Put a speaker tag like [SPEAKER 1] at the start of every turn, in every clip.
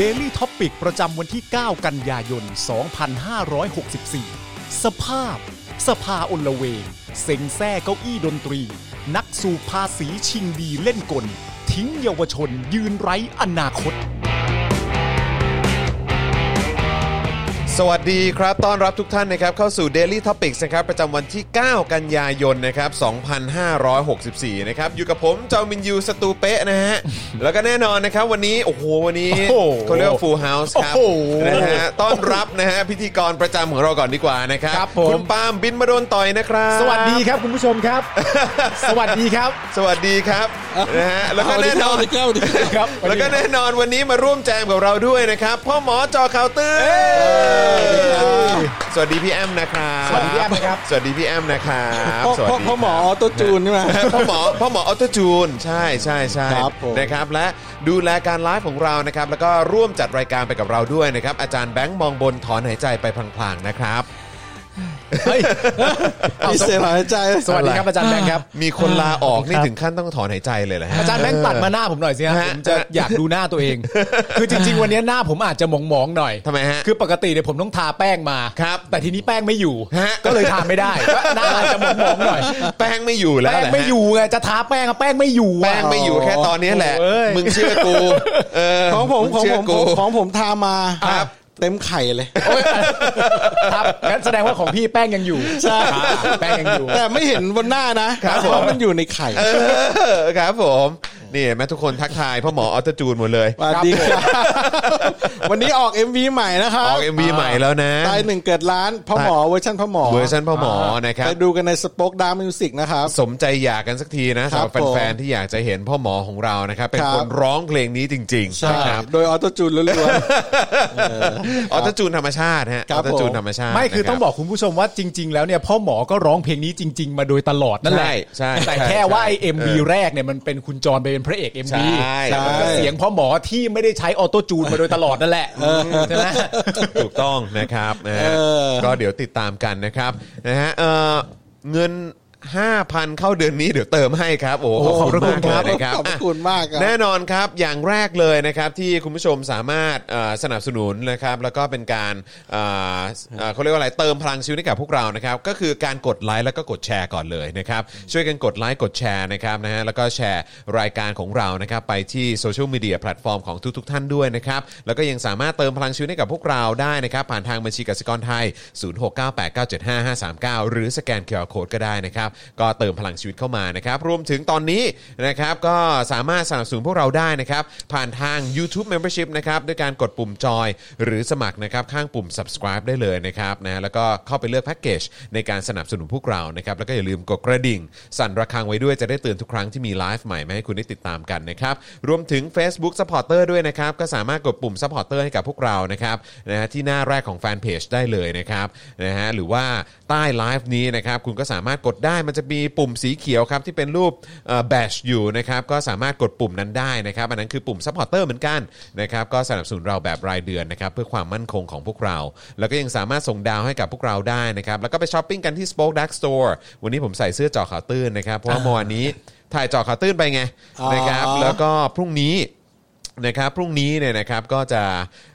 [SPEAKER 1] Daily t o p i c ประจำวันที่ 9 กันยายน 2564 สภาพ สภาอนละเวง เซ็งแซ่เก้าอี้ดนตรี นักสูบภาษีชิงดีเล่นกล ทิ้งเยาวชนยืนไร้อนาคต
[SPEAKER 2] สวัสดีครับ ต้อนรับทุกท่านนะครับ เข้าสู่ Daily Topics นะครับ ประจำวันที่ 9 กันยายน นะครับ 2564 นะครับ อยู่กับผม จอมินยู สตูเปะนะฮะ แล้วก็แน่นอนนะครับ วันนี้ โอ้โห วันนี้
[SPEAKER 1] โอ้โห
[SPEAKER 2] เขาเรียกว่า Full House ครับ
[SPEAKER 1] โอ้โห
[SPEAKER 2] นะฮะ ต้อนรับนะฮะ พิธีกรประจำของเราก่อนดีกว่านะครับ
[SPEAKER 1] ครับผม
[SPEAKER 2] คุณปาล์มบินมาโดนต่อยนะครับ
[SPEAKER 3] สวัสดีครับคุณผู้ชม ครับ สวัสดีครับ
[SPEAKER 2] สวัสดีครับ นะฮะ แล้วก็แน่นอน
[SPEAKER 4] แก้วดิ
[SPEAKER 3] ครับ
[SPEAKER 2] แล้วก็แน่นอนวันนี้มาร่วมแจมกับเราด้วยนะครับพ่อหมอจอข่าวตื้นสวัสดีพี่แอมนะครับ
[SPEAKER 3] สวัสดีพี่แอมนะครับ
[SPEAKER 2] สวัสดีพี่แอมนะครับ
[SPEAKER 4] พ่อ
[SPEAKER 2] สวัส
[SPEAKER 4] พ่อ
[SPEAKER 2] ดี
[SPEAKER 4] พ่อหมอออโตัวจูนใช่ไหม
[SPEAKER 2] พ่อหมอพ่อหมอออโตจูนใช่ใช่ใช่
[SPEAKER 4] ครับผม
[SPEAKER 2] นะครับและดูแลการไลฟ์ของเรานะครับ แล้วก็ร่วมจัดรายการไปกับเราด้วยนะครับ อาจารย์แบงค์มองบนถอนหายใจไปพลางๆนะครับ
[SPEAKER 4] มีเสียงหายใจ
[SPEAKER 3] สวัสดีครับอาจารย์แบงค์ครับ
[SPEAKER 2] มีคนลาออกนี่
[SPEAKER 3] ครับ
[SPEAKER 2] ถึงขั้นต้องถอนหายใจเลยเหรอฮะ
[SPEAKER 3] อาจารย์แบงค์ตัดมาหน้าผมหน่อยสิฮะ
[SPEAKER 2] ฮะ
[SPEAKER 3] ผมจะ
[SPEAKER 2] ฮะ
[SPEAKER 3] อยากดูหน้าตัวเอง คือจริง ๆ วันนี้หน้าผมอาจจะหมองๆหน่อย
[SPEAKER 2] ทำไมฮะ
[SPEAKER 3] คือปกติเนี่ยผมต้องทาแป้งมา
[SPEAKER 2] ครับ
[SPEAKER 3] แต่ทีนี้แป้งไม่อยู่
[SPEAKER 2] ฮะ
[SPEAKER 3] ก็เลยทาไม่ได้ก็หน้าอาจจะหมองๆหน่อย
[SPEAKER 2] แป้งไม่อยู่แล้ว
[SPEAKER 3] แป้ง
[SPEAKER 2] เหรฮะ
[SPEAKER 3] ไม่อยู่ไงจะทาแป้งอะแป้งไม่อยู่อะ
[SPEAKER 2] แป้งไม่อยู่แค่ตอนนี้แหละ
[SPEAKER 3] โอ้ย
[SPEAKER 2] มึงเชื่อ กู เออ
[SPEAKER 4] ของผมของ
[SPEAKER 2] เชื่
[SPEAKER 4] ผ
[SPEAKER 2] อ
[SPEAKER 4] ม
[SPEAKER 2] กู
[SPEAKER 4] ของผมทามา
[SPEAKER 2] ครับ
[SPEAKER 4] เต็มไข่เลย
[SPEAKER 3] โอ๊ย ครับงั้นแสดงว่าของพี่แป้งยังอยู่
[SPEAKER 4] ใช่
[SPEAKER 3] แป้งยังอยู่
[SPEAKER 4] แต่ไม่เห็นบนหน้านะครั
[SPEAKER 2] ผ
[SPEAKER 4] บ
[SPEAKER 2] ม
[SPEAKER 4] เพราะมันอยู่ในไข่
[SPEAKER 2] เออครับผมนี่เห็นไหมทุกคนทักทายพ่อหมอออโตจูนหมดเลย
[SPEAKER 4] สวัสดีครับ วันนี้ออก MV ใหม่นะค
[SPEAKER 2] อ
[SPEAKER 4] รับ
[SPEAKER 2] อก MV ใหม่แล้วนะ
[SPEAKER 4] ตายหนึ่งเกิดล้านพ่อหมอเวอร์ชันพ่อหมอ
[SPEAKER 2] เวอร์ชันพ่อหมอนะครับ
[SPEAKER 4] ไปดูกันในสป็อกดามิวสิกนะครับ
[SPEAKER 2] สมใจอยากกันสักทีนะ
[SPEAKER 4] ค
[SPEAKER 2] สำ
[SPEAKER 4] รั
[SPEAKER 2] ห
[SPEAKER 4] บ
[SPEAKER 2] รับแฟนๆที่อยากจะเห็นพ่อหมอของเรานะครับ เป็น
[SPEAKER 4] ครับ
[SPEAKER 2] คนร้องเพลงนี้จริงๆ
[SPEAKER 4] ใช่
[SPEAKER 2] นะครับ
[SPEAKER 4] โดยออโตจูนล้วนๆ
[SPEAKER 2] ออโตจูนธรรมชาติฮะ
[SPEAKER 4] ค
[SPEAKER 2] อ
[SPEAKER 4] รั
[SPEAKER 2] อบ โตจูนธรรมชาติ
[SPEAKER 3] ไม่คือ
[SPEAKER 2] นะรั
[SPEAKER 3] ต้องบอกคุณผู้ชมว่าจริง ๆ แล้วเนี่ยพ่อหมอก็ร้องเพลงนี้จริง ๆ มาโดยตลอดนั่นแหละ
[SPEAKER 2] ใช่ใช่
[SPEAKER 3] แต่
[SPEAKER 2] ใช่
[SPEAKER 3] แค่ว่าไอเอ็ม
[SPEAKER 2] เอ
[SPEAKER 3] บี
[SPEAKER 2] อ
[SPEAKER 3] แรกเนี่ยมันเป็นคุณจรไปเป็นพระเอกเอ็ม
[SPEAKER 2] ใช่
[SPEAKER 3] บี
[SPEAKER 2] ใช่
[SPEAKER 3] เสียงพ่อหมอที่ไม่ได้ใช้ออโต้จูนมาโดยตลอดนั่นแหละใช่ไหม
[SPEAKER 2] ถูกต้องนะครับนะฮะ
[SPEAKER 4] อ
[SPEAKER 2] ก็เดี๋ยวติดตามกันนะครับนะฮะเอ่อเงิน 5,000 เข้าเดือนนี้เดี๋ยวเติมให้ครับ โอ้โหขอบคุณมากเลยนะครับ
[SPEAKER 4] ขอบพะ
[SPEAKER 2] อ่ะ
[SPEAKER 4] คุณมากครับ
[SPEAKER 2] แน่นอนครับ อย่างแรกเลยนะครับที่คุณผู้ชมสามารถเอ่อสนับสนุนนะครับ แล้วก็เป็นการเอ่อเอ่อเขาเรียกว่าอะไรเติมพลังชีวิตให้กับพวกเรานะครับ ก็คือการกดไลค์แล้วก็กดแชร์ก่อนเลยนะครับ ช่วยกันกดไลค์กดแชร์นะครับนะฮะแล้วก็แชร์รายการของเรานะครับ ไปที่โซเชียลมีเดียแพลตฟอร์มของทุกๆ ท่านด้วยนะครับ แล้วก็ยังสามารถเติมพลังชีวิตให้กับพวกเราได้นะครับ ผ่านทางบัญชีกสิกรไทย 0698975539 หรือสแกน QR Code ก็ได้นะครับ ก็เติมพลังชีวิตเข้ามานะครับ รวมถึงตอนนี้นะครับก็สามารถสนับสนุนพวกเราได้นะครับ ผ่านทาง YouTube Membership นะครับ ด้วยการกดปุ่มจอยหรือสมัครนะครับ ข้างปุ่ม subscribe ได้เลยนะครับนะแล้วก็เข้าไปเลือกแพ็กเกจในการสนับสนุนพวกเรานะครับ แล้วก็อย่าลืมกดกระดิ่ง สั่นระฆังไว้ด้วยจะได้เตือนทุกครั้งที่มีไลฟ์ใหม่มาให้คุณได้ติดตามกันนะครับ รวมถึง Facebook Supporter ด้วยนะครับ ก็สามารถกดปุ่ม Supporter ให้กับพวกเรานะครับนะฮะที่หน้าแรกของแฟนเพจได้เลยนะครับนะฮะหรือว่าใต้ไลฟ์นี้นะครับคุณก็สามารถกดได้มันจะมีปุ่มสีเขียวครับที่เป็นรูปแบชอยู่นะครับก็สามารถกดปุ่มนั้นได้นะครับอันนั้นคือปุ่ม Supporter เหมือนกันนะครับก็สนับสนุนเราแบบรายเดือนนะครับเพื่อความมั่นคงของพวกเรา แล้วก็ยังสามารถส่งดาวให้กับพวกเราได้นะครับแล้วก็ไปช้อปปิ้งกันที่ Spoke Dark Store วันนี้ผมใส่เสื้อเจอข่าวตื้นนะครับเพราะว่าเมื่อวานนี้ถ่ายเจอข่าวตื้นไปไงนะครับ
[SPEAKER 4] อ๋อ
[SPEAKER 2] แล้วก็พรุ่งนี้ นะครับพรุ่งนี้เนี่ยนะครับก็จะ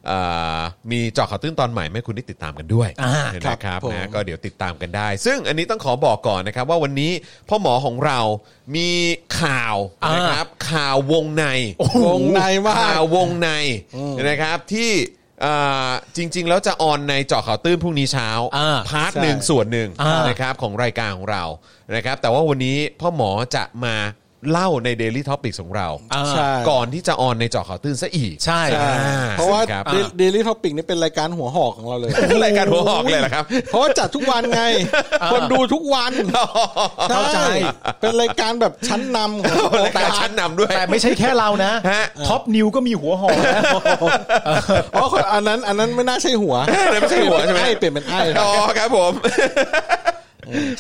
[SPEAKER 2] เอ่อมีเจาะข่าวตื้นตอนใหม่ให้คุณได้ติดตามกันด้วย
[SPEAKER 3] อ่า
[SPEAKER 2] นะค
[SPEAKER 4] ครั
[SPEAKER 2] รับบ
[SPEAKER 4] ผม
[SPEAKER 2] นะก็เดี๋ยวติดตามกันได้ ซึ่งอันนี้ต้องขอบอกก่อนนะครับ ว่าวันนี้พ่อหมอของเรามีข่าวนะครับข่าววงใน
[SPEAKER 4] วงในมาก
[SPEAKER 2] ข่าววงในนะครับที่เอ่อจริง ๆ แล้วจะออนในเจาะข่าวตื้นพรุ่งนี้เช้า
[SPEAKER 3] อ่า
[SPEAKER 2] พาร์ท
[SPEAKER 4] ใช่
[SPEAKER 2] หนึ่งส่วนหนึ่ง
[SPEAKER 3] อ่าน
[SPEAKER 2] นะครับของรายการของเรานะครับ แต่ว่าวันนี้พ่อหมอจะมาเล่าใน Daily Topics ของเรา
[SPEAKER 3] อ่า
[SPEAKER 4] ใช่
[SPEAKER 2] ก่อนที่จะออนในเจาะข่าวตื้นซะอีก
[SPEAKER 3] ใช่
[SPEAKER 4] ใช่
[SPEAKER 2] อ่า
[SPEAKER 4] เพราะว่า
[SPEAKER 2] ครับ
[SPEAKER 4] เดลี่ท็อปิกนี่เป็นรายการหัวหอกของเราเลย
[SPEAKER 2] รายการหัวหอกเลยเหรอครับ
[SPEAKER 4] เพราะว่าจัดทุกวันไง คนดูทุกวัน
[SPEAKER 3] เข้าใจ
[SPEAKER 4] เป็นรายการแบบชั้นนำของ
[SPEAKER 2] รายการชั้นนำด้วย
[SPEAKER 3] แต่ไม่ใช่แค่เรานะ
[SPEAKER 2] ฮะ
[SPEAKER 3] ท็อปนิวก็มีหัวหอมนะ
[SPEAKER 4] อ๋อคนอันนั้น อันนั้นไม่น่าใช่หัว
[SPEAKER 2] ไม่ใช่หัวใช่ไหม
[SPEAKER 4] อ้เปลี่ยนเป็นไอ้
[SPEAKER 2] อ๋อครับผม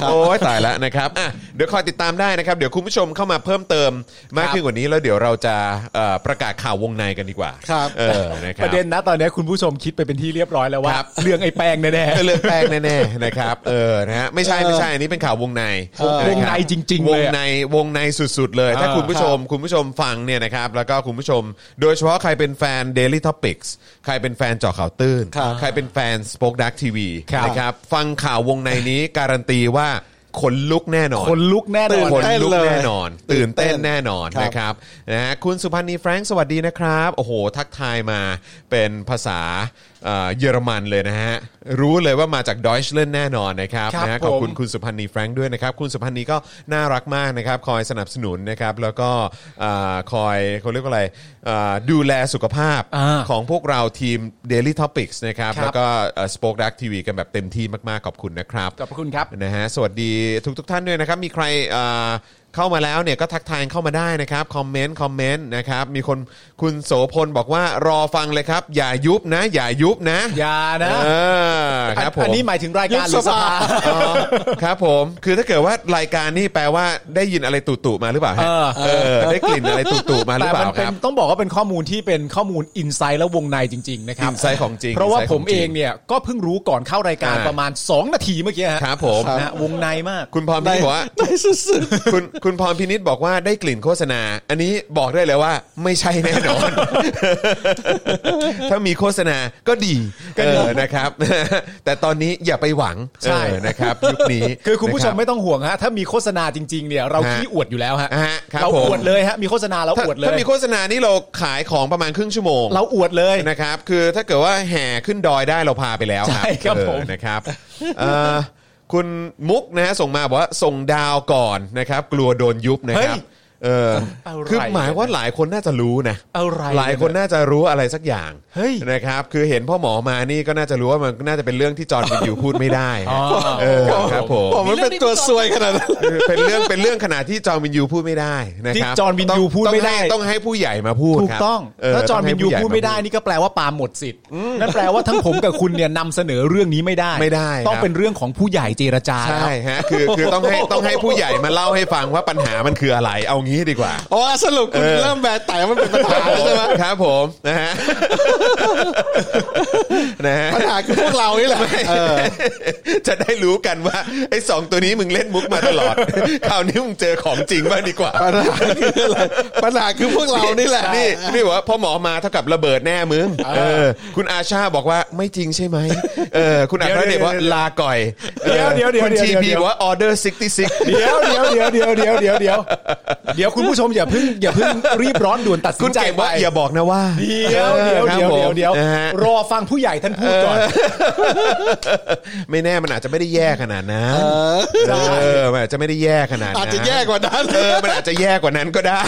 [SPEAKER 2] โอ้ยตายแล้วนะครับอ่ะเดี๋ยวคอยติดตามได้นะครับ เดี๋ยวคุณผู้ชมเข้ามาเพิ่มเติมมากขึ้นกว่านี้ แล้วเดี๋ยวเราจะเอ่อประกาศข่าววงในกันดีกว่า
[SPEAKER 4] ครับ
[SPEAKER 2] เออนะค
[SPEAKER 3] ป
[SPEAKER 2] รับ
[SPEAKER 3] ระเด็นนะตอนนี้คุณผู้ชมคิดไปเป็นที่เรียบร้อยแล้วว่า
[SPEAKER 2] ครับ
[SPEAKER 3] เรื่องไอ้แป้งแน่
[SPEAKER 2] ก็เลือกแป้งแน่ๆนะครับเออนะฮะไม่ใช่ไม่ใช่อันนี้เป็นข่าววงใน
[SPEAKER 3] ๆวงในจริง ๆ
[SPEAKER 2] ว
[SPEAKER 3] เล
[SPEAKER 2] ง
[SPEAKER 3] ย
[SPEAKER 2] ใน
[SPEAKER 3] อะ
[SPEAKER 2] วงในสุดๆเลย ถ้า
[SPEAKER 3] อ่า
[SPEAKER 2] คุณผู้ชมคุณผู้ชมฟังเนี่ยนะครับ แล้วก็คุณผู้ชม โดยเฉพาะใครเป็นแฟน Daily Topics ใครเป็นแฟนเจาะข่าวตื้น
[SPEAKER 4] ครับ
[SPEAKER 2] ใครเป็นแฟน Spoke Dark TV
[SPEAKER 4] ครับ
[SPEAKER 2] นะครับฟังข่าววงในนี้การันตีว่าขนลุกแน่นอน
[SPEAKER 3] คนลุกแน่นอน
[SPEAKER 2] คน
[SPEAKER 4] เต้น
[SPEAKER 2] ลุก
[SPEAKER 4] เลย
[SPEAKER 2] แน่นอน ตื่นเต้น
[SPEAKER 4] ตื่นเต้น
[SPEAKER 2] แน่นอน
[SPEAKER 4] ครับ
[SPEAKER 2] นะครับนะฮะคุณสุพันธ์นีแฟรงค์สวัสดีนะครับ โอ้โห ทักทายมาเป็นภาษาเอ่อเยอรมันเลยนะฮะ รู้เลยว่ามาจากดอยช์เลนแน่นอนนะครับ
[SPEAKER 3] ครับ
[SPEAKER 2] นะฮะขอบคุณ
[SPEAKER 3] ผม
[SPEAKER 2] คุณสุพันธ์นีแฟรงค์ด้วยนะครับ คุณสุพันธ์นีก็น่ารักมากนะครับ คอยสนับสนุนนะครับ แล้วก็เอ่อคอยเขาเรียกว่าอะไรเอ่อดูแลสุขภาพ
[SPEAKER 3] อ่า
[SPEAKER 2] ของพวกเราทีม Daily Topics นะครับแล้วก็สป็อคดักทีวีกันแบบเต็มที่มากๆขอบคุณนะครับ
[SPEAKER 3] ขอบพระคุณครับ
[SPEAKER 2] นะฮะสวัสดีทุกทุกๆท่านด้วยนะครับ มีใครเอ่อเข้ามาแล้วเนี่ยก็ทักทายเข้ามาได้นะครับคอมเมนต์คอมเมนต์นะครับมีคนคุณโสพลบอกว่ารอฟังเลยครับ อย่ายุบนะ อย่ายุบนะ
[SPEAKER 3] อย่านะ
[SPEAKER 2] เออครับผม
[SPEAKER 3] อันนี้หมายถึงรายการห
[SPEAKER 4] ยุ
[SPEAKER 3] รื
[SPEAKER 4] บ
[SPEAKER 3] อ
[SPEAKER 4] ส
[SPEAKER 3] ส
[SPEAKER 4] ภา
[SPEAKER 3] ภา
[SPEAKER 2] อ๋อครับผมคือถ้าเกิดว่ารายการนี่แปลว่าได้ยินอะไรตุ่ๆมาหรือเปล่าฮะ
[SPEAKER 3] เออ
[SPEAKER 2] เออได้กลิ่นอะไรตุ่ๆมาหรือ
[SPEAKER 3] แต่
[SPEAKER 2] เป
[SPEAKER 3] มัน
[SPEAKER 2] ล่าค
[SPEAKER 3] เป็น
[SPEAKER 2] รับ
[SPEAKER 3] ต้องบอกว่าเป็นข้อมูลที่เป็นข้อมูลอินไซด์และวงในจริง ๆ นะค
[SPEAKER 2] ก
[SPEAKER 3] รั
[SPEAKER 2] ลิ่
[SPEAKER 3] บ
[SPEAKER 2] นไซด์ของจริง
[SPEAKER 3] เพราะว่า
[SPEAKER 2] ไซด์
[SPEAKER 3] ผ
[SPEAKER 2] ขอ
[SPEAKER 3] ม
[SPEAKER 2] งจ
[SPEAKER 3] เอ
[SPEAKER 2] ริ
[SPEAKER 3] งเนี่ยก็เพิ่งรู้ก่อนเข้ารายการ
[SPEAKER 2] อ่า
[SPEAKER 3] ประมาณ 2 นาทีเมื่อกี้ฮะ
[SPEAKER 2] ครับผม
[SPEAKER 3] นะฮะวงในมาก
[SPEAKER 2] คุณพรพินิจบอกว่า
[SPEAKER 4] ได้สุด
[SPEAKER 2] คุณคุณพรพินิษบอกว่าได้กลิ่นโฆษณา อันนี้บอกได้เลยว่าไม่ใช่แน่นอน ถ้ามีโฆษณาก็ดีก็ดีนะครับ แต่ตอนนี้อย่าไปหวัง
[SPEAKER 3] ใช่
[SPEAKER 2] เออนะครับยุคนี้
[SPEAKER 3] คือคุณผู้ชม
[SPEAKER 2] นะ
[SPEAKER 3] ไม่ต้องห่วงฮะถ้ามีโฆษณาจริง ๆ เนี่ยเรา
[SPEAKER 2] ฮะ
[SPEAKER 3] ขี้อวดอยู่แล้วฮะ
[SPEAKER 2] อ่าฮะครับ
[SPEAKER 3] เรา
[SPEAKER 2] ผม
[SPEAKER 3] อวดเลยฮะมีโฆษณาเรา
[SPEAKER 2] รับถ้า
[SPEAKER 3] อวดเล
[SPEAKER 2] ถ้าย มีโฆษณานี่เราขายของประมาณครึ่งชั่วโมง
[SPEAKER 3] เราอวดเลย
[SPEAKER 2] นะครับ คือถ้าเกิดว่าแห่ขึ้นดอยได้เราพาไปแล้วครับ
[SPEAKER 3] ใช่ครับ
[SPEAKER 2] เออ
[SPEAKER 3] ผม
[SPEAKER 2] นะครับเอ่อคุณมุกนะฮะส่งมาบอกว่าส่งดาวก่อนนะครับ กลัวโดนยุบนะครับเออคือหมายว่าหลายคนน่าจะรู้นะ
[SPEAKER 3] อะไร
[SPEAKER 2] หลายคนน่าจะรู้อะไรสักอย่าง
[SPEAKER 3] เฮ้ย
[SPEAKER 2] นะครับ คือเห็นพ่อหมอมานี่ก็น่าจะรู้ว่ามันน่าจะเป็นเรื่องที่จอร์นวินยูพูดไม่ได้
[SPEAKER 3] อ๋อ
[SPEAKER 2] เออครับผม
[SPEAKER 4] ผมมันเป็นตัวซวยขนาดนั้น
[SPEAKER 2] คือเป็นเรื่องเป็นเรื่องขนาดที่จอร์นวินยูพูดไม่ได้นะครับ
[SPEAKER 3] ที่จอร์นวินยู
[SPEAKER 2] ต้ง
[SPEAKER 3] พูดไม่ได้
[SPEAKER 2] ต้องให้ต้องให้ผู้ใหญ่มาพูด
[SPEAKER 3] ถูก
[SPEAKER 2] ครับ
[SPEAKER 3] ต้อง
[SPEAKER 2] เอ
[SPEAKER 3] ถ้าจอห์นวินยู
[SPEAKER 2] ต้งให้
[SPEAKER 3] พูด
[SPEAKER 2] ผู้
[SPEAKER 3] ไม่
[SPEAKER 2] ใหญ่า
[SPEAKER 3] ได้นี่ก็แปลว่าปาหมดสิทธิ์นั่นแปลว่าทั้งผมกับคุณเนี่ยนำเสนอเรื่องนี้ไม่ได้
[SPEAKER 2] ไม่ได้
[SPEAKER 3] ต้อง
[SPEAKER 2] ครับ
[SPEAKER 3] เป็นเรื่องของผู้ใหญ่เจรจา
[SPEAKER 2] ใช่
[SPEAKER 3] แล้ว
[SPEAKER 2] ฮะคือคือต้องให้ต้องให้ผู้ใหญ่มาเล่าให้ฟังว่าปัญหามันคืออะไร เอางี้ดีกว่า
[SPEAKER 4] อ๋อสรุปคุณ
[SPEAKER 2] เออ
[SPEAKER 4] เริ่มแบกแต่มันเป็นปัญหาแล้วใช่ไหม
[SPEAKER 2] ครับผมนะฮะ นะฮะ
[SPEAKER 4] ปัญหาคือพวกเรานี่แหละเออ
[SPEAKER 2] จะได้รู้กันว่าไอ้สองตัวนี้มึงเล่นมุกมาตลอด คราวนี้มึงเจอของจริงบ้างดีกว่า
[SPEAKER 4] ปัญหาคืออะไรปัญหาคือพวกเรานี่แหละ
[SPEAKER 2] นี่นี่บอกว่าพ่อหมอมาเท่ากับระเบิดแน่มึงเออ คุณอาชาบอกว่าไม่จริงใช่ไหมเออ คุณอัครเดชบอกว่าลาก่อย
[SPEAKER 3] เดี๋ยวเดี๋ยวเดี๋ยว
[SPEAKER 2] คุณ
[SPEAKER 3] เดี๋ยว
[SPEAKER 2] ชี
[SPEAKER 3] เดี๋ยว
[SPEAKER 2] พีบอกว่าออเดอร์66
[SPEAKER 3] เดี๋ยวเดี๋ยวเดี๋ยวเดี๋ยวเดี๋ยวเดี๋ยวเดี๋ยวเดี๋ยวคุณผู้ชมอย่าเพิ่งอย่าเพิ่งรีบร้อนด่วนตัดสิ
[SPEAKER 2] คุ
[SPEAKER 3] น
[SPEAKER 2] ณ
[SPEAKER 3] ใจ
[SPEAKER 2] เก่ง
[SPEAKER 3] ไป
[SPEAKER 2] ว่าอย่าบอกนะว่า
[SPEAKER 3] เดี๋ยวเดี๋ยว
[SPEAKER 2] ครับ
[SPEAKER 3] เดี๋ยว
[SPEAKER 2] ผม
[SPEAKER 3] เดี๋ยวเดี๋ยว
[SPEAKER 2] นะฮะ
[SPEAKER 3] รอฟังผู้ใหญ่ท่านพูดก่อน
[SPEAKER 2] ไม่แน่มันอาจจะไม่ได้แย่ขนาดนั้น
[SPEAKER 4] อ
[SPEAKER 2] เออมันอาจจะไม่ได้แย่ขนาดนั้น
[SPEAKER 4] อา
[SPEAKER 2] อา
[SPEAKER 4] จจะแย่กว่านั้น
[SPEAKER 2] เออมันอาจจะแย่กว่านั้นก็ได้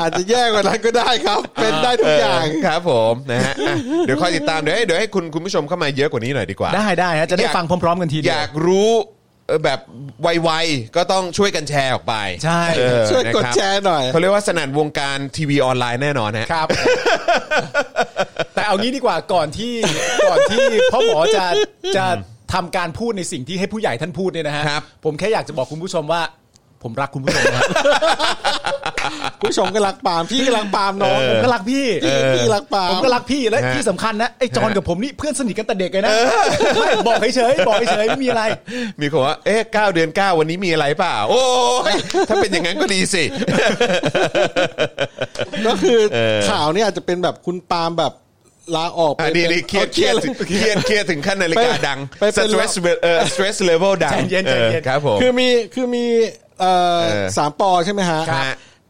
[SPEAKER 4] อาจจะแย่กว่านั้นก็ได้ครับ เป็นได้ทุกอย่าง
[SPEAKER 2] เครับผมนะฮะอ่ะเดี๋ยวคอยติดตามเดี๋ยวให้เดี๋ยวให้คุณคุณผู้ชมเข้ามาเยอะกว่านี้หน่อยดีกว่า
[SPEAKER 3] ได้ได้ฮะจะได้
[SPEAKER 2] อยาก
[SPEAKER 3] ฟังพร้อม ๆ กันทีเดีย
[SPEAKER 2] อ
[SPEAKER 3] ว
[SPEAKER 2] ยากรู้เออแบบไวๆก็ต้องช่วยกันแชร์ออกไป
[SPEAKER 3] ใช่
[SPEAKER 2] เออ
[SPEAKER 4] ช่วยก
[SPEAKER 2] นะ
[SPEAKER 4] ด
[SPEAKER 2] ครับ
[SPEAKER 4] แชร์หน่อย
[SPEAKER 2] เขาเรียกว่าสนั่นวงการทีวีออนไลน์แน่นอนฮะ
[SPEAKER 3] ครับ แต่เอางี้ดีกว่าก่อนที่ก่อนที่พ่อหมอจะจะทำการพูดในสิ่งที่ให้ผู้ใหญ่ท่านพูดเนี่ยนะฮะ
[SPEAKER 2] ครับ
[SPEAKER 3] ผมแค่อยากจะบอกคุณผู้ชมว่า ผมรักคุณผู้ชมนะฮะ
[SPEAKER 4] ผู้ชมกำลังปาล์มพี่กำลังปาล์มน้อง
[SPEAKER 3] ผมก็รักพี่
[SPEAKER 4] พี่พี่กำลังปาล์ม
[SPEAKER 3] ผมก็รักพี่และ
[SPEAKER 2] ฮะ
[SPEAKER 3] ที่สำคัญนะไอ้จอนกับผมนี่เพื่อนสนิทกันแต่เด็กเลยนะไม่บอกเฉยๆบอกเฉยๆไม่มีอะไร
[SPEAKER 2] มีคนว่าเอ๊ะเก้าเดือนเก้าวันนี้มีอะไรเปล่า โอ้ยถ้าเป็นอย่างนั้นก็ดีสิ
[SPEAKER 4] ก็คือข่าวเนี่ยอาจจะเป็นแบบคุณปาล์มแบบลาออกไป
[SPEAKER 2] อ่ะนี่นี่เครียดเครียด
[SPEAKER 4] อา
[SPEAKER 2] เครียดเครียดถึงขั้นนาฬิกาดัง
[SPEAKER 4] ไปเป็น
[SPEAKER 2] stress level- เอ่อ stress level ดัง
[SPEAKER 3] ใจเย็นใจเย็น
[SPEAKER 2] ออครับผม
[SPEAKER 4] คือมีคือมีเอ่อ
[SPEAKER 2] เออ
[SPEAKER 4] สามปอใช่ไหมฮะ
[SPEAKER 2] ครับ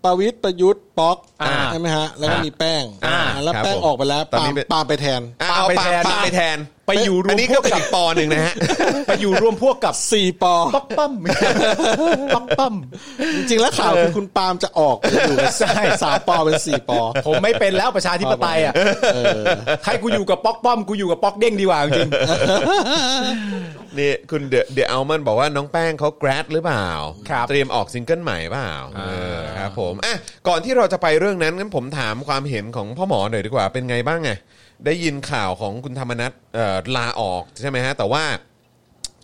[SPEAKER 4] ประวิทย์ประยุทธ์ป๊อก
[SPEAKER 2] อ่า
[SPEAKER 4] ใช่ไหมฮะแล้วก็
[SPEAKER 2] อ่ามี
[SPEAKER 4] มีแป้ง
[SPEAKER 2] อ่า
[SPEAKER 4] แล้ว
[SPEAKER 2] ครับ
[SPEAKER 4] แป้ง
[SPEAKER 2] ผม
[SPEAKER 4] ออกไปแล้ว
[SPEAKER 2] ตอน
[SPEAKER 4] ปา
[SPEAKER 2] นี้
[SPEAKER 4] ล์ม
[SPEAKER 2] เป็น
[SPEAKER 4] ปาล์มไปแทน
[SPEAKER 2] อ่ะเอาปาล์มปาล์มไปแทน
[SPEAKER 3] ไปอยู่รวม
[SPEAKER 2] อันนี้ก็เป็นอีกปอหนึ่งนะฮะ
[SPEAKER 3] ไปอยู่รวมพวกกับ
[SPEAKER 4] สี่ปอ
[SPEAKER 3] ป๊อกปั้มป๊อกปั้ม
[SPEAKER 4] จริงๆแล้วข่าวคือคุณปาล์มจะออกไปอยู่กับ
[SPEAKER 3] ใช่
[SPEAKER 4] สามปอเป็นสี่ปอ
[SPEAKER 3] ผมไม่เป็นแล้วประชาธิปไตยอ่ะให้กูอยู่กับป๊อกป้อมกูอยู่กับป๊อกเด้งดีกว่าจริง
[SPEAKER 2] นี่คุณเดอะเดอะอัลมันบอกว่าน้องแป้งเขาแกรดหรือเปล่า
[SPEAKER 3] ครับ
[SPEAKER 2] เตรียมออกซิงเกิลใหม่เปล่าเออครับผมอ่ะก่อนที่เราจะไปเรื่องนั้นงั้นผมถามความเห็นของพ่อหมอหน่อยดีกว่าเป็นไงบ้างไงได้ยินข่าวของคุณธรรมนัทเอ่อลาออกใช่ไหมฮะ แต่ว่า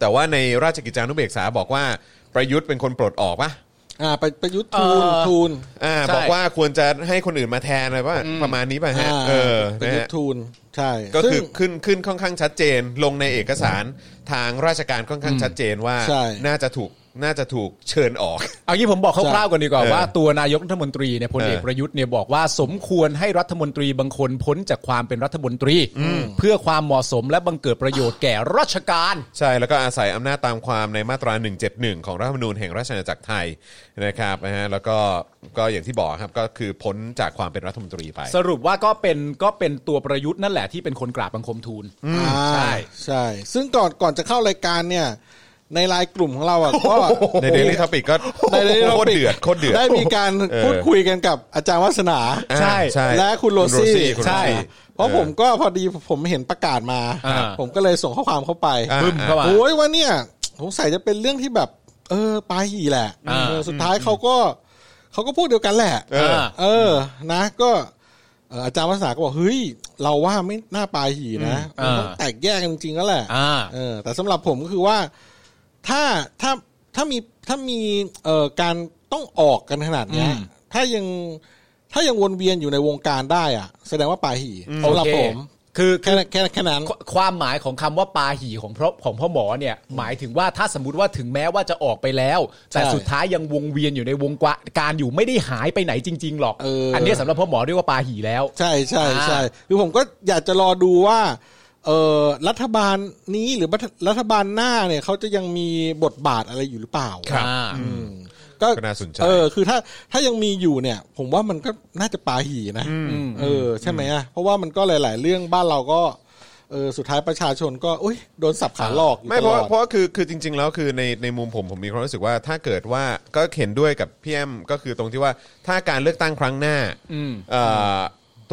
[SPEAKER 2] แต่ว่าในราชกิจจานุเบกษาบอกว่าประยุทธ์เป็นคนปลดออกปะ
[SPEAKER 4] อ่าไปประยุทธ์ทูล
[SPEAKER 3] เออ
[SPEAKER 4] ทูล
[SPEAKER 2] อ่า
[SPEAKER 3] ใช่
[SPEAKER 2] บอกว่าควรจะให้คนอื่นมาแทนอะไรป่ะประมาณนี้ป่ะฮะ
[SPEAKER 4] อ่า
[SPEAKER 2] เออ
[SPEAKER 4] ประ
[SPEAKER 2] นะ
[SPEAKER 4] ยุท
[SPEAKER 2] ฮะ
[SPEAKER 4] ธ์ทูลใช่
[SPEAKER 2] ก็คื
[SPEAKER 4] ซึ่
[SPEAKER 2] อง ขึ้นขึ้นค่อนข้างชัดเจน ลงในเอกสารทางราชการค่อนข้างชัดเจนว่า
[SPEAKER 4] ใช่
[SPEAKER 2] น่าจะถูกน่าจะถูกเชิญออก
[SPEAKER 3] เอางี้ผมบอกคร่าวๆก่อนดีกว่า
[SPEAKER 2] เออ
[SPEAKER 3] ว่าตัวนายกรัฐมนตรีเนี่ยพลเอก
[SPEAKER 2] เออ
[SPEAKER 3] ประยุทธ์เนี่ยบอกว่าสมควรให้รัฐมนตรีบางคนพ้นจากความเป็นรัฐมนตรี เพื่อความเหมาะสมและบังเกิดประโยชน์แก่ราชการ
[SPEAKER 2] ใช่แล้วก็อาศัยอำนาจตามความในมาตรา 171 ของรัฐธรรมนูญแห่งราชอาณาจักรไทยนะครับนะฮะแล้วก็ก็อย่างที่บอกครับก็คือพ้นจากความเป็นรัฐมนตรีไป
[SPEAKER 3] สรุปว่าก็เป็นก็เป็นตัวประยุทธ์นั่นแหละที่เป็นคนกราบบังคมทูล
[SPEAKER 4] อ่า
[SPEAKER 3] ใช่
[SPEAKER 4] ใช่ ซึ่งก่อนก่อนจะเข้ารายการเนี่ย ในไลน์กลุ่มของเราอ่ะก็
[SPEAKER 2] ในเดลิทอปิกก็
[SPEAKER 4] ใน Daily Topic
[SPEAKER 2] โคตรเดือดโคตรเดือด
[SPEAKER 4] ได้มีการ
[SPEAKER 2] เออ
[SPEAKER 4] พูดคุยกันกับอาจารย์วัฒนา
[SPEAKER 2] อ่า
[SPEAKER 3] ใช่
[SPEAKER 4] และคุณโรซี่
[SPEAKER 2] คุณโรซี่
[SPEAKER 4] ใช่ เพราะผมก็พอดีผมเห็นประกาศมา
[SPEAKER 3] อ่า
[SPEAKER 4] ผมก็เลยส่งข้อความเข้าไป
[SPEAKER 2] อ่
[SPEAKER 3] บึ้มเข้ามา
[SPEAKER 4] โอ้ยว่าเนี่ยสงสัยจะเป็นเรื่องที่แบบ เออปาหีแหละ
[SPEAKER 3] อ่า
[SPEAKER 4] เออสุดท้ายเขาก็เขาก็พูดเดียวกันแหละ
[SPEAKER 2] เออ
[SPEAKER 4] เออ นะ ก็เอ่ออาจารย์วัฒนาก็บอกเฮ้ย เราว่าไม่น่าปาหีนะ
[SPEAKER 3] อืม
[SPEAKER 4] มันต้อง
[SPEAKER 3] อ่า
[SPEAKER 4] แตกแยกกันจริงๆแล้วแหละ
[SPEAKER 3] อ่า
[SPEAKER 4] เออ แต่สำหรับผมก็คือว่า ถ้า ถ้า ถ้ามี ถ้ามี เอ่อ การต้องออกกันขนาดเนี้ย
[SPEAKER 3] อืม
[SPEAKER 4] ถ้ายัง ถ้ายังวนเวียนอยู่ในวงการได้อะแสดงว่าปาหีสำหรับ
[SPEAKER 3] โอเค
[SPEAKER 4] ผม
[SPEAKER 3] คือ
[SPEAKER 4] แค่แค่แค่นั้น
[SPEAKER 3] ควความหมายของคำว่าปาหีของพระของพ่อหมอเนี่ยหมายถึงว่าถ้าสมมติว่าถึงแม้ว่าจะออกไปแล้ว แต่
[SPEAKER 4] ใช่
[SPEAKER 3] สุดท้ายยังวงเวียนอยู่ในวงกวะการอยู่ไม่ได้หายไปไหนจริง ๆ หรอก
[SPEAKER 4] เอออั
[SPEAKER 3] นเนี้ยสำหรับพ่อหมอเรียกว่าปาหีแล้ว
[SPEAKER 4] ใช่ใช่ใช่
[SPEAKER 3] อ่า
[SPEAKER 4] คือผมก็อยากจะรอดูว่า เออรัฐบาลนี้หรือรัฐรัฐบาลหน้าเนี่ยเขาจะยังมีบทบาทอะไรอยู่หรือเปล่า
[SPEAKER 2] ครับ
[SPEAKER 3] อ่า
[SPEAKER 4] ก็
[SPEAKER 2] ก็น่าสนใจ
[SPEAKER 4] เออ คือถ้าถ้ายังมีอยู่เนี่ย ผมว่ามันก็น่าจะปาหีนะเออ ใช่ไหมอ่ะ เพราะว่ามันก็หลาย ๆ เรื่องบ้านเราก็ เออ สุดท้ายประชาชนก็อุ้ยโดนสับขาหลอกอยู่
[SPEAKER 2] ไม่เพ
[SPEAKER 4] ตล
[SPEAKER 2] ราะ
[SPEAKER 4] อด
[SPEAKER 2] เพราะคือคือจริง ๆ แล้วคือในในมุมผมผมมีความรู้สึกว่าถ้าเกิดว่าก็เห็นด้วยกับพี่แอมก็คือตรงที่ว่าถ้าการเลือกตั้งครั้งหน้า
[SPEAKER 3] อืม
[SPEAKER 2] เอ่อ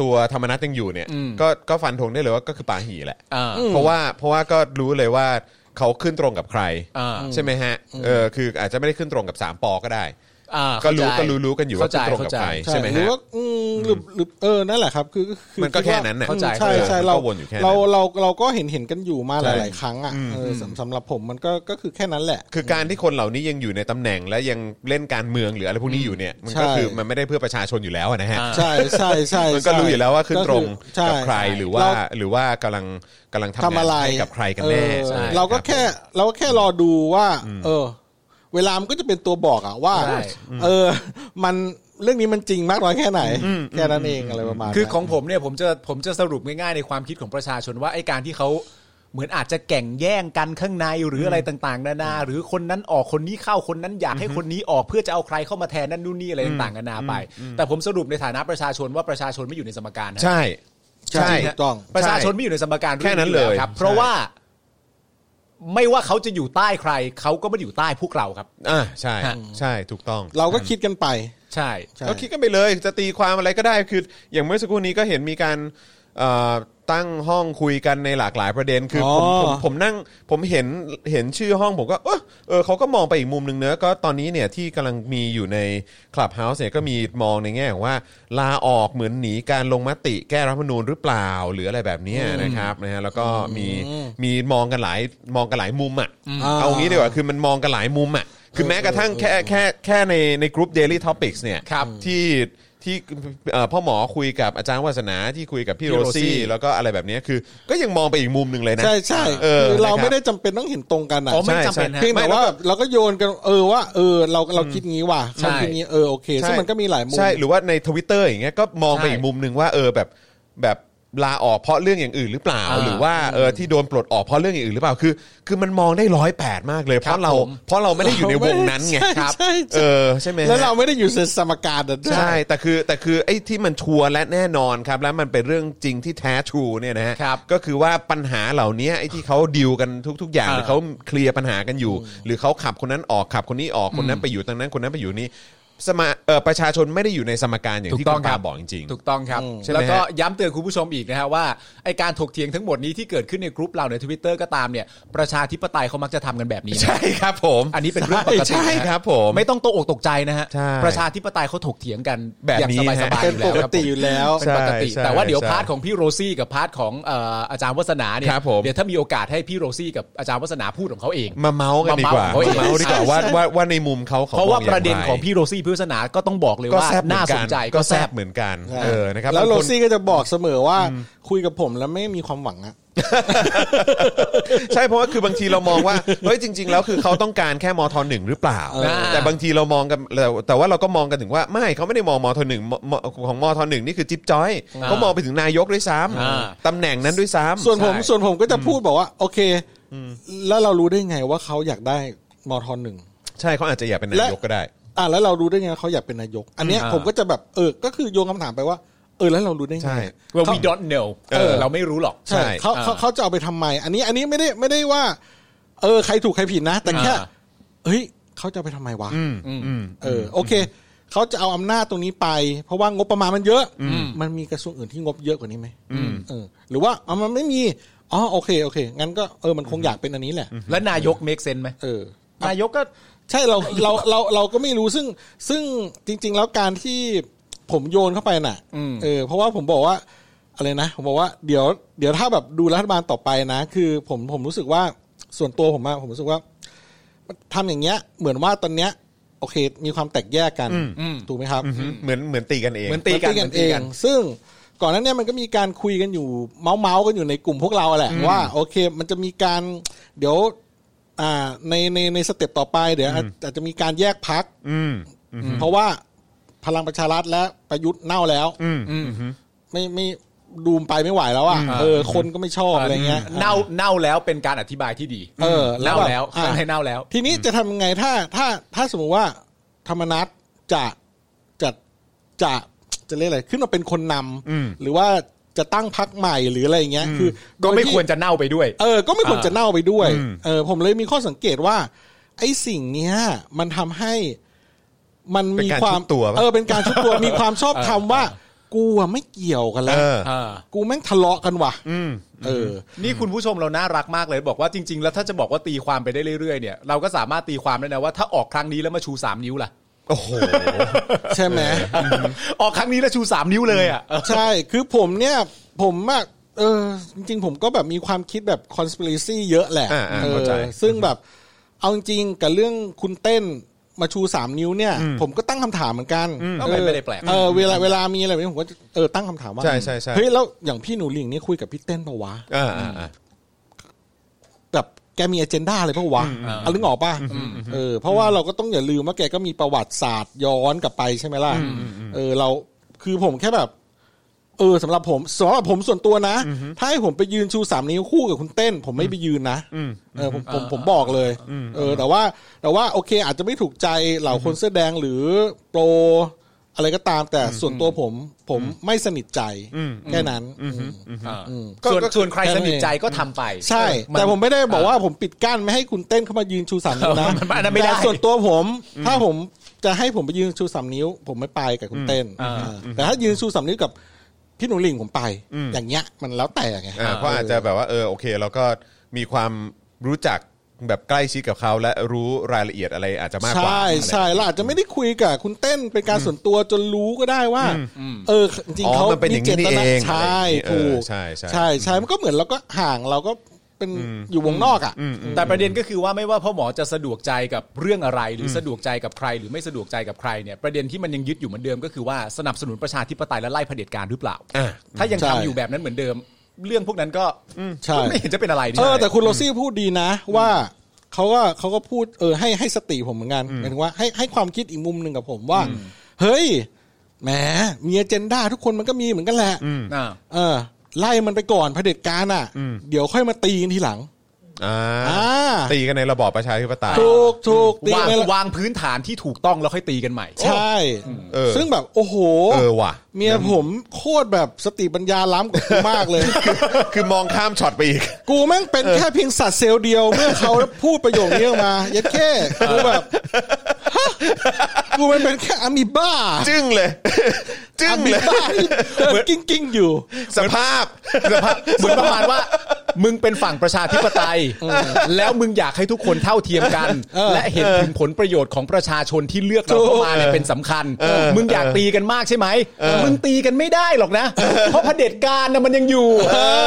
[SPEAKER 2] ตัวธรรมนัตยังอยู่เนี่ย
[SPEAKER 3] อืม
[SPEAKER 2] ก็ก็ฟันธงได้เลยว่าก็คือปาหีแหละ
[SPEAKER 3] อ่า
[SPEAKER 4] ม
[SPEAKER 2] เพราะว่าเพราะว่าก็รู้เลยว่าเขาขึ้นตรงกับใคร
[SPEAKER 3] อ่า
[SPEAKER 2] ใช่ไหมฮะเออคืออาจจะไม่ได้ขึ้นตรงกับ 3ปอก็ได้
[SPEAKER 3] อ่า
[SPEAKER 2] ก็รู้
[SPEAKER 3] เข้าใจ
[SPEAKER 2] ก็รู้รู้กันอยู่ว่า
[SPEAKER 3] เข้าใจ
[SPEAKER 2] ขึ้นตรงกับ
[SPEAKER 3] เข้าใจ
[SPEAKER 2] ใครใช่ไหม
[SPEAKER 4] หรือ
[SPEAKER 2] ฮะ
[SPEAKER 4] ว่าอืมหรือหรือเออนั่นแหละครับ คือคือ
[SPEAKER 2] มันก็แค่นั้นน่ะ
[SPEAKER 4] อืม
[SPEAKER 3] เข้าใจ
[SPEAKER 4] ใช่ใช่
[SPEAKER 2] มันก็
[SPEAKER 4] เรา
[SPEAKER 2] วนอยู่แค่นั้น
[SPEAKER 4] เราเราเราก็เห็นเห็นกันอยู่มาห
[SPEAKER 2] ใช่
[SPEAKER 4] ลาย ๆ ครั้งอ่ะ
[SPEAKER 2] อืม
[SPEAKER 4] เออสำสำหรับผมมันก็ก็คือแค่นั้นแหละ
[SPEAKER 2] คือการที่คนเหล่านี้ยังอยู่ในตำแหน่งและยังเล่นการเมืองหรืออะไรพวกนี้อยู่เนี่ยมันก็
[SPEAKER 4] ใช่
[SPEAKER 2] คือมันไม่ได้เพื่อประชาชนอยู่แล้วนะฮะ
[SPEAKER 3] อ่า
[SPEAKER 4] ใช่ใช่ใช่
[SPEAKER 2] มันก็รู้อยู่แล้วว่าขึ้นตรง
[SPEAKER 4] ใช่
[SPEAKER 2] กับใครหรือว่า
[SPEAKER 4] เ
[SPEAKER 2] หรือว่ากำลังกำลังทำ
[SPEAKER 4] ทำ
[SPEAKER 2] งา
[SPEAKER 4] อะไร
[SPEAKER 2] นให้กับใครกันแน่
[SPEAKER 4] เออ
[SPEAKER 2] ใช่
[SPEAKER 4] เราก็
[SPEAKER 2] รับ
[SPEAKER 4] แค่เราก็แค่รอดูว่า เออ เวลามันก็จะเป็นตัวบอกอะว่า
[SPEAKER 3] ใช่
[SPEAKER 4] เออ มันเรื่องนี้มันจริงมากน้อยแค่ไหน แค่นั้นเองอะไรประมาณ
[SPEAKER 3] คือ
[SPEAKER 4] นั้น
[SPEAKER 3] ของผมเนี่ยผมจะผมจะสรุปง่ายๆในความคิดของประชาชนว่าไอ้การที่เขาเหมือนอาจจะแก่งแย่งกันข้างในหรืออะไรต่างๆนานาหรือคนนั้นออกคนนี้เข้าคนนั้นอยากให้คนนี้ออกเพื่อจะเอาใครเข้ามาแทนนั่นนู่นนี่อะไรต่างๆนานาไป แต่ผมสรุปในฐานะประชาชนว่าประชาชนไม่อยู่ในสมการนะ
[SPEAKER 2] ใช่
[SPEAKER 4] ใช่ถูกต้อง
[SPEAKER 3] ประชาชนไม่อยู่ในสมการ
[SPEAKER 2] แค่นั้นเล
[SPEAKER 3] รื่อง
[SPEAKER 2] ย
[SPEAKER 3] อครับเพราะว่าไม่ว่าเขาจะอยู่ใต้ใครเขาก็ไม่ได้อยู่ใต้พวกเราครับ
[SPEAKER 2] อ่าใช่
[SPEAKER 3] ฮะ
[SPEAKER 2] ใช่ถูกต้อง
[SPEAKER 4] เราก็คิดกันไป
[SPEAKER 3] ใช่
[SPEAKER 4] ใช่
[SPEAKER 2] ก็คิดกันไปเลยจะตีความอะไรก็ได้คืออย่างเมื่อสักครู่นี้ก็เห็นมีการเอ่อตั้งห้องคุยกันในหลากหลายประเด็นคืออ
[SPEAKER 4] อ
[SPEAKER 2] ผมผมผมนั่งผมเห็นเห็นชื่อห้องผมก็เออเออเขาก็มองไปอีกมุมหนึ่งเนอะก็ตอนนี้เนี่ยที่กำลังมีอยู่ในคลับเฮาส์เนี่ยก็มีมองในแง่ของว่า ลาออกเหมือนหนีการลงมติแก้รัฐธรรมนูญหรือเปล่าหรืออะไรแบบเนี้ยนะครับนะฮะแล้วก็มีมีมองกันหลายมองกันหลายมุมอ่ะเอางี้ดีกว่า คือมันมองกันหลายมุมอ่ะ คือแม้กระทั่งแค่แค่แค่ในในกลุ่ม Daily Topics เนี่ย
[SPEAKER 3] ครับ
[SPEAKER 2] ที่ที่เอ่อพ่อหมอคุยกับอาจารย์วาสนาที่คุยกับพี่
[SPEAKER 3] พี่
[SPEAKER 2] โร
[SPEAKER 3] โรซี่
[SPEAKER 2] ซี่แล้วก็อะไรแบบเนี้ยคือ ก็ยังมองไปอีกมุมหนึ่งเลยนะ
[SPEAKER 4] ใช่ใช่
[SPEAKER 2] เออ
[SPEAKER 4] คือเรา
[SPEAKER 2] นะคบ
[SPEAKER 4] ไม่ได้จำเป็นต้องเห็นตรงกันอะ
[SPEAKER 3] อ๋อไม่
[SPEAKER 2] ใช่
[SPEAKER 3] จำเป็น
[SPEAKER 2] ใช่
[SPEAKER 3] ฮะ
[SPEAKER 4] เพียงแต่ว่าแบบเราก็โยนกัน เออว่า เออ เราเราคิดงี้ว่ะ
[SPEAKER 3] ใช่
[SPEAKER 4] เราคิดงี้เออโอเค
[SPEAKER 2] ใช่
[SPEAKER 4] ซึ่งมันก็มีหลายมุม
[SPEAKER 2] ใช่หรือว่าในทวิตเตอร์อย่างเงี้ยก็มองไป
[SPEAKER 3] ใช่
[SPEAKER 2] อีกมุมหนึ่งว่าเออแบบแบบลาออกเพราะเรื่องอย่างอื่นหรือเปล่า
[SPEAKER 3] อ่า
[SPEAKER 2] หรือว่าเออที่โดนปลดออกเพราะเรื่องอย่างอื่นหรือเปล่าคือ คือมันมองได้ร้อยแปดมากเลย เพ
[SPEAKER 3] ครับ
[SPEAKER 2] ราะเรา
[SPEAKER 3] ผม
[SPEAKER 2] เพราะเราไม่ได้อยู่ในวงนั้นไง
[SPEAKER 4] ใช่
[SPEAKER 2] ครับ
[SPEAKER 4] ใช่ใช่
[SPEAKER 2] เออใช่ไหมฮะ
[SPEAKER 4] แล้วเราไม่ได้อยู่ในสมการนั้นด้วย
[SPEAKER 2] ใช่ แต่คือแต่คือไอ้ที่มันชัวร์และแน่นอนครับ และมันเป็นเรื่องจริงที่แท้ทรูเนี่ยนะฮะ
[SPEAKER 3] ครับ
[SPEAKER 2] ก็คือว่าปัญหาเหล่านี้ไอ้ที่เขาดิวกันทุก ๆ อย่าง
[SPEAKER 3] อ่า
[SPEAKER 2] หรือเขาเคลียร์ปัญหากันอยู่ หรือเขาขับคนนั้นออกขับคนนี้ออกคนนั้นไปอยู่ตรงนั้นคนนั้นไปอยู่นี่ สมาเอ่อประชาชนไม่ได้อยู่ในสมการอย่าง
[SPEAKER 3] ถู
[SPEAKER 2] ที่
[SPEAKER 3] กต้
[SPEAKER 2] คุ
[SPEAKER 3] อง
[SPEAKER 2] ณ
[SPEAKER 3] ครั
[SPEAKER 2] ปา
[SPEAKER 3] บ
[SPEAKER 2] บอกจริง
[SPEAKER 3] ถูกต้องครับ
[SPEAKER 4] อืม
[SPEAKER 3] แล้วก็
[SPEAKER 2] ใช่ไหมฮะ
[SPEAKER 3] ย้ำเตือนคุณผู้ชมอีกนะฮะว่าไอการถกเถียงทั้งหมดนี้ที่เกิดขึ้นในกรุ๊ปเราในทวิตเตอร์ก็ตามเนี่ยประชาธิปไตยเขามักจะทำกันแบบนี้
[SPEAKER 2] ๆ
[SPEAKER 3] นะ
[SPEAKER 2] ใช่ครับผม
[SPEAKER 3] อันนี้เป็นเรื่องปกติ
[SPEAKER 2] ใช่
[SPEAKER 3] นะฮะ
[SPEAKER 2] ครับผม
[SPEAKER 3] ไม่ต้องตกอกตกใจนะฮะ
[SPEAKER 2] ใช่
[SPEAKER 3] ประชาธิปไตยเขาถกเถียงกัน
[SPEAKER 2] แบบ
[SPEAKER 3] อย่าง
[SPEAKER 2] นี้
[SPEAKER 3] สบายส
[SPEAKER 2] ฮะ
[SPEAKER 3] บาย
[SPEAKER 4] เป็นป
[SPEAKER 3] แล้ว
[SPEAKER 4] ก
[SPEAKER 3] ครับ
[SPEAKER 4] ติ
[SPEAKER 3] ผม
[SPEAKER 4] อยู่แล้ว
[SPEAKER 2] ใช่
[SPEAKER 3] เป็นปกติ
[SPEAKER 2] ใช่
[SPEAKER 3] แต่ว่าเดี๋ยว
[SPEAKER 2] ใช่
[SPEAKER 3] พาร์ทของพี่โรซี่กับพาร์ทของเอ่ออาจารย์วัฒนาเนี่ย
[SPEAKER 2] ครับผม
[SPEAKER 3] เดี๋ยวถ้ามีโอกาสให้พี่โรซี่กับอาจารย์วัฒนาพูดของเขาเอง
[SPEAKER 2] มาเมาส์กันดีกว่า
[SPEAKER 3] มา
[SPEAKER 2] มา
[SPEAKER 3] เมา
[SPEAKER 2] เมา
[SPEAKER 3] ส์
[SPEAKER 2] ส์
[SPEAKER 3] ดี
[SPEAKER 2] ดี
[SPEAKER 3] ก
[SPEAKER 2] ก
[SPEAKER 3] ว่า
[SPEAKER 2] ว่าว่าว่าว่าในมุมเขาของ
[SPEAKER 3] เพราะว่าประเด็น
[SPEAKER 2] ม
[SPEAKER 3] ของพี่โรซี่พี่วัฒนาก็ต้องบอกเลย
[SPEAKER 2] ก็
[SPEAKER 3] ว่า
[SPEAKER 2] แซ่บเหมื
[SPEAKER 3] น่า
[SPEAKER 2] อ
[SPEAKER 3] ส
[SPEAKER 2] กัน
[SPEAKER 3] ใจ
[SPEAKER 2] ก็
[SPEAKER 3] ก็
[SPEAKER 2] แซ
[SPEAKER 3] แซ่
[SPEAKER 2] บบ เหมือนกัน
[SPEAKER 4] ใช่
[SPEAKER 2] เออนะครับ
[SPEAKER 4] แล้วโร
[SPEAKER 2] บางคน
[SPEAKER 4] ซี่ก็จะบอกเสมอว่าคุยกับผมแล้วไม่มีความหวังอะ
[SPEAKER 2] ใช่เพราะว่าคือบางทีเรามองว่า เฮ้ยจริง ๆ แล้วคือเขาต้องการแค่มทหนึ่งหรือเปล่า
[SPEAKER 4] เออ
[SPEAKER 2] แต่บางทีเรามองกันแต่แต่ว่าเราก็มองกันถึงว่าไม่เขาไม่ได้มองมทหนึ่งมมของมทหนึ่งนี่คือจิ๊บจ้อย
[SPEAKER 3] อ่า
[SPEAKER 2] เขามองไปถึงนายกด้วยซ้
[SPEAKER 3] อ่า
[SPEAKER 2] ำตำแหน่งนั้นด้วยซ้ำ
[SPEAKER 4] ส่วนผม
[SPEAKER 2] ใช่
[SPEAKER 4] ส่วนผมก็จะพูดบอกว่า โอเค แล้วเรารู้ได้ไงว่าเขาอยากได้มอทอหนึ่ง
[SPEAKER 2] ใช่เขาอาจจะอยากเป็นนา
[SPEAKER 4] และ
[SPEAKER 2] ยกก็ได้
[SPEAKER 4] อ่ะแล้วเรารู้ได้ไงว่าเขาอยากเป็นนายก อันเนี้ย
[SPEAKER 3] อ่า
[SPEAKER 4] ผมก็จะแบบเออ ก็คือโยงคำถามไปว่า เออแล้วเรารู้ได้
[SPEAKER 2] ใช่
[SPEAKER 4] ไง
[SPEAKER 3] well we don't know
[SPEAKER 2] เออ
[SPEAKER 3] เราไม่รู้หรอก
[SPEAKER 4] ใช่
[SPEAKER 2] ใช่
[SPEAKER 4] เขาเขา
[SPEAKER 3] อ่า
[SPEAKER 4] เขาจะเอาไปทำไม อันนี้อันนี้ไม่ได้ไม่ได้ว่า เออใครถูกใครผิดนะ แต่แค่เฮ้ยเขาจะเอาไปทำไมวะ
[SPEAKER 2] อืมอืม
[SPEAKER 4] เออโอเคเขาจะเอาอำนาจตรงนี้ไป เพราะว่างบประมาณมันเยอะ มันมีกระทรวงอื่นที่งบเยอะกว่านี้ไหมเออหรือว่าเอามันไม่มีอ๋อโอเคโอเค งั้นก็เออมันคงอยากเป็นอันนี้แหละ
[SPEAKER 3] และนายก make sense ไหม
[SPEAKER 4] เออ
[SPEAKER 3] นายกก็
[SPEAKER 4] ใช่เราเราเราเราก็ไม่รู้ซึ่งซึ่งจริง ๆ แล้วการที่ผมโยนเข้าไปน่ะ
[SPEAKER 3] อืม
[SPEAKER 4] เออเพราะว่าผมบอกว่าอะไรนะ ผมบอกว่าเดี๋ยวเดี๋ยวถ้าแบบดูรัฐบาลต่อไปนะ คือผมผมรู้สึกว่าส่วนตัวผมอะผมรู้สึกว่าทำอย่างเงี้ย เหมือนว่าตอนเนี้ย โอเค มีความแตกแยกกันถูกไหมครับ
[SPEAKER 2] เหมือนเหมือนตีกันเอง
[SPEAKER 3] เหมือน ตีกั
[SPEAKER 4] มั
[SPEAKER 3] มันตี
[SPEAKER 4] เอ
[SPEAKER 3] กั
[SPEAKER 4] ง
[SPEAKER 3] น
[SPEAKER 4] ซึ่งก่อนหนั้นเนี่ยมันก็มีการคุยกันอยู่เมาส์เมาส์ๆกันอยู่ในกลุ่มพวกเราแหละว่าโอเค มันจะมีการเดี๋ยว อ่าในในในสเต็ปต่อไปเดี๋ยวอาจอาจจะมีการแยกพัก
[SPEAKER 2] อืม
[SPEAKER 4] เพราะว่าพลังประชารัฐและประยุทธ์เน่าแล้ว
[SPEAKER 2] อืม
[SPEAKER 3] อืม
[SPEAKER 4] ไม่ไม่ดูมไปไม่ไหวแล้วอ่ะเออคนก็ไม่ชอบอะไรเงี้ย
[SPEAKER 3] เน่าเน่าแล้วเป็นการอธิบายที่ดี
[SPEAKER 4] เออ
[SPEAKER 3] เน่า
[SPEAKER 4] บบ
[SPEAKER 3] แล้ว
[SPEAKER 4] อ่ะ
[SPEAKER 3] ให้เน่าแล้ว
[SPEAKER 4] ทีนี้จะทำยังไงถ้าถ้าถ้าสมมุติว่าธรรมนัตจะจะจะจะเรียกอะไรขึ้นมาเป็นคนนำ
[SPEAKER 2] อืม
[SPEAKER 4] หรือว่าจะตั้งพักใหม่หรืออะไรอย่างเงี้ยคือ
[SPEAKER 3] ก็ไม่
[SPEAKER 4] โดยที่
[SPEAKER 3] ควรจะเน่าไปด้วย
[SPEAKER 4] เออก็ไม่ควร
[SPEAKER 3] อ่า
[SPEAKER 4] จะเน่าไปด้วย
[SPEAKER 2] อืม
[SPEAKER 4] เออผมเลยมีข้อสังเกตว่า ไอ้สิ่งเนี้ยมันทำให้มันมี
[SPEAKER 2] เป็นการ
[SPEAKER 4] ความ
[SPEAKER 2] ชุบตัวปะ
[SPEAKER 4] เออเป็นการชุบตัว มีความชอบธรรมว่า กูอะไม่เกี่ยวกัน
[SPEAKER 2] เอ
[SPEAKER 4] แล้ว
[SPEAKER 2] อ
[SPEAKER 3] อ่า
[SPEAKER 4] กูแม่งทะเลาะกันว่ะ
[SPEAKER 2] อืม
[SPEAKER 4] เออ
[SPEAKER 3] นี่คุณผู้ชมเราน่ารักมากเลยบอกว่าจริง ๆ แล้วถ้าจะบอกว่าตีความไปได้เรื่อยๆเนี่ยเราก็สามารถตีความได้นะว่าถ้าออกครั้งนี้แล้วมาชูสามนิ้วล่ะ
[SPEAKER 2] โอ้โห
[SPEAKER 4] ใช่ไหม
[SPEAKER 3] ออกครั้งนี้แล้วชูสามนิ้วเลยอ่ะ
[SPEAKER 4] ใช่ คือผมเนี่ย ผมอะเออ จริงๆ ผมก็แบบมีความคิดแบบ conspiracy เยอะแหละ
[SPEAKER 2] อ่าอ่า
[SPEAKER 4] เออ
[SPEAKER 2] เข้าใจ
[SPEAKER 4] ซึ่งแบบ เอาจริงๆกับเรื่องคุณเต้นมาชูสามนิ้วเนี่ย ผมก็ตั้งคำถามเหมือนกัน
[SPEAKER 3] ก็ไม่ไม่ได้แปลก
[SPEAKER 4] เออ เวลาเวลามีอะไรแบบนี้ผมก็จะเออ ตั้งคำถามว่า
[SPEAKER 2] ใช่ใช่ใช่
[SPEAKER 4] เฮ้ย แล้วอย่างพี่หนูหลิงนี่คุยกับพี่เต้นปะวะ
[SPEAKER 2] อ่าอ่าอ่า
[SPEAKER 4] แบบแกมี agenda อะไรเพราะวะ
[SPEAKER 3] อืม
[SPEAKER 4] เอาลึกออกป่ะเออ เพราะว่าเราก็ต้องอย่าลืมว่าแกก็มีประวัติศาสตร์ย้อนกลับไปใช่ไหมล่ะ เออเราคือผมแค่แบบ เออสำหรับผมสำหรับผมส่วนตัวนะ ถ้าให้ผมไปยืนชูสามนิ้วคู่กับคุณเต้น ผมไม่ไปยืนนะเออผมผมผมบอกเลย เออ แต่ว่าแต่ว่าโอเค อาจจะไม่ถูกใจเหล่าคนเสื้อแดงหรือโปรอะไรก็ตาม แต่ส่วนตัวผมผมไม่สนิทใจแค่นั้นอืม
[SPEAKER 2] ก็
[SPEAKER 3] ส่วน
[SPEAKER 2] ก็
[SPEAKER 3] ส่วนใคร
[SPEAKER 4] แค่นั้
[SPEAKER 3] ส
[SPEAKER 4] นเอง
[SPEAKER 3] นิทใจก็ทำไป
[SPEAKER 4] ใช่
[SPEAKER 3] น
[SPEAKER 4] แต่ผมไม่ได้บอกว่าผมปิดกั้นไม่ให้คุณเต้นเข้ามายืนชูสามนิ้วนะ
[SPEAKER 3] มันอันนั้นไม่ได้
[SPEAKER 4] แต่ส่วนตัวผม ถ้าผมจะให้ผมไปยืนชูสามนิ้ว ผมไม่ไปกับคุณเต้น
[SPEAKER 3] อ่า
[SPEAKER 4] อ่าแต่ถ้ายืนชูสามนิ้วกับพี่หนูหลิงผมไป อย่างเงี้ยมันแล้วแต่ไง
[SPEAKER 2] อ่าเพราะอาจจะแบบว่าเออโอเคเราก็มีความรู้จักแบบใกล้ชิดกับเขาและรู้รายละเอียดอะไรอาจจะมากกว่า
[SPEAKER 4] ใช่ใช่แล้วอาจจะไม่ได้คุยกับคุณเต้นเป็นการส่วนตัวจนรู้ก็ได้ว่า เออจริง
[SPEAKER 2] อ๋อ
[SPEAKER 4] ๆเขา
[SPEAKER 2] มันเป็นอย่างนี้นี่
[SPEAKER 4] มีจต
[SPEAKER 2] เอ
[SPEAKER 4] นาง ใช่
[SPEAKER 2] อะไร
[SPEAKER 4] ถู
[SPEAKER 2] อย่างนี้
[SPEAKER 4] ก
[SPEAKER 2] เออใช่ใช่
[SPEAKER 4] ใช่ใช่มันก็เหมือนเราก็ห่างเราก็เป็นอยู่วงนอกอ่ะ
[SPEAKER 3] แต่ประเด็นก็คือว่าไม่ว่าพ่อหมอจะสะดวกใจกับเรื่องอะไร หรือสะดวกใจกับใคร หรือไม่สะดวกใจกับใครเนี่ยประเด็นที่มันยังยึดอยู่เหมือนเดิมก็คือว่าสนับสนุนประชาธิปไตยและไล่เผด็จการหรือเปล่า
[SPEAKER 2] อ่า
[SPEAKER 3] ถ้ายัง
[SPEAKER 4] ใช่
[SPEAKER 3] ทำอยู่แบบนั้นเหมือนเดิม เรื่องพวกนั้นก็
[SPEAKER 4] ใช่
[SPEAKER 3] ก็ไม่เห็นจะเป็นอะไรนี่
[SPEAKER 4] เออแต่คุณโรซี่พูดดีนะว่าเขาก็เขาก็พูดเออให้ให้สติผมเหมือนกันหมายถึงว่าให้ให้ความคิดอีกมุมหนึ่งกับผมว่า เฮ้ยแหมมีเจนดาทุกคนมันก็มีเหมือนกันแหละ
[SPEAKER 3] อ่า
[SPEAKER 4] เออ ไล่มันไปก่อนเผด็จการอ่ะ เดี๋ยวค่อยมาตีกันทีหลัง
[SPEAKER 2] อ่า
[SPEAKER 4] อ่า
[SPEAKER 2] ตีกันในระบอบประชาธิปไตย
[SPEAKER 4] ถูกถูกตี
[SPEAKER 3] วาง
[SPEAKER 4] กันเลยว
[SPEAKER 3] างพื้นฐานที่ถูกต้องแล้วค่อยตีกันใหม่
[SPEAKER 4] ใช่
[SPEAKER 2] เออ
[SPEAKER 4] ซึ่งแบบโอ้โห
[SPEAKER 2] เออว่ะ
[SPEAKER 4] เมียผมโคตรแบบสติปัญญาล้ำกว่ากูมากเลย
[SPEAKER 2] คือมองข้ามช็อตไปอีก
[SPEAKER 4] กูแม่งเป็นแค่เพียงสัตว์เซลล์เดียว เมื่อเขาพูดประโยคนี้ออกมา เย็ดแค่กูแบบฮะกูมันเป็นแค่อะมีบ้า
[SPEAKER 2] จึ้งเลย จึ้
[SPEAKER 4] อะ
[SPEAKER 2] ง
[SPEAKER 4] มี
[SPEAKER 2] เลย
[SPEAKER 4] บ้าที่เดินกิ้งกิ้งๆอยู่
[SPEAKER 2] สภาพ
[SPEAKER 3] เหมือนประมาณว่า มึงเป็นฝั่งประชาธิปไตย แล้วมึงอยากให้ทุกคนเท่าเทียมกัน และเห็นถึงผลประโยชน์ของประชาชนที่เลือกเราเข้ามาเนี่ยเป็นสำคัญ มึงอยากตีกันมากใช่ไหมมึงตีกันไม่ได้หรอกนะ เพราะเผด็จการนะมันยังอยู่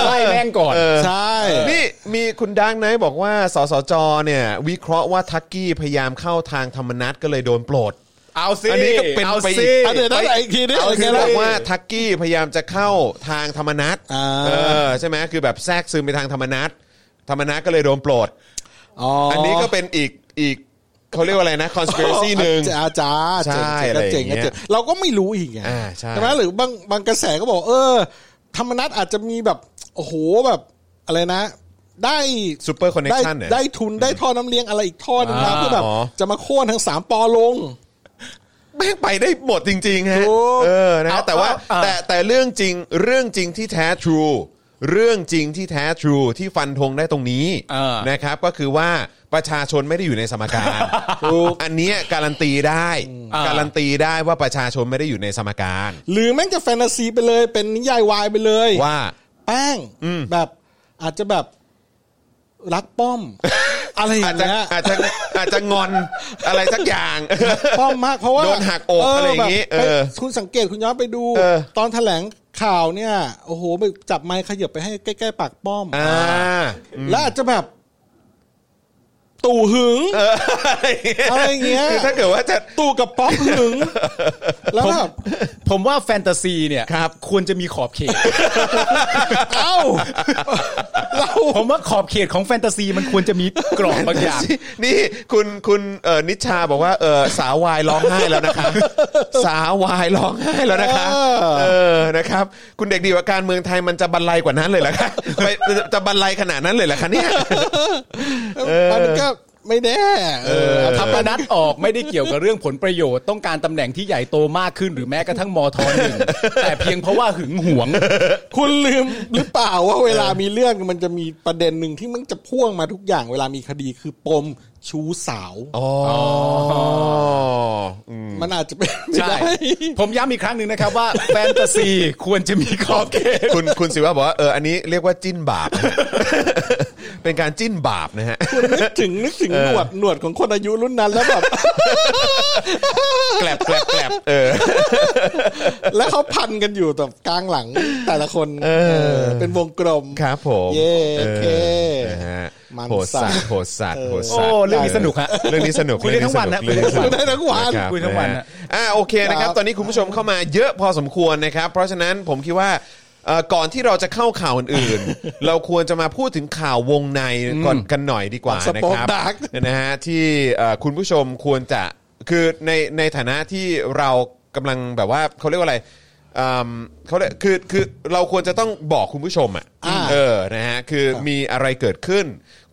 [SPEAKER 3] ไล่แม่งก่อน
[SPEAKER 4] ใช่
[SPEAKER 2] นี่มีคุณดังไนท์บอกว่าสสจเนี่ยวิเคราะห์ว่าทักกี้พยายามเข้าทางธรรมนัตก็เลยโดนโปรด
[SPEAKER 3] เอาสิ
[SPEAKER 2] อันนี้ก็เป็น
[SPEAKER 3] เอา
[SPEAKER 2] ไป
[SPEAKER 3] สิ
[SPEAKER 2] อีก
[SPEAKER 4] อันเดี๋ยวนั้นอีกทีนี้
[SPEAKER 2] คือบ
[SPEAKER 4] แล้ว
[SPEAKER 2] อกว่าทักกี้พยายามจะเข้าทางธรรมนัต
[SPEAKER 4] อ่า
[SPEAKER 2] เออใช่ไหมคือแบบแทรกซึมไปทางธรรมนัตธรรมนัตก็เลยโดนโปรด
[SPEAKER 4] อ๋อ
[SPEAKER 2] อั
[SPEAKER 4] อั
[SPEAKER 2] นนี้ก็เป็นอีกอีกเขาเรียกว่าอะไรนะ conspiracy หนึ่ง
[SPEAKER 4] อาจารย์
[SPEAKER 2] ใช่
[SPEAKER 4] เจ๋งนะเจ๋
[SPEAKER 2] อะไรอ
[SPEAKER 4] งนะ
[SPEAKER 2] ย่างเงี้ย
[SPEAKER 4] เจ๋งเราก็ไม่รู้อีกไง
[SPEAKER 2] อ่าใช่
[SPEAKER 4] ไหมหรือบางบางกระแสก็บอก เออ ธรรมนัตอาจจะมีแบบ โอ้โหแบบอะไรนะ ได้
[SPEAKER 2] super
[SPEAKER 4] ได้
[SPEAKER 2] connection เนี่ย
[SPEAKER 4] ได้ทุนได้ท่อน้ำเลี้ยงอะไรอีกท่อนึงนะเพื่อแบบ
[SPEAKER 2] อ๋อ
[SPEAKER 4] จะมาโค่นทั้งสามปอลง
[SPEAKER 2] แม่งไปได้หมดจริงๆฮะ
[SPEAKER 4] ถูก
[SPEAKER 2] เออนะฮะแต่ว่า
[SPEAKER 3] เอา
[SPEAKER 2] แต่แต่เรื่องจริงเรื่องจริงที่แท้ true เรื่องจริงที่แท้ true ที่ฟันธงได้ตรงนี้
[SPEAKER 3] เออ
[SPEAKER 2] นะครับก็คือว่าประชาชนไม่ได้อยู่ในสมการ อันเนี้ยการันตีได้การันตีได้ว่าประชาชนไม่ได้อยู่ในสมการ
[SPEAKER 4] หรือแม่งจะแฟนตาซีไปเลย เป็นนิยายวายไปเลย
[SPEAKER 2] ว่า
[SPEAKER 4] แป้ง
[SPEAKER 2] อืม
[SPEAKER 4] แบบอาจจะแบบรัก ป้อม อะไรอย่า
[SPEAKER 2] อาจ
[SPEAKER 4] ง
[SPEAKER 2] จะ
[SPEAKER 4] เงี้ย
[SPEAKER 2] อาจจะอาจจะงอนอะไรสักอย่าง
[SPEAKER 4] ป้อมมากเพราะว่า
[SPEAKER 2] โดนหักอกอะไรอย่างงี้
[SPEAKER 4] แบบไป
[SPEAKER 2] เออ
[SPEAKER 4] คุณสังเกตคุณย้อนไปดู
[SPEAKER 2] เออ
[SPEAKER 4] ตอนแถลงข่าวเนี่ย โอ้โหไปจับไมค์ขยับไปให้ใกล้ๆปากป้อม
[SPEAKER 2] อ่า
[SPEAKER 4] แล้วอาจจะแบบ ตู่หึง อะไรอย่างเงี้ย
[SPEAKER 2] คือถ้าเกิดว่าจะ
[SPEAKER 4] ตู่กับป๊อปหึง แล้วแบบ
[SPEAKER 3] ผมว่าแฟนตาซีเนี่ย
[SPEAKER 2] ครับ
[SPEAKER 3] ควรจะมีขอบเขต
[SPEAKER 4] เอ้า เรา
[SPEAKER 3] ผมว่าขอบเขตของแฟนตาซีมันควรจะมีกรอบบางอย่าง
[SPEAKER 2] นี่คุณคุณเอ่อนิชาบอกว่าเออสาววายร้องไห้แล้ว นะคะ สาววายร้องไห้แล้วนะคะเออนะครับ คุณเด็กดีว่าการเมืองไทยมันจะบรรลัยกว่านั้นเลยเหร อคะไปจะบรรลัยขนาดนั้นเลยเหรอคะเนี่ย
[SPEAKER 4] มันก็ไม่แน่เออ
[SPEAKER 3] ธรรมนัตออกไม่ได้เกี่ยวกับเรื่องผลประโยชน์ต้องการตำแหน่งที่ใหญ่โตมากขึ้นหรือแม้กระทั่งมอทอหนึ่ง แต่เพียงเพราะว่าหึงหวง
[SPEAKER 4] คุณลืมหรือเปล่าว่าเวลามีเรื่องมันจะมีประเด็นหนึ่งที่มันจะพ่วงมาทุกอย่างเวลามีคดีคือปมชู้สาว
[SPEAKER 2] อ๋ออืม
[SPEAKER 4] มันอาจจะเป็น
[SPEAKER 3] ใช่
[SPEAKER 4] ไม่ได้
[SPEAKER 3] ผมย้ำอีกครั้งหนึ่งนะครับว่าแฟนตาซีควรจะมีขอบเขต
[SPEAKER 2] คุณคุณสิว่าบอกว่าเอออันนี้เรียกว่าจิ้นบาป เป็นการจิ้นบาปนะฮะ
[SPEAKER 4] คุณนึกถึงนึกถึงหนวดหนวดของคนอายุรุ่นนั้นแล้วแบบ
[SPEAKER 2] แกลบแกลบแกลบเออ
[SPEAKER 4] แล้วเขาพันกันอยู่แบบกลางหลังแต่ละคนเออเป็นวงกลม
[SPEAKER 2] ครับผม
[SPEAKER 4] เย้โอเค
[SPEAKER 2] อนะฮะ
[SPEAKER 4] มัน
[SPEAKER 2] โหดสัตว์โหดสัตว์โหดสัตว์
[SPEAKER 3] โอ้เรื่องนี้สนุกฮะ
[SPEAKER 2] เรื่องนี้สนุก
[SPEAKER 3] คุยได้ทั้งวันนะ
[SPEAKER 2] เรื่องสก
[SPEAKER 4] คุยได้ทั้งวัน
[SPEAKER 2] ะรับ
[SPEAKER 3] คุยทั้งวัน
[SPEAKER 2] นะ
[SPEAKER 3] นะ
[SPEAKER 2] ฮะอ่าโอเคนะครับ
[SPEAKER 4] ครับ
[SPEAKER 2] ตอนนี้คุณผู้ชมเข้ามาเยอะพอสมควรนะครับ เพราะฉะนั้นผมคิดว่าเอ่อก่อนที่เราจะเข้าข่าวอื่นๆ เราควรจะมาพูดถึงข่าววงในก่อนกันหน่อยดีกว่า
[SPEAKER 4] ส
[SPEAKER 2] นะ
[SPEAKER 4] ปอ
[SPEAKER 2] ค
[SPEAKER 4] ค
[SPEAKER 2] รั
[SPEAKER 4] ดาร์ก
[SPEAKER 2] นะฮะที่เอ่อคุณผู้ชมควรจะคือในในฐานะที่เรากำลังแบบว่าเขาเรียกว่าอะไรอืมเขาเรียกคือคือเราควรจะต้องบอกคุณผู้ชมอ่ะ
[SPEAKER 4] อ่า
[SPEAKER 2] เออนะฮะคือมีอะไรเกิดขึ้น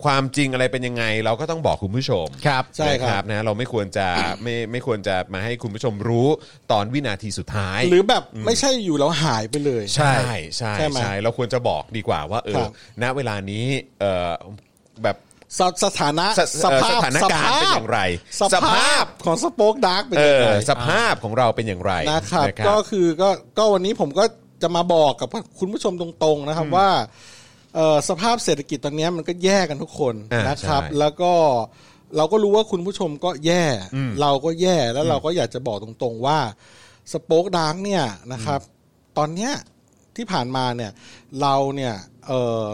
[SPEAKER 2] ความจริงอะไรเป็นยังไง เราก็ต้องบอกคุณผู้ชม
[SPEAKER 3] ครับ
[SPEAKER 4] ใช่ครับ
[SPEAKER 2] นะนะเราไม่ควรจะไม่ไม่ควรจะมาให้คุณผู้ชมรู้ตอนวินาทีสุดท้าย
[SPEAKER 4] หรือแบบไม่ใช่อยู่แล้วหายไปเลย
[SPEAKER 2] ใช่ใช่
[SPEAKER 4] ใช่ไหม
[SPEAKER 2] ใช่เราควรจะบอกดีกว่าว่าเอ
[SPEAKER 4] ค
[SPEAKER 2] อ
[SPEAKER 4] รับ
[SPEAKER 2] ณเวลานี้เออแบบ
[SPEAKER 4] สสถานะ
[SPEAKER 2] สสสถานการณ์
[SPEAKER 4] สภพ
[SPEAKER 2] เป็นอย่างไร
[SPEAKER 4] ส
[SPEAKER 2] สภาพ
[SPEAKER 4] ภาพของสป็อกดาร์กเป็น
[SPEAKER 2] เอ
[SPEAKER 4] อย่าง
[SPEAKER 2] อ
[SPEAKER 4] ไร
[SPEAKER 2] สภาพของเราเป็นอย่างไร
[SPEAKER 4] นะครับ
[SPEAKER 2] นะ
[SPEAKER 4] ก็คือก็ก็วันนี้ผมก็จะมาบอกกับคุณผู้ชมตรงๆนะครับว่าเอ่อสภาพเศรษฐกิจตอนเนี้ยมันก็แย่กันทุกคน
[SPEAKER 2] อ่าน
[SPEAKER 4] นะครับ
[SPEAKER 2] ใช่
[SPEAKER 4] แล้วก็เราก็รู้ว่าคุณผู้ชมก็แย่ เราก็แย่แล้วเราก็อยากจะบอกตรงๆว่าสป็อกดาร์กเนี่ยนะครับ ตอนเนี้ยที่ผ่านมาเนี่ยเราเนี่ยเอ่อ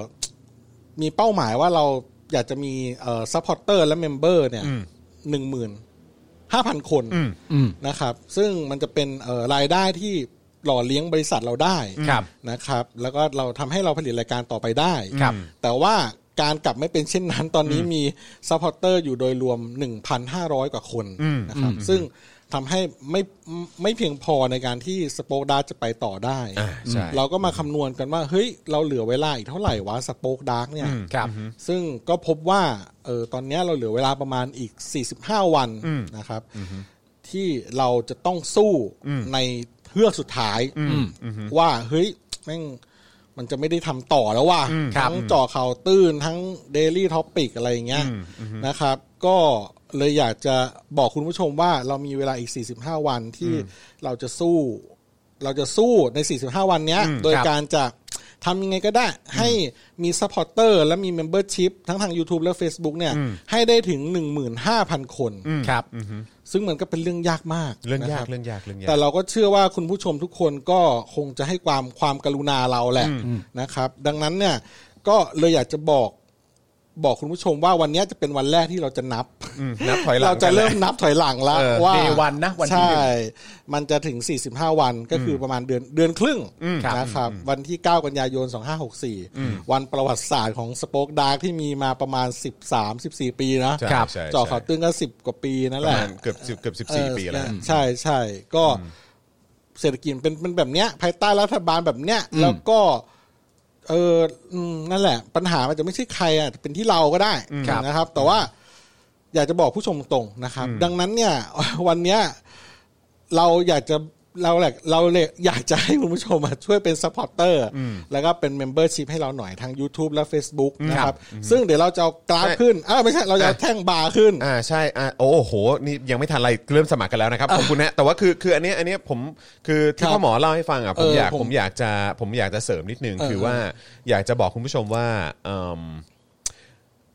[SPEAKER 4] มีเป้าหมายว่าเราอยากจะมีเอ่อซัพพอร์เตอร์และเมมเบอร์เนี่ยหนึ่งหมื่นห้าพันคนนะครับ ซึ่งมันจะเป็นเอ่อรายได้ที่หล่อเลี้ยงบริษัทเราได้
[SPEAKER 3] ครับ
[SPEAKER 4] นะครับ แล้วก็เราทำให้เราผลิตรายการต่อไปได้
[SPEAKER 3] ครับ
[SPEAKER 4] แต่ว่าการกลับไม่เป็นเช่นนั้น ตอนนี้มีซัพพอร์เตอร์อยู่โดยรวม 1,500 กว่าคนนะครับ ซึ่งทำให้ไม่ไม่เพียงพอในการที่สโปกดาจะไปต่อได้
[SPEAKER 2] อ่าใช่
[SPEAKER 4] เราก็มาคำนวณกันว่า เฮ้ย เราเหลือเวลาอีกเท่าไหร่วะสป็อกดาร์กเนี่ย
[SPEAKER 3] ครับ
[SPEAKER 4] ซึ่งก็พบว่าเออตอนเนี้ยเราเหลือเวลาประมาณอีก 45 วันนะครับ ที่เราจะต้องสู้ใน ฮือกสุดท้ายว่าเฮ้ยแม่งมันจะไม่ได้ทำต่อแล้วว่าทั้งเจ่อข่าวตื้นทั้งเดลี่ท็อปิกอะไรอย่างเงี้ยนะครับ ก็เลยอยากจะบอกคุณผู้ชมว่าเรามีเวลาอีก 45 วันที่เราจะสู้ เราจะสู้ใน 45 วันเนี้ย โดยการจะทำยังไงก็ได้ ให้มีซัพพอร์เตอร์และมีเมมเบอร์ชิพทั้งทาง YouTube และ Facebook เนี่ย ให้ได้ถึง 15,000 คน
[SPEAKER 3] ครับ
[SPEAKER 4] ซึ่งเหมือนก็เป็นเรื่องยากมาก
[SPEAKER 2] เรื่องยาก
[SPEAKER 4] นะคบ
[SPEAKER 2] เรื่องยากเรื่องยาก
[SPEAKER 4] แต่เราก็เชื่อว่าคุณผู้ชมทุกคนก็คงจะให้ความความกรุณาเราแหละนะครับ ดังนั้นเนี่ย ก็เลยอยากจะบอกบอกคุณผู้ชมว่าวันเนี้ยจะเป็นวันแรกที่เราจะนับ
[SPEAKER 2] อืมนับถอยหลัง
[SPEAKER 4] เราจะเริ่ม
[SPEAKER 2] กันแหล
[SPEAKER 4] นับถอยหลังละ
[SPEAKER 2] เออ
[SPEAKER 4] ว่า
[SPEAKER 3] day one นะวันที่ห
[SPEAKER 4] ใช่
[SPEAKER 3] นึ่ง
[SPEAKER 4] มันจะถึง 45 วันก็คือประมาณเดือนเดือนครึ่ง
[SPEAKER 3] ครับ
[SPEAKER 4] นะครับ วันที่ 9 กันยายน 2564 วันประวัติศาสตร์ของสป็อคดาร์กที่มีมาประมาณ 13-14 ปีนะ
[SPEAKER 2] ใช่
[SPEAKER 3] ครับ
[SPEAKER 2] ใช่
[SPEAKER 4] เจ่อ
[SPEAKER 2] ใช่
[SPEAKER 4] ข่าวตื้นก็ 10 กว่าปีนั่
[SPEAKER 2] ป
[SPEAKER 4] นแห
[SPEAKER 2] ระ
[SPEAKER 4] ละ
[SPEAKER 2] มาณเกือบสิบเกือบสิบสี่ปีแล้ว
[SPEAKER 4] เออใช่ใช่ก็เศรษฐกิจเป็นเป็นแบบเนี้ย ภายใต้รัฐบาลแบบเนี้ยแล้วก็เอออืมนั่นแหละ ปัญหามันจะไม่ใช่ใครอ่ะแต่เป็นที่เราก็ได้
[SPEAKER 3] ครับ
[SPEAKER 4] นะครับ แต่ว่าอยากจะบอกผู้ชมตรงๆนะครับ ดังนั้นเนี่ย วันเนี้ยเราอยากจะเราแหละเราเลยอยากจะให้คุณผู้ชมอะช่วยเป็นซัพพอร์เตอร์แล้วก็เป็นเมมเบอร์ชิพให้เราหน่อยทาง YouTube และ Facebook นะครับ ซึ่งเดี๋ยวเราจะเอากราฟ
[SPEAKER 2] ใช่
[SPEAKER 4] ขึ้นอ่าไม่ใช่เราจะเอาแท่งบาร์ขึ้น
[SPEAKER 2] อ่าใช่อ่าโอ้โหนี่ยังไม่ทันอะไรเริ่มสมัครกันแล้วนะครับขอบคุณนะแต่ว่าคือคืออันเนี้ยอันเนี้ยผมคือที่
[SPEAKER 4] ครับ
[SPEAKER 2] พ่อหมอเล่าให้ฟังอ่ะผม
[SPEAKER 4] เออ
[SPEAKER 2] อยาก
[SPEAKER 4] ผม
[SPEAKER 2] ผมอยากจะผมอยากจะเสริมนิดนึง
[SPEAKER 4] เออ
[SPEAKER 2] คือว่าอยากจะบอกคุณผู้ชมว่าอืม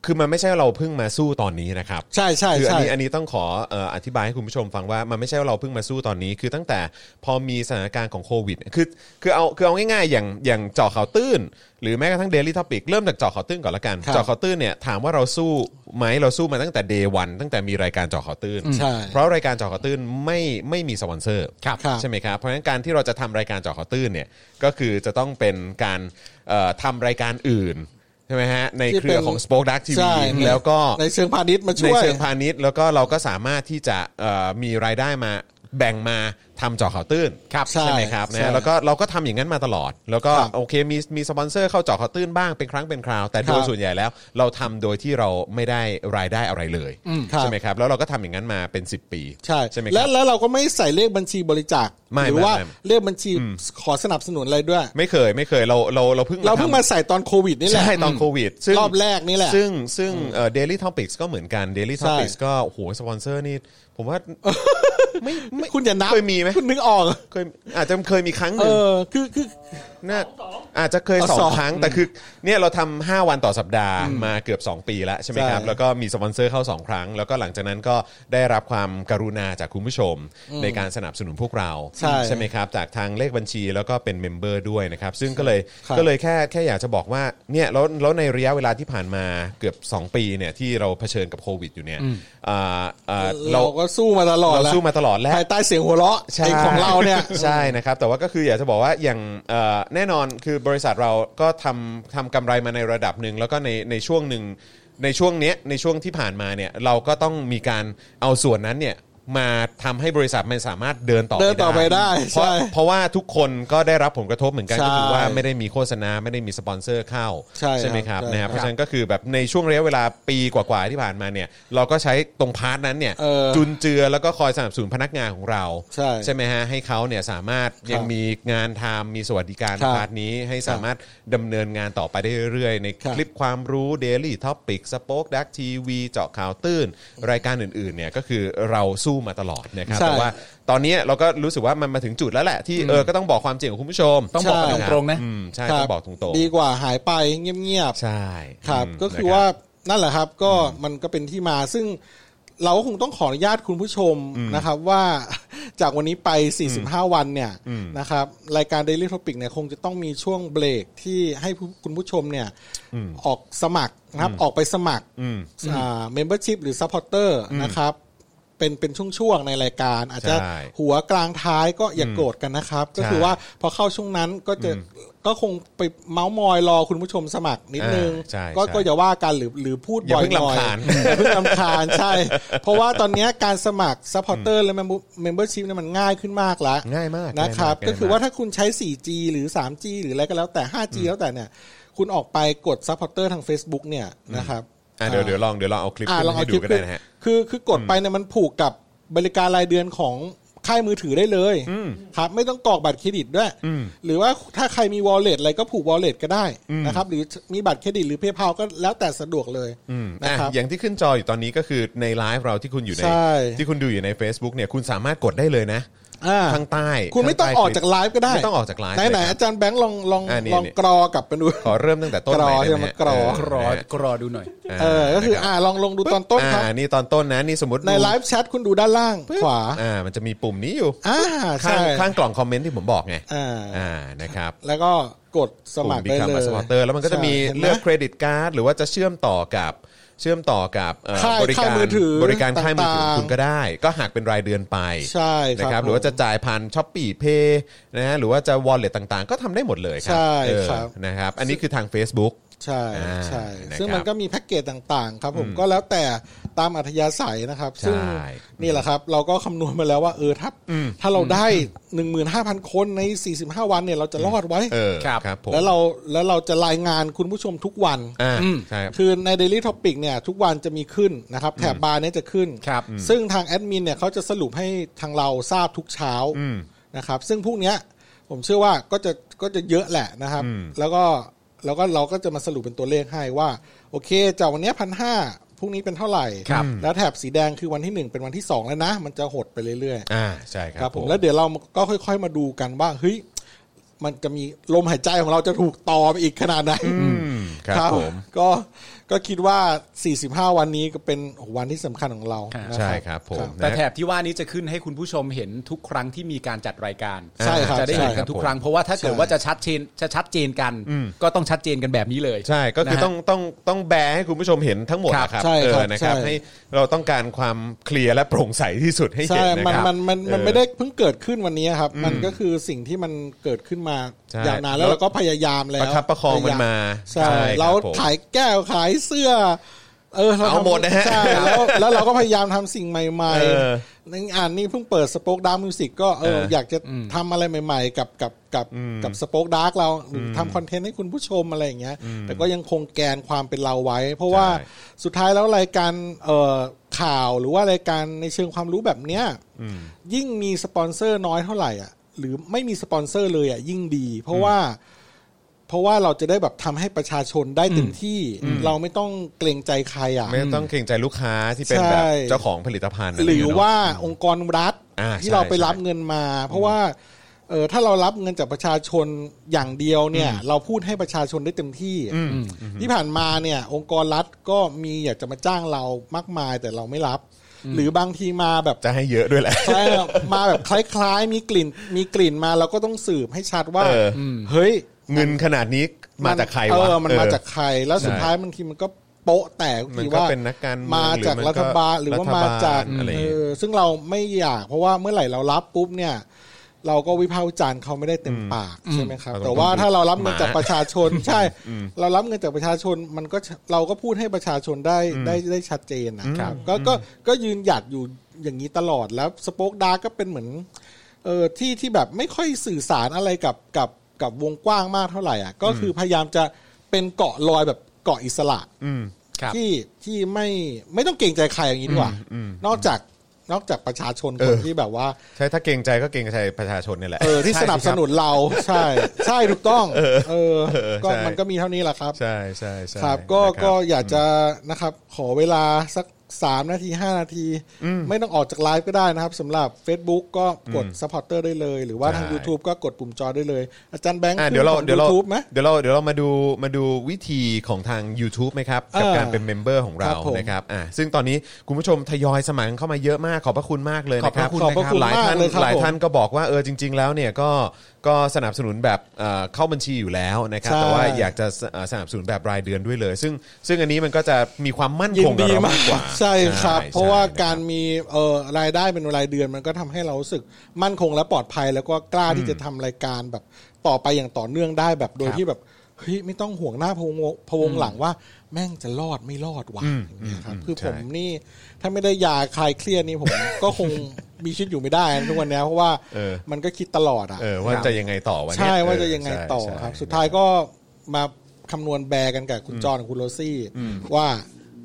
[SPEAKER 2] คือมันไม่ใช่ว่าเราเพิ่งมาสู้ตอนนี้นะครับ
[SPEAKER 4] ใช่ใช่
[SPEAKER 2] คืออัน
[SPEAKER 4] ใช่
[SPEAKER 2] นี้อันนี้ต้องขอเอ่ออธิบายให้คุณผู้ชมฟังว่ามันไม่ใช่ว่าเราเพิ่งมาสู้ตอนนี้ คือตั้งแต่พอมีสถานการณ์ของโควิดคือคือเอาคือเอาง่ายๆอย่างอย่างเจาะข่าวตื้น หรือแม้กระทั่งเดลี่ท็อปิกเริ่มจากเจาะข่าวตื้นก่อนละกัน
[SPEAKER 4] ครับ
[SPEAKER 2] เจาะข่าวตื้นเนี่ยถามว่าเราสู้ไหมเราสู้มาตั้งแต่เดวันตั้งแต่มีรายการเจาะข่าวตื้น
[SPEAKER 4] ใช่
[SPEAKER 2] เพราะรายการเจาะข่าวตื้นไม่ไม่มีสปอนเซอร์
[SPEAKER 4] ครับครับ
[SPEAKER 2] ใช่ไหมครับเพราะฉะนั้นการที่เราจะทำรายการเจาะข่าวตื้นเนี่ยก็คือจะต้องเป็นการเอ่อทำรายการอื่นใช่ไหมฮะในเครือของ Spoke Dark TV
[SPEAKER 4] ใช่
[SPEAKER 2] แล้วก็
[SPEAKER 4] ในเชิงพาณิชย์มา
[SPEAKER 2] ใน
[SPEAKER 4] ช่วย
[SPEAKER 2] เชิงพาณิชย์แล้วก็เราก็สามารถที่จะเอ่อมีรายได้มาแบ่งมาทำเจาะข่าวตื้น
[SPEAKER 4] ครับ
[SPEAKER 2] ใช่ไหม
[SPEAKER 4] ใช่
[SPEAKER 2] ครับนะ
[SPEAKER 4] ใช่
[SPEAKER 2] ฮะแล้วก็เราก็ทำอย่างนั้นมาตลอด แล้วก็
[SPEAKER 4] ครับ
[SPEAKER 2] โอเคมีมีสปอนเซอร์เข้าเจาะข่าวตื้นบ้างเป็นครั้งเป็นคราว แต่โดย
[SPEAKER 4] ครับ
[SPEAKER 2] ส่วนใหญ่แล้ว เราทำโดยที่เราไม่ได้รายได้อะไรเลย
[SPEAKER 4] อืมครับ
[SPEAKER 2] ใช่ไหมครับแล้วเราก็ทำอย่างนั้นมาเป็น 10 ปี
[SPEAKER 4] ใช่
[SPEAKER 2] ใช่ไหมค
[SPEAKER 4] แล้
[SPEAKER 2] รั
[SPEAKER 4] ว
[SPEAKER 2] บ
[SPEAKER 4] แล้วเราก็ไม่ใส่เลขบัญชีบริจาค
[SPEAKER 2] ไม่
[SPEAKER 4] หรื
[SPEAKER 2] ไม่
[SPEAKER 4] ว่า
[SPEAKER 2] ไม่
[SPEAKER 4] เลขบัญชีขอสนับสนุนอะไรด้วย
[SPEAKER 2] ไม่เคยไม่เคยเราเราเราเพิ่ง
[SPEAKER 4] เราเพิ่ง
[SPEAKER 2] ทำ
[SPEAKER 4] มาใส่ตอนโควิดนี่แหละ
[SPEAKER 2] ใช่ตอนโควิดซึ่ง
[SPEAKER 4] รอบแรกนี่แหละ
[SPEAKER 2] ซึ่งซึ่งเดลี่ท็อปิกส์ก็เหมือนกัน Daily
[SPEAKER 4] ใช่
[SPEAKER 2] Topics ก็โอ้โหสปอนเซอร์นี่ ผม ว่าไม่ไม่
[SPEAKER 4] คุณอย่านับ
[SPEAKER 2] เคยมีไหม
[SPEAKER 4] คุณนึกออก
[SPEAKER 2] เคยอาจจะเคยมีครั้งห
[SPEAKER 4] เอ
[SPEAKER 2] นึ่ง
[SPEAKER 4] อคือคือ
[SPEAKER 2] น่าอาจจะเคย
[SPEAKER 4] เอา
[SPEAKER 2] สอ
[SPEAKER 4] สอง ง
[SPEAKER 2] ครั้ง แต่คือเนี่ยเราทำห้าวันต่อสัปดาห์มาเกือบ 2 ปีแล้วใช่ไหมครับ
[SPEAKER 4] ใช่
[SPEAKER 2] แล้วก็มีสปอนเซอร์เข้า 2 ครั้ง แล้วก็หลังจากนั้นก็ได้รับความกรุณาจากคุณผู้ชมในการสนับสนุนพวกเรา
[SPEAKER 4] ใช่
[SPEAKER 2] ไหมครับ จากทางเลขบัญชีแล้วก็เป็นเมมเบอร์ด้วยนะครับ ซึ่งก็เลย
[SPEAKER 4] ครับ
[SPEAKER 2] ก็เลยแค่แค่อยากจะบอกว่าเนี่ยแล้วแล้วในระยะเวลาที่ผ่านมาเกือบ 2 ปีเนี่ยที่เราเผชิญกับโควิดอยู่เนี่ยอ่าอ่าเรา
[SPEAKER 4] เราก็สู้มาตลอด
[SPEAKER 2] เรา
[SPEAKER 4] แล้ว
[SPEAKER 2] สู้มาตลอดแล้ว
[SPEAKER 4] ภายใต้เสียงหัวเราะ
[SPEAKER 2] ใช่
[SPEAKER 4] ไอ้ของเราเนี่ย
[SPEAKER 2] ใช่นะครับ แต่ว่าก็คืออยากจะบอกว่าอย่างเอ่อแน่นอนคือบริษัทเราก็ทำทำกำไรมาในระดับหนึ่งแล้วก็ในในช่วงหนึ่งในช่วงเนี้ยในช่วงที่ผ่านมาเนี่ยเราก็ต้องมีการเอาส่วนนั้นเนี่ยมาทำให้บริษัทมันสามารถเดินต่อ
[SPEAKER 4] เดินต่อไปได้
[SPEAKER 2] เพราะ
[SPEAKER 4] ใช่
[SPEAKER 2] เพราะว่าทุกคนก็ได้รับผลกระทบเหมือนกัน
[SPEAKER 4] ใช่
[SPEAKER 2] ก็คือว่าไม่ได้มีโฆษณาไม่ได้มีสปอนเซอร์เข้า
[SPEAKER 4] ใช่
[SPEAKER 2] ไหมค
[SPEAKER 4] ครั
[SPEAKER 2] รับบ
[SPEAKER 4] ใช่
[SPEAKER 2] นะครั
[SPEAKER 4] ครั
[SPEAKER 2] บบ เพราะฉะนั้นก็คือแบบในช่วงระยะเวลาปีกว่าๆที่ผ่านมาเนี่ยเราก็ใช้ตรงพาร์ทนั้นเนี่ย
[SPEAKER 4] เออ
[SPEAKER 2] จุนเจือแล้วก็คอยสนับสนุนพนักงานของเรา
[SPEAKER 4] ใช่
[SPEAKER 2] ใช่ไหมฮะให้เขาเนี่ยสามารถยังมีงานทำมีสวัสดิการ
[SPEAKER 4] ครับ
[SPEAKER 2] พาร์ทนี้ให้สามารถดำเนินงานต่อไปได้เรื่อยๆ ใน
[SPEAKER 4] ครับ
[SPEAKER 2] คลิปความรู้ Daily t o p i c สป็อคดักทีวีเจาะข่าวตื้น รายการอื่นๆเนี่ยก็คือเราสู้มาตลอดนะครับ
[SPEAKER 4] ใช่
[SPEAKER 2] แต่ว่าตอนนี้เราก็รู้สึกว่ามันมาถึงจุดแล้วแหละที่เออก็ต้องบอกความจริงของคุณผู้ชม
[SPEAKER 3] ต้องบอกกัน
[SPEAKER 2] ใช่
[SPEAKER 3] ตรงๆนะ
[SPEAKER 2] อืมใช่
[SPEAKER 4] ครั
[SPEAKER 2] ต้อบ งบอกตรง
[SPEAKER 4] ดีกว่าหายไปเงียบๆ
[SPEAKER 2] ๆใช่
[SPEAKER 4] ครับ
[SPEAKER 2] ม
[SPEAKER 4] ก็คือ
[SPEAKER 2] นะ
[SPEAKER 4] ว่า
[SPEAKER 2] รับ
[SPEAKER 4] นั่นแหละครับก็มันก็เป็นที่มาซึ่งเราก็คงต้องขออนุญาตคุณผู้ชมนะครับ ว่า จากวันนี้ไป 45 วันเนี่ยนะครับรายการ Daily Topic เนี่ยคงจะต้องมีช่วงเบรกที่ให้ผู้คุณผู้ชมเนี่ยออกสมัครนะครับออกไปสมัคร
[SPEAKER 2] อืม
[SPEAKER 4] อ่า membership หรือ supporter นะครับเป็นเป็นช่วงๆในรายการ อาจจะ
[SPEAKER 2] ใช่
[SPEAKER 4] หัวกลางท้ายก็อย่าโกรธกันนะครับ ก็คือว่าพอเข้าช่วงนั้นก็จะก็คงไปเมาส์มอยรอคุณผู้ชมสมัครนิดนึง
[SPEAKER 2] อ่าใช่
[SPEAKER 4] ก็
[SPEAKER 2] ใช่
[SPEAKER 4] ก็อย่าว่ากันหรือหรือพูด
[SPEAKER 2] อย่า
[SPEAKER 4] บ่อย
[SPEAKER 2] เพิ่ง
[SPEAKER 4] หน่อ
[SPEAKER 2] รำ
[SPEAKER 4] ย
[SPEAKER 2] คาญ
[SPEAKER 4] อย่าเพิ่งลำคาญ ใช่ เพราะว่าตอนเนี้ยการสมัครซัพพอร์เตอร์และเมมเบอร์ชิพเนี่ยมันง่ายขึ้นมากแล้ว
[SPEAKER 2] ง่ายมาก
[SPEAKER 4] นะครับ
[SPEAKER 2] ง่ยม
[SPEAKER 4] ก็คือว่าถ้าคุณใช้ 4G หรือ 3G หรืออะไรก็แล้วแต่ 5G แล้วแต่เนี่ยคุณออกไปกดซัพพอร์เตอร์ทาง Facebook เนี่ยนะครับ
[SPEAKER 2] อ่ะเดี๋ยวเดี๋ยวลองเดี๋ยวลองเอาคลิป
[SPEAKER 4] อ่า
[SPEAKER 2] ขึ้น
[SPEAKER 4] ลองเอา
[SPEAKER 2] ให้
[SPEAKER 4] คลิ
[SPEAKER 2] ดู
[SPEAKER 4] ป
[SPEAKER 2] ก็ได้นะฮะ
[SPEAKER 4] คือคือกดไปเนี่ยมันผูกกับบริการรายเดือนของ ค่ายมือถือได้เลยครับไม่ต้องกรอกบัตรเครดิตด้วย หรือว่าถ้าใครมีวอลเล็ตอะไรก็ผูกวอลเล็ตก็ได้นะครับหรือมีบัตรเครดิตหรือเพย์เพาก็แล้วแต่สะดวกเลยนะ
[SPEAKER 2] อ่ะ
[SPEAKER 4] ครับ
[SPEAKER 2] อย่างที่ขึ้นจออยู่ตอนนี้ก็คือในไลฟ์เราที่คุณอยู่ใน
[SPEAKER 4] ใช่
[SPEAKER 2] ที่คุณดูอยู่ใน Facebook เนี่ยคุณสามารถกดได้เลยนะ
[SPEAKER 4] อ่า
[SPEAKER 2] ข้างใต้
[SPEAKER 4] คุณไม่ต้อง
[SPEAKER 2] ข้ใ
[SPEAKER 4] ออกจากไลฟ์ก็ได้
[SPEAKER 2] ไม่ต้องออกจากไลฟ์
[SPEAKER 4] ไหนไหน
[SPEAKER 2] เลยครับ
[SPEAKER 4] อาจารย์แบงค์ลองลอง
[SPEAKER 2] อ่านี่
[SPEAKER 4] ลอง
[SPEAKER 2] นี่
[SPEAKER 4] กรอกลับไปดู
[SPEAKER 2] ขอเริ่มตั้งแต่ต้น
[SPEAKER 4] กรอ
[SPEAKER 2] ใหม่ได้ไหม
[SPEAKER 4] ใช่ไหม
[SPEAKER 2] ฮะ
[SPEAKER 4] กรอ
[SPEAKER 2] เ
[SPEAKER 3] กรอกรอดูหน่อย
[SPEAKER 4] เออก็คือ
[SPEAKER 2] นะรับ
[SPEAKER 4] อ่าลองลองดูตอนต้นครับ
[SPEAKER 2] อ่านี่ตอนต้นนะนี่สมมติ
[SPEAKER 4] ใน
[SPEAKER 2] ดู
[SPEAKER 4] ไลฟ์แชทคุณดูด้านล่างขวา
[SPEAKER 2] อ่ามันจะมีปุ่มนี้อยู่
[SPEAKER 4] อ่า
[SPEAKER 2] ข้า
[SPEAKER 4] ใช่
[SPEAKER 2] งข้างกล่องคอมเมนต์ที่ผมบอกไง
[SPEAKER 4] อ่า
[SPEAKER 2] อ่านะครับ
[SPEAKER 4] แล้วก็กดสมัคร
[SPEAKER 2] ปุ่
[SPEAKER 4] ได้เล
[SPEAKER 2] Become
[SPEAKER 4] ย
[SPEAKER 2] a supporter แล้วมันก็จะมี
[SPEAKER 4] ใช่ห็นไห
[SPEAKER 2] เลือกเครดิตการ์ดหรือว่าจะเชื่อมต่อกับเชื่อมต่อกับเอ่อ
[SPEAKER 4] ค่าย
[SPEAKER 2] บริกา
[SPEAKER 4] ค่าย
[SPEAKER 2] ร
[SPEAKER 4] มือถือบ
[SPEAKER 2] ริการค่ายมือถือ
[SPEAKER 4] ต่างๆ
[SPEAKER 2] คุณก็ได้ ก็หักเป็นรายเดือนไป
[SPEAKER 4] ใช่
[SPEAKER 2] นะค
[SPEAKER 4] ค
[SPEAKER 2] รั
[SPEAKER 4] รั
[SPEAKER 2] บบ หรือว่า
[SPEAKER 4] ผม
[SPEAKER 2] จะจ่ายผ่านช้อปปี้เพย์นะฮะหรือว่าจะวอลเล็ตต่างๆ ก็ทำได้หมดเลยครั
[SPEAKER 4] ใช่
[SPEAKER 2] เออ
[SPEAKER 4] ครับ
[SPEAKER 2] นะครับอันนี้คือทาง Facebook
[SPEAKER 4] ใช่
[SPEAKER 2] อ่า
[SPEAKER 4] ใช่
[SPEAKER 2] นะครับ
[SPEAKER 4] ซึ่งมันก็มีแพ็กเกจต่างๆ ครับผมก็แล้วแต่ตามอัธยาศัยนะครับ ซึ่ง
[SPEAKER 2] ใช่
[SPEAKER 4] นี่แหละครับ เราก็คำนวณมาแล้วว่าเออถ้าถ้าเราได้ 15,000 คนใน 45 วันเนี่ยเราจะรอดไว้
[SPEAKER 2] เออ
[SPEAKER 3] ครับ
[SPEAKER 2] ครับผม
[SPEAKER 4] แล้วเราแล้วเราจะรายงานคุณผู้ชมทุกวัน
[SPEAKER 2] อ่าใช่ครับ
[SPEAKER 4] คือใน Daily Topic เนี่ยทุกวันจะมีขึ้นนะครับแถบบาร์เนี่ยจะขึ้น
[SPEAKER 3] ครับอืม
[SPEAKER 4] ซึ่งทางแอดมินเนี่ยเขาจะสรุปให้ทางเราทราบทุกเช้านะครับซึ่งพวกเนี้ยผมเชื่อว่าก็จะก็จะเยอะแหละนะครับ แล้วก็แล้วก็เราก็จะมาสรุปเป็นตัวเลขให้ว่า โอเคจากวันเนี้พันห้าพรุ่งนี้เป็นเท่าไหร่
[SPEAKER 3] ครับ
[SPEAKER 4] แล้วแถบสีแดงคือวันที่หนึ่งเป็นวันที่สองแล้วนะ มันจะหดไปเรื่อยๆ
[SPEAKER 2] อ่าใช่ค
[SPEAKER 4] ค
[SPEAKER 2] รั
[SPEAKER 4] รับบ ผ
[SPEAKER 2] ผมม
[SPEAKER 4] แล้วเดี๋ยวเราก็ค่อย ๆ มาดูกันว่าเฮ้ยมันจะมีลมหายใจของเราจะถูกต่อไปอีกขนาดไหน
[SPEAKER 2] ครับผม
[SPEAKER 4] ก็ก็คิดว่า 45 วันนี้ก็เป็นวันที่สำคัญของเรา
[SPEAKER 3] ครับ
[SPEAKER 4] นะ
[SPEAKER 2] ใช่ครับผม
[SPEAKER 4] ครับ
[SPEAKER 3] แต่
[SPEAKER 2] นะ
[SPEAKER 3] แถบที่ว่านี้จะขึ้นให้คุณผู้ชมเห็นทุกครั้งที่มีการจัดรายการ
[SPEAKER 4] ใช่ครับ
[SPEAKER 3] จะได้เห็นกัน
[SPEAKER 2] ใช่ครับ
[SPEAKER 3] ทุกครั้งเพราะว่าถ้าเกิด
[SPEAKER 4] ใช่
[SPEAKER 3] ว่าจะชัดเจนจะชัดเจนกัน ก็ต้องชัดเจนกันแบบนี้เลย
[SPEAKER 2] ใช่ก็คือ
[SPEAKER 3] นะฮะ
[SPEAKER 2] ต้องต้องต้องแบร์ให้คุณผู้ชมเห็นทั้งหมด
[SPEAKER 3] ครับ
[SPEAKER 2] นะครับ
[SPEAKER 4] ใช่
[SPEAKER 2] เอ
[SPEAKER 4] ครั
[SPEAKER 2] อบ นะครับ
[SPEAKER 4] ใช่
[SPEAKER 2] ให้เราต้องการความเคลียร์และโปร่งใสที่สุดให้เห็
[SPEAKER 4] ใช่
[SPEAKER 2] นนะ
[SPEAKER 4] มัน
[SPEAKER 2] ครับ
[SPEAKER 4] มันมันมัน
[SPEAKER 2] เออ
[SPEAKER 4] ไม่ได้เพิ่งเกิดขึ้นวันนี้ครับ มันก็คือสิ่งที่มันเกิดขึ้นมา
[SPEAKER 2] ใช่
[SPEAKER 4] ยาวนานแล้ว
[SPEAKER 2] แล้ว
[SPEAKER 4] เราก็พยายามแล้
[SPEAKER 2] ประ
[SPEAKER 4] ว
[SPEAKER 2] คับประคองมันมา
[SPEAKER 4] ใช่
[SPEAKER 2] คบ
[SPEAKER 4] เรา
[SPEAKER 2] ผม
[SPEAKER 4] ขายแก้วขายเสื้อ เออรทำ
[SPEAKER 2] เอาหมดนะฮะ
[SPEAKER 4] ใช่แล้วแล้วเราก็พยายามทำสิ่งใหม่
[SPEAKER 2] เออ
[SPEAKER 4] ๆในอ่านนี่เพิ่งเปิดสป o อ e ดาร์มิวสิกก็เอออยากจะทำอะไรใหม่ ๆ กับกับกับกับสป o อ e ดาร์กเราหรือทำคอนเทนต์ให้คุณผู้ชมอะไรอย่างเงี้ย แต่ก็ยังคงแกนความเป็นเราไว้ เพราะว่าสุดท้ายแล้วรายการเอ่อข่าวหรือว่ารายการในเชิงความรู้แบบเนี้ยยิ่งมีสปอนเซอร์น้อยเท่าไหร่อ่ะหรือไม่มีสปอนเซอร์เลยอ่ะยิ่งดี เพราะว่า เพราะว่าเราจะได้แบบทำให้ประชาชนได้เต็มที่ เราไม่ต้องเกรงใจใครอ่ะ
[SPEAKER 2] ไม่ต้องเกรงใจลูกค้าที่เป็น
[SPEAKER 4] ใช่
[SPEAKER 2] แบบเจ้าของผลิตภัณฑ์ะ
[SPEAKER 4] หรือ
[SPEAKER 2] ไเงี้ยเนะ
[SPEAKER 4] ว่าองค์กรรัฐ
[SPEAKER 2] อ่า
[SPEAKER 4] ที่
[SPEAKER 2] ใช่
[SPEAKER 4] เราไปรับ
[SPEAKER 2] ใช่
[SPEAKER 4] เงินมา เพราะว่าเออถ้าเรารับเงินจากประชาชนอย่างเดียวเนี่ย เราพูดให้ประชาชนได้เต็มที่ ที่ผ่านมาเนี่ย องค์กรรัฐก็มีอยากจะมาจ้างเรามากมายแต่เราไม่รับ หรือบางทีมาแบบ
[SPEAKER 2] จะให้เยอะด้วยแหละ
[SPEAKER 4] ใช่ครับมาแบบคล้ายๆ มีกลิ่นมีกลิ่นมาเราก็ต้องสืบให้ชัดว่า
[SPEAKER 2] เออ
[SPEAKER 4] เฮ้ย
[SPEAKER 2] เงินขนาดนี้มาจากใคร
[SPEAKER 4] เอ
[SPEAKER 2] วะ
[SPEAKER 4] อ มันมาจากใคร แล้วสุดท้ายบางทีมันก็โป๊ะแตก
[SPEAKER 2] มัน
[SPEAKER 4] ที
[SPEAKER 2] ก็
[SPEAKER 4] ว่า
[SPEAKER 2] เป็นนักการเมือง
[SPEAKER 4] มาจากรัฐบาล
[SPEAKER 2] ห
[SPEAKER 4] ห
[SPEAKER 2] รื
[SPEAKER 4] รือ อ
[SPEAKER 2] มันก็
[SPEAKER 4] ว่ามาจาก
[SPEAKER 2] รัฐบาลอะไรอย่างเงี้ย
[SPEAKER 4] เออซึ่งเราไม่อยาก เพราะว่าเมื่อไหร่เรารับปุ๊บเนี่ย เราก็วิพากษ์วิจารณ์เขาไม่ได้เต็มปากใช่ไหมครับ แต่ว่าถ้าเรารับเงินจากประชาชน ใช่ เรารับเงินจากประชาชนมันก็เราก็พูดให้ประชาชนได้ได้ได้ชัดเจนนะครับก็ก็ก็ยืนหยัดอยู่อย่างนี้ตลอดแล้วสป็อกดาก็เป็นเหมือน เออที่ที่แบบไม่ค่อยสื่อสารอะไรกับกับกับวงกว้างมากเท่าไหร่อ่ะก็คือพยายามจะเป็นเกาะลอยแบบเกาะอิสระ
[SPEAKER 3] ครับ
[SPEAKER 4] ที่ที่ไม่ไม่ต้องเกรงใจใครอย่างนี้ดีกว่า นอกจากนอกจากประชาชนคนที่แบบว่า
[SPEAKER 2] ใช่ถ้าเกรงใจก็เกรงใจประชาชนนี่แหละ
[SPEAKER 4] เออที่
[SPEAKER 3] ใช่
[SPEAKER 4] สนับสนุนเรา ใช่ ใช่ถูกต้อง เออก็
[SPEAKER 2] ใช่
[SPEAKER 4] มันก็มีเท่านี้แหละครับ
[SPEAKER 2] ใช่ใช่ใช่
[SPEAKER 4] ครับ ก็
[SPEAKER 2] นะครับ
[SPEAKER 4] ก็อยากจะนะครับ ขอเวลาสักสามนาทีห้านาที ไม่ต้องออกจากไลฟ์ก็ได้นะครับสำหรับ Facebook ก็กด s u p p อร์เตอร์ได้เลย หรือว่าทาง
[SPEAKER 2] ใช่
[SPEAKER 4] YouTube ก็กดปุ่มจอได้เลย อาจารย์แบงค์
[SPEAKER 2] อ่ะเดี๋ยวเราเดี๋ยวเรา
[SPEAKER 4] ทูบไหม
[SPEAKER 2] เดี๋ยวเราเดี๋ยวเรามาดูมาดูวิธีของทาง YouTube ไหมครับ กับ
[SPEAKER 4] เออ
[SPEAKER 2] การเป็นเมมเบอร์ของเรา
[SPEAKER 4] ครับผม
[SPEAKER 2] นะครับอ่ะซึ่งตอนนี้คุณผู้ชมทยอยสมัครเข้ามาเยอะมากขอบพระคุณมากเลย
[SPEAKER 4] ขอบ
[SPEAKER 2] นะค
[SPEAKER 4] พ
[SPEAKER 2] รั
[SPEAKER 4] ระ
[SPEAKER 2] บ
[SPEAKER 4] คุณขอบพระคุณ
[SPEAKER 2] หลาย
[SPEAKER 4] มาก
[SPEAKER 2] ท่าน
[SPEAKER 4] เลยครับ
[SPEAKER 2] หลาย
[SPEAKER 4] ผม
[SPEAKER 2] ท่านก็บอกว่าเออจริง ๆ แล้วเนี่ยก็ก็สนับสนุนแบบเอ่อเข้าบัญชีอยู่แล้วนะครับ
[SPEAKER 4] ใช่
[SPEAKER 2] แต่ว่าอยากจะสเอ่อสนับสนุนแบบรายเดือนด้วยเลย ซึ่งซึ่งอันนี้มันก็จะมีความมั่น
[SPEAKER 4] ยิ
[SPEAKER 2] คน งกับ
[SPEAKER 4] ดีมาม
[SPEAKER 2] เราากกกว่า
[SPEAKER 4] ใช่ครับ
[SPEAKER 2] ใช่
[SPEAKER 4] เพราะว่า
[SPEAKER 2] ใช่
[SPEAKER 4] การมีเอ่อรายได้เป็นรายเดือนมันก็ทำให้เรารู้สึกมั่นคงและปลอดภัย แล้วก็กล้าที่จะทำรายการแบบต่อไปอย่างต่อเนื่องได้แบบโดยที่แบบเฮ้ยไม่ต้องห่วงหน้าพะวงพะวงหลังว่า แม่งจะรอดไม่รอดวะอย่างเงี้ยครับคือผมนี่ถ้าไม่ได้ยาคลายเครียดนี่ผม ก็คงมีชีวิตอยู่ไม่ได้นะทุกวันเนี้ยเพราะว่ามันก็คิดตลอดอ่ะ
[SPEAKER 2] เออว่าจะยังไงต่อวันนี้
[SPEAKER 4] ใช่ว่าจะยังไงต่อ
[SPEAKER 2] ใช่
[SPEAKER 4] ครับ
[SPEAKER 2] ใช่
[SPEAKER 4] สุดท้ายก็มาคำนวณแบร์กันกับคุณจอห์นกับคุณโรซี่ว่า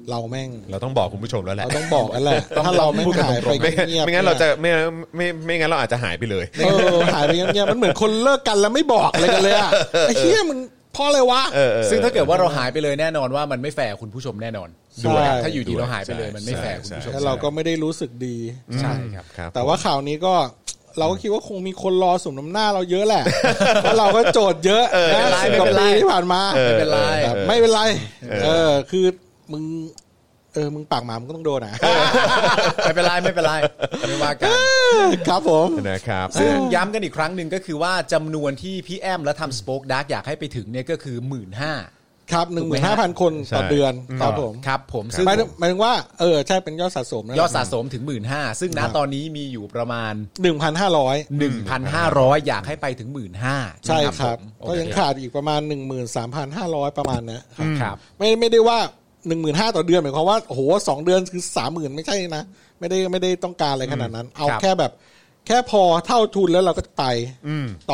[SPEAKER 4] เราแม่ง
[SPEAKER 2] เราต้องบอกคุณผู้ชมแล้วแหละ
[SPEAKER 4] เราต้องบอกกันแหละถ้าเราไม่หายไป
[SPEAKER 2] ไม่งั้น
[SPEAKER 4] เงียบๆ
[SPEAKER 2] ไม่งั้นเราจะไม่ไม่ไม่ไม่งั้นเราอาจจะหายไปเลย
[SPEAKER 4] เออหายไปเงียบๆมันเหมือนคนเลิกกันแล้วไม่บอกอะไรกันเลยอะไอ้เหี้ยมึงเพราะอะไรวะ
[SPEAKER 2] เออเออ
[SPEAKER 3] ซึ่งถ้าเกิดว่าเราหายไปเลยแน่นอนว่ามันไม่แฟร์คุณผู้ชมแน่นอน
[SPEAKER 4] ใช่
[SPEAKER 3] นะครับถ้าอยู่ดีเราหายไปเลยมันไม่แฟร์คุณผู้ชม
[SPEAKER 4] แล้วเราก็ไม่ได้รู้สึกดี
[SPEAKER 3] ใช่ครับ
[SPEAKER 2] ครับ
[SPEAKER 4] แต่ว่าข่าวนี้ก็เราก็คิดว่าคงมีคนรอสมน้ำหน้าเราเยอะแหละ เพราะเราก็โจทย์เยอะนะ
[SPEAKER 3] ไม่
[SPEAKER 4] สิบ
[SPEAKER 3] เป็นไร
[SPEAKER 4] กว่า
[SPEAKER 3] ไม่เป็นไร
[SPEAKER 4] ปีที่ผ่านมา
[SPEAKER 2] เออ
[SPEAKER 3] ไม่เป็นไร
[SPEAKER 4] ครับ
[SPEAKER 2] ออ
[SPEAKER 4] ไม่เป็นไร เออ คือมึง เออ มึงปากหมามึงก็ต้องโดนอ่ะ
[SPEAKER 3] ไม่เป็นไรไม่เป็นไรไม่ว่ากัน
[SPEAKER 4] ครับผม
[SPEAKER 2] นะครับ
[SPEAKER 3] ซึ่ง
[SPEAKER 2] นะ
[SPEAKER 3] ย้ำกันอีกครั้งหนึ่งก็คือว่าจำนวนที่พี่แอมและทำสป o อคดาร์กอยากให้ไปถึงเนี่ยก็คือ 1 5ื่นห้า
[SPEAKER 4] ครับหนึ่งหมื่นห้าพัน
[SPEAKER 3] 15,000
[SPEAKER 4] คนต่อ
[SPEAKER 2] ใช่
[SPEAKER 4] เดือนครับผม
[SPEAKER 3] ครับผมซึ่ง
[SPEAKER 4] หมายถึงหมายถึงว่า เออ ใช่เป็นยอดสะสมนะ
[SPEAKER 3] ยอดสะสมถึง 1 5ื่นห้าซึ่งณตอนนี้มีอยู่ประมาณ
[SPEAKER 4] หนึ่งพันห้าร้อย
[SPEAKER 3] 1,500 อยากให้ไปถึง 1 5ื่นห้า
[SPEAKER 4] ใช่ครั
[SPEAKER 3] ผม
[SPEAKER 4] บ
[SPEAKER 3] โอ
[SPEAKER 4] ก็
[SPEAKER 3] เค
[SPEAKER 4] ยังขาดอีกประมาณหนึ่งหมื่นสามพันห้าร้อยประมาณเนี้ย
[SPEAKER 3] ครับ
[SPEAKER 4] ไม่ไม่ได้ว่าหนึ่งหมื่นห้าต่อเดือนหมายความว่าโอ้โหสองเดือนคือสามหมื่นไม่ใช่นะ ไม่ได้ไม่ได้ต้องการอะไรขนาดนั้น เอา
[SPEAKER 3] ครับ
[SPEAKER 4] แค่แบบ แค่พอเท่าทุนแล้วเราก็ไป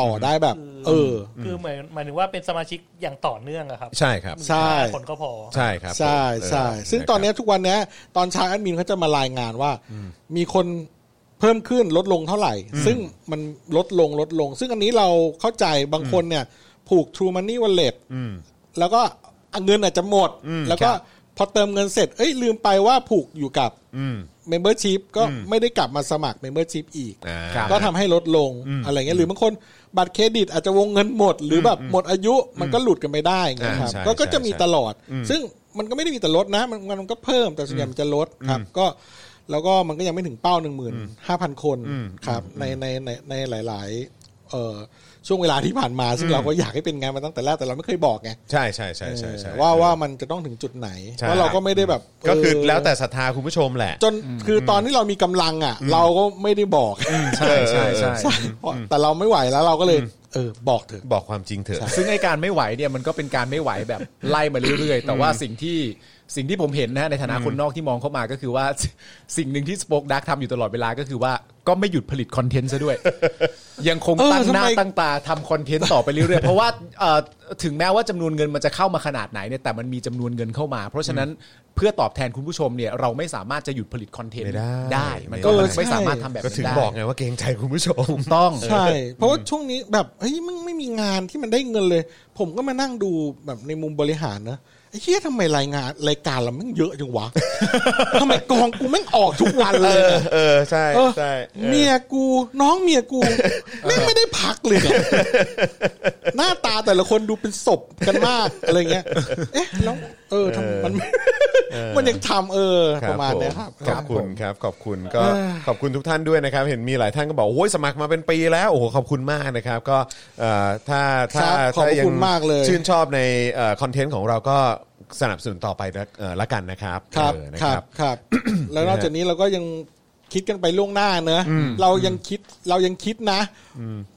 [SPEAKER 4] ต่อได้แบบ เออ
[SPEAKER 5] คือเหมือนหมายถึงว่าเป็นสมาชิกอย่างต่อเนื่องอะครับ
[SPEAKER 2] ใช่ครับ
[SPEAKER 4] ใช่
[SPEAKER 5] คนก็พอ
[SPEAKER 2] ใช่ครับ
[SPEAKER 4] ใช่ใช่
[SPEAKER 2] เ
[SPEAKER 4] ซึ่งตอนเนี้ยทุกวันเนี้ยตอนเช้าแอดมินเขาจะมารายงานว่า มีคนเพิ่มขึ้นลดลงเท่าไหร่ ซึ่งมันลดลงลดลง ซึ่งอันนี้เราเข้าใจบางคนเนี่ย ผูก True Money Wallet
[SPEAKER 2] อืม
[SPEAKER 4] แล้วก็เงินอาจจะหมด
[SPEAKER 2] อืม
[SPEAKER 4] แล้วก็
[SPEAKER 2] ครับ
[SPEAKER 4] พอเติมเงินเสร็จ เอ้ยลืมไปว่าผูกอยู่กับ
[SPEAKER 2] อืม
[SPEAKER 4] Membership ก็
[SPEAKER 2] อืม
[SPEAKER 4] ไม่ได้กลับมาสมัคร Membership อีก
[SPEAKER 2] อ่า
[SPEAKER 3] ครับ
[SPEAKER 4] ก็ทำให้ลดลง
[SPEAKER 2] อืม
[SPEAKER 4] อะไรเงี้ยหรือบางคนบัตรเครดิตอาจจะวงเงินหมด หรือแบบหมดอายุมันก็หลุดกันไปได้อย่างเงี้ยครั
[SPEAKER 2] อ่า
[SPEAKER 4] บ
[SPEAKER 2] ใช่
[SPEAKER 4] ก็ก็
[SPEAKER 2] ใช่
[SPEAKER 4] จะมี
[SPEAKER 2] ใช่
[SPEAKER 4] ตลอด
[SPEAKER 2] อืม
[SPEAKER 4] ซึ่งมันก็ไม่ได้มีแต่ลดนะ มันมันก็เพิ่มแต่ส่วนใหญ่มันจะลดครับ ก็แล้วก็มันก็ยังไม่ถึงเป้าหนึ่งหมื่นห้าพันคน
[SPEAKER 2] อืม
[SPEAKER 4] ครับในในในในหลาย ๆเอ่อช่วงเวลาที่ผ่านมา ซึ่งเราก็อยากให้เป็นงานมาตั้งแต่แรกแต่เราไม่เคยบอกไง
[SPEAKER 2] ใช่ใช่ใช่ใช่ใช่
[SPEAKER 4] เออว่าว่ามันจะต้องถึงจุดไหน
[SPEAKER 2] ใช่
[SPEAKER 4] ว่าะเราก็ไม่ได้แบบ
[SPEAKER 2] ก็คือ
[SPEAKER 4] เ
[SPEAKER 2] แล้วแต่ศรัทธาคุณผู้ชมแหละ
[SPEAKER 4] จนคือตอนที่เรามีกำลังอ่ะ เราก็ไม่ได้บอก
[SPEAKER 3] ใช่ใช่ใช่
[SPEAKER 4] ใช่เพราะแต่เราไม่ไหวแล้วเราก็เลย เออ บอกเถอะ
[SPEAKER 2] บอกความจริงเถอะ
[SPEAKER 3] ซึ่งไอการไม่ไหวเนี่ยมันก็เป็นการไม่ไหวแบบไล่มาเรื่ อยๆ แต่ว่าสิ่งที่สิ่งที่ผมเห็นนะฮะในฐานะคนนอกที่มองเข้ามาก็คือว่าสิสิ่งหนึ่งที่สป o อคดักทำอยู่ตลอดเวลาก็คือว่าก็ไม่หยุดผลิตคอนเทนต์ซะด้วย ยังคง
[SPEAKER 4] เออ
[SPEAKER 3] ตั้งหน้า
[SPEAKER 4] ทำไม
[SPEAKER 3] ตั้งตาทำคอนเทนต์ต่อไปเรื่อยๆ เพราะว่าเอ่อถึงแม้ว่าจำนวนเงินมันจะเข้ามาขนาดไหนเนี่ยแต่มันมีจำนวนเงินเข้ามา เพราะฉะนั้นเพื่อตอบแทนคุณผู้ชมเนี่ยเราไม่สามารถจะหยุดผลิตคอนเทนต์
[SPEAKER 2] ไม่ได้
[SPEAKER 3] ได้มันก็
[SPEAKER 2] ไม่ได้
[SPEAKER 3] ไม่สามารถทำแบบ
[SPEAKER 2] ก็ถึ
[SPEAKER 3] นั้
[SPEAKER 2] ง
[SPEAKER 3] นได้
[SPEAKER 2] บอกไงว่าเกรงใจคุณผู้ชม
[SPEAKER 3] ถูกต้อง
[SPEAKER 4] ใช่ เพราะว่าช่วงนี้แบบเฮ้ยมึงไม่มีงานที่มันได้เงินเลย ผมก็มานั่งดูแบบในมุมบริหารนะไอ้เหี้ยทำไมรายงานรายการเราแม่งเยอะจังวะ ทำไมกองกูแม่งออกทุกวัน เลย
[SPEAKER 2] เออเออใช่
[SPEAKER 4] เออ
[SPEAKER 2] ใช่ออ
[SPEAKER 4] เมียกู น้องเมียกูแม่งไม่ได้พัก เลยอะหน้าตาแต่ละคนดูเป็นศพกันมากอะไรเงี้ย เอ๊ะแล้วเออทำไมมัน มันยังทำเออประมาณเนี้ยครับ
[SPEAKER 2] ขอบคุณครับขอบคุณก็ขอบคุณทุกท่านด้วยนะครับ เห็นมีหลายท่านก็บอกโอ้ยสมัครมาเป็นปีแล้วโอ้โหขอบคุณมากนะครับ ก็เอ่อถ้าถ้า
[SPEAKER 4] ครับขอบ
[SPEAKER 2] ถ้ายั
[SPEAKER 4] คุณมากเลย
[SPEAKER 2] ชื่นชอบในคอนเทนต์ของเราก็สนับสนุนต่อไปละเอ่อละกันนะครับ
[SPEAKER 4] ครับ
[SPEAKER 2] เออนะ
[SPEAKER 4] ค
[SPEAKER 2] ค
[SPEAKER 4] รั
[SPEAKER 2] รั
[SPEAKER 4] บบ ครับ แล้วนอกจากนี้เราก็ยังคิดกันไปล่วงหน้าเนอะเรายังคิดเรายังคิดนะ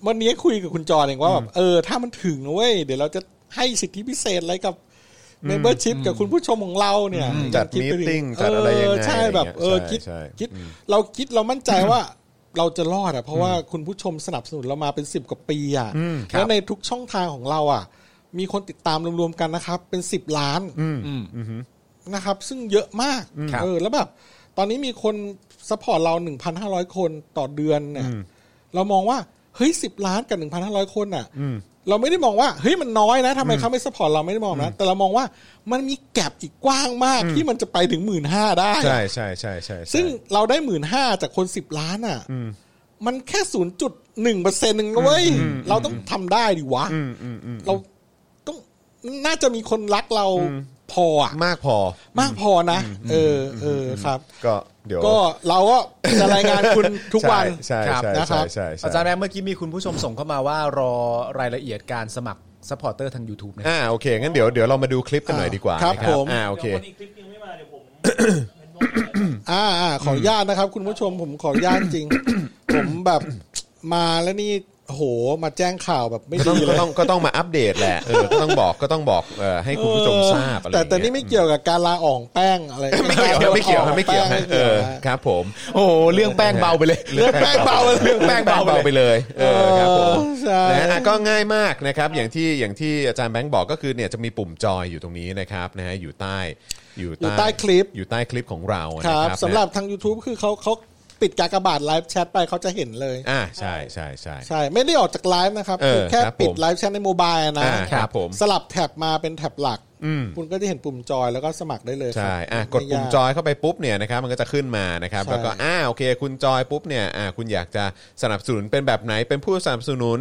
[SPEAKER 4] วันนี้คุยกับคุณจอเองว่าแบบเออถ้ามันถึงนะเว้ยเดี๋ยวเราจะให้สิทธิพิเศษอะไรกับเมมเบอร์ชิพกับคุณผู้ชมของเราเนี่ย
[SPEAKER 2] จัด
[SPEAKER 4] คิไปถึ
[SPEAKER 2] meeting จัดอะไรยังไง
[SPEAKER 4] เใช่แบบเออ
[SPEAKER 2] อะไรอย่างเงี้ย
[SPEAKER 4] คิด
[SPEAKER 2] ใช่
[SPEAKER 4] คิด เราคิดเรามั่นใจว่า เราจะรอดอ่ะเพราะว่าคุณผู้ชมสนับสนุนเรามาเป็นสิบกว่าปีอ่ะ
[SPEAKER 3] ครับ
[SPEAKER 4] แล้วในทุกช่องทางของเราอ่ะ มีคนติดตามรวมๆกันนะครับ เป็นสิบล้าน
[SPEAKER 3] อืม
[SPEAKER 4] นะครับซึ่งเยอะมาก
[SPEAKER 3] ครับ
[SPEAKER 4] เออแล้วแบบตอนนี้มีคนสปอร์ตเรา 1,500 คนต่อเดือนเนี่ยเรามองว่าเฮ้ย10 ล้านกับ 1,500 คนอ่ะเราไม่ได้มองว่าเฮ้ยมันน้อยนะทำไมเขาไม่สปอร์ตเราไม่ได้มองนะ แต่เรามองว่ามันมีแกลบอีกกว้างมากที่มันจะไปถึง 1 5ื่นห้าได้
[SPEAKER 2] ใช่
[SPEAKER 4] อะ
[SPEAKER 2] ใช่ใช่ใช่ใช่
[SPEAKER 4] ซึ่งเราได้ 1 5ื่นห้าจากคน 10 ล้านอ่ะมันแค่ศูนย์จุดหนึ่งเปอร์เซ็นต์นึงนะเว้ยเราต้องทำได้ดิวะ
[SPEAKER 2] อืมอืมอืม
[SPEAKER 4] เราต้องน่าจะมีคนรักเราพออ่ะ
[SPEAKER 2] มากพอ
[SPEAKER 4] มากพอนะ เออเออครับ
[SPEAKER 2] ก็เดี๋ยว
[SPEAKER 4] ก็เราก็จะรายงานคุณ ทุกวัน
[SPEAKER 2] ใช่ใช่
[SPEAKER 4] ครับนะครั
[SPEAKER 2] ใช่
[SPEAKER 4] บ
[SPEAKER 2] ใช่ใช่
[SPEAKER 3] อาจารย์แบงค์เมื่อกี้มีคุณผู้ชมส่งเข้ามาว่ารอรายละเอียดการสมัครซัพพอร์เตอร์ทาง YouTube นะครับ
[SPEAKER 2] อ่าโอเคงั้นเดี๋ยวเดี๋ยวเรามาดูคลิปกันหน่อยดีกว่า
[SPEAKER 4] ครับ
[SPEAKER 2] นะ
[SPEAKER 4] ผม
[SPEAKER 2] อ่าโอเค
[SPEAKER 5] เดี๋ยววันนี้คลิปยังไม่มาเดี๋ยวผม เป็นโน้ตเลย
[SPEAKER 4] อ่า อ่าขออนุญาตนะครับ คุณผู้ชมผมขออนุญาตจริง ผมแบบมาแล้วนี่ โอ้โหมาแจ้งข่าวแบบไม่
[SPEAKER 2] ก็ต้อ
[SPEAKER 4] ดี
[SPEAKER 2] ง
[SPEAKER 4] เล
[SPEAKER 2] ก็
[SPEAKER 4] ย
[SPEAKER 2] ต้องก็ต้องมาอัปเดตแหละเออก็ต้องบอกก็ต้องบอกเอ่อให้ คุณผู้ชมทราบอะไร
[SPEAKER 4] แต่
[SPEAKER 2] อย่างเงี้ย
[SPEAKER 4] แต่นี่ไม่เกี่ยวกับการลาออกแป้งอะไร
[SPEAKER 2] ไม่เกี่ยวไม่เกี่ยวฮะไม่เกี่ยวฮะเออครับผม
[SPEAKER 3] โอ้โหเรื่องแป้งเบาไปเลย
[SPEAKER 2] เรื่องแป้งเบาเรื่องแป้งเบาไปเลยเออครับผม
[SPEAKER 4] เออใช่
[SPEAKER 2] นะฮะอ่ะก็ง่ายมากนะครับอย่างที่อย่างที่อาจารย์แบงค์บอกก็คือเนี่ยจะมีปุ่มจอยอยู่ตรงนี้นะครับนะฮะอยู่ใต้อยู่
[SPEAKER 4] อยู่ใต้คลิป
[SPEAKER 2] อยู่ใต้คลิปของเรา
[SPEAKER 4] ค
[SPEAKER 2] นะ
[SPEAKER 4] รับ
[SPEAKER 2] ครับ
[SPEAKER 4] สำหรับทาง YouTube คือเขาเขาปิดกากบาทไลฟ์แชทไปเขาจะเห็นเลย
[SPEAKER 2] อ่าใช่ใช่ใช่
[SPEAKER 4] ใช่ ไม่ได้ออกจากไลฟ์นะครับ
[SPEAKER 2] เออ
[SPEAKER 4] คือแค่
[SPEAKER 2] ครับผม
[SPEAKER 4] ปิดไลฟ์แชทในโมบายนะ
[SPEAKER 2] อ่าครับผม
[SPEAKER 4] สลับแท็บมาเป็นแท็บหลัก คุณก็จะเห็นปุ่มจอยแล้วก็สมัครได้เลยครับ
[SPEAKER 2] ใช่อ่ะกด
[SPEAKER 4] ไยา
[SPEAKER 2] ปุ่มจอยเข้าไปปุ๊บเนี่ยนะครับมันก็จะขึ้นมานะครับ
[SPEAKER 4] ใช่
[SPEAKER 2] แล้วก็อ่าโอเค คุณจอยปุ๊บเนี่ยอ่าคุณอยากจะสนับสนุนเป็นแบบไหนเป็นผู้สนับสนุน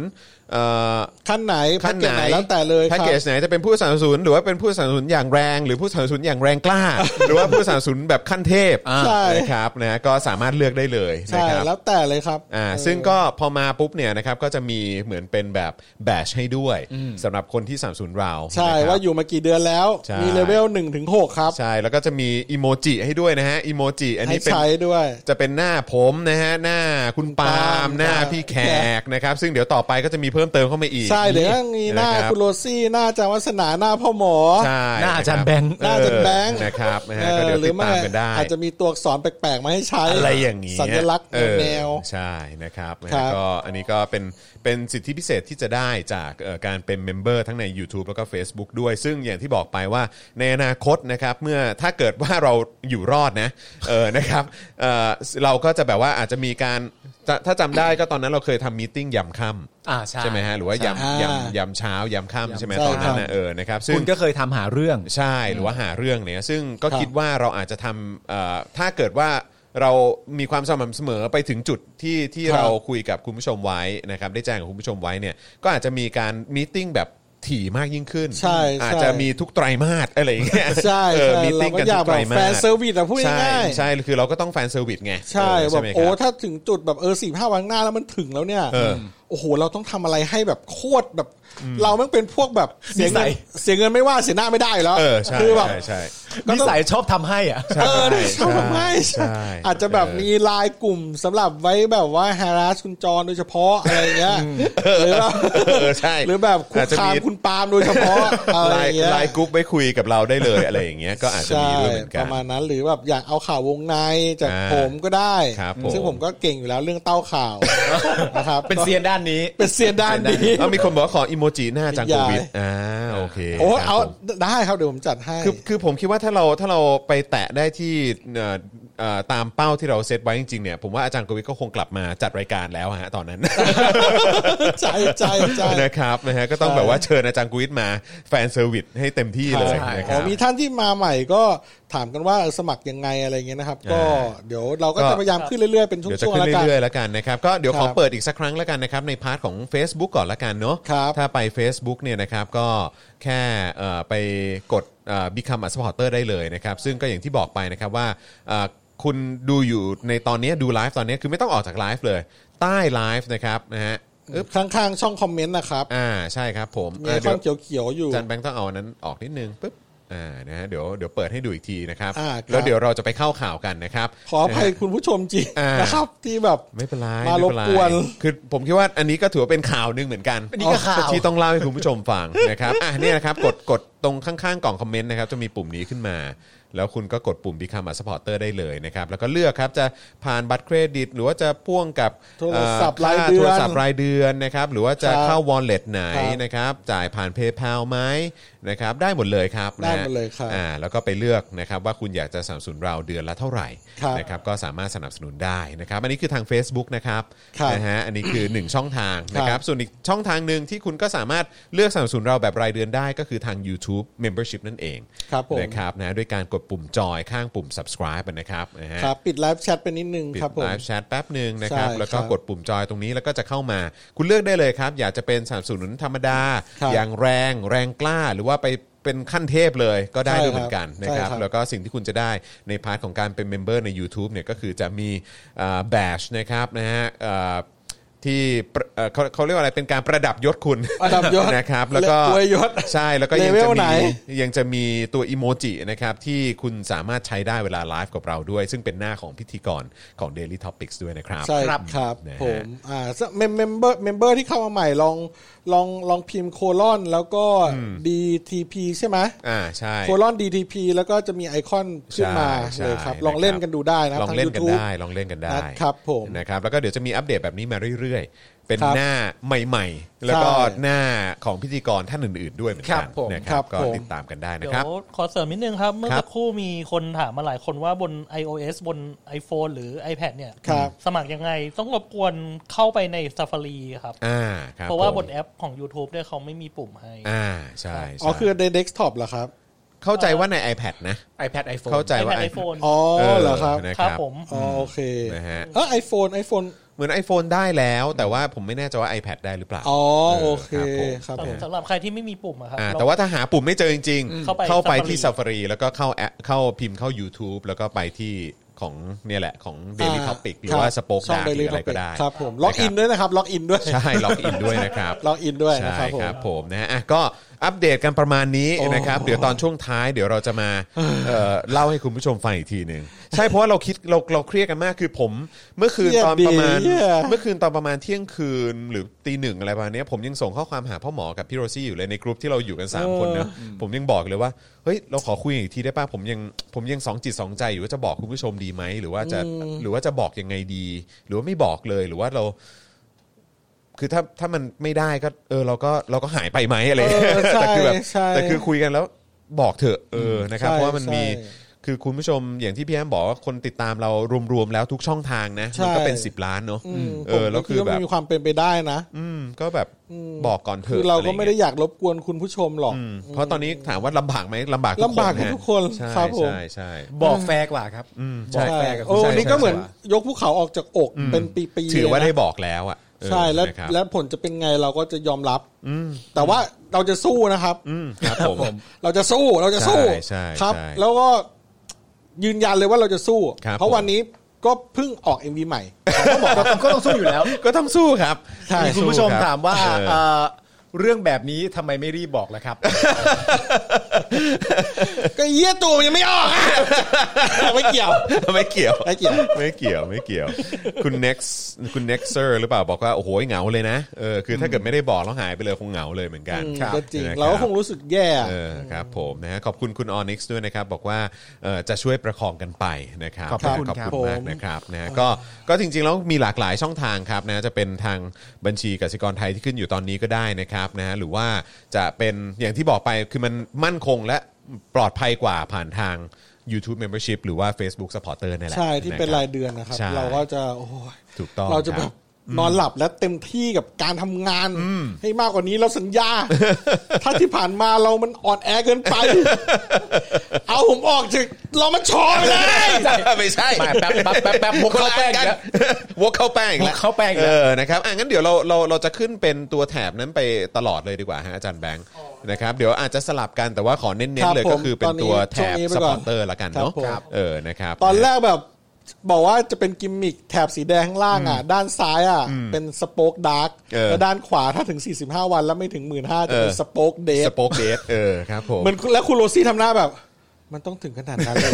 [SPEAKER 2] เอ่อ
[SPEAKER 4] ขั้นไหน
[SPEAKER 2] ขั้นไหน
[SPEAKER 4] แพ็กเกจแล้วแต่เลยค
[SPEAKER 2] แพ็ก
[SPEAKER 4] รับ
[SPEAKER 2] เกจไหนจะเป็นผู้สนับสนุนหรือว่าเป็นผู้สนับสนุนอย่างแรง หรือผู้สนับสนุนอย่างแรงก ล้า หรือว่าผู้สนับสนุนแบบขั้นเทพ
[SPEAKER 4] ใช่
[SPEAKER 2] นะครับนะก็สามารถเลือกได้เลยนะ
[SPEAKER 4] ใช่
[SPEAKER 2] ครับ
[SPEAKER 4] แล้วแต่เลยครับ
[SPEAKER 2] อ่า
[SPEAKER 4] เออ
[SPEAKER 2] ซึ่งก็พอมาปุ๊บเนี่ยนะครับก็จะมีเหมือนเป็นแบบแบชให้ด้วยสำหรับคนที่สนับสนุนเรา
[SPEAKER 4] ใช่
[SPEAKER 2] นะครับ
[SPEAKER 4] ว่าอยู่มากี่เดือนแล้ว
[SPEAKER 2] ใช่
[SPEAKER 4] มีเลเวลหนึ่งถึงหกครับ
[SPEAKER 2] ใช่แล้วก็จะมีอีโมจิให้ด้วยนะฮะอีโมจิอัน
[SPEAKER 4] ให้
[SPEAKER 2] นี้เป็น
[SPEAKER 4] ใช้ด้วย
[SPEAKER 2] จะเป็นหน้าผมนะฮะหน้าคุณปาล์มหน้า
[SPEAKER 4] ครับ
[SPEAKER 2] พี่แขกนะครับ ซึ่งเดี๋ยวต่อไปก็จะมีเพิ่มเติมเข้ามาอีก
[SPEAKER 4] ใช่เดี๋ยวก็มีหน้า
[SPEAKER 2] ะรับ
[SPEAKER 4] คุณโรซี่หน้าอาจารย์วัฒนาหน้าพ่อหมอ
[SPEAKER 2] ใช่
[SPEAKER 3] หน้าอาจารย์แบงค์
[SPEAKER 2] เอ
[SPEAKER 4] หน้าอาจารย์แบงค์
[SPEAKER 2] นะครับนะฮะ
[SPEAKER 4] เอ
[SPEAKER 2] ก็
[SPEAKER 4] อ
[SPEAKER 2] เดี๋ยว
[SPEAKER 4] หรื
[SPEAKER 2] ติ
[SPEAKER 4] อ
[SPEAKER 2] ด
[SPEAKER 4] ไม่
[SPEAKER 2] ตามกันได้
[SPEAKER 4] อาจจะมีตัวอักษรแปลกๆมาให้ใช้
[SPEAKER 2] อะไรอย่างนี้
[SPEAKER 4] สัญลักษณ์
[SPEAKER 2] เออ
[SPEAKER 4] แนว
[SPEAKER 2] ใช่นะครับนะฮะ
[SPEAKER 4] ครับ
[SPEAKER 2] ก็อันนี้ก็เป็นเป็นสิทธิพิเศษที่จะได้จากเอ่อการเป็นเมมเบอร์ทั้งใน YouTube แล้วก็ Facebook ด้วย ซึ่งอย่างที่บอกไปว่าในอนาคตนะครับเมื่อถ้าเกิดว่าเราอยู่รอดนะเออนะครับเออเราก็จะแบบว่าอาจจะมีการถ้าถ้าจำได้ก็ตอนนั้นเราเคยทำมีตติ้งยำค่ำ
[SPEAKER 3] อ่าใช่
[SPEAKER 2] ใช่ไหมฮะหรือว่ายำยำยำเช้ายำค่ำใช่ไหมตอนนั้นนะเออนะครับซึ่ง
[SPEAKER 3] คุณก็เคยทำหาเรื่อง
[SPEAKER 2] ใช่ หรือว่าหาเรื่องเนี่ยซึ่งก็
[SPEAKER 4] ครับ
[SPEAKER 2] คิดว่าเราอาจจะทำเอ่อถ้าเกิดว่าเรามีความสม่ำเสมอไปถึงจุดที่ที่
[SPEAKER 4] ครับ
[SPEAKER 2] เราคุยกับคุณผู้ชมไว้นะครับ ได้แจ้งกับคุณผู้ชมไว้เนี่ยก็อาจจะมีการมีตติ้งแบบถี่มากยิ่งขึ้น
[SPEAKER 4] ใช่ใช่
[SPEAKER 2] อาจจะมีทุกไตรมาสอะไรอย่างเงี้ย
[SPEAKER 4] ๆใช่
[SPEAKER 2] เออ
[SPEAKER 4] ใช่
[SPEAKER 2] มีต
[SPEAKER 4] เรา
[SPEAKER 2] ติ้ง
[SPEAKER 4] ก็
[SPEAKER 2] กัน
[SPEAKER 4] อ
[SPEAKER 2] ทุ
[SPEAKER 4] ยาก
[SPEAKER 2] ก
[SPEAKER 4] แบ
[SPEAKER 2] ไตร
[SPEAKER 4] บ
[SPEAKER 2] มาส
[SPEAKER 4] แฟนเซอร์วิสอะพูด
[SPEAKER 2] ใช่
[SPEAKER 4] ง่ายๆ
[SPEAKER 2] ใช่คือเราก็ต้องแฟนเซอร์วิสไง
[SPEAKER 4] ใช่
[SPEAKER 2] เออ
[SPEAKER 4] แบ
[SPEAKER 2] ใช่
[SPEAKER 4] บ
[SPEAKER 2] ไหมค
[SPEAKER 4] โอ้
[SPEAKER 2] รับ
[SPEAKER 4] ถ้าถึงจุดแบบเออสี่ห้าวันข้างหน้าแล้วมันถึงแล้วเนี่ย
[SPEAKER 2] เออ
[SPEAKER 4] โอ้โหเราต้องทำอะไรให้แบบโคตรแบบ เราแม่งเป็นพวกแบบเสีย
[SPEAKER 3] นิ
[SPEAKER 4] เงิ
[SPEAKER 3] สั
[SPEAKER 4] น
[SPEAKER 3] ย
[SPEAKER 4] เสียเงินไม่ว่าเสียหน้าไม่ได้แล้ว
[SPEAKER 2] เออใช่
[SPEAKER 4] คือแบบ
[SPEAKER 2] ใช่ใช่
[SPEAKER 3] นิสัยชอบทำให้อ่ะ
[SPEAKER 2] ใช่
[SPEAKER 4] เออนี่ชอบไม
[SPEAKER 2] ใช่
[SPEAKER 4] อาจจะแบบ
[SPEAKER 2] เออ
[SPEAKER 4] มีไลายกลุ่มสำหรับไว้แบบว่าฮาราสคุณจรโดยเฉพาะอะไรเงี้ยหรือแบบ
[SPEAKER 2] เออใช่
[SPEAKER 4] หรือแบบคุ
[SPEAKER 2] อจ
[SPEAKER 4] ก
[SPEAKER 2] จะ
[SPEAKER 4] คาม
[SPEAKER 2] มี
[SPEAKER 4] คุณปาล์มโดยเฉพาะอะไร
[SPEAKER 2] ไลน์
[SPEAKER 4] เงี้ย
[SPEAKER 2] ไลน์กรุ๊ปไปคุยกับเราได้เลยอะไรอย่างเงี้ยก็อาจจะ
[SPEAKER 4] ใช่
[SPEAKER 2] มีด้วยเหมือน
[SPEAKER 4] ป
[SPEAKER 2] กัน
[SPEAKER 4] ระมาณนั้นหรือแบบอยากเอาข่าววงในจาก
[SPEAKER 2] อ่า
[SPEAKER 4] ผมก็ได้
[SPEAKER 2] ครับผม
[SPEAKER 4] ซึ่งผมก็เก่งอยู่แล้วเรื่องเต้า ข่าวนะครับ
[SPEAKER 3] เป็นเซียนด้านนี้
[SPEAKER 4] เป็นเซียนด้านนี้
[SPEAKER 2] เอามีคนบอกว่าขออีโมจิหน้าจังโควิดอ่าโอเค
[SPEAKER 4] โอ้
[SPEAKER 2] ครับ
[SPEAKER 4] เอา
[SPEAKER 2] ผม
[SPEAKER 4] ได้ครับเดี๋ยวผมจัดให้
[SPEAKER 2] คือคือผมคิดว่าถ้าเราถ้าเราไปแตะได้ที่เอ่อเอ่อตามเป้าที่เราเซตไว้จริงๆเนี่ยผมว่าอาจารย์โควิดก็คงกลับมาจัดรายการแล้วฮะตอนนั้น
[SPEAKER 4] ใจใจใจ
[SPEAKER 2] นะครับนะฮะก็ต้องแบบว่าเชิญอาจารย์กุวิทมาแฟนเซอร์วิสให้เต็มที่เลย
[SPEAKER 3] ใช่
[SPEAKER 2] นะค
[SPEAKER 4] อ๋
[SPEAKER 2] รั
[SPEAKER 4] อบ มีท่านที่มาใหม่ก็ถามกันว่าสมัครยังไงอะไรเงี้ยนะครับ ก็เดี๋ยวเราก็
[SPEAKER 2] ก็
[SPEAKER 4] จะพยายามขึ้นเรื่อยๆ เป็นช่
[SPEAKER 2] เดี๋ยวจะ
[SPEAKER 4] วง
[SPEAKER 2] ขึ้น
[SPEAKER 4] ๆแล้วกัน
[SPEAKER 2] เรื่อยๆแล้วกันนะครับก็เดี๋ยว
[SPEAKER 4] ครั
[SPEAKER 2] ข
[SPEAKER 4] บ
[SPEAKER 2] อเปิดอีกสักครั้งแล้วกันนะครับในพาร์ทของ Facebook ก่อนละกันเนาะ
[SPEAKER 4] ครับ
[SPEAKER 2] ถ้าไป Facebook เนี่ยนะครับก็แค่เอ่อไปกดเอ่อ Become a supporter ได้เลยนะครับ ซึ่งก็อย่างที่บอกไปนะครับว่าเอ่อคุณดูอยู่ในตอนนี้ดูไลฟ์ตอนนี้คือไม่ต้องออกจากไลฟ์เลย ใต้ไลฟ์นะครับนะฮะอึ๊บ
[SPEAKER 4] ข้างๆ ช่องคอมเมนต์นะครับ
[SPEAKER 2] อ่าใช่ครับผม
[SPEAKER 4] มี
[SPEAKER 2] อ่า
[SPEAKER 4] ช่
[SPEAKER 2] เดี๋
[SPEAKER 4] อย
[SPEAKER 2] ว
[SPEAKER 4] งเขียวๆอยู่
[SPEAKER 2] อาจันแบงค์ต้องเอาอันนั้นออกนิดนึงปึ๊บอ่านะฮะเดี๋ยวเดี๋ยวเปิดให้ดูอีกทีนะครับ
[SPEAKER 4] อ่าครับ
[SPEAKER 2] แล้วเดี๋ยวเราจะไปเข้าข่าวกันนะครับ
[SPEAKER 4] ขออภัย
[SPEAKER 2] นะฮะ
[SPEAKER 4] คุณผู้ชมจริง
[SPEAKER 2] อ่าน
[SPEAKER 4] นะครับ ที่แบบ
[SPEAKER 2] ไม่เป็นไร
[SPEAKER 4] มารบกวน
[SPEAKER 2] ไม่เป็ไรคือผมคิดว่าอันนี้ก็ถือว่าเป็นข่าวหนึงเหมือนกัน
[SPEAKER 3] อันนี้ก็ข่าว
[SPEAKER 2] ที่ต้องเล่าให้คุณผู้ชมฟัง นะครับอ่ะเนี่ยนะครับกดกดตรงข้างๆกล่องคอมเมนต์นะครับจะมีปุ่มนี้ขึ้นมา แล้วคุณก็กดปุ่ม Become a supporter ได้เลยนะครับ แล้วก็เลือกครับจะผ่านบัตรเครดิต หรือว่าจะพ่วงกับ
[SPEAKER 4] โทรศัพท์ราย
[SPEAKER 2] ค่
[SPEAKER 4] เดือน
[SPEAKER 2] โทรศัพท์รายเดือนนะครับ หรือว่าจะ
[SPEAKER 4] ครับ
[SPEAKER 2] เข้า wallet ไหน
[SPEAKER 4] ครับ
[SPEAKER 2] นะครับ จ่ายผ่าน PayPal ไหมนะครับ ได้หมดเลยครับ
[SPEAKER 4] ได้หมดเลยครับ
[SPEAKER 2] นะฮะอ่าแล้วก็ไปเลือกนะครับว่าคุณอยากจะสนับสนุนเราเดือนละเท่าไหร่
[SPEAKER 4] ครับ
[SPEAKER 2] นะครับก็สามารถสนับสนุนได้นะครับอันนี้คือทาง Facebook นะครับ
[SPEAKER 4] ครับ
[SPEAKER 2] นะฮะอันนี้คือ 1 ช่องทางนะค
[SPEAKER 4] ครั
[SPEAKER 2] รับบส่วนอีกช่องทางหนึ่งที่คุณก็สามารถเลือกสนับสนุนเราแบบรายเดือนได้ก็คือทาง YouTube Membership นั่นเอง
[SPEAKER 4] ครับผม
[SPEAKER 2] นะครับนะด้วยการกดปุ่มจอยข้างปุ่ม subscribe นะครับนะฮะ
[SPEAKER 4] ครับปิดไลฟ์แชทไปนิดนึง
[SPEAKER 2] ปิด
[SPEAKER 4] ครับผม
[SPEAKER 2] ไลฟ์แชทแป๊บหนึ่งนะครับ
[SPEAKER 4] ใช่
[SPEAKER 2] แล้วก็
[SPEAKER 4] ครับ
[SPEAKER 2] กดปุ่มจอยตรงนี้แล้วก็จะเข้ามา คุณเลือกได้เลยครับ อยากจะเป็นสนับสนุนธรรมดา
[SPEAKER 4] ครับ
[SPEAKER 2] อย่างแรงแรงกล้าหรือว่าไปเป็นขั้นเทพเลยก็ได้
[SPEAKER 4] ใช่
[SPEAKER 2] ด้วยเหมือ
[SPEAKER 4] ครั
[SPEAKER 2] น
[SPEAKER 4] บ
[SPEAKER 2] กันนะครับ
[SPEAKER 4] ใช่ครับ
[SPEAKER 2] แล้ว แล้วก็สิ่งที่คุณจะได้ในพาร์ทของการเป็นเมมเบอร์ใน u t u b e เนี่ยก็คือจะมีแบชนะครับนะฮะเอ่อ ที่ประเอ่อเขาเขาเรียกว่าอะไรเป็นการประดับยศคุณ
[SPEAKER 4] ประดับยศ
[SPEAKER 2] นะครับ แล้วก็
[SPEAKER 4] และอวยยศ
[SPEAKER 2] ใช่แล้วก็ยัง
[SPEAKER 4] เลเว
[SPEAKER 2] จะ
[SPEAKER 4] ลไหน
[SPEAKER 2] มียังจะมีตัวอีโมจินะครับที่คุณสามารถใช้ได้เวลาไลฟ์กับเราด้วย ซึ่งเป็นหน้าของพิธีกรของ Daily Topics ด้วยนะครับ
[SPEAKER 4] ใช่ครับครับ
[SPEAKER 2] นะฮะ
[SPEAKER 4] ผมอ่าเมมเมมเบอร์เมมเบอร์ที่เข้ามาใหม่ลองลองลองพิมพ์โคลอนแล้วก็ DTP ใช่ไหม
[SPEAKER 2] อ่าใช่
[SPEAKER 4] โคลอน DTP แล้วก็จะมีไอคอนขึ้นมา
[SPEAKER 2] ใช่
[SPEAKER 4] เลยครับ
[SPEAKER 2] ใช่
[SPEAKER 4] ลองเล่นกันดูได้นะ
[SPEAKER 2] ลอง
[SPEAKER 4] ทาง
[SPEAKER 2] เล่นกัน
[SPEAKER 4] YouTube
[SPEAKER 2] ได้ ลองเล่นกันได้
[SPEAKER 4] นะครับผม
[SPEAKER 2] นะครับแล้วก็เดี๋ยวจะมีอัปเดตแบบนี้มาเรื่อยๆ เป็น
[SPEAKER 4] ครับ
[SPEAKER 2] หน้าใหม่ ๆ แล้วก็
[SPEAKER 4] ใช่
[SPEAKER 2] หน้าของพิธีกรท่านอื่นๆด้วยเหมือน
[SPEAKER 4] ครั
[SPEAKER 2] กัน
[SPEAKER 4] บผม
[SPEAKER 2] นะค
[SPEAKER 4] ครั
[SPEAKER 2] รับบ ก็
[SPEAKER 4] ผม
[SPEAKER 2] ติดตามกันได้นะ
[SPEAKER 5] เดี๋ย
[SPEAKER 2] ครับ
[SPEAKER 5] วขอเสริมนิดนึงครับ เมื่อ
[SPEAKER 2] ครับ
[SPEAKER 5] สักครู่มีคนถามมาหลายคนว่าบน iOS บน iPhone หรือ iPad เนี่ย
[SPEAKER 4] ครับ
[SPEAKER 5] สมัครยังไงต้องรบกวนเข้าไปใน Safari ครับ
[SPEAKER 2] อ่าครับ
[SPEAKER 5] เพราะว่า
[SPEAKER 2] ผม
[SPEAKER 5] บนแอปของ YouTube เนี่ยเขาไม่มีปุ่มให้
[SPEAKER 2] อ่าใช่ใช่
[SPEAKER 4] อ๋อคือในเดสก์ท็อปเหรอครับ
[SPEAKER 2] เข้าใจว่าใน iPad นะ
[SPEAKER 3] iPad iPhone
[SPEAKER 2] เข้าใจว่า
[SPEAKER 5] iPad
[SPEAKER 2] iPad
[SPEAKER 5] iPhone
[SPEAKER 4] อ๋อเหรอครับ
[SPEAKER 2] นะค
[SPEAKER 5] ครั
[SPEAKER 2] รั
[SPEAKER 5] บบ ผม
[SPEAKER 4] อ๋อโอเค
[SPEAKER 2] นะฮะ
[SPEAKER 4] เออไอโฟนไอโฟน
[SPEAKER 2] เหมือน iPhone ได้แล้วแต่ว่าผมไม่แน่ใจว่า iPad ได้หรือเปล่า
[SPEAKER 4] อ๋อ
[SPEAKER 2] เออ
[SPEAKER 4] โอเค
[SPEAKER 2] ค
[SPEAKER 4] ค
[SPEAKER 2] รั
[SPEAKER 4] รับ บผม
[SPEAKER 5] สำหรับใครที่ไม่มีปุ่มอะครับ
[SPEAKER 2] อ่า
[SPEAKER 5] เร
[SPEAKER 2] แต่ว่าถ้าหาปุ่มไม่เจอจริง ๆ
[SPEAKER 5] เข้าไป
[SPEAKER 2] เข้าไปที่
[SPEAKER 5] Safari
[SPEAKER 2] Safari แล้วก็เข้าแอปเข้าพิมพ์เข้า YouTube แล้วก็ไปที่ของเนี่ยแหละของ Daily
[SPEAKER 4] อ่า
[SPEAKER 2] Topic หรือว่า
[SPEAKER 4] คบ
[SPEAKER 2] สป o อ e
[SPEAKER 4] ช่ง
[SPEAKER 2] Dark ห
[SPEAKER 4] Daily
[SPEAKER 2] รืออะไรก็
[SPEAKER 4] Topic
[SPEAKER 2] ได้
[SPEAKER 4] ครับผมล็อกอินด้วยนะครับล็อกอินด้วย
[SPEAKER 2] ใช่ ล็อกอินด้วยนะครับ
[SPEAKER 4] ล็อกอินด้วยนะ
[SPEAKER 2] ใช่
[SPEAKER 4] ค
[SPEAKER 2] ค
[SPEAKER 4] รับผม
[SPEAKER 2] รับผมนะอ่ะก็อัปเดตกันประมาณนี้
[SPEAKER 4] โอ้
[SPEAKER 2] นะครับเดี๋ยวตอนช่วงท้ายเดี๋ยวเราจะ มาเอ่อเล่าให้คุณผู้ชมฟังอีกทีหนึ่งใช่เพราะว่าเราคิดเราเราเครียดกันมากคือผม เมื่อคืนตอนประมาณ เมื่อคืนตอนประมาณเที่ยงคืนหรือตีหนึ่งอะไรประมาณเนี้ยผมยังส่งข้อความหาพ่อหมอกับพี่โรซี่อยู่เลยในกลุ่มที่เราอยู่กัน 3 คน นะผมยังบอกเลยว่าเฮ้ยเราขอคุยกันอีกทีได้ป่ะผมยังผมยังสองจิตสองใจอยู่ว่าจะบอกคุณผู้ชมดีไหมหรือว่าจะหรือว่าจะบอกยังไงดี หรือว่าไม่บอกเลยหรือว่าเรา คือถ้าถ้ามันไม่ได้ก็ เออเราก็เราก็หายไปไหมอะไร
[SPEAKER 4] เอ อใช่
[SPEAKER 2] แต่คือแบบ
[SPEAKER 4] ใช่
[SPEAKER 2] แต่คือคุยกันแล้วบอกเถอะเออนะครับ
[SPEAKER 4] ใช่
[SPEAKER 2] เพราะว่ามัน
[SPEAKER 4] ใช่
[SPEAKER 2] มีคือคุณผู้ชมอย่างที่พี่แอมบอกว่าคนติดตามเรารวมๆแล้วทุกช่องทางนะ
[SPEAKER 4] ใช่
[SPEAKER 2] มันก็เป็น 10 ล้านเนาะ
[SPEAKER 4] อืม
[SPEAKER 2] เออ
[SPEAKER 4] ผม
[SPEAKER 2] แล้วคือ
[SPEAKER 4] ดา
[SPEAKER 2] แบบ
[SPEAKER 4] มันมีความเป็นไปได้นะ
[SPEAKER 2] อืมก็แบบบอกก่อนเถ
[SPEAKER 4] คือ
[SPEAKER 2] อะ
[SPEAKER 4] เราก็ไม่ได้
[SPEAKER 2] อะรเงี้ย
[SPEAKER 4] อยากรบกวนคุณผู้ชมหรอก
[SPEAKER 2] อืมเพราะตอนนี้ถามว่าลำบากไหมลำบาก
[SPEAKER 4] ลำบาก
[SPEAKER 2] ะ
[SPEAKER 4] ทุกคน
[SPEAKER 2] ใช่
[SPEAKER 4] ครับผม
[SPEAKER 2] ใช่ใช่
[SPEAKER 3] บอกแฟร์กว่าครับ
[SPEAKER 2] อืม
[SPEAKER 3] บอ
[SPEAKER 2] ใช่
[SPEAKER 3] กแฟนกับคุณ
[SPEAKER 4] โอ้
[SPEAKER 3] ใช่
[SPEAKER 4] นี่ก็เหมือน
[SPEAKER 3] ใช่
[SPEAKER 4] ยกภูเขาออกจากอก
[SPEAKER 2] อืม
[SPEAKER 4] เป็นปีๆ
[SPEAKER 2] ถือว่า
[SPEAKER 4] เลย
[SPEAKER 2] ได้
[SPEAKER 4] นะ
[SPEAKER 2] บอกแล้วอ่ะเออ
[SPEAKER 4] ใช่แล้ว
[SPEAKER 2] นะครับ
[SPEAKER 4] แล้วผลจะเป็นไงเราก็จะยอมรับ
[SPEAKER 2] อืม
[SPEAKER 4] แต่ว่าเราจะสู้นะครับ
[SPEAKER 2] อืมครับผม
[SPEAKER 4] เราจะสู้เราจะสู้
[SPEAKER 2] ใช่ใช่
[SPEAKER 4] ครับ
[SPEAKER 2] ใช่
[SPEAKER 4] แล้วก็ยืนยันเลยว่าเราจะสู้
[SPEAKER 2] ครับ
[SPEAKER 4] เพราะ
[SPEAKER 2] ผม
[SPEAKER 4] วันนี้ก็เพิ่งออก MV ใหม่
[SPEAKER 3] เขาบอกว่าก็ต้องสู้อยู่แล้ว
[SPEAKER 2] ก็ต้องสู้ครับ
[SPEAKER 4] ใช่
[SPEAKER 3] มีคุณผู้ชม
[SPEAKER 2] สู้รับ
[SPEAKER 3] ถามว่า
[SPEAKER 2] เออ
[SPEAKER 3] เอ่อเรื่องแบบนี้ทำไมไม่รีบบอกล่ะครับ
[SPEAKER 4] ก็เยี่ยตัวมันยังไม่ออกอะ ไม่เกี่ยว
[SPEAKER 2] ไม่เกี่ยว
[SPEAKER 4] ไม่เกี่ย ว
[SPEAKER 2] ไม่เกี่ยวไม่เกี่ยว คุณ next คุณ nexter หรือเปล่าบอกว่าโอ้โหเหงาเลยนะเออคือถ้าเกิดไม่ได้บอกแล้วหายไปเลยคงเหงาเลยเหมือนกัน
[SPEAKER 4] อืม
[SPEAKER 3] ครับ
[SPEAKER 4] ก็จริง
[SPEAKER 2] นะบ
[SPEAKER 4] เราก็คงรู้สึกแย่
[SPEAKER 2] เออครับผมนะฮะขอบคุณคุณ onyx ด้วยนะครับ บอกว่าเออจะช่วยประคองกันไปนะครับ
[SPEAKER 3] ขอบคุณ
[SPEAKER 2] นะขอบ
[SPEAKER 3] ครับ
[SPEAKER 2] คุณมาก
[SPEAKER 4] ผม
[SPEAKER 2] นะครับนะฮะก็ก็จริงๆแล้วมีหลากหลายช่องทางครับนะจะเป็นทางบัญชีกสิกรไทยที่ขึ้นอยู่ตอนนี้ก็ได้นะครับนะฮะหรือว่าจะเป็นอย่างที่บอกไปคือมันมั่นคงและปลอดภัยกว่าผ่านทาง YouTube Membership หรือว่า Facebook Supporter นี่แหละ
[SPEAKER 4] ใช่ที่เป็น
[SPEAKER 2] นะคบ
[SPEAKER 4] รายเดือนนะครับ
[SPEAKER 2] ใช่
[SPEAKER 4] เราก็จะโอ้ย
[SPEAKER 2] ถูกต้อง
[SPEAKER 4] เราจะ
[SPEAKER 2] ค
[SPEAKER 4] แบ
[SPEAKER 2] รั
[SPEAKER 4] บบ นอนหลับและเต็มที่กับการทำงาน ให้มากกว่านี้เราสัญ ญา ถ้าที่ผ่านมาเรามันอ่อนแอเกินไป เอาผมออกจากเรามันชอไปเลย
[SPEAKER 2] ไม่ใช่
[SPEAKER 3] มาแป๊บแป๊บแป๊บแป๊บมุกเข้าแป้งอีกแล้ว
[SPEAKER 2] วกเข้าแป้งอี
[SPEAKER 3] วกเข้าแป้งอีกแล้ว
[SPEAKER 2] เออนะครับอ่ะงั้นเดี๋ยวเราเราเราจะขึ้นเป็นตัวแถบนั้นไปตลอดเลยดีกว่าฮะอาจารย์แบงค์นะครับเดี๋ยวอาจจะสลับกันแต่ว่าขอเน้
[SPEAKER 4] คนรั
[SPEAKER 2] ๆ
[SPEAKER 4] บ
[SPEAKER 2] เลย
[SPEAKER 4] ผม
[SPEAKER 2] ก็คือเป็นตัวแถบ
[SPEAKER 4] ตอนนี้ช่วงนี้
[SPEAKER 2] สป
[SPEAKER 4] ไปก่
[SPEAKER 2] อ
[SPEAKER 4] อน
[SPEAKER 2] นเตอร์ละกันเนาะ
[SPEAKER 4] ครับผม
[SPEAKER 2] เออนะครับ
[SPEAKER 4] ตอนแรกแบบบอกว่าจะเป็นกิมมิคแถบสีแดงข้างล่างอ่ะ ด้านซ้ายอ่ะ เป็นสโป๊กดาร์กและด้านขวาถ้าถึง 45 วันแล้วไม่ถึง 1 5ื่นจะเป็นสโป๊กเด
[SPEAKER 2] ส
[SPEAKER 4] ท
[SPEAKER 2] ปอคเดทเออครับผม
[SPEAKER 4] เหมือนแล้วคุณโรซี่ทำหน้าแบบ มันต้องถึงขนาดนั้น เลย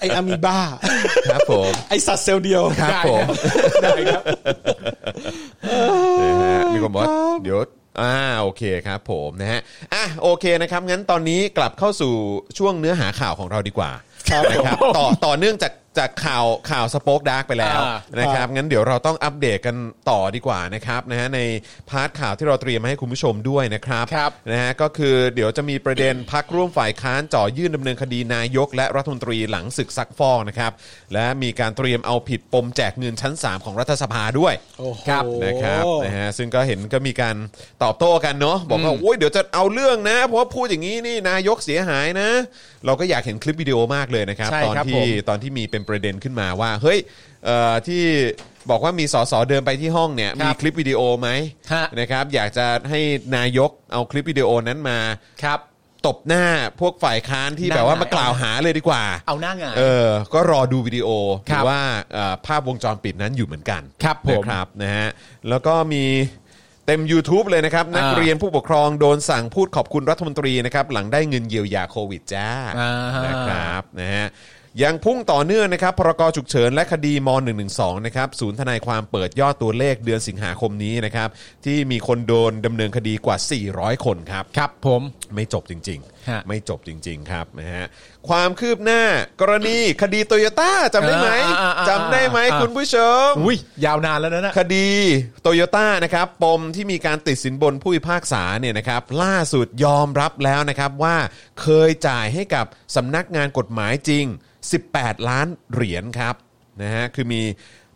[SPEAKER 4] ไออะมีบ้า
[SPEAKER 2] ครับผม
[SPEAKER 4] ไอสัตว์เซลล์เดียว
[SPEAKER 2] ครับผม
[SPEAKER 3] ได้ครับ
[SPEAKER 2] นะฮะมีคนบอกว่าเดี๋ยวอ่าโอเคครับผมนะฮะอ่ะโอเคนะครับงั้นตอนนี้กลับเข้าสู่ช่วงเนื้อหาข่าวของเราดีกว่า
[SPEAKER 4] ครับผม
[SPEAKER 2] นะครับต่อต่อเนื่องจากจากข่าวข่าวสป็อคดาร์กไปแล้ว
[SPEAKER 3] อ่า
[SPEAKER 2] นะครับงั้นเดี๋ยวเราต้องอัปเดตกันต่อดีกว่านะครับนะฮะในพาร์ทข่าวที่เราเตรียมมาให้คุณผู้ชมด้วยนะครับนะฮะก็คือเดี๋ยวจะมีประเด็นพักร่วมฝ่ายค้านจ่อยื่นดำเนินคดีนายก และรัฐมนตรีหลังศึกซักฟอกนะครับและมีการเตรียมเอาผิดปมแจกเงินชั้น 3 ของรัฐสภาด้วย
[SPEAKER 4] โอ้โห
[SPEAKER 3] ครับ
[SPEAKER 2] นะครับนะฮะซึ่งก็เห็นก็มีการตอบโต้กันเนาะบอกว่าโอ้ยเดี๋ยวจะเอาเรื่องนะ เพราะว่าพูดอย่างนี้นี่นายกเสียหายนะ เราก็อยากเห็นคลิปวิดีโอมากเลยนะครับ
[SPEAKER 3] ใช่
[SPEAKER 2] ตอน
[SPEAKER 3] ครับ
[SPEAKER 2] ที่
[SPEAKER 3] ผม
[SPEAKER 2] ตอนที่มีเป็นประเด็นขึ้นมาว่า เฮ้ยเอ่อที่บอกว่ามีสสเดินไปที่ห้องเนี่ยมีคลิปวิดีโอไหม
[SPEAKER 3] ฮะ
[SPEAKER 2] นะครับอยากจะให้นายกเอาคลิปวิดีโอนั้นมา
[SPEAKER 3] ครับ
[SPEAKER 2] ตบหน้าพวกฝ่ายค้านที่
[SPEAKER 3] หน้า
[SPEAKER 2] แบบ
[SPEAKER 3] หงาม
[SPEAKER 2] ว่าาย กล่าวหาเลยดีกว่า
[SPEAKER 3] เอาหน้างาน
[SPEAKER 2] เออ ก็รอดูวิดีโอห
[SPEAKER 3] ครั
[SPEAKER 2] รื
[SPEAKER 3] บ
[SPEAKER 2] อว่าเอ่อภาพวงจรปิดนั้นอยู่เหมือนกัน
[SPEAKER 3] ครับผม
[SPEAKER 2] นะครับนะฮะแล้วก็มีเต็ม YouTube เลยนะครับ นักเรียนผู้ปกครองโดนสั่งพูดขอบคุณรัฐมนตรีนะครับ หลังได้เงินเยียวยาโควิดจ้า
[SPEAKER 3] อ่าน
[SPEAKER 2] นะครับนะฮะยังพุ่งต่อเนื่องนะครับ พรกฉุกเฉินและคดีม .112 นะครับ ศูนย์ทนายความเปิดยอดตัวเลขเดือนสิงหาคมนี้นะครับ ที่มีคนโดนดำเนินคดีกว่า 400 คนครับ
[SPEAKER 3] ครับผม
[SPEAKER 2] ไม่จบจริง
[SPEAKER 3] ฮะ
[SPEAKER 2] ๆ ไม่จบจริง ๆ ครับนะฮะความคืบหน้ากรณีคดีโตโยต้าจำได้ไหม
[SPEAKER 3] อ่าอ่าอ่า
[SPEAKER 2] จำได้ไหม
[SPEAKER 3] อ่า
[SPEAKER 2] คุณผู้ชม
[SPEAKER 3] อุ้ยยาวนานแล้วนะนะ
[SPEAKER 2] คดีโตโยต้านะครับปมที่มีการติดสินบนผู้พิพากษาเนี่ยนะครับล่าสุดยอมรับแล้วนะครับว่าเคยจ่ายให้กับสำนักงานกฎหมายจริง 18 ล้านเหรียญครับนะฮะคือมี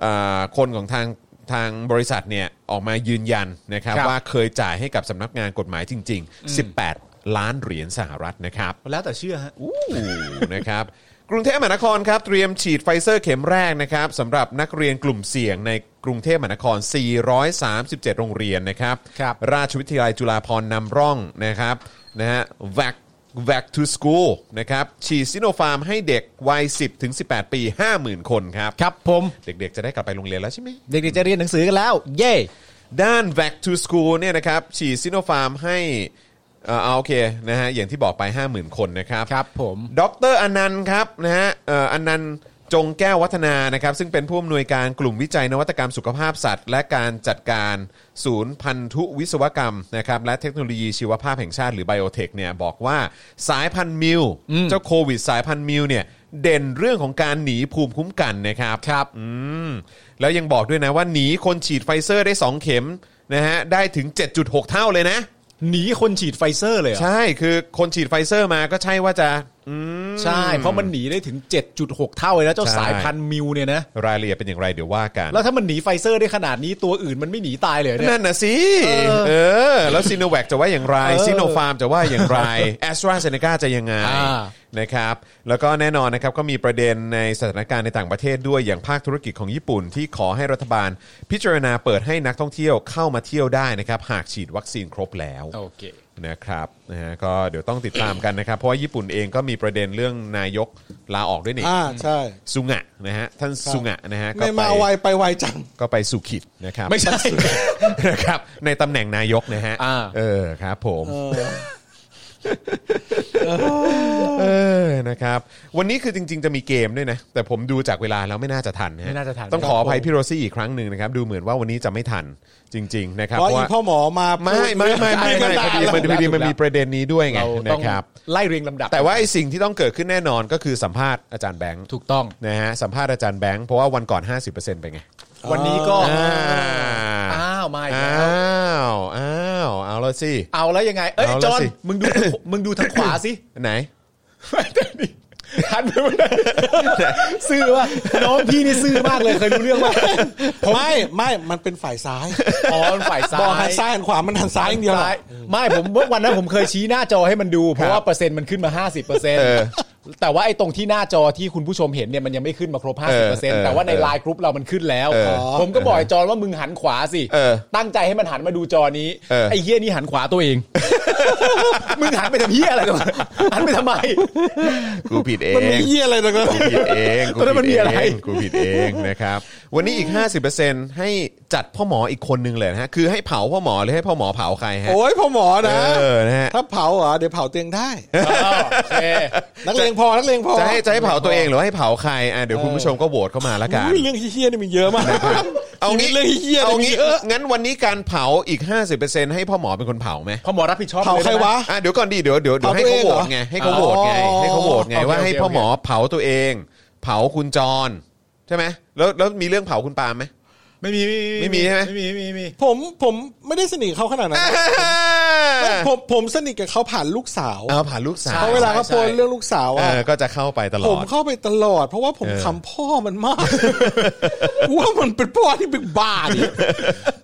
[SPEAKER 2] เอ่อคนของทางทางบริษัทเนี่ยออกมายืนยันนะครับ
[SPEAKER 3] ครับ
[SPEAKER 2] ว่าเคยจ่ายให้กับสำนักงานกฎหมายจริง ๆ 18 ล้านเหรียญสหรัฐนะครับ
[SPEAKER 3] แล้วแต่เชื่อฮะ
[SPEAKER 2] อู้นะครับกรุงเทพมหานครครับเตรียมฉีดไฟเซอร์เข็มแรกนะครับสำหรับนักเรียนกลุ่มเสี่ยงในกรุงเทพมหานคร 437 โรงเรียนนะครับ
[SPEAKER 3] ครับ
[SPEAKER 2] ราชวิทยาลัยจุฬาภรณ์นำร่องนะครับนะฮะ vac vac to school นะครับฉีดซิโนฟาร์มให้เด็กวัย 10-18 ปี 50,000 คนครับ
[SPEAKER 3] ครับผม
[SPEAKER 2] เด็กๆจะได้กลับไปโรงเรียนแล้วใช่ไหม
[SPEAKER 3] เด็กๆจะเรียนหนังสือกันแล้ว เย่
[SPEAKER 2] ด้าน Vac to School เนี่ยนะครับฉีดซิโนฟาร์มให้เอ่อเอาโอเคนะฮะอย่างที่บอกไป 50,000 คนนะครับ
[SPEAKER 3] ครับผม
[SPEAKER 2] ดรอนันต์ครับนะฮะเอ่ออนันต์จงแก้ววัฒนานะครับซึ่งเป็นผู้อำนวยการกลุ่มวิจัยนวัตกรรมสุขภาพสัตว์ และการจัดการศูนย์พันธุวิศวกรรมนะครับและเทคโนโลยีชีวภาพแห่งชาติหรือไบโอเทคเนี่ยบอกว่าสายพันธุ์มิวเจ้าโควิดสายพันธุ์มิวเนี่ยเด่นเรื่องของการหนีภูมิคุ้มกันนะครับ
[SPEAKER 3] ครับ
[SPEAKER 2] อืมแล้วยังบอกด้วยนะว่าหนีคนฉีดไฟเซอร์ได้ 2 เข็มนะฮะได้ถึง 7.6 เท่าเลยนะ
[SPEAKER 3] หนีคนฉีดไฟเซอร์เลยเหรอ
[SPEAKER 2] ใช่คือคนฉีดไฟเซอร์มาก็ใช่ว่าจะอืม
[SPEAKER 3] ใช่ เพราะมันหนีได้ถึง 7.6 เท่าเลยนะเจ้า
[SPEAKER 2] ใช่
[SPEAKER 3] สายพันธุ์มิวเนี่ยนะ
[SPEAKER 2] รายละเอียดเป็นอย่างไรเดี๋ยวว่ากัน
[SPEAKER 3] แล้วถ้ามันหนีไฟเซอร์ได้ขนาดนี้ตัวอื่นมันไม่หนีตายเลยเหรอเนี่ย
[SPEAKER 2] นั่นนะสิ เออ แล้วซีโนแวคจะว่าอย่างไร
[SPEAKER 3] เออ
[SPEAKER 2] ซีโนฟาร์มจะว่าอย่างไรแอสตราเซเนกาจะยังไง
[SPEAKER 3] อ่า
[SPEAKER 2] นะครับ แล้วก็แน่นอนนะครับ ก็มีประเด็นในสถานการณ์ในต่างประเทศด้วยอย่างภาคธุรกิจของญี่ปุ่นที่ขอให้รัฐบาล พิจารณาเปิดให้นักท่องเที่ยวเข้ามาเที่ยวได้นะครับ หากฉีดวัคซีนครบแล้ว
[SPEAKER 3] โอเค
[SPEAKER 2] นะครับนะฮะก็เดี๋ยวต้องติดตามกันนะครับ เพราะว่าญี่ปุ่นเองก็มีประเด็นเรื่องนายกลาออกด้วยนี่
[SPEAKER 4] อ่าใช่
[SPEAKER 2] ซุงะนะฮะท่านซุงะนะฮะก็
[SPEAKER 4] ไม่
[SPEAKER 2] ไป
[SPEAKER 4] มาไวไปไวจัง
[SPEAKER 2] ก็ไปสุขิดนะครับ
[SPEAKER 3] ไม่ใช่
[SPEAKER 2] นะครับในตำแหน่งนายกนะฮะ
[SPEAKER 3] อ่า
[SPEAKER 2] เออครับผม
[SPEAKER 4] เออ
[SPEAKER 2] เออนะครับ วันนี้คือจริง ๆ จะมีเกมด้วยนะ แต่ผมดูจากเวลาแล้วไม่น่าจะทันฮ
[SPEAKER 3] ไม่น่าจะทัน
[SPEAKER 2] ต้องขออภัยพี่โรซี่อีกครั้งหนึ่งนะครับ ดูเหมือนว่าวันนี้จะไม่ทันจริง ๆ นะครับ
[SPEAKER 4] เพราะอี
[SPEAKER 2] ว่า
[SPEAKER 4] พ่อหมอมา
[SPEAKER 2] ไม่ไม่ไม่ไม่ไม่พอดีมันพอดีมันมีประเด็นนี้ด้วยไง
[SPEAKER 3] เราต้อ
[SPEAKER 2] นะ
[SPEAKER 3] ง
[SPEAKER 2] ครับ
[SPEAKER 3] ไล่เรียงลำดับ
[SPEAKER 2] แต่ว่าไอสิ่งที่ต้องเกิดขึ้นแน่นอนก็คือสัมภาษณ์อาจารย์แบงค์
[SPEAKER 3] ถูกต้อง
[SPEAKER 2] นะฮะสัมภาษณ์อาจารย์แบงค์เพราะว่าวันก่อน 50%ไปไง
[SPEAKER 3] วันนี้ก็
[SPEAKER 2] อ้า
[SPEAKER 3] อ้าวมาอีก
[SPEAKER 2] อ้
[SPEAKER 3] แล้ว
[SPEAKER 2] าวอ้าวเอาและสิ
[SPEAKER 3] เอาแล้วยังไง เอ้ย
[SPEAKER 2] เอาแล้ว
[SPEAKER 3] จอน
[SPEAKER 2] สิ
[SPEAKER 3] มึงดู มึงดูทางขวาสิ
[SPEAKER 2] ไหน
[SPEAKER 3] หันไปมัน ซื่อว่าน้องพี่นี่ซื่อมากเลยเคยรู้เรื่องว่า
[SPEAKER 4] ไม่ไม่มันเป็นฝ่ายซ้าย
[SPEAKER 3] อ๋อมันฝ่ายซ้าย
[SPEAKER 4] บอกหันซ้ายหันขวามันหันซ้ายอย่างเดียวแหละ
[SPEAKER 3] ไม่ผมวันนั้นผมเคยชี้หน้าจอให้มันดู เพราะว่าเปอร์เซ็นต์มันขึ้นมา 50%
[SPEAKER 2] เออ
[SPEAKER 3] แต่ว่าไอ้ตรงที่หน้าจอที่คุณผู้ชมเห็นเนี่ยมันยังไม่ขึ้นมาครบ
[SPEAKER 2] เออเออ
[SPEAKER 3] 50%แต่ว่าในไลน์กรุ๊ปเรามันขึ้นแล้ว
[SPEAKER 2] เออ
[SPEAKER 3] ผมก็บอกไอ้จอนว่ามึงหันขวาสิ
[SPEAKER 2] เออ
[SPEAKER 3] ตั้งใจให้มันหันมาดูจอนี้
[SPEAKER 2] เออ
[SPEAKER 3] ไอ้เฮียนี่หันขวาตัวเอง มึงหันไปทำเฮียอะไรกันวะหันไปทำไม
[SPEAKER 2] กูผิดเอ
[SPEAKER 4] มันมี
[SPEAKER 2] ง
[SPEAKER 4] เยี่ยอะไรต่าง
[SPEAKER 2] กูผิดเองกู
[SPEAKER 3] ตอนนั้นมันมีอะไร
[SPEAKER 2] ผิดเงกูผิดเองนะครับ วันนี้อีก 50%ให้จัดพ่อหมออีกคนนึงเลยนะฮะ คือให้เผาพ่อหมอหรือให้พ่อหมอเผาใคร
[SPEAKER 4] ๆ
[SPEAKER 2] ฮะ
[SPEAKER 4] โอ้ยพ่อหมอนะ
[SPEAKER 2] เออนะฮะ
[SPEAKER 4] ถ้าเผาเหรอเดี๋ยวเผาเตียงได้
[SPEAKER 3] อ้าวโอเค
[SPEAKER 4] นักเลงพอ นักเลงพอ
[SPEAKER 2] จะให้จะให้เผาตัวเองหรือให้เผาใครอ่ะเดี๋ยวคุณผู้ชมก็โหวตเข้ามาละกัน
[SPEAKER 4] อุ้ยเรื่องเฮี้ยๆนี่มันเยอะมาก
[SPEAKER 2] เอางี้
[SPEAKER 4] เรื่องเฮี้ยๆ
[SPEAKER 2] เอา
[SPEAKER 4] นี่มัน
[SPEAKER 2] งี้
[SPEAKER 4] เยอะ
[SPEAKER 2] งั้นวันนี้การเผาอีก 50%ให้พ่อหมอเป็นคนเผาไหม
[SPEAKER 3] พอหมอรับผิดชอบ
[SPEAKER 4] เผา
[SPEAKER 3] ลย
[SPEAKER 4] ใคร
[SPEAKER 3] ได้ไหม
[SPEAKER 4] วะ
[SPEAKER 2] อ่ะเดี๋ยวก่อนดีเดี๋ยวเดี๋ยวเดี๋ยวให้เขาโหวตไงให้เขาโหวตไง
[SPEAKER 4] อ๋อ
[SPEAKER 2] ให้เขาโหวตไง
[SPEAKER 3] โอเค
[SPEAKER 2] ว่าให้
[SPEAKER 3] โอเค
[SPEAKER 2] พ่อหมอเผาตัวเอง เผาคุณจรใช่ไหมแล้วแล้วมีเรื่องเผาคุณปาล์มไหม
[SPEAKER 3] ไม่มี
[SPEAKER 2] ไม่มีใช่ไหม
[SPEAKER 3] ไม่มีไม่มีไม่มี
[SPEAKER 4] ผมผมไม่ได้สนิทเขาขนาดนั้นผมผมสนิทกับเขาผ่านลูกสาว
[SPEAKER 2] เอาผ่านลูกสาว
[SPEAKER 4] เพราะเวลาเขา
[SPEAKER 3] ใช่
[SPEAKER 4] โพสต์เรื่องลูกสาว
[SPEAKER 2] เอ
[SPEAKER 4] อะ
[SPEAKER 2] อก็จะเข้าไปตลอ
[SPEAKER 4] ผม
[SPEAKER 2] ด
[SPEAKER 4] เข้าไปตลอด เพราะว่าผม
[SPEAKER 2] เออ
[SPEAKER 4] คำพ่อมันมาก ว่ามันเป็นพ่อที่เป็นบ้าดิ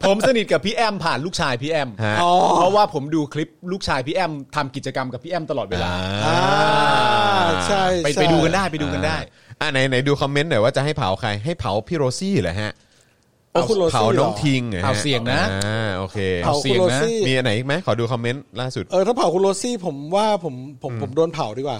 [SPEAKER 3] ผมสนิทกับพี่แอมผ่านลูกชายพี่แอม
[SPEAKER 2] ฮะ
[SPEAKER 4] อ๋อ
[SPEAKER 3] เพราะว่าผมดูคลิปลูกชายพี่แอมทำกิจกรรมกับพี่แอมตลอดเวลา
[SPEAKER 4] อ่าใช่
[SPEAKER 3] ไป
[SPEAKER 4] ใช่
[SPEAKER 3] ไปดูกันได้ไปดูกันได้
[SPEAKER 2] อ่าไหนไหนดูคอมเมนต์หน่อยว่าจะให้เผาใคร ให้เผาพี่โรซี่เหรอฮะ
[SPEAKER 4] เออคุณโรซี่
[SPEAKER 2] เผาน้อง
[SPEAKER 4] หรอ
[SPEAKER 2] ทิงหรฮ
[SPEAKER 3] เอาเสียงนะ
[SPEAKER 2] อ่าโอเค
[SPEAKER 4] เผา
[SPEAKER 3] เสี
[SPEAKER 4] คุ
[SPEAKER 3] ย
[SPEAKER 4] ณ
[SPEAKER 3] ง
[SPEAKER 4] โร
[SPEAKER 3] นะ
[SPEAKER 4] ซี่
[SPEAKER 2] มีอันไหนอีกไหมขอดูคอมเมนต์ล่าสุด
[SPEAKER 4] เออถ้าเผาคุณโรซี่ผมว่าผมผมผมโดนเผาดีกว่า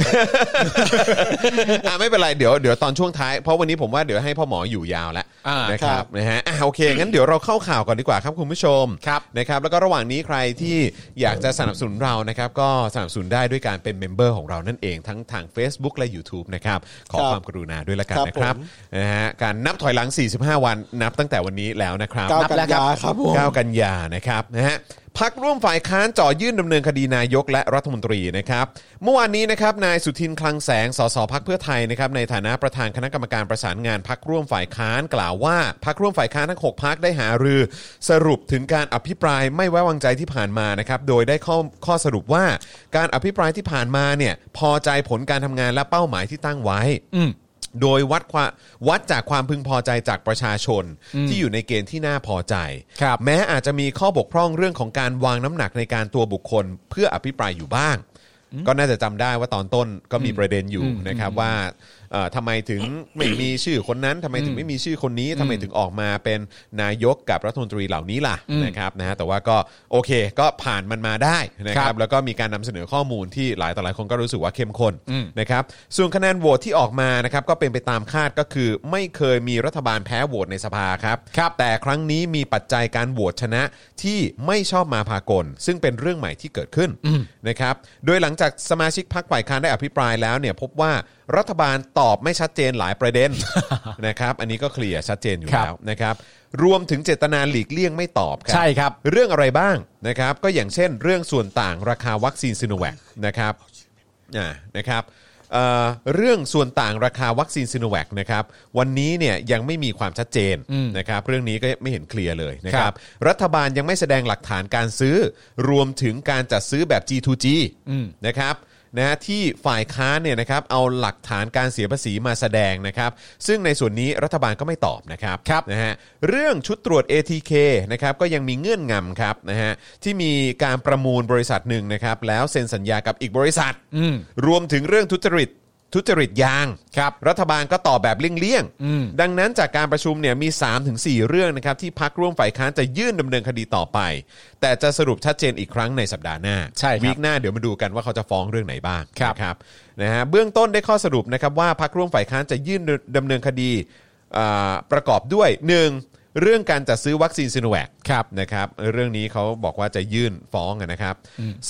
[SPEAKER 2] อ่าไม่เป็นไรเดี๋ยวเดี๋ยวตอนช่วงท้ายเพราะวันนี้ผมว่าเดี๋ยวให้พ่อหมออยู่ยาวแล้ว
[SPEAKER 3] อ่าน
[SPEAKER 2] นะครับ
[SPEAKER 4] ครับ
[SPEAKER 2] นะฮะอ่าโอเค งั้นเดี๋ยวเราเข้าข่าวก่อนดีกว่าครับคุณผู้ชม
[SPEAKER 3] ครับ
[SPEAKER 2] นะครับแล้วก็ระหว่างนี้ใครที่อยากจะสนับสนุนเรานะครับก็สนับสนุนได้ด้วยการเป็นเมมเบอร์ของเรานั่นเองทั้งทาง Facebook และ YouTube นะครับขอ
[SPEAKER 4] ครับ
[SPEAKER 2] ความกรุณาด้วยละกัน
[SPEAKER 4] ครับ
[SPEAKER 2] นะครับ
[SPEAKER 4] ผม
[SPEAKER 2] นะฮะการนับถอยหลัง 45 วันนับตั้งแต่วันนี้แล้วนะครับ
[SPEAKER 4] เก้า
[SPEAKER 3] นับ
[SPEAKER 4] กัน
[SPEAKER 3] แล้วครับ
[SPEAKER 4] ยาครับผม
[SPEAKER 2] 9 กันยานะครับนะฮะพักร่วมฝ่ายค้านจ่อยื่นดำเนินคดีนายกและรัฐมนตรีนะครับ เมื่อวานนี้นะครับนายสุทินคลังแสงสสพักเพื่อไทยนะครับในฐานะประธานคณะกรรมการประสานงานพักร่วมฝ่ายค้านกล่าวว่าพักร่วมฝ่ายค้านทั้ง 6พักได้หารือ สรุปถึงการอภิปรายไม่ไว้วางใจที่ผ่านมานะครับโดยได้ข้อข้อสรุปว่าการอภิปรายที่ผ่านมาเนี่ยพอใจผลการทำงานและเป้าหมายที่ตั้งไว้ โดยวัดความวัดจากความพึงพอใจจากประชาชนที่อยู่ในเกณฑ์ที่น่าพอใจ
[SPEAKER 3] ครับ
[SPEAKER 2] แม้อาจจะมีข้อบกพร่องเรื่องของการวางน้ำหนักในการตัวบุคคลเพื่ออภิปรายอยู่บ้าง ก็น่าจะจำได้ว่าตอนต้นก็มีประเด็นอยู่นะครับว่าเอ่อทำไมถึงไม่มีชื่อคนนั้นทำไมถึงไม่มีชื่อคนนี้ทำไมถึงออกมาเป็นนายกกับรัฐมนตรีเหล่านี้ล่ะนะครับนะฮะแต่ว่าก็โอเคก็ผ่านมันมาได้นะ
[SPEAKER 3] ค
[SPEAKER 2] ค
[SPEAKER 3] รั
[SPEAKER 2] รับ
[SPEAKER 3] บ
[SPEAKER 2] แล้วก็มีการนำเสนอข้อมูลที่หลายต่อหลายคนก็รู้สึกว่าเข้มข้นนะครับส่วนคะแนนโหวตที่ออกมานะครับก็เป็นไปตามคาดก็คือ ไม่เคยมีรัฐบาลแพ้โหวตในสภาครับ แต่ครั้งนี้มีปัจจัยการโหวตชนะที่ไม่ชอบมาพากล ซึ่งเป็นเรื่องใหม่ที่เกิดขึ้นนะครับโดยหลังจากสมาชิกพรรคฝ่ายค้านได้อภิปรายแล้วเนี่ยพบว่ารัฐบาลตอบไม่ชัดเจนหลายประเด็น นะครับอันนี้ก็เคลียร์ชัดเจนอยู่
[SPEAKER 3] ครับ
[SPEAKER 2] แล้วนะครับรวมถึงเจตนาหลีกเลี่ยงไม่ตอบครับ
[SPEAKER 3] ใช่ครับ
[SPEAKER 2] เรื่องอะไรบ้างนะครับก็อย่างเช่น เรื่องส่วนต่างราคาวัคซีนซิโนแวคนะครับอ่านะครับเอ่อเรื่องส่วนต่างราคาวัคซีนซิโนแวคนะครับวันนี้เนี่ยยังไม่มีความชัดเจนนะครับเรื่องนี้ก็ไม่เห็นเคลียร์เลยนะค
[SPEAKER 3] ค
[SPEAKER 2] รั
[SPEAKER 3] รับ บ
[SPEAKER 2] รัฐบาลยังไม่แสดงหลักฐานการซื้อ รวมถึงการจัดซื้อแบบ G2G นะครับนะฮะที่ฝ่ายค้านเนี่ยนะครับเอาหลักฐานการเสียภาษีมาแสดงนะครับ ซึ่งในส่วนนี้รัฐบาลก็ไม่ตอบนะครับนะฮะเรื่องชุดตรวจ ATK นะครับก็ยังมีเงื่อนงำครับนะฮะที่มีการประมูลบริษัทหนึ่งนะครับแล้วเซ็นสัญญากับอีกบริษัท รวมถึงเรื่องทุจริต ทุจริตยางครับรัฐบาลก็ตอบแบบเลี่ยงๆ ดังนั้นจากการประชุมเนี่ยมี 3-4 เรื่องนะครับที่พักร่วมฝ่ายค้านจะยื่นดำเนินคดีต่อไป แต่จะสรุปชัดเจนอีกครั้งในสัปดาห์หน้า
[SPEAKER 3] ใช่ครับ
[SPEAKER 2] วีคหน้าเดี๋ยวมาดูกันว่าเขาจะฟ้องเรื่องไหนบ้างนะครับนะฮะเบื้องต้นได้ข้อสรุปนะครับว่าพักร่วมฝ่ายค้านจะยื่นดำเนินคดีอ่าประกอบด้วย 1. เรื่องการจัดซื้อวัคซีนซิโนแวค
[SPEAKER 3] ครับ
[SPEAKER 2] นะครับเรื่องนี้เขาบอกว่าจะยื่นฟ้องอะนะครับ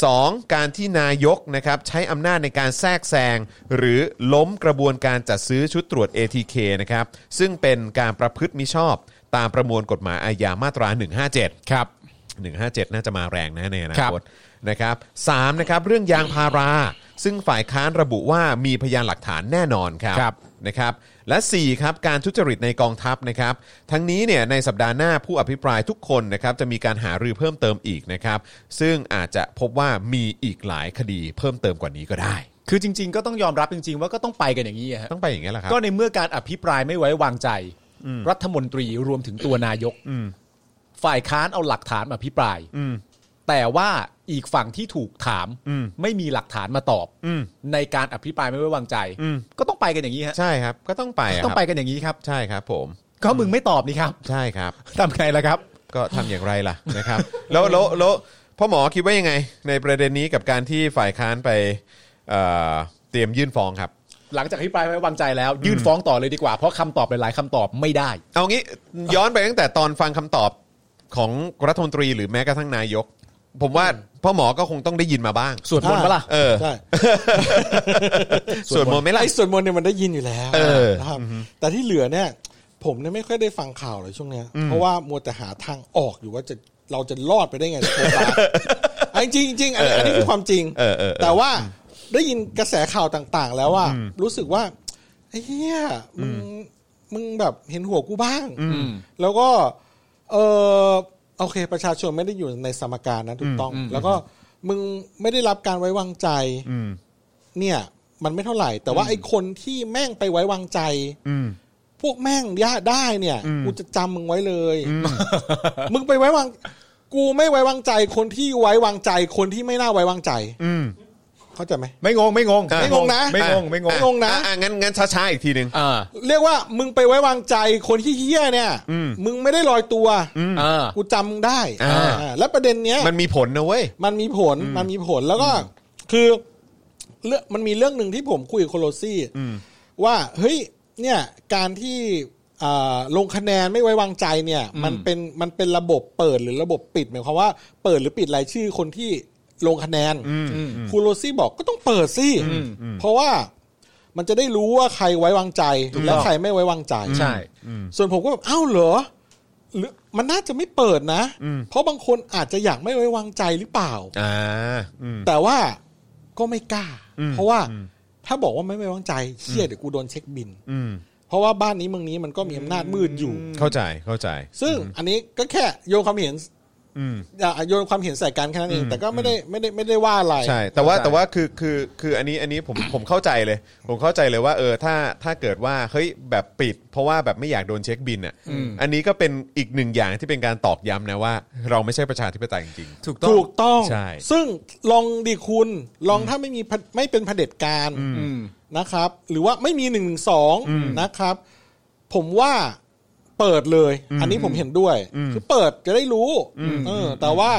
[SPEAKER 2] สองการที่นายกนะครับใช้อำนาจในการแทรกแซงหรือล้มกระบวนการจัดซื้อชุดตรวจ ATK นะครับซึ่งเป็นการประพฤติมิชอบ ตามประมวลกฎหมายอาญามาตรา 157
[SPEAKER 3] ครับ
[SPEAKER 2] 157 น่าจะมาแรงนะในอนา
[SPEAKER 3] ครับ
[SPEAKER 2] คตนะครับสามนะครับเรื่องยางพารา ซึ่งฝ่ายค้านระบุว่ามีพยานหลักฐานแน่นอนครับ
[SPEAKER 3] ครับ
[SPEAKER 2] นะครับและ4ครับการทุจริตในกองทัพนะครับทั้งนี้เนี่ยในสัปดาห์หน้าผู้อภิปรายทุกคนนะครับจะมีการหารือเพิ่มเติมอีกนะครับซึ่งอาจจะพบว่ามีอีกหลายคดีเพิ่มเติมกว่านี้ก็ได้
[SPEAKER 3] คือจริง ๆ ก็ต้องยอมรับจริง ๆ ว่าก็ต้องไปกันอย่างนี้อะฮะ
[SPEAKER 2] ต้องไปอย่างนี้ยแหละครับ
[SPEAKER 3] ก็ในเมื่อการอภิปรายไม่ไว้วางใจ รัฐมนตรีรวมถึงตัวนายกฝ่ายค้านเอาหลักฐานมาอภิปรายแต่ว่าอีกฝั่งที่ถูกถาม
[SPEAKER 2] อืม
[SPEAKER 3] ไม่มีหลักฐานมาตอบ
[SPEAKER 2] อืม
[SPEAKER 3] ในการอภิปรายไม่ไว้วางใจ
[SPEAKER 2] อืม
[SPEAKER 3] ก็ต้องไปกันอย่างนี้ฮะ
[SPEAKER 2] ใช่ครับก็ต้องไปะครับ
[SPEAKER 3] ต้องไปกันอย่างนี้ครับ
[SPEAKER 2] ใช่ครับผม
[SPEAKER 3] ก็มึงไม่ตอบนี่ครับ
[SPEAKER 2] ใช่ครับ
[SPEAKER 3] ทำไงล่ะครับ
[SPEAKER 2] ก็ทำอย่างไรล่ะ นะครับแล้วแล้วแล้วพ่อหมอคิดว่ายังไง ในประเด็นนี้กับการที่ฝ่ายค้านไปเอ่อเตรียมยื่นฟ้องครับ
[SPEAKER 3] หลังจากอภิปรายไม่ไว้วางใจแล้ว ยื่นฟ้องต่อเลยดีกว่าเพราะคำตอบหลายๆคำตอบไม่ได้
[SPEAKER 2] เอางี้ย้อนไปตั้งแต่ตอนฟังคำตอบของรัฐมนตรีหรือแม้กระทั่งนายก ผมว่าพ่อหมอก็คงต้องได้ยินมาบ้าง
[SPEAKER 3] ส่วนมนต์ปะล่ะ
[SPEAKER 2] เออ
[SPEAKER 4] ใช่
[SPEAKER 2] ส่วนมนต์ไหม่ล่ะ
[SPEAKER 4] ไอ้ส่วนมนต์เนี่ยมันได้ยินอยู่แล้ว
[SPEAKER 2] เออ
[SPEAKER 4] นะครับแต่ที่เหลือเนี่ย ผมเนี่ยไม่ค่อยได้ฟังข่าวเลยช่วงเนี้ยเพราะว่ามัวแต่หาทางออกอยู่ว่าจะเราจะรอดไปได้ไงจากโควิดอ่ะจริงๆจริงๆอันนี้อันนี้คือความจริง
[SPEAKER 2] เออเออเออ
[SPEAKER 4] แต่ว่าได้ยินกระแสข่าวต่างๆ แล้วว่ารู้สึกว่าไอ้เฮียมึงมึงแบบเห็นหัวกูบ้าง แล้วก็ เออโอเค ประชาชนไม่ได้อยู่ในสมการนั้นถูกต้อง แล้วก็มึงไม่ได้รับการไว้วางใจ
[SPEAKER 2] อืม
[SPEAKER 4] เนี่ย มันไม่เท่าไหร่ แต่ว่าไอ้คนที่แม่งไปไว้วางใจ
[SPEAKER 2] อืม
[SPEAKER 4] พวกแม่งย่าได้เนี่ย
[SPEAKER 2] อืม
[SPEAKER 4] กูจะจำมึงไว้เลย มึงไปไว้วาง กูไม่ไว้วางใจ คนที่ไว้วางใจ คนที่ไม่น่าไว้วางใจ
[SPEAKER 2] อืม
[SPEAKER 4] เข้าใจไหม
[SPEAKER 3] ไม่งงไม่งง
[SPEAKER 2] อ่ะ
[SPEAKER 4] ไม่งงนะ
[SPEAKER 3] ไม่งงไม่งง
[SPEAKER 4] ไม่งงนะ
[SPEAKER 2] อ่อ่งั้นงั้นช้าๆอีกทีหนึ่ง
[SPEAKER 3] อ่า
[SPEAKER 4] เรียกว่ามึงไปไว้วางใจคนที่เฮี้ยเนี่ย มึงไม่ได้ลอยตัว
[SPEAKER 3] อ่า
[SPEAKER 4] กูจำได้
[SPEAKER 2] อ่า
[SPEAKER 4] อ่าและประเด็นเนี้ย
[SPEAKER 2] มันมีผลนะเว้ย
[SPEAKER 4] มันมีผล มันมีผล แล้วก็คือเรื่องมันมีเรื่องหนึ่งที่ผมคุยกับโคโลซี่ว่าเฮ้ยเนี่ยการที่อ่าลงคะแนนไม่ไว้วางใจเนี่ย มันเป็นมันเป็นระบบเปิดหรือระบบปิดหมายความว่าเปิดหรือปิดรายชื่อคนที่ลงคะแนนครูโรซี่บอกก็ต้องเปิดสิเพราะว่ามันจะได้รู้ว่าใครไว้วางใจแล้วใครไม่ไว้วางใจ
[SPEAKER 3] ใช่
[SPEAKER 4] ส่วนผมก็แบบอ้าวเหรอหรือมันน่าจะไม่เปิดนะ เพราะบางคนอาจจะอยากไม่ไว้วางใจหรือเปล่า
[SPEAKER 2] อ่าอืม
[SPEAKER 4] แต่ว่าก็ไม่กล้า เพราะว่าถ้าบอกว่าไม่ไว้วางใจเชี่ยเดี๋ยวกูโดนเช็คบิน
[SPEAKER 2] อืม
[SPEAKER 4] เพราะว่าบ้านนี้เมืองนี้มันก็มีอำนาจมืดอยู่
[SPEAKER 2] เข้าใจเข้าใจ
[SPEAKER 4] ซึ่งอันนี้ก็แค่โยนความเห็น
[SPEAKER 2] อืม
[SPEAKER 4] อ่ะโยนความเห็นใส่กันแค่นั้นเองแต่ก็ไม่ได้ไม่ได้ไม่ได้ว่าอะไร
[SPEAKER 2] ใช่ แต่ว่า
[SPEAKER 3] เข้าใจ
[SPEAKER 2] แต่ว่าคือคือคืออันนี้อันนี้ผม ผมเข้าใจเลย ผมเข้าใจเลยว่าเออถ้าถ้าเกิดว่าเฮ้ยแบบปิด เพราะว่าแบบไม่อยากโดนเช็คบินอ่ะอันนี้ก็เป็นอีกหนึ่งอย่างที่เป็นการตอกย้ำนะว่า เราไม่ใช่ประชาธิปไตยจริง
[SPEAKER 3] ถูกต้อง
[SPEAKER 4] ถูกต้อง
[SPEAKER 2] ใช่
[SPEAKER 4] ซึ่งลองดีคุณ ลองถ้าไม่มีพะไม่เป็นเผด็จการนะครับ หรือว่าไม่มีหนึ่งสองนะครับ ผมว่าเปิดเลย อันนี้ผมเห็นด้วย คือเปิดจะได้รู้เออ แต่ว่า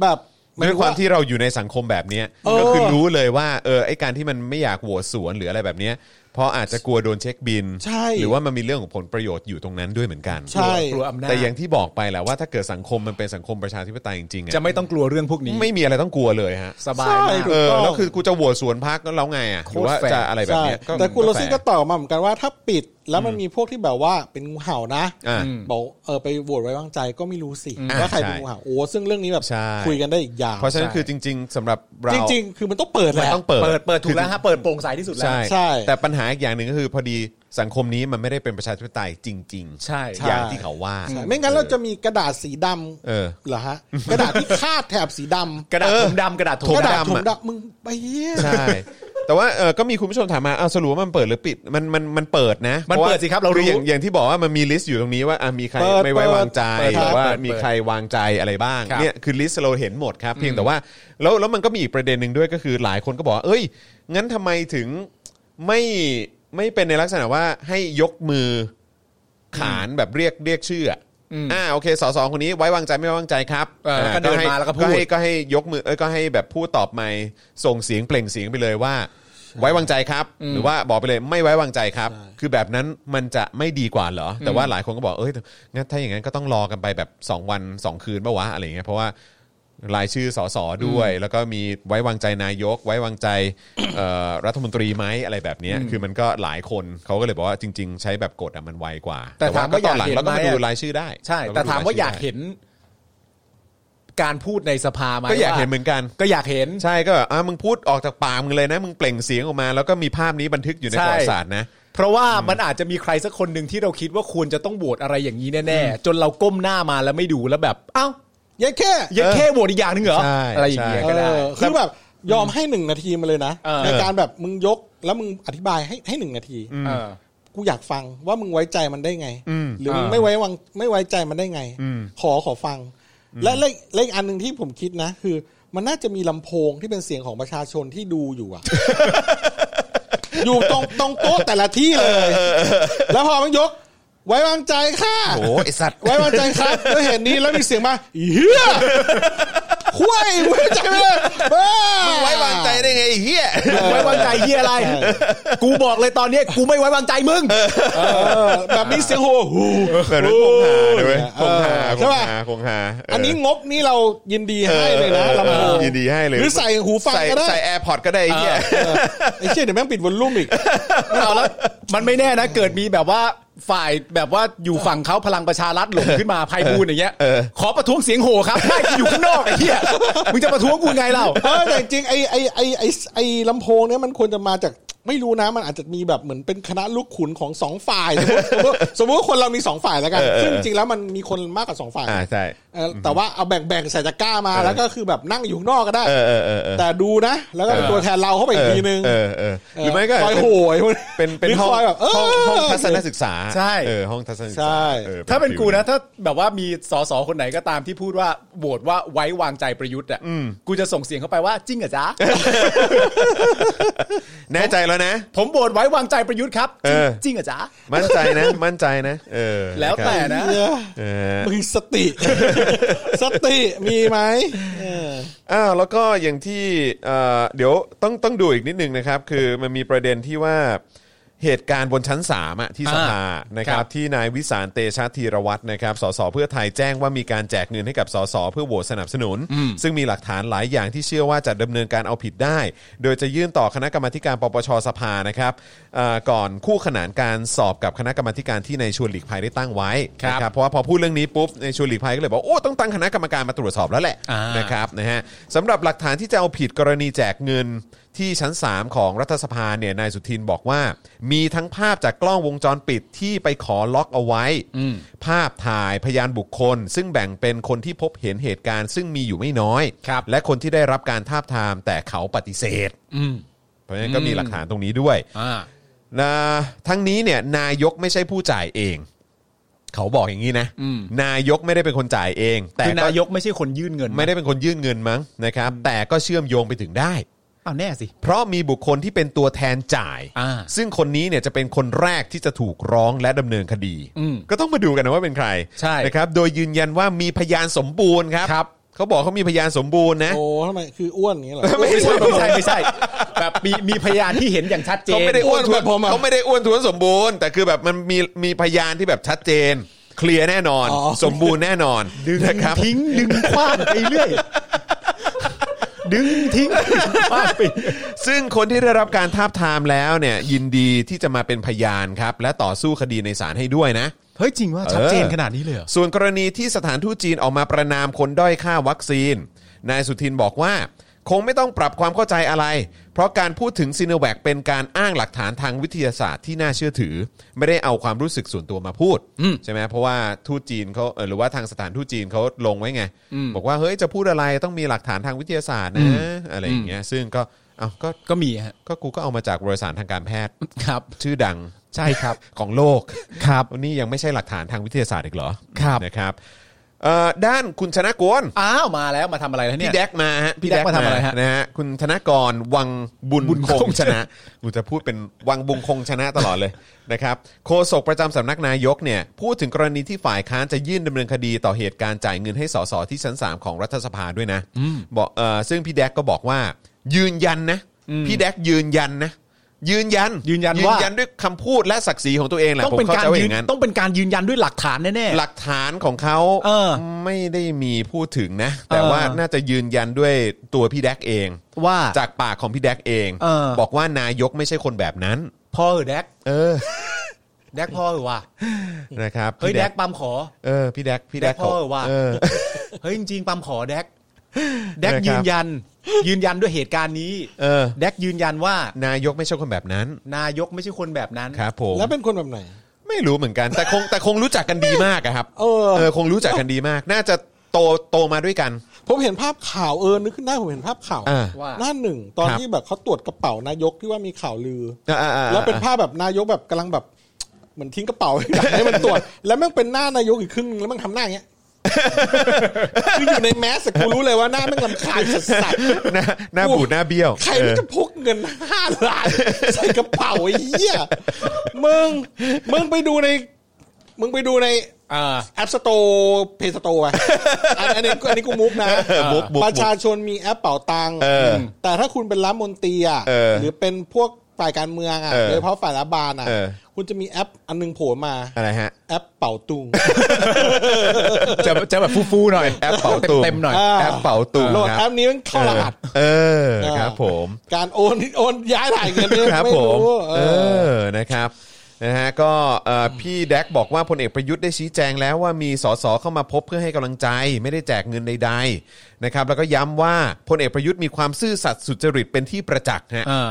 [SPEAKER 4] แบบห
[SPEAKER 2] ๆด้วย
[SPEAKER 4] ถึง
[SPEAKER 2] ความที่เราอยู่ในสังคมแบบเนี้ย
[SPEAKER 4] เออ
[SPEAKER 2] ก็คือรู้เลยว่าเออไอการที่มันไม่อยากโหวตสวนหรืออะไรแบบเนี้ยเพราะอาจจะกลัวโดนเช็คบิน
[SPEAKER 4] ใช่
[SPEAKER 2] หรือว่ามันมีเรื่องของผลประโยชน์อยู่ตรงนั้นด้วยเหมือนกัน
[SPEAKER 4] ใช่
[SPEAKER 3] กลัวอำนาจ
[SPEAKER 2] แต่อย่างที่บอกไปแหละว่าถ้าเกิดสังคมมันเป็นสังคมประชาธิปไตยจริงๆอะ
[SPEAKER 3] จะไม่ต้องกลัวเรื่องพวกนี้
[SPEAKER 2] ไม่มีอะไรต้องกลัวเลยฮะ
[SPEAKER 3] สบาย
[SPEAKER 4] ใช่
[SPEAKER 3] มาก
[SPEAKER 4] ถู
[SPEAKER 2] เอก อ
[SPEAKER 4] ต้อง
[SPEAKER 2] แล้วคือกูจะโหวตสวนพักแล้วไงอ่ะ
[SPEAKER 3] โค
[SPEAKER 2] ห
[SPEAKER 3] ตร
[SPEAKER 2] รือว่า
[SPEAKER 3] แฟร์
[SPEAKER 2] จะอะไรแบบ
[SPEAKER 4] ใช่
[SPEAKER 2] เนี้ย
[SPEAKER 4] แต่คุณโรซี่ก็
[SPEAKER 2] ฟร์
[SPEAKER 4] ตอบมาเหมือนกันว่าถ้าปิดแล้วมันมีพวกที่แบบว่าเป็นงูเห่านะ
[SPEAKER 2] อ่ะ
[SPEAKER 4] บอกเออไปโหวตไว้วางใจก็ไม่รู้สิ
[SPEAKER 2] อ่า
[SPEAKER 4] ว่าใครเป็น
[SPEAKER 2] ใช่
[SPEAKER 4] งูเห่าโอ้ซึ่งเรื่องนี้แบบ
[SPEAKER 2] ใช่
[SPEAKER 4] คุยกันได้อีกยาว
[SPEAKER 2] เพราะฉะนั้นคือจริง ๆสำหรับเรา
[SPEAKER 4] จริง ๆ คือมันต้องเปิดแห
[SPEAKER 2] มัน
[SPEAKER 4] ละ
[SPEAKER 2] ต้องเปิด
[SPEAKER 3] เปิดเปิดถูกแล้วฮะเปิดโปร่งใสที่สุดแล้ว
[SPEAKER 2] ใช่
[SPEAKER 4] ใช่
[SPEAKER 2] แต่ปัญหาอีกอย่างหนึ่งก็คือพอดีสังคมนี้มันไม่ได้เป็นประชาธิปไตยจริง
[SPEAKER 3] ใช่
[SPEAKER 2] ๆ อย่างที่เขาว่า
[SPEAKER 4] ใช่ไม่งั้นเราจะมีกระดาษสีดำ
[SPEAKER 2] เออ
[SPEAKER 4] เหรอฮะ กระดาษที่คาดแถบสีดำ
[SPEAKER 3] กระดาษ
[SPEAKER 2] เออ
[SPEAKER 3] ถุงดำกระดาษถุ
[SPEAKER 2] ผ
[SPEAKER 3] ง
[SPEAKER 2] ม
[SPEAKER 4] ก
[SPEAKER 2] ดำอะ
[SPEAKER 4] ระดาษผมดำมึงไปเฮีย
[SPEAKER 2] ใช่ แต่ว่าเออก็มีคุณผู้ชมถามมาเอาวสรุปว่ามันเปิดหรือปิดมันมันมันเปิดนะ
[SPEAKER 3] มัน
[SPEAKER 2] พาะว่า
[SPEAKER 3] เปิดสิครับเรา
[SPEAKER 2] คือ
[SPEAKER 3] รู้
[SPEAKER 2] อย่างอย่างที่บอกว่ามันมีลิสต์อยู่ตรงนี้ว่าอ่ะมีใคร
[SPEAKER 3] เปิด
[SPEAKER 2] ไม่ไว้วางใจ
[SPEAKER 3] เปิด
[SPEAKER 2] หรือว่า
[SPEAKER 3] เปิดเปิด
[SPEAKER 2] มีใครวางใจอะไรบ้าง
[SPEAKER 3] ครับ
[SPEAKER 2] เนี่ยคือลิสต์เราเห็นหมดครับเพียงแต่ว่าแล้วแล้วมันก็มีอีกประเด็นหนึ่งด้วยก็คือหลายคนก็บอกว่าเอ้ย งั้นทำไมถึงไม่ไม่เป็นในลักษณะว่าให้ยกมือขานแบบเรียกเรียกชื่ออะอ่าโอเคสอสองคนนี้ไว้วางใจไม่ไว้วางใจครับ
[SPEAKER 3] เออแล้วก็เดิน
[SPEAKER 2] ให้
[SPEAKER 3] มาแล้วก็พูด
[SPEAKER 2] ให้ ก็ให้ยกมือเอ้ยก็ให้แบบพูดตอบไม่ส่งเสียงเปล่งเสียงไปเลยว่า ไว้วางใจครับ หรือว่าบอกไปเลยไม่ไว้วางใจครับ คือแบบนั้นมันจะไม่ดีกว่าเหรอ แต่ว่าหลายคนก็บอกเอ้ยงั้นถ้าอย่างนั้นก็ต้องรอกันไปแบบ 2 วัน 2 คืนปะวะอะไรอย่างเงี้ยเพราะว่ารายชื่อสสด้วย แล้วก็มีไว้วางใจนายก ไว้วางใจเอ่อรัฐมนตรีไหมอะไรแบบเนี้ยคือมันก็หลายคนเขาก็เลยบอกว่าจริง ๆ ใช้แบบกดอะมันไวกว่า
[SPEAKER 3] แต่ถามว่า
[SPEAKER 2] ตอนหลัง
[SPEAKER 3] อยากเห็น
[SPEAKER 2] เราก็มา
[SPEAKER 3] ไหมอะ
[SPEAKER 2] ดูรายชื่อได้
[SPEAKER 3] ใช่
[SPEAKER 2] เร
[SPEAKER 3] แต่
[SPEAKER 2] ดู
[SPEAKER 3] ถามว่า
[SPEAKER 2] ร
[SPEAKER 3] อยาก
[SPEAKER 2] ชื่
[SPEAKER 3] เห็น การพูดในสภาไหม
[SPEAKER 2] ก็อยาก
[SPEAKER 3] ว่
[SPEAKER 2] เห็นเหมือนกัน
[SPEAKER 3] ก็อยากเห็น
[SPEAKER 2] ใช่ก็แบบอ่ะมึงพูดออกจากปากมึงเลยนะ มึงเปล่งเสียงออกมา แล้วก็มีภาพนี้บันทึกอยู่ใน
[SPEAKER 3] ใช่
[SPEAKER 2] ประวัติศาสตร์นะ
[SPEAKER 3] เพราะว่ามันอาจจะมีใครสักคนหนึ่งที่เราคิดว่าควรจะต้องโหวตอะไรอย่างนี้แน่ๆจนเราก้มหน้ามาแล้วไม่ดูแล้วแบบเอ้า
[SPEAKER 4] ยัยแค่
[SPEAKER 3] ยังแค่โหวตอีกอย่างหนึงเหรอ
[SPEAKER 2] ใช่
[SPEAKER 3] อะไรอย่างเงี้ย
[SPEAKER 2] ใช่
[SPEAKER 3] ก็
[SPEAKER 4] เอ
[SPEAKER 3] ได้
[SPEAKER 4] อคือแบบยอมให้หนึ่งนาทีมาเลยนะ
[SPEAKER 3] เออ
[SPEAKER 4] ในการแบบมึงยกแล้วมึงอธิบายให้ให้หนึ่งนาที
[SPEAKER 3] เออ
[SPEAKER 4] กูอยากฟังว่ามึงไว้ใจมันได้ไง
[SPEAKER 2] อืม
[SPEAKER 4] หรือมึง
[SPEAKER 3] อ่า
[SPEAKER 4] ไม่ไว้วางไม่ไว้ใจมันได้ไง
[SPEAKER 2] อืม
[SPEAKER 4] ขอขอฟัง และเลขเลขอันหนึ่งที่ผมคิดนะ คือ มันน่าจะมีลำโพงที่เป็นเสียงของประชาชนที่ดูอยู่ อะ อยู่ตรงตรงโต๊ะแต่ละที่เลย แล้วพอมันยก ไว้วางใจค่ะ
[SPEAKER 2] โอ้โหไอสัตว์
[SPEAKER 4] ไว้วางใจครับแล้วเห็นนี้แล้วมีเสียงมาเฮี ยห้วยไว้ใจไม่ได้บ้า
[SPEAKER 2] ไว้วางใจได้ไงไอ้เฮีย
[SPEAKER 3] ไว้วางใจเฮียอะไร
[SPEAKER 4] ใช่
[SPEAKER 3] กูบอกเลยตอนเนี้ยกูไม่ไว้วางใจมึง
[SPEAKER 4] เออแบบนี้เสียงโหหู
[SPEAKER 2] แบบนั้นคงหาเลยเว้ย
[SPEAKER 4] เอ
[SPEAKER 2] คงหาค
[SPEAKER 4] อ
[SPEAKER 2] ง
[SPEAKER 4] ใช่ปะ
[SPEAKER 2] หาคงหาเ
[SPEAKER 4] อันนี้งบนี่เรายินดีให้เลยนะลำโพง
[SPEAKER 2] ยินดีให้เลย
[SPEAKER 4] หรือใส่หูฟัง
[SPEAKER 2] ใส่
[SPEAKER 4] ก็ได้
[SPEAKER 2] ใส่แอร์พอร์ตก็ได้ไอ้เฮีย
[SPEAKER 4] เออไอ้เชี่ยเดี๋ยวแม่งปิดวอลลุ่มอีก
[SPEAKER 3] เอาแล้วมันไม่แน่นะ เกิดมีแบบว่าฝ่ายแบบว่าอยู่ฝั่งเขาพลังประชารัฐหลงขึ้นมาภัยบูลย์อย่างเงี้ย
[SPEAKER 2] เออ
[SPEAKER 3] ขอประท้วงเสียงโห่ครับได้กูอยู่ข้างนอกไอ้เหี้ยมึงจะประท้วงกูไงเล่า
[SPEAKER 4] เออแต่จริงๆไอ้ไอ้ไอ้ไอ้ไอ้ลำโพงเนี้ยมันควรจะมาจาก ไม่รู้นะมันอาจจะมีแบบเหมือนเป็นคณะลูกขุนของสองฝ่าย สมมุติสมมุติสมมุติว่าคนเรามีสองฝ่ายแล้วกัน
[SPEAKER 2] เออเออ
[SPEAKER 4] ซึ่งจริงๆแล้วมันมีคนมากกว่าสองฝ่าย
[SPEAKER 2] อ่าใช่
[SPEAKER 4] เออแต่ว่าเอาแบ่งๆใส่ตะกร้ามา
[SPEAKER 2] เออ
[SPEAKER 4] แล้วก็คือแบบนั่งอยู่ข้างนอกก็ได้
[SPEAKER 2] เออเออเออเออ
[SPEAKER 4] แต่ดูนะ แล้วก็เป็น
[SPEAKER 2] เออ
[SPEAKER 4] ตัวแทนเราเข้าไปอีกทีนึง
[SPEAKER 2] เออเออเออหรือไม่ก็
[SPEAKER 4] คอย
[SPEAKER 2] เป็น
[SPEAKER 4] โหยพวก
[SPEAKER 2] เป็นเป็น
[SPEAKER 4] หรือ
[SPEAKER 2] ห้อง
[SPEAKER 4] คอยแบบเออ
[SPEAKER 2] ห้องห้องทัศนศึกษา
[SPEAKER 3] ใช่
[SPEAKER 2] เออห้องทัศนศึก
[SPEAKER 4] ใช่
[SPEAKER 2] ษาเออ
[SPEAKER 3] ถ้าเป็นกูนะ ถ้าแบบว่ามีสสคนไหนก็ตามที่พูดว่าโหวตว่าไว้วางใจประยุทธ์อ่ะกูจะส่งเสียงเข้าไปว่าจริงเหรอจ๊ะ
[SPEAKER 2] แน่ใจแล้วนะ
[SPEAKER 3] ผมโหวตไว้วางใจประยุทธ์ครับ จริง
[SPEAKER 2] เออ
[SPEAKER 3] จริงเหรอจ๊ะ
[SPEAKER 2] มั่นใจนะ มั่นใจนะ เออ
[SPEAKER 3] แล้วแต่
[SPEAKER 2] นะครั
[SPEAKER 3] นะ
[SPEAKER 2] บ
[SPEAKER 4] เออ
[SPEAKER 2] เออ
[SPEAKER 4] มึงสติ สติมีไหมเออ
[SPEAKER 2] อ้าวแล้วก็อย่างที่เอ่อเดี๋ยวต้องต้องดูอีกนิดนึงนะครับ คือมันมีประเด็นที่ว่าเหตุการณ์บนชั้น3อะที่สภานะค
[SPEAKER 3] ค
[SPEAKER 2] รั
[SPEAKER 3] รั
[SPEAKER 2] บบ ที่นายวิสารเตชะธีรวัตรนะครับสสเพื่อไทยแจ้งว่ามีการแจกเงินให้กับสสเพื่อโหวตสนับสนุน ซึ่งมีหลักฐานหลายอย่างที่เชื่อว่าจะดำเนินการเอาผิดได้ โดยจะยื่นต่อคณะกรรมาธิการปปชสภานะครับเอ่อก่อนคู่ขนานการสอบกับคณะกรรมาธิการที่ในายชวนหลีกภัยได้ตั้งไว้นะเพราะว่าพอพูดเรื่องนี้ปุ๊บในายชวนหลีกภัยก็เลยบอกโอ้ต้องตั้งคณะกรรมการมาตรวจสอบแล้วแหละ
[SPEAKER 3] อ่าน
[SPEAKER 2] ะ นะครับนะฮะสำหรับหลักฐานที่จะเอาผิดกรณีแจกเงินที่ชั้น 3 ของรัฐสภาเนี่ยนายสุทินบอกว่า มีทั้งภาพจากกล้องวงจรปิดที่ไปขอล็อกเอาไว้ ภาพถ่ายพยานบุคคล ซึ่งแบ่งเป็นคนที่พบเห็นเหตุการณ์ซึ่งมีอยู่ไม่น้อย
[SPEAKER 3] ครับ
[SPEAKER 2] และคนที่ได้รับการทาบทามแต่เขาปฏิเสธ เพราะฉะนั้นก็มีหลักฐานตรงนี้ด้วย
[SPEAKER 3] อ่า
[SPEAKER 2] นะทั้งนี้เนี่ยนายกไม่ใช่ผู้จ่ายเอง เขาบอกอย่างนี้นะ
[SPEAKER 3] อืม
[SPEAKER 2] นายกไม่ได้เป็นคนจ่ายเอง แต่
[SPEAKER 3] คือนายก
[SPEAKER 2] ก็
[SPEAKER 3] ไม่ใช่คนยื่นเงิน
[SPEAKER 2] ไม่ได้เป็นคนยื่นเงินมั้งนะครับ แต่ก็เชื่อมโยงไปถึงได้
[SPEAKER 3] อ้าวแน่สิ
[SPEAKER 2] เพราะมีบุคคลที่เป็นตัวแทนจ่าย
[SPEAKER 3] อ่า
[SPEAKER 2] ซึ่งคนนี้เนี่ยจะเป็นคนแรกที่จะถูกร้องและดำเนินคดี
[SPEAKER 3] อืม
[SPEAKER 2] ก็ต้องมาดูกันนะว่าเป็นใคร
[SPEAKER 3] ใช่
[SPEAKER 2] นะครับ โดยยืนยันว่ามีพยานสมบูรณ์ครับ
[SPEAKER 3] ครับ
[SPEAKER 2] เขาบอกเขามีพยานสมบูรณ์นะ
[SPEAKER 4] โอ้ทำไมคืออ้วนอย่างนี้เหรอ
[SPEAKER 3] ไม่ใช่ไม่ใช่ไม่ใช่แบบมีมีพยานที่เห็นอย่างชัดเจน
[SPEAKER 2] เขาไม่ได้อ้วน
[SPEAKER 4] อ้วน
[SPEAKER 2] ท้วน
[SPEAKER 4] แบบผมอะ
[SPEAKER 2] เขาไม่ได้อ้วนท้วนสมบูรณ์ แต่คือแบบมันมีมีพยานที่แบบชัดเจน เคลียร์แน่นอน
[SPEAKER 4] อ๋อ
[SPEAKER 2] สมบูรณ์แน่นอน
[SPEAKER 3] ดึง
[SPEAKER 2] นะครับ
[SPEAKER 3] ทิ้งดึงคว้างไปเรื่อย ดึงทิ้งดึงคว้างไป
[SPEAKER 2] ซึ่งคนที่ได้รับการทาบทามแล้วเนี่ยยินดีที่จะมาเป็นพยานครับ และต่อสู้คดีในศาลให้ด้วยนะ
[SPEAKER 3] เฮ้ยจริงว่าชัดเจน
[SPEAKER 2] เออ
[SPEAKER 3] ขนาดนี้เลยเหรอ
[SPEAKER 2] ส่วนกรณีที่สถานทูตจีนออกมาประนามคนด้อยค่าวัคซีน นายสุทินบอกว่า คงไม่ต้องปรับความเข้าใจอะไร เพราะการพูดถึงซีโนแวคเป็นการอ้างหลักฐานทางวิทยาศาสตร์ที่น่าเชื่อถือ ไม่ได้เอาความรู้สึกส่วนตัวมาพูดใช่ไหมเพราะว่าทูตจีนเขาเอ่อหรือว่าทางสถานทูตจีนเขาลงไว้ไง บอกว่าเฮ้ยจะพูดอะไรต้องมีหลักฐานทางวิทยาศาสตร์นะอะไรอย่างเงี้ยซึ่งก็เอาก็
[SPEAKER 3] ก็มีฮะ
[SPEAKER 2] ก็กูก็เอามาจากวารสารทางการแพทย์
[SPEAKER 3] ครับ
[SPEAKER 2] ชื่อดัง
[SPEAKER 3] ใช่ครับ
[SPEAKER 2] ของโลก
[SPEAKER 3] ครับ
[SPEAKER 2] นี่ยังไม่ใช่หลักฐานทางวิทยาศาสตร์อีกเหรอ
[SPEAKER 3] ครับ
[SPEAKER 2] นะครับเอ่อด้านคุณชนะกวน
[SPEAKER 3] อ้าวมาแล้วมาทำอะไรแล้วเนี่
[SPEAKER 2] พี่
[SPEAKER 3] ย
[SPEAKER 2] แดกมาฮะ
[SPEAKER 3] พี่แดกมาทำอะไรฮะ
[SPEAKER 2] นะฮะคุณธนกรวังบุญ
[SPEAKER 3] บุญ
[SPEAKER 2] ค
[SPEAKER 3] ค
[SPEAKER 2] ง
[SPEAKER 3] ง
[SPEAKER 2] ชนะกูจะพูดเป็นวังบุญคงชนะตลอดเลย นะครับโฆษกประจำสำนักนายกเนี่ยพูดถึงกรณีที่ฝ่ายค้านจะยื่นดำเนินคดีต่อเหตุการณ์จ่ายเงินให้สสที่ชั้น 3 ของรัฐสภาด้วยนะบอกเอ่อซึ่งพี่แดกก็บอกว่า ยืนยันนะพี่แดกยืนยันนะยืนยัน
[SPEAKER 3] ยืนยัน
[SPEAKER 2] ยืน
[SPEAKER 3] ว่า
[SPEAKER 2] ยันด้วยคำพูดและศักดิ์ศรีของตัวเองแหละ
[SPEAKER 3] ต้อง
[SPEAKER 2] ผม
[SPEAKER 3] เป็น
[SPEAKER 2] เข้า
[SPEAKER 3] การ
[SPEAKER 2] ใจว่าอ
[SPEAKER 3] ยืน
[SPEAKER 2] ย่างนั้น
[SPEAKER 3] ต้องเป็นการยืนยันด้วยหลักฐานแน่
[SPEAKER 2] หลักฐานของเขา
[SPEAKER 3] เออ
[SPEAKER 2] ไม่ได้มีพูดถึงนะ แต่
[SPEAKER 3] เออ
[SPEAKER 2] ว่าน่าจะยืนยันด้วยตัวพี่แดกเอง
[SPEAKER 3] ๆ ว่า
[SPEAKER 2] จากปากของพี่แดกเอง
[SPEAKER 3] เออ
[SPEAKER 2] บอกว่านายกไม่ใช่คนแบบนั้น
[SPEAKER 3] พ่อเหอะแดก
[SPEAKER 2] เออ
[SPEAKER 3] แดกพ่อเหอะว่ะ
[SPEAKER 2] นะครับ
[SPEAKER 3] เฮ้ย
[SPEAKER 2] พี่
[SPEAKER 3] แดกปั๊มขอ
[SPEAKER 2] เออพี่แดกพี่แดก
[SPEAKER 3] แดกพ่อ
[SPEAKER 2] เขา
[SPEAKER 3] ว่ะ
[SPEAKER 2] เออ
[SPEAKER 3] เฮ้ยจริงๆปั๊มขอแดกแดก
[SPEAKER 2] นะครับ
[SPEAKER 3] ยืนยัน ยืนยันด้วยเหตุการณ์นี้
[SPEAKER 2] เออ
[SPEAKER 3] แดกยืนยันว่า
[SPEAKER 2] นายกไม่ใช่คนแบบนั้น
[SPEAKER 3] นายกไม่ใช่คนแบบนั้น
[SPEAKER 2] ครับผม
[SPEAKER 4] แล้วเป็นคนแบบไหน
[SPEAKER 2] ไม่รู้เหมือนกันแต่คง แต่คงรู้จักกันดีมากอะครับ
[SPEAKER 4] เออ
[SPEAKER 2] เออคงรู้จักกันดีมาก น่าจะโตโตมาด้วยกัน
[SPEAKER 4] ผมเห็นภาพข่าวเออนึกขึ้นได้ผมเห็นภาพข่าว
[SPEAKER 2] อ่า
[SPEAKER 3] ว่า
[SPEAKER 4] หน้าหนึ่งตอน
[SPEAKER 2] ครับ
[SPEAKER 4] ที่แบบเขาตรวจกระเป๋านายกที่ว่ามีข่าวลือ
[SPEAKER 2] อ่าๆๆ
[SPEAKER 4] แล้วเป็นภาพแบบนายกแบบกำลังแบบเหมือนทิ้งกระเป๋า อยากให้มันตรวจ แล้วแม่งเป็นหน้านายกอีกครึ่งหนึ่งแล้วแม่งทำหน้าอย่างเงี้ ย คืออยู่ในแมสแต่กูรู้เลยว่าหน้าแม่งลำคาญสัส ๆ
[SPEAKER 2] หน้าหน้าบูดหน้าเบี้ยว
[SPEAKER 4] ใคร
[SPEAKER 2] เอ
[SPEAKER 4] มัน
[SPEAKER 2] อ
[SPEAKER 4] จะพกเงินห้าล้าน ใส่กระเป๋าไอ้เหี้ยมึง มึงไปดูใน มึงไปดูใน
[SPEAKER 3] อ่า
[SPEAKER 4] แอปสโตร์เพย์สโตร์อันอันนี้อันนี้กูมุกนะ
[SPEAKER 2] มุกมุกมุก
[SPEAKER 4] ประชาชนมีแอปเป่าตังค์
[SPEAKER 2] เออ
[SPEAKER 4] แต่ถ้าคุณเป็นรัฐมนตรีอ่ะ
[SPEAKER 2] เออ
[SPEAKER 4] หรือเป็นพวกฝ่ายการเมืองอ่ะ
[SPEAKER 2] เออ
[SPEAKER 4] โดยเฉพาะฝ่ายรัฐบาลอ่ะ
[SPEAKER 2] เออ
[SPEAKER 4] คุณจะมีแอปอันหนึงโผล่มา
[SPEAKER 2] อะไรฮะ
[SPEAKER 4] แอปเป่าตุง
[SPEAKER 3] จะจะแบบฟูๆหน่อย
[SPEAKER 2] แอปเป๋าตุง
[SPEAKER 3] เต็มๆหน่อย
[SPEAKER 4] อ่า
[SPEAKER 2] แอปเป๋าตุง
[SPEAKER 4] โหลด
[SPEAKER 2] ครับ
[SPEAKER 4] แอปนี้มันเข้ารหัส
[SPEAKER 2] เออเออครับผม
[SPEAKER 4] การโอนโอนย้ายถ่ายเงินเนี่ย
[SPEAKER 2] ครับ
[SPEAKER 4] ไม่
[SPEAKER 2] ผม
[SPEAKER 4] รู้
[SPEAKER 2] เอ
[SPEAKER 4] เออ
[SPEAKER 2] อ นะครับ นะฮะ ก็เอ่อพี่แดกบอกว่าพลเอกประยุทธ์ได้ชี้แจงแล้วว่ามีสสเข้ามาพบเพื่อให้กำลังใจ ไม่ได้แจกเงินใดๆ นะครับ แล้วก็ย้ำว่าพลเอกประยุทธ์มีความซื่อสัตย์สุจริตเป็นที่ประจักษ์ฮะ
[SPEAKER 3] อ่า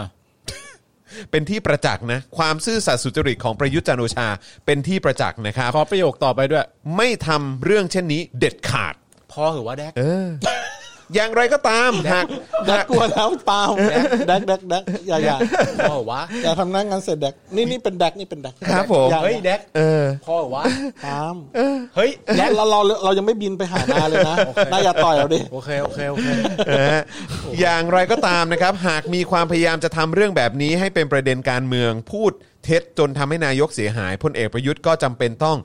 [SPEAKER 2] เป็นที่ประจักษ์นะความซื่อสัตย์สุจริตของประยุทธ์จันทร์โอชา เป็นที่ประจักษ์นะครับ
[SPEAKER 3] ขอประโยคต่อไปด้วย
[SPEAKER 2] ไม่ทำเรื่องเช่นนี้เด็ดขาด
[SPEAKER 3] พอเหอะว่าแดก
[SPEAKER 2] เออ อย่างไรก็ตามหาก
[SPEAKER 4] ดักกลัวแล้วเปล่าแดักแดักแดักอย่าอย่า
[SPEAKER 3] พอเหอะวะ
[SPEAKER 4] อย่าทำหน้างานเสร็จแดักนี่นี่เป็นแดักนี่เป็นแดัก
[SPEAKER 2] ครับผม
[SPEAKER 4] อย่า
[SPEAKER 3] เฮ้ยแดก
[SPEAKER 2] เออ
[SPEAKER 3] พอเหอะวะ
[SPEAKER 4] ตาม
[SPEAKER 3] เฮ้ยแด
[SPEAKER 4] และ
[SPEAKER 3] ก
[SPEAKER 4] เราเราเรายังไม่บินไปหานาเลยนะนาอย่าต่อยเราดิ
[SPEAKER 3] โอเคโอเคโอเค
[SPEAKER 2] นะฮะอย่างไรก็ตามนะครับ หากมีความพยายามจะทำเรื่องแบบนี้ให้เป็นประเด็นการเมือง พูดเท็จจนทำให้นายกเสียหายพลเอกประยุทธ์ก็จำเป็นต้อง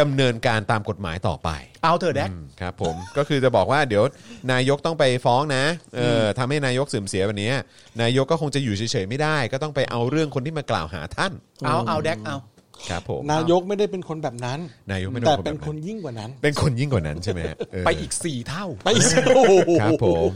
[SPEAKER 2] ดำเนินการตามกฎหมายต่อไป
[SPEAKER 3] เอาเถอะแดก
[SPEAKER 2] อืมครับผม ก็คือจะบอกว่าเดี๋ยวนายกต้องไปฟ้องนะเอออทำให้นายกเสื่อมเสียแบบนี้ นายกก็คงจะอยู่เฉยๆไม่ได้ ก็ต้องไปเอาเรื่องคนที่มากล่าวหาท่าน
[SPEAKER 3] เอาเอาแดกเอา
[SPEAKER 2] ครับผม
[SPEAKER 4] นายกไม่ได้เป็นคนแบบนั้น
[SPEAKER 2] นายกไม่ได้
[SPEAKER 4] แต่
[SPEAKER 2] เป็
[SPEAKER 4] เป็น น
[SPEAKER 2] ค
[SPEAKER 4] คน น
[SPEAKER 2] แบบนั้น
[SPEAKER 4] ยิ่งกว่านั้น
[SPEAKER 2] เป็นคนยิ่งกว่านั้นใช่ไหมฮะเ
[SPEAKER 3] ไปอีกสี่เท่า
[SPEAKER 4] ไปอีกโอ้โห
[SPEAKER 2] ครับผม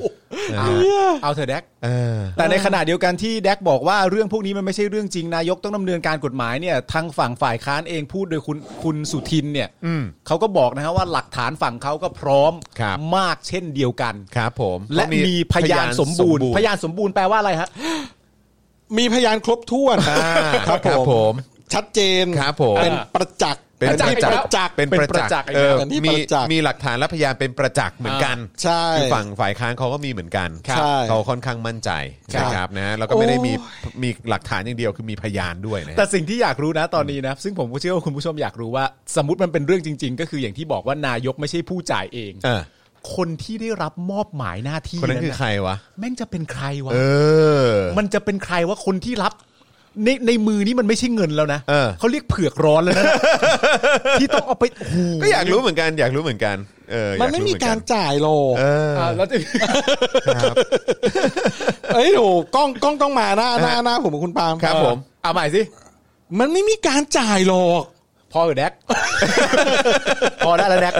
[SPEAKER 2] นะ
[SPEAKER 3] เอา
[SPEAKER 2] ฮะ
[SPEAKER 3] เอาเถอะแดก
[SPEAKER 2] เออ
[SPEAKER 3] แต่ในขณะเดียวกันที่แดกบอกว่าเรื่องพวกนี้มันไม่ใช่เรื่องจริงนายกต้องดำเนินการกฎหมายเนี่ยทางฝั่งฝ่ายค้านเองพูดโดยคุณคุณสุทินเนี่ย
[SPEAKER 2] อืม
[SPEAKER 3] เขาก็บอกนะฮะว่าหลักฐานฝั่งเขาก็พร้อม
[SPEAKER 2] ครับ
[SPEAKER 3] มากเช่นเดียวกัน
[SPEAKER 2] ครับผม
[SPEAKER 3] และ
[SPEAKER 2] ต้อง
[SPEAKER 3] มีพยานสมบูรณ์ พยานสมบูรณ์แปลว่าอะไรฮะ
[SPEAKER 4] มีพยานครบถ้วน
[SPEAKER 2] อ่าครับ
[SPEAKER 4] ครับ
[SPEAKER 2] ผ
[SPEAKER 4] ผม ม ชัดเจน
[SPEAKER 2] ครับผม
[SPEAKER 4] เป็นประจักษ์
[SPEAKER 2] เป็นประ
[SPEAKER 4] ที่
[SPEAKER 2] จัก
[SPEAKER 4] ป
[SPEAKER 2] ษ์
[SPEAKER 4] ระจักษ์
[SPEAKER 2] เป็นประ
[SPEAKER 3] เป็นประจั
[SPEAKER 2] จัก
[SPEAKER 3] กษ์
[SPEAKER 2] ษ์เออ
[SPEAKER 4] เป็นที่
[SPEAKER 2] มี
[SPEAKER 4] ประจักษ์
[SPEAKER 2] มีหลักฐานและพยานเป็นประจักษ์เหมือนกัน
[SPEAKER 4] ใช่
[SPEAKER 2] คือฝั่งฝ่ายค้านเขาก็มีเหมือนกัน
[SPEAKER 4] ครับใช่
[SPEAKER 2] เขาค่อนข้างมั่นใจ
[SPEAKER 4] ครับ
[SPEAKER 2] นะครับนะแล้วก็ไม่ได้มีมีหลักฐานอย่างเดียวคือมีพยานด้วยนะ
[SPEAKER 3] แต่สิ่งที่อยากรู้นะตอนนี้นะซึ่งผมก็เชื่อว่าคุณผู้ชมอยากรู้ว่า สมมติมันเป็นเรื่องจริง ๆ ก็คืออย่างที่บอกว่านายกไม่ใช่ผู้จ่ายเอง
[SPEAKER 2] เออ
[SPEAKER 3] คนที่ได้รับมอบหมายหน้าที่
[SPEAKER 2] คนนั้นคือ
[SPEAKER 3] นะ
[SPEAKER 2] ใครวะ
[SPEAKER 3] แม่งจะเป็นใครวะ
[SPEAKER 2] เออ
[SPEAKER 3] มันจะเป็นใครว่าคนที่รับในในมือนี่มันไม่ใช่เงินแล้วนะ
[SPEAKER 2] เออ
[SPEAKER 3] เรียกเผือกร้อนแล้ว นะ ที่ต้องเอาไปโอ้โหู
[SPEAKER 2] ก็อยากรู้เหมือนกัน อยากรู้เหมือนกันเอออย
[SPEAKER 4] มันไม่มี
[SPEAKER 2] เหอน
[SPEAKER 4] การจ่ายโล
[SPEAKER 2] เออ
[SPEAKER 3] แล้วจะ
[SPEAKER 2] ครับ
[SPEAKER 4] เอ้ยโหกล้องกล้องต้องมาหน้าหน้า
[SPEAKER 2] ฮะ
[SPEAKER 4] หน้าผมกับคุณปาล์ม
[SPEAKER 2] ครับผม
[SPEAKER 3] เอาใหม่สิ
[SPEAKER 4] มันไม่มีการจ่ายโลก
[SPEAKER 3] พอเถ อะแดก พอได้แล้วแดก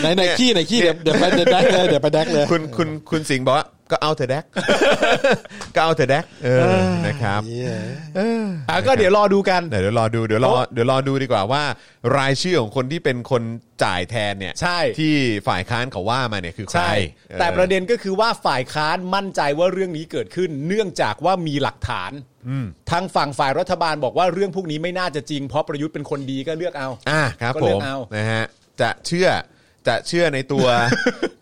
[SPEAKER 4] ไหนไหนขี้ไหนขี้เดี๋ยวเดี๋ยวไปเดี๋ยวแดกเลยเดี๋ยวไปแดกเลย
[SPEAKER 2] คุณคุณคุณสิงห์บอกว่าก็เอาเถอะแดก ก็เอาเถอะแดกเออนะครับ
[SPEAKER 3] อ่ะก็เดี๋ยวรอดูกัน
[SPEAKER 2] เดี๋ยวเดี๋ยวรอดูเดี๋ยวรอเดี๋ยวรอดูดีกว่าว่า รายชื่อของคนที่เป็นคนจ่ายแทนเนี่ย
[SPEAKER 3] ใช่
[SPEAKER 2] ที่ฝ่ายค้านเขาว่ามาเนี่ยคือใคร
[SPEAKER 3] ใช่
[SPEAKER 2] ออ
[SPEAKER 3] แต่ประเด็นก็คือว่าฝ่ายค้านมั่นใจว่าเรื่องนี้เกิดขึ้น เนื่องจากว่ามีหลักฐานทางฝั่งฝ่ายรัฐบาลบอกว่าเรื่องพวกนี้ไม่น่าจะจริงเพราะประยุทธ์เป็นคนดีก็เลือกเอา
[SPEAKER 2] อ่ะครับ
[SPEAKER 3] ก็
[SPEAKER 2] ผ
[SPEAKER 3] เลือก
[SPEAKER 2] ม
[SPEAKER 3] เอา
[SPEAKER 2] นะฮะจะเชื่อจะเชื่อใน ตัว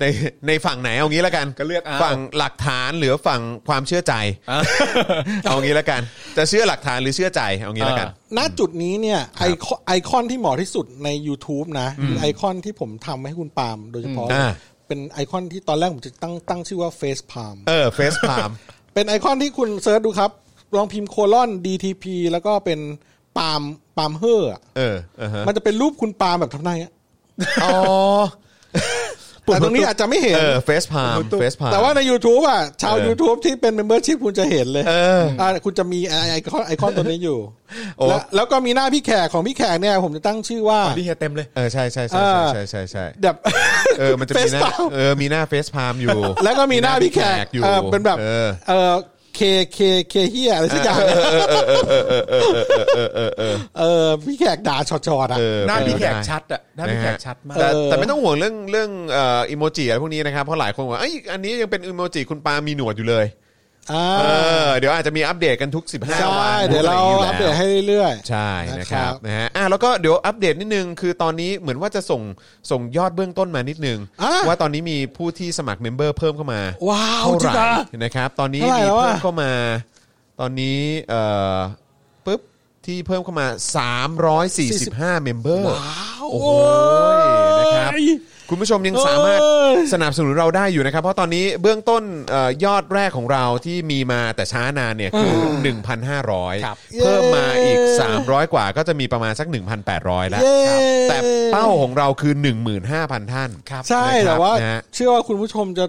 [SPEAKER 2] ในในฝั่งไหนเอางี้ละกัน
[SPEAKER 3] ก็เลือกเอา
[SPEAKER 2] ฝั่งหลักฐานหรือฝั่งความเชื่อใจ เอางี้ละกัน จะเชื่อหลักฐานหรือเชื่อใจเอางี้ละกัน
[SPEAKER 4] ณจุดนี้เนี่ยไอคอนไอคอนที่เหมาะที่สุดใน YouTube นะไอคอนที่ผมทำให้คุณปาล์มโดยเฉพาะ
[SPEAKER 2] อืมอ่า
[SPEAKER 4] เป็นไอคอนที่ตอนแรกผมจะตั้งตั้งชื่อว่า Face Palm
[SPEAKER 2] เออเฟสพาม
[SPEAKER 4] เป็นไอคอนที่คุณเซิร์ชดูครับ ลองพิมพ์โคลอน DTP แล้วก็เป็นปาล์มปาล์มเฮอร์อะ
[SPEAKER 2] เอออ่าฮะ
[SPEAKER 4] มันจะเป็นรูปคุณปาล์มแบบทำนายอะ
[SPEAKER 2] อ๋อ
[SPEAKER 4] แต่ตรงนี้อาจจะไม่เห็น
[SPEAKER 2] เออเฟส พามเฟสพาม
[SPEAKER 4] แต่ว่าใน YouTube อ่ะ ชาว
[SPEAKER 2] เออ
[SPEAKER 4] YouTube ที่เป็น Membership คุณจะเห็นเลย
[SPEAKER 2] เออ
[SPEAKER 4] อ่าคุณจะมีไอไอคอนไอคอนตัวนี้อยู่
[SPEAKER 2] โอ้
[SPEAKER 4] แล้วแล้วก็มีหน้าพี่แขกของพี่แขกเนี่ย ผมจะตั้งชื่อว่า
[SPEAKER 3] ดีเฮียเต็มเลย
[SPEAKER 2] เออใช่ใช่ใช่ใช่ใช่ใช่ใช่
[SPEAKER 4] แบบ
[SPEAKER 2] เออ มันจะมีหน้า
[SPEAKER 4] Face Palm
[SPEAKER 2] เออ มีหน้าเฟซพามอยู่
[SPEAKER 4] แล้วก็มีหน้าพี่แขก
[SPEAKER 2] อยู่
[SPEAKER 4] เออเป็นแบบ
[SPEAKER 2] เออ
[SPEAKER 4] เออเคเคเคเฮียอะไรสักอย่างเออพี่แขกด่าชอดๆอ่ะ
[SPEAKER 2] เออ
[SPEAKER 3] หน้าพี่แขก
[SPEAKER 2] เป็นไปได้
[SPEAKER 3] ชัดอะหน้าพี่แขกชัดมาก
[SPEAKER 2] แต่
[SPEAKER 4] เออ
[SPEAKER 2] แต่ไม่ต้องห่วงเรื่องเรื่องเอ่ออิโมจิอะไรพวกนี้นะครับ เพราะหลายคนบอกว่าเอ้ยอันนี้ยังเป็นอิโมจิคุณปามีหนวดอยู่เลย
[SPEAKER 4] อ่า
[SPEAKER 2] เออ เดี๋ยวอาจจะมีอัปเดตกันทุก
[SPEAKER 4] ใช่
[SPEAKER 2] 15 วัน
[SPEAKER 4] เดี๋ยวเราอัปเดตให้เรื่อย
[SPEAKER 2] ใช่นะครับ
[SPEAKER 4] นะครับ
[SPEAKER 2] นะฮะอ่ะแล้วก็เดี๋ยวอัปเดตนิดนึง คือตอนนี้เหมือนว่าจะส่งส่งยอดเบื้องต้นมานิดนึง ว่าตอนนี้มีผู้ที่สมัครเมมเบอร์เพิ่มเข้ามา
[SPEAKER 4] ๆ ว้าว
[SPEAKER 2] เท่า
[SPEAKER 4] จริง
[SPEAKER 2] ไหร่
[SPEAKER 4] นะ
[SPEAKER 2] นะครับ ตอนนี้
[SPEAKER 4] เท่าไหร่
[SPEAKER 2] มี
[SPEAKER 4] แล้ว
[SPEAKER 2] เพิ่
[SPEAKER 4] อะ
[SPEAKER 2] มเข้ามา ตอนนี้เอ่อปุ๊บที่เพิ่มเข้ามา 345 เมมเบอร์โอ้โหนะครับคุณผู้ชมยังสามารถสนับสนุนเราได้อยู่นะครับ เพราะตอนนี้เบื้องต้นเอ่อยอดแรกของเราที่มีมาแต่ช้านานเนี่ยคือ 1,500 เพิ่มมาอีก 300 กว่าก็จะมีประมาณสัก 1,800 แล้ว
[SPEAKER 4] เย้
[SPEAKER 2] ครับแต่เป้าของเราคือ 15,000 ท่าน
[SPEAKER 4] ใช่
[SPEAKER 2] นะครับ
[SPEAKER 4] แต่ว่า
[SPEAKER 2] นะฮะ
[SPEAKER 4] เชื่อว่าคุณผู้ชมจะ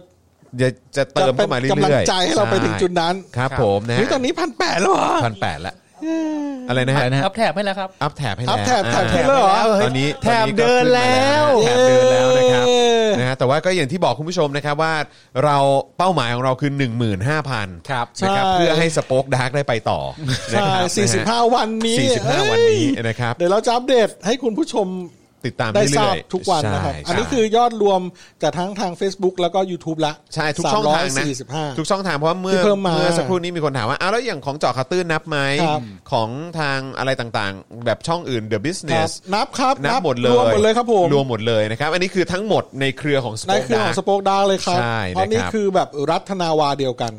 [SPEAKER 2] จะจะเติมเข้ามาเรื่อยๆ
[SPEAKER 4] จะเป็นกำลังใจให้เราไปถึงจุดนั้น
[SPEAKER 2] ใช่ครับผมนะ
[SPEAKER 4] เฮ้ยตอนนี้พันแปดแล้วเหรอ
[SPEAKER 2] พันแปดละอะไรนะฮะ
[SPEAKER 5] อัพแถบให้แล้วครับ
[SPEAKER 2] อัพแถบให้
[SPEAKER 4] อั
[SPEAKER 2] แล้ว
[SPEAKER 4] พแถบแถ
[SPEAKER 2] า
[SPEAKER 4] บขึ้นแล้วเหรอ
[SPEAKER 2] ตอนนี้
[SPEAKER 3] แถบเดินแล้ว
[SPEAKER 2] แถบเดินแล้วนะครับ
[SPEAKER 4] เย้
[SPEAKER 2] นะฮะแต่ว่าก็อย่างที่บอกคุณผู้ชมนะครับว่าเราเป้าหมายของเราคือ 15,000
[SPEAKER 3] ครับ
[SPEAKER 2] นะครับ
[SPEAKER 4] ใช่
[SPEAKER 2] เพื่อให้สป็อคดาร์กได้ไปต่อนะ
[SPEAKER 4] ใช่
[SPEAKER 2] ครั
[SPEAKER 4] สี่สิบห้าวันนี้
[SPEAKER 2] 45 วันนี้
[SPEAKER 4] เอ้ย
[SPEAKER 2] นะครับ
[SPEAKER 4] เดี๋ยวเราจะอัปเดตให้คุณผู้ชม
[SPEAKER 2] ติดตาม
[SPEAKER 4] ได้
[SPEAKER 2] เรื่
[SPEAKER 4] ทรา
[SPEAKER 2] อบ ยๆ
[SPEAKER 4] ทุกวันนะครับ
[SPEAKER 2] ใช่
[SPEAKER 4] อันนี้คือยอดรวมจากทั้งทาง Facebook แล้วก็ YouTube ละ
[SPEAKER 2] ใช่ทุกช่องทางนะ
[SPEAKER 4] 345
[SPEAKER 2] ทุกช่องทางเพราะว่าเมื่อ
[SPEAKER 4] ที่เพิ่มมา
[SPEAKER 2] เมื่อสักครู่นี้มีคนถามว่าอ้าวแล้วอย่างของเจาะข่าวตื้นนับไหม
[SPEAKER 4] ครับ
[SPEAKER 2] ของทางอะไรต่างๆ แบบช่องอื่น The
[SPEAKER 4] ครับ
[SPEAKER 2] Business
[SPEAKER 4] นับครับ
[SPEAKER 2] นับหมดเลย
[SPEAKER 4] รวมหมดเลยครับผม
[SPEAKER 2] รวมหมดเลยนะครับ อันนี้คือทั้งหมดในเครือของสป
[SPEAKER 4] นั่
[SPEAKER 2] อน ค
[SPEAKER 4] คือ
[SPEAKER 2] ดา
[SPEAKER 4] ของสปอคดาร์เลยครับ
[SPEAKER 2] ใช่
[SPEAKER 4] เพ
[SPEAKER 2] นะครั
[SPEAKER 4] ราะ
[SPEAKER 2] บ
[SPEAKER 4] นี่คือแบบรัฐนาวาเดียวกัน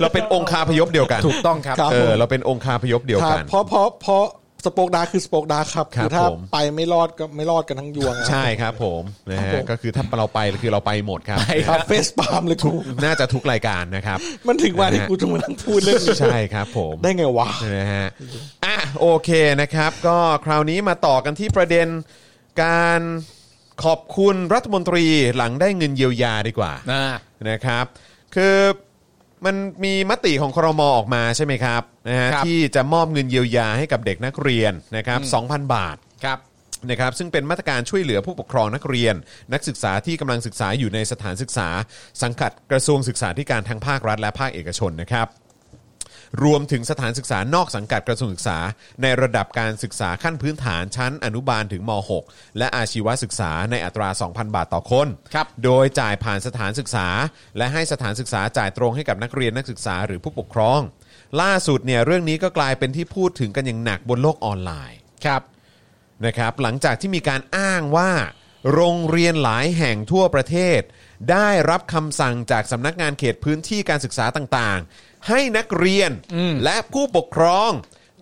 [SPEAKER 2] เราเป็นองค์คาพยพเดียวกัน
[SPEAKER 3] ถูกต้องครับ
[SPEAKER 4] ครับ
[SPEAKER 2] เออเราเป็นองค์คาพยพเดียว
[SPEAKER 4] ครับ
[SPEAKER 2] กัน
[SPEAKER 4] เพราะเพราะเพราะสปอคดาร์คือสปอคดาร์ครับ
[SPEAKER 2] ครับ
[SPEAKER 4] ถ้า
[SPEAKER 2] ผม
[SPEAKER 4] ไปไม่รอดก็ไม่รอดกันทั้งยวง
[SPEAKER 2] ใช่ครับผมนะ
[SPEAKER 4] ครั
[SPEAKER 2] ฮะ
[SPEAKER 4] บผม
[SPEAKER 2] ก็คือถ้าเราไปคือเราไปหมดครับ
[SPEAKER 4] ครับเฟสปาล์มเลยกู
[SPEAKER 2] น่าจะทุกรายการนะครับ
[SPEAKER 4] มันถึงวันที่กูจะมานั่งพูดเรื่องนี้
[SPEAKER 2] ใช่ครับผม
[SPEAKER 4] ได้ไงวะ
[SPEAKER 2] นะฮะอ่ะโอเคนะครับ ก็คราวนี้มาต่อกันที่ประเด็นการขอบคุณรัฐมนตรีหลังได้เงินเยียวยาดีกว่า
[SPEAKER 3] อ่า
[SPEAKER 2] นะครับคือมันมีมติของครมออกมาใช่ไหมครับนะฮะ
[SPEAKER 3] ครับ
[SPEAKER 2] ที่จะมอบเงินเยียวยาให้กับเด็กนักเรียนนะครับ2,000 บาท
[SPEAKER 3] ครับ
[SPEAKER 2] นะครับซึ่งเป็นมาตรการช่วยเหลือผู้ปกครองนักเรียน นักศึกษาที่กำลังศึกษาอยู่ในสถานศึกษา สังกัดกระทรวงศึกษาธิการทางภาครัฐและภาคเอกชนนะครับ รวมถึงสถานศึกษานอกสังกัดกระทรวงศึกษา ในระดับการศึกษาขั้นพื้นฐานชั้นอนุบาลถึงม .6 และอาชีวศึกษาในอัตรา 2,000 บาทต่อคน
[SPEAKER 3] ครับ
[SPEAKER 2] โดยจ่ายผ่านสถานศึกษา และให้สถานศึกษาจ่ายตรงให้กับนักเรียนนักศึกษาหรือผู้ปกครอง ล่าสุดเนี่ยเรื่องนี้ก็กลายเป็นที่พูดถึงกันอย่างหนักบนโลกออนไลน์
[SPEAKER 3] ครับ
[SPEAKER 2] นะครับหลังจากที่มีการอ้างว่า โรงเรียนหลายแห่งทั่วประเทศ ได้รับคำสั่งจากสำนักงานเขตพื้นที่การศึกษาต่างๆ ให้นักเรียนและผู้ปกครอง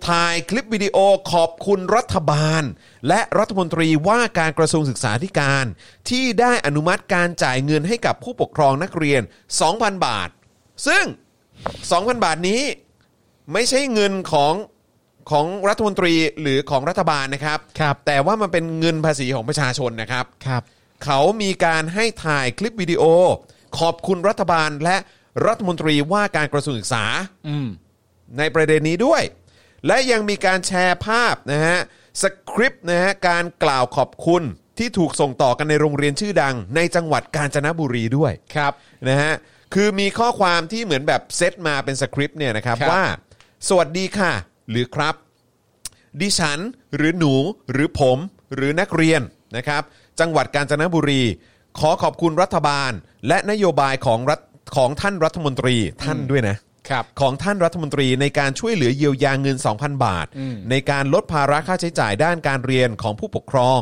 [SPEAKER 2] ถ่ายคลิปวิดีโอขอบคุณรัฐบาล และรัฐมนตรีว่าการกระทรวงศึกษาธิการ ที่ได้อนุมัติการจ่ายเงินให้กับผู้ปกครองนักเรียน 2,000 บาท ซึ่ง 2,000 บาทนี้ ไม่ใช่เงินของของรัฐมนตรีหรือของรัฐบาลนะครับ
[SPEAKER 3] ครับ
[SPEAKER 2] แต่ว่ามันเป็นเงินภาษีของประชาชนนะครับ
[SPEAKER 3] ครับ
[SPEAKER 2] เขามีการให้ถ่ายคลิปวิดีโอ ขอบคุณรัฐบาลและรัฐมนตรีว่าการกระทรวงศึกษา
[SPEAKER 3] อืม
[SPEAKER 2] ในประเด็นนี้ด้วย และยังมีการแชร์ภาพนะฮะสคริปต์นะฮะการกล่าวขอบคุณที่ถูกส่งต่อกันในโรงเรียนชื่อดัง ในจังหวัดกาญจนบุรีด้วย
[SPEAKER 3] ครับ
[SPEAKER 2] นะฮะคือมีข้อความที่เหมือนแบบเซตมาเป็นสคริปต์เนี่ยนะครับ
[SPEAKER 3] ครับ
[SPEAKER 2] ว่า สวัสดีค่ะ หรือครับ ดิฉันหรือหนูหรือผมหรือนักเรียนนะครับ จังหวัดกาญจนบุรี ขอขอบคุณรัฐบาล และนโยบายของรัฐของท่านรัฐมนตรีท่านด้วยนะ
[SPEAKER 3] ครับ
[SPEAKER 2] ของท่านรัฐมนตรีในการช่วยเหลือเยียวยาเงิน 2,000 บาท ในการลดภาระค่าใช้จ่ายด้านการเรียนของผู้ปกครอง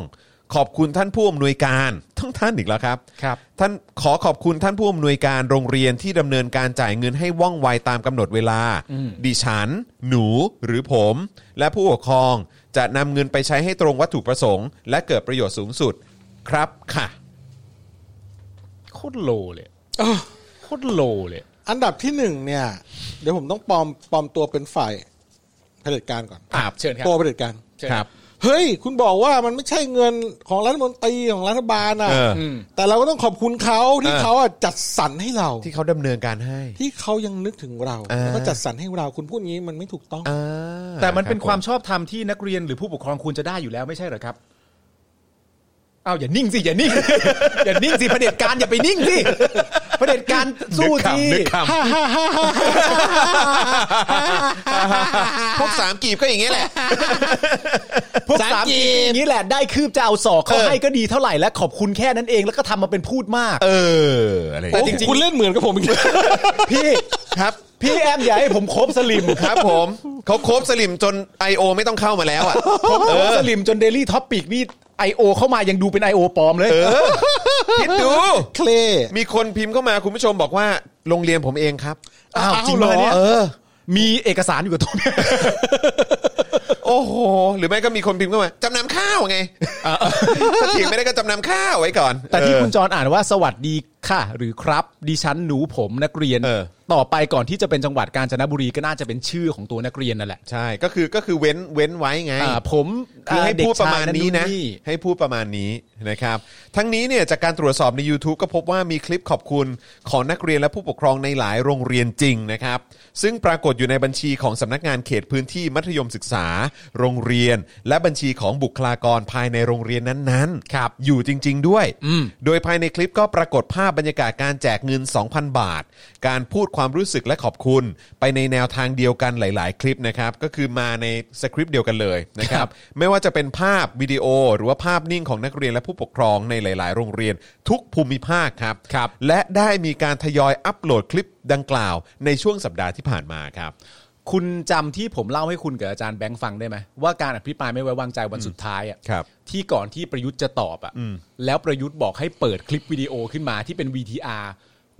[SPEAKER 2] ขอบคุณท่านผู้อำนวยการทั้งท่านอีกแล้วครับ
[SPEAKER 3] ครับ
[SPEAKER 2] ท่านขอขอบคุณท่านผู้อำนวยการโรงเรียนที่ดำเนินการจ่ายเงินให้ว่องไวตามกำหนดเวลา ดิฉัน หนูหรือผม และผู้ปกครองจะนำเงินไปใช้ให้ตรงวัตถุประสงค์ และเกิดประโยชน์สูงสุดครับค่ะ
[SPEAKER 3] โคตรโลเลยโคตรโลเลย
[SPEAKER 4] อันดับที่หนึ่งเนี่ย เดี๋ยวผมต้องปลอมปลอมตัวเป็นฝ่ายเผด็จการก่อน
[SPEAKER 3] ครับเชิญครับ
[SPEAKER 4] ตัวเผด็จการ
[SPEAKER 3] เชิญครับ
[SPEAKER 4] เฮ้ย คุณบอกว่ามันไม่ใช่เงินของรัฐมนตรีของรัฐบาลนะ
[SPEAKER 2] เออ
[SPEAKER 4] แต่เราก็ต้องขอบคุณเขาที่
[SPEAKER 2] เออ
[SPEAKER 4] เขาอะจัดสรรให้เรา
[SPEAKER 2] ที่เขาดำเนินการให้
[SPEAKER 4] ที่เขายังนึกถึงเรา
[SPEAKER 2] อ่า
[SPEAKER 4] แล้วก็จัดสรรให้เราคุณพูดอย่างนี้มันไม่ถูกต้อง
[SPEAKER 2] อ่า
[SPEAKER 3] แต่มันเป็น
[SPEAKER 2] รับผ
[SPEAKER 3] ความชอบธรรมที่นักเรียนหรือผู้ปกครองควรจะได้อยู่แล้วไม่ใช่เหรอครับ เอาอย่านิ่งสิอย่านิ่ง อย่านิ่งสิเผด็จการอย่าไปนิ่งสิเผด็จการสู้ที
[SPEAKER 2] นึกคำนึกค ำพวกสามกีบก็อย่างเงี้ยแหละ
[SPEAKER 3] พวกสามกีบนี้แหละได้คืบจะเอาศอกเขา
[SPEAKER 2] เออ
[SPEAKER 3] ให้ก็ดีเท่าไหร่และขอบคุณแค่นั้นเองแล้วก็ทำมาเป็นพูดมาก
[SPEAKER 2] เอออะไรอย่าง
[SPEAKER 4] แต่
[SPEAKER 2] เงี้ย
[SPEAKER 4] จริงๆคุณเล่นเหมือนกับผมอีกแล้ว
[SPEAKER 3] พี่
[SPEAKER 2] ครับ
[SPEAKER 3] พี่แอมอย่าให้ผมโคบสลิม
[SPEAKER 2] ครับผมเขาโคบสลิมจน I.O. ไม่ต้องเข้ามาแล้วอ่ะ
[SPEAKER 3] ผมโคบสลิมจนเดลี่ท็อปปิกนี่ไอโอเข้ามายังดูเป็นไอโอปลอมเลย
[SPEAKER 2] คิดดู
[SPEAKER 4] เคล
[SPEAKER 2] มีคนพิมพ์เข้ามาคุณผู้ชมบอกว่าโรงเรียนผมเองครับ
[SPEAKER 3] อ้าวจริงเหรอเนี่ยมีเอกสารอยู่กับตัวเนี่ย
[SPEAKER 2] โอ้โห หรือไม่ก็มีคนพิมพ์เข้ามาจำนำข้าวไงถ้าเถียงไม่ได้ก็จำนำข้าวไว้ก่อน
[SPEAKER 3] แต่ที่คุณจรอ่านว่าสวัสดีค่ะ หรือครับ ดิฉันหนูผมนักเรียน
[SPEAKER 2] เออ
[SPEAKER 3] ต่อไปก่อนที่จะเป็นจังหวัดกาญจนบุรีก็น่าจะเป็นชื่อของตัวนักเรียนนั่นแหละ
[SPEAKER 2] ใช่ก็คือก็คือเว้นเว้นไว้ไง
[SPEAKER 3] อ่าผม
[SPEAKER 2] คือให้
[SPEAKER 3] เก
[SPEAKER 2] พูดประมาณ
[SPEAKER 3] ชย
[SPEAKER 2] นี้นะ ให้พูดประมาณนี้นะครับ ทั้งนี้เนี่ยจากการตรวจสอบใน YouTube ก็พบว่ามีคลิปขอบคุณของนักเรียนและผู้ปกครองในหลายโรงเรียนจริงนะครับ ซึ่งปรากฏอยู่ในบัญชีของสำนักงานเขตพื้นที่มัธยมศึกษา โรงเรียน และบัญชีของบุคลากรภายในโรงเรียนนั้นๆครับอยู่จริง ๆ ด้วย โดยภายในคลิปก็ปรากฏภาพบรรยากาศการแจกเงิน 2,000 บาท การพูดความรู้สึกและขอบคุณ ไปในแนวทางเดียวกันหลาย ๆ คลิปนะครับ ก็คือมาในสคริปต์เดียวกันเลยนะครับ ไม่ว่าจะเป็นภาพวิดีโอ หรือว่าภาพนิ่งของนักเรียนและผู้ปกครองในหลาย ๆ โรงเรียน ทุกภูมิภาคครับ และได้มีการทยอยอัปโหลดคลิปดังกล่าว ในช่วงสัปดาห์ที่ผ่านมาครับ
[SPEAKER 3] คุณจำที่ผมเล่าให้คุณกับอาจารย์แบงค์ฟังได้ไหมว่าการอภิปรายไม่ไว้วางใจวันสุดท้าย
[SPEAKER 2] ครั
[SPEAKER 3] อะ่ะ
[SPEAKER 2] บ
[SPEAKER 3] ที่ก่อนที่ประยุทธ์จะตอบอะ่ะแล้วประยุทธ์บอกให้เปิดคลิปวิดีโอขึ้นมาที่เป็น VTR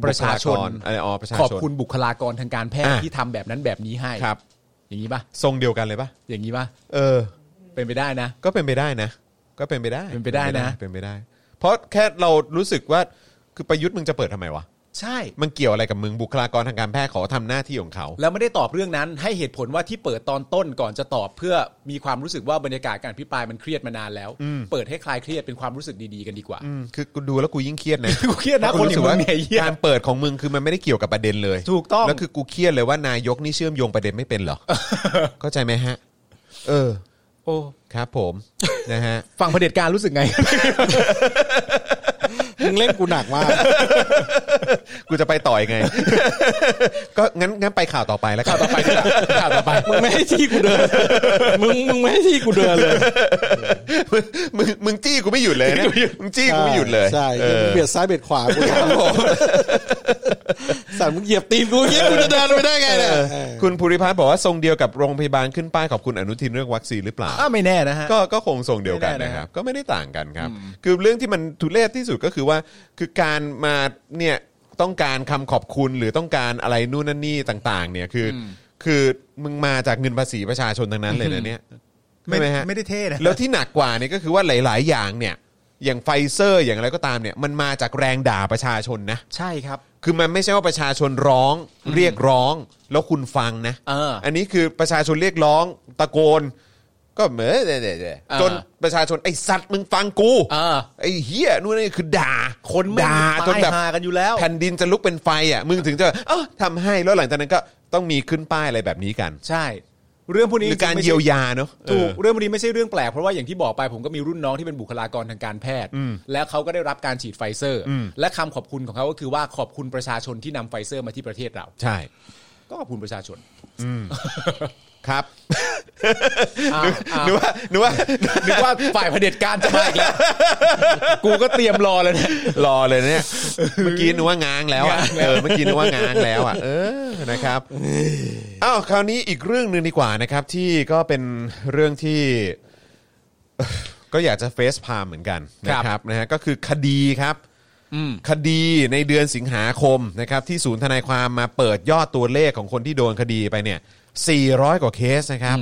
[SPEAKER 3] ประชาชน
[SPEAKER 2] บุคลากรอะไรอ๋อประชาชน
[SPEAKER 3] ขอบคุณบุคลากรทางการแพทย์
[SPEAKER 2] อ่ะ
[SPEAKER 3] ที่ทำแบบนั้นแบบนี้ให้อย่างนี้ปะ
[SPEAKER 2] ทรงเดียวกันเลยปะ
[SPEAKER 3] อย่างนี้ปะ
[SPEAKER 2] เออ
[SPEAKER 3] เป็นไปได้นะ
[SPEAKER 2] ก็เป็นไปได้นะ ก็เป็นไปได้
[SPEAKER 3] เป็นไปได้นะ
[SPEAKER 2] เป็นไปได้ เพราะแค่เรารู้สึกว่าคือประยุทธ์มึงจะเปิดทำไมวะ
[SPEAKER 3] ใช่
[SPEAKER 2] มันเกี่ยวอะไรกับมึงบุคลากรทางการแพทย์เขาทำหน้าที่ของเขา
[SPEAKER 3] แล้วไม่ได้ตอบเรื่องนั้นให้เหตุผลว่าที่เปิดตอนต้นก่อนจะตอบเพื่อมีความรู้สึกว่าบรรยากาศการอภิปรายมันเครียดมานานแล้ว เปิดให้คลายเครียดเป็นความรู้สึกดีๆกันดีกว่า
[SPEAKER 2] อืมคือกูดูแล้วกูยิ่งเครียดนะ
[SPEAKER 3] กูเครียดนะคน
[SPEAKER 2] รู้
[SPEAKER 3] อ
[SPEAKER 2] สึ
[SPEAKER 3] ย่าก งมึ
[SPEAKER 2] ว่าง
[SPEAKER 3] เนี่ยไอ้เหี้ย
[SPEAKER 2] การเปิดของมึงคือมันไม่ได้เกี่ยวกับประเด็นเลย
[SPEAKER 3] ถูกต้อง
[SPEAKER 2] แล้วคือกูเครียดเลยว่านายกนี่เชื่อมโยงประเด็นไม่เป็น เหรอ เข้าใจไหมฮะ เออ
[SPEAKER 3] โอ้
[SPEAKER 2] ครับผม นะฮะ
[SPEAKER 3] ฝั่งเผด็จการรู้สึกไง
[SPEAKER 4] มึงเล่นกูหนักมาก
[SPEAKER 2] กูจะไปต่อยงไง ก็งั้นงั้นไปข่าวต่อไปแล้วกัน
[SPEAKER 3] ข่าวต่อไปดีกว่าข่าวต่อไป
[SPEAKER 4] มึงไม่ให้ที่กูเดิน มึงมึงไม่ให้ที่กูเดินเลย
[SPEAKER 2] มึง มึงมึงจี้กูไม่หยุด เลยนะมึงจี้กูไม่หยุดเลย
[SPEAKER 4] ใช่
[SPEAKER 2] เออ
[SPEAKER 4] มึงเบียดซ้ายเบียดขวากูสัตว์มึงเหยียบตีนกูอย่างเงี้ยกูจะเดินไปได้ไงเนี่ยเออ
[SPEAKER 2] คุณภูริพัฒน์บอกว่าทรงเดียวกับโรงพยาบาลขึ้นป้ายขอบคุณอนุทินเรื่องวัคซีนหรือเป ล่า
[SPEAKER 3] อ้าวไม่แน่นะฮะ
[SPEAKER 2] ก็ก็คงทรงเดียวกัน
[SPEAKER 3] ไม่แน่
[SPEAKER 2] นะ
[SPEAKER 3] นะ
[SPEAKER 2] ค
[SPEAKER 3] ครั
[SPEAKER 2] รับ
[SPEAKER 3] บ
[SPEAKER 2] ก็ไม่ได้ต่างกันครับ คือเรื่องที่มันทุเรศที่สุดก็คือว่า คือการมาเนี่ยต้องการคำขอบคุณหรือต้องการอะไรนู่นนั่นนี่ต่าง ๆ เนี่ยคืออคือมึงมาจากเงินภาษีประชาชนทั้งนั้นเลยนะเนี่ยใช่ไหมฮะ
[SPEAKER 3] ไม่ได้เท่นะ
[SPEAKER 2] แล้วที่หนักกว่าเนี่ยก็คือว่าหลาย ๆ อย่างเนี่ย อย่างไฟเซอร์อย่างอะไรก็ตามเนี่ยมันมาจากแรงด่าประชาชนนะ
[SPEAKER 3] ใช่ครับ
[SPEAKER 2] คือมันไม่ใช่ว่าประชาชนร้องเรียกร้องแล้วคุณฟังนะ
[SPEAKER 3] เอออั
[SPEAKER 2] นนี้คือประชาชนเรียกร้องตะโกน ก็เหมือนเดะๆ
[SPEAKER 3] อ่า
[SPEAKER 2] จนประชาชนไอ้สัตว์มึงฟังกู
[SPEAKER 3] เออ
[SPEAKER 2] ไอ้เฮียนู่นนี่คือด่า
[SPEAKER 3] คนไม่
[SPEAKER 2] ด่าจนแบบ
[SPEAKER 3] ตายหากันอยู่แล้ว
[SPEAKER 2] แผ่นดินจะลุกเป็นไฟอ่ะมึงถึงจะเออทำให้แล้วหลังจากนั้นก็ต้องมีขึ้นป้ายอะไรแบบนี้กัน
[SPEAKER 3] ใช่ เรื่องพวก
[SPEAKER 2] ห
[SPEAKER 3] นี้
[SPEAKER 2] รือการ
[SPEAKER 3] จงๆไม่
[SPEAKER 2] เยี
[SPEAKER 3] ใช่
[SPEAKER 2] ยวยาเนอะ
[SPEAKER 3] ถูก
[SPEAKER 2] เออ
[SPEAKER 3] เรื่องพวกนี้ไม่ใช่เรื่องแปลกเพราะว่าอย่างที่บอกไปผมก็มีรุ่นน้องที่เป็นบุคลากรทางการแพทย์ แล้วเขาก็ได้รับการฉีดไฟเซอร์ และคำขอบคุณของเขาก็คือว่าขอบคุณประชาชนที่นำไฟเซอร์มาที่ประเทศเรา
[SPEAKER 2] ใช่
[SPEAKER 3] ก็ขอบคุณประชาชน
[SPEAKER 2] ครับ
[SPEAKER 3] อ้าวอ้าว
[SPEAKER 2] นึกว่านึกว่า
[SPEAKER 3] นึกว่าฝ่ายเผด็จการจะมาอีก แล้ว กูก็เตรียมรอแล้วเนี่ย
[SPEAKER 2] รอเลยเนี่ยเมื่อกี้นึกว่าง้างแล้วอ่ะ
[SPEAKER 3] ง้างแล้ว
[SPEAKER 2] เออเมื่อกี้นึกว่าง้างแล้วอ่ะเออ นะครับอ้าวคราวนี้อีกเรื่องหนึ่งดีกว่านะครับ ที่ก็เป็นเรื่องที่ ก็อยากจะเฟซพาเหมือนกันนะครับนะฮะก็คือคดีครับ คดีในเดือนสิงหาคมนะครับที่ศูนย์ทนายความมาเปิดยอดตัวเลขของคนที่โดนคดีไปเนี่ย 400 กว่าเคสนะครับ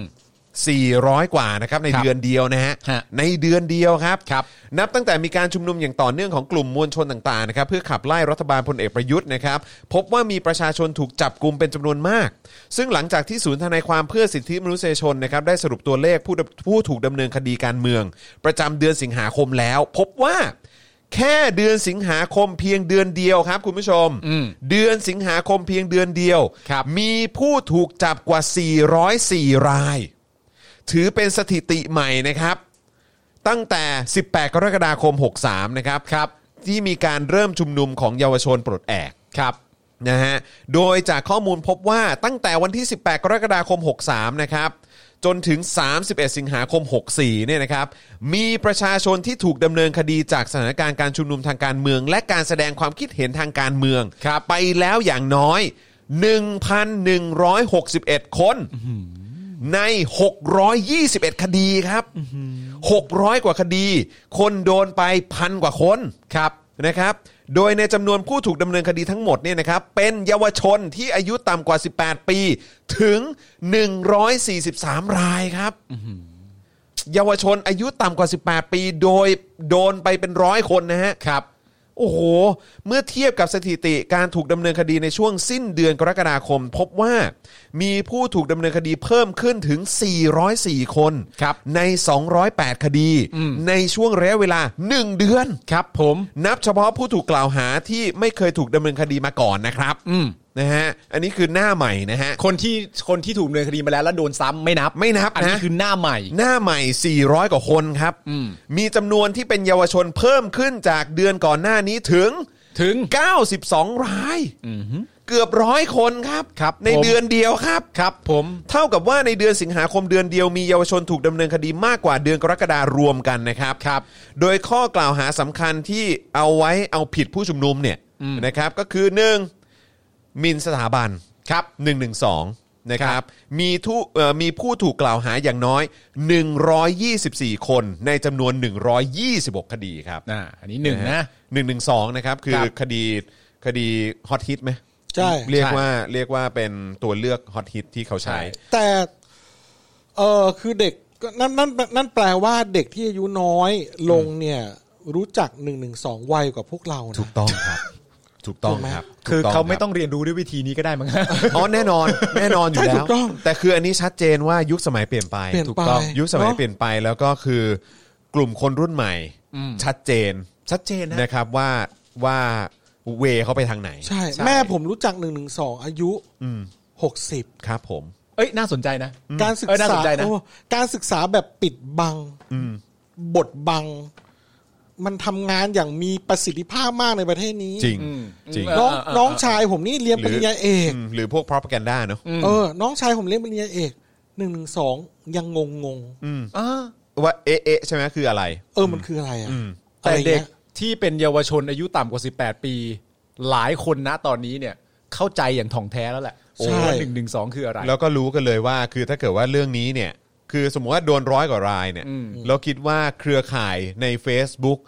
[SPEAKER 2] 400 กว่านะครับใน
[SPEAKER 3] ครับ
[SPEAKER 2] เดือนเดียวนะฮะ
[SPEAKER 3] ฮะ
[SPEAKER 2] ในเดือนเดียวครับ
[SPEAKER 3] ครับ
[SPEAKER 2] นับตั้งแต่มีการชุมนุมอย่างต่อเนื่องของกลุ่มมวลชนต่างๆนะครับเพื่อขับไล่รัฐบาลพลเอกประยุทธ์นะครับพบว่ามีประชาชนถูกจับกลุ่มเป็นจำนวนมาก ซึ่งหลังจากที่ศูนย์ทนายความเพื่อสิทธิมนุษยชนนะครับได้สรุปตัวเลขผู้ดำผู้ถูกดำเนินคดีการเมือง ประจำเดือนสิงหาคมแล้ว พบว่า แค่เดือนสิงหาคมเพียงเดือนเดียวครับคุณผู้ชม เดือนสิงหาคมเพียงเดือนเดียว
[SPEAKER 3] ครับ
[SPEAKER 2] มีผู้ถูกจับกว่า 404 ราย ถือเป็นสถิติใหม่นะครับ ตั้งแต่ 18 กรกฎาคม 63 นะครับ ที่มีการเริ่มชุมนุมของเยาวชนปลดแอก ครับ นะฮะ โดยจากข้อมูลพบว่าตั้งแต่วันที่ 18 กรกฎาคม 63 นะครับ จนถึง 31 สิงหาคม 64 เนี่ยนะครับ มีประชาชนที่ถูกดำเนินคดีจากสถานการณ์การชุมนุมทางการเมือง และการแสดงความคิดเห็นทางการเมือง ไปแล้วอย่างน้อย 1,161 คน ใน 621 คดีครับ 600 กว่าคดี คนโดนไปพันกว่าคนครับนะครับ โดยในจำนวนผู้ถูกดำเนินคดีทั้งหมดเนี่ยนะครับ เป็นเยาวชนที่อายุต่ำกว่า 18 ปี ถึง 143 รายครับ เยาวชนอายุต่ำกว่า 18 ปี โดยโดนไปเป็นร้อยคนนะฮะ ครับ โอ้โห เมื่อเทียบกับสถิติการถูกดำเนินคดีในช่วงสิ้นเดือนกรกฎาคม พบว่ามีผู้ถูกดำเนินคดีเพิ่มขึ้นถึง 404 คน
[SPEAKER 3] ครับ
[SPEAKER 2] ใน 208 คดี ในช่วงระยะเวลา 1 เดือน
[SPEAKER 3] ครับผม
[SPEAKER 2] นับเฉพาะผู้ถูกกล่าวหาที่ไม่เคยถูกดำเนินคดีมาก่อนนะครับ นะฮะอันนี้คือหน้าใหม่นะฮะ
[SPEAKER 3] คนที่คนที่ถูกดำเนินคดีมาแล้วแล้วโดนซ้ำไม่นับ
[SPEAKER 2] ไม่นับ
[SPEAKER 3] อันนี้
[SPEAKER 2] นะ
[SPEAKER 3] คือหน้าใหม่
[SPEAKER 2] หน้าใหม่ 400 กว่าคนครับ มีจำนวนที่เป็นเยาวชนเพิ่มขึ้นจากเดือนก่อนหน้านี้ถึง
[SPEAKER 3] ถึง
[SPEAKER 2] 92 ราย เกือบร้อยคนครับ
[SPEAKER 3] ครับ
[SPEAKER 2] ใน
[SPEAKER 3] ผม
[SPEAKER 2] เดือนเดียวครับ
[SPEAKER 3] ครับผม
[SPEAKER 2] เท่ากับว่าในเดือนสิงหาคมเดือนเดียวมีเยาวชนถูกดำเนินคดีมากกว่าเดือนกรกฎารวมกันนะครับ โดยข้อกล่าวหาสำคัญที่เอาไว้เอาผิดผู้ชุมนุมเนี่ยนะครับก็คือ 1. หมินสถาบันครับ112นะค
[SPEAKER 3] ค
[SPEAKER 2] รั
[SPEAKER 3] รั
[SPEAKER 2] บบ มีทุเอ่อมีผู้ถูกกล่าวหาอย่างน้อย 124 คนในจำนวน 126 คดีครับ
[SPEAKER 3] อ่าอันนี้หนึ่งนะ
[SPEAKER 2] 112นะครับคือ
[SPEAKER 3] ครับ
[SPEAKER 2] คดีคดีฮอตฮิตไหม
[SPEAKER 4] ใช่
[SPEAKER 2] เรียกว่าเรียกว่าเป็นตัวเลือกฮอตฮิตที่เขาใช้
[SPEAKER 4] แต่เออคือเด็กก็นั่นนั่นนั่นแปลว่าเด็กที่อายุน้อยลงเนี่ย รู้จักหนึ่งหนึ่งสองไวกว่าพวกเรานะ
[SPEAKER 2] ถูกต้องครับ ถูกต้อง
[SPEAKER 4] ถูกไหม
[SPEAKER 2] ครับ
[SPEAKER 3] คือ
[SPEAKER 2] ถูกต้ง
[SPEAKER 3] เขาไม่
[SPEAKER 2] รับ
[SPEAKER 3] ต้องเรียนรู้ด้วยวิธีนี้ก็ได้ มั้ง
[SPEAKER 2] อ๋อแน่นอนแน่นอนอยู่
[SPEAKER 4] ใช่
[SPEAKER 2] แล้
[SPEAKER 4] ถู
[SPEAKER 2] ว
[SPEAKER 4] กต้อง
[SPEAKER 2] แต่คืออันนี้ชัดเจนว่ายุคสมัยเปลี่ยนไป
[SPEAKER 4] เปลี่ยนไป
[SPEAKER 2] ถูกต้องยุคสมัย
[SPEAKER 4] เนอะ
[SPEAKER 2] เปลี่ยนไปแล้วก็คือกลุ่มคนรุ่นใหม่ ชัดเจน
[SPEAKER 3] ชัดเจนนะ
[SPEAKER 2] นะครับว่าว่าเวเขาไปทางไหน
[SPEAKER 4] ใช่
[SPEAKER 3] ใช่
[SPEAKER 4] แม่ผมรู้จักหนึ่งหนึ่งสองอายุ
[SPEAKER 2] อืม
[SPEAKER 4] หกสิบ
[SPEAKER 2] ครับผม
[SPEAKER 3] เอ้ยน่าสนใจนะ
[SPEAKER 4] การศึก
[SPEAKER 3] เออน่าส
[SPEAKER 4] ษา
[SPEAKER 3] นใจนะ
[SPEAKER 4] โอ้การศึกษาแบบปิดบัง
[SPEAKER 2] อืม
[SPEAKER 4] บทบัง มันทำงานอย่างมีประสิทธิภาพมากในประเทศนี้
[SPEAKER 2] จริง
[SPEAKER 3] อืม
[SPEAKER 2] จริง
[SPEAKER 3] เออ
[SPEAKER 4] น้องน้องชายผมนี่เรียนปริญญาเอก
[SPEAKER 2] อืมหรือพวกพรอพแกนด้าเนอะ
[SPEAKER 4] เออ น้องชายผมเรียนปริญญาเอกหนึ่งหนึ่งสองยังงงงง
[SPEAKER 2] อืม
[SPEAKER 3] อ่า
[SPEAKER 2] ว่าเอะเอะใช่ไหมคืออะไร
[SPEAKER 4] ๆเออมันคืออะไรอ่ะ
[SPEAKER 2] อืม
[SPEAKER 4] อะ
[SPEAKER 3] แต่
[SPEAKER 4] ไรงี้ย
[SPEAKER 3] เด็กที่เป็นเยาวชนอายุต่ำกว่า 18 ปี หลายคนนะตอนนี้เนี่ย เข้าใจอย่างถ่องแท้แล้วแหละ
[SPEAKER 4] ใช่
[SPEAKER 3] ว่าหนึ่งหนึ่งสองคืออะไร
[SPEAKER 2] แล้วก็รู้กันเลยว่าคือถ้าเกิดว่าเรื่องนี้เนี่ย คือสมมติว่าโดนร้อยกว่ารายเนี่ย
[SPEAKER 3] อืม
[SPEAKER 2] เราคิดว่าเครือข่ายใน Facebook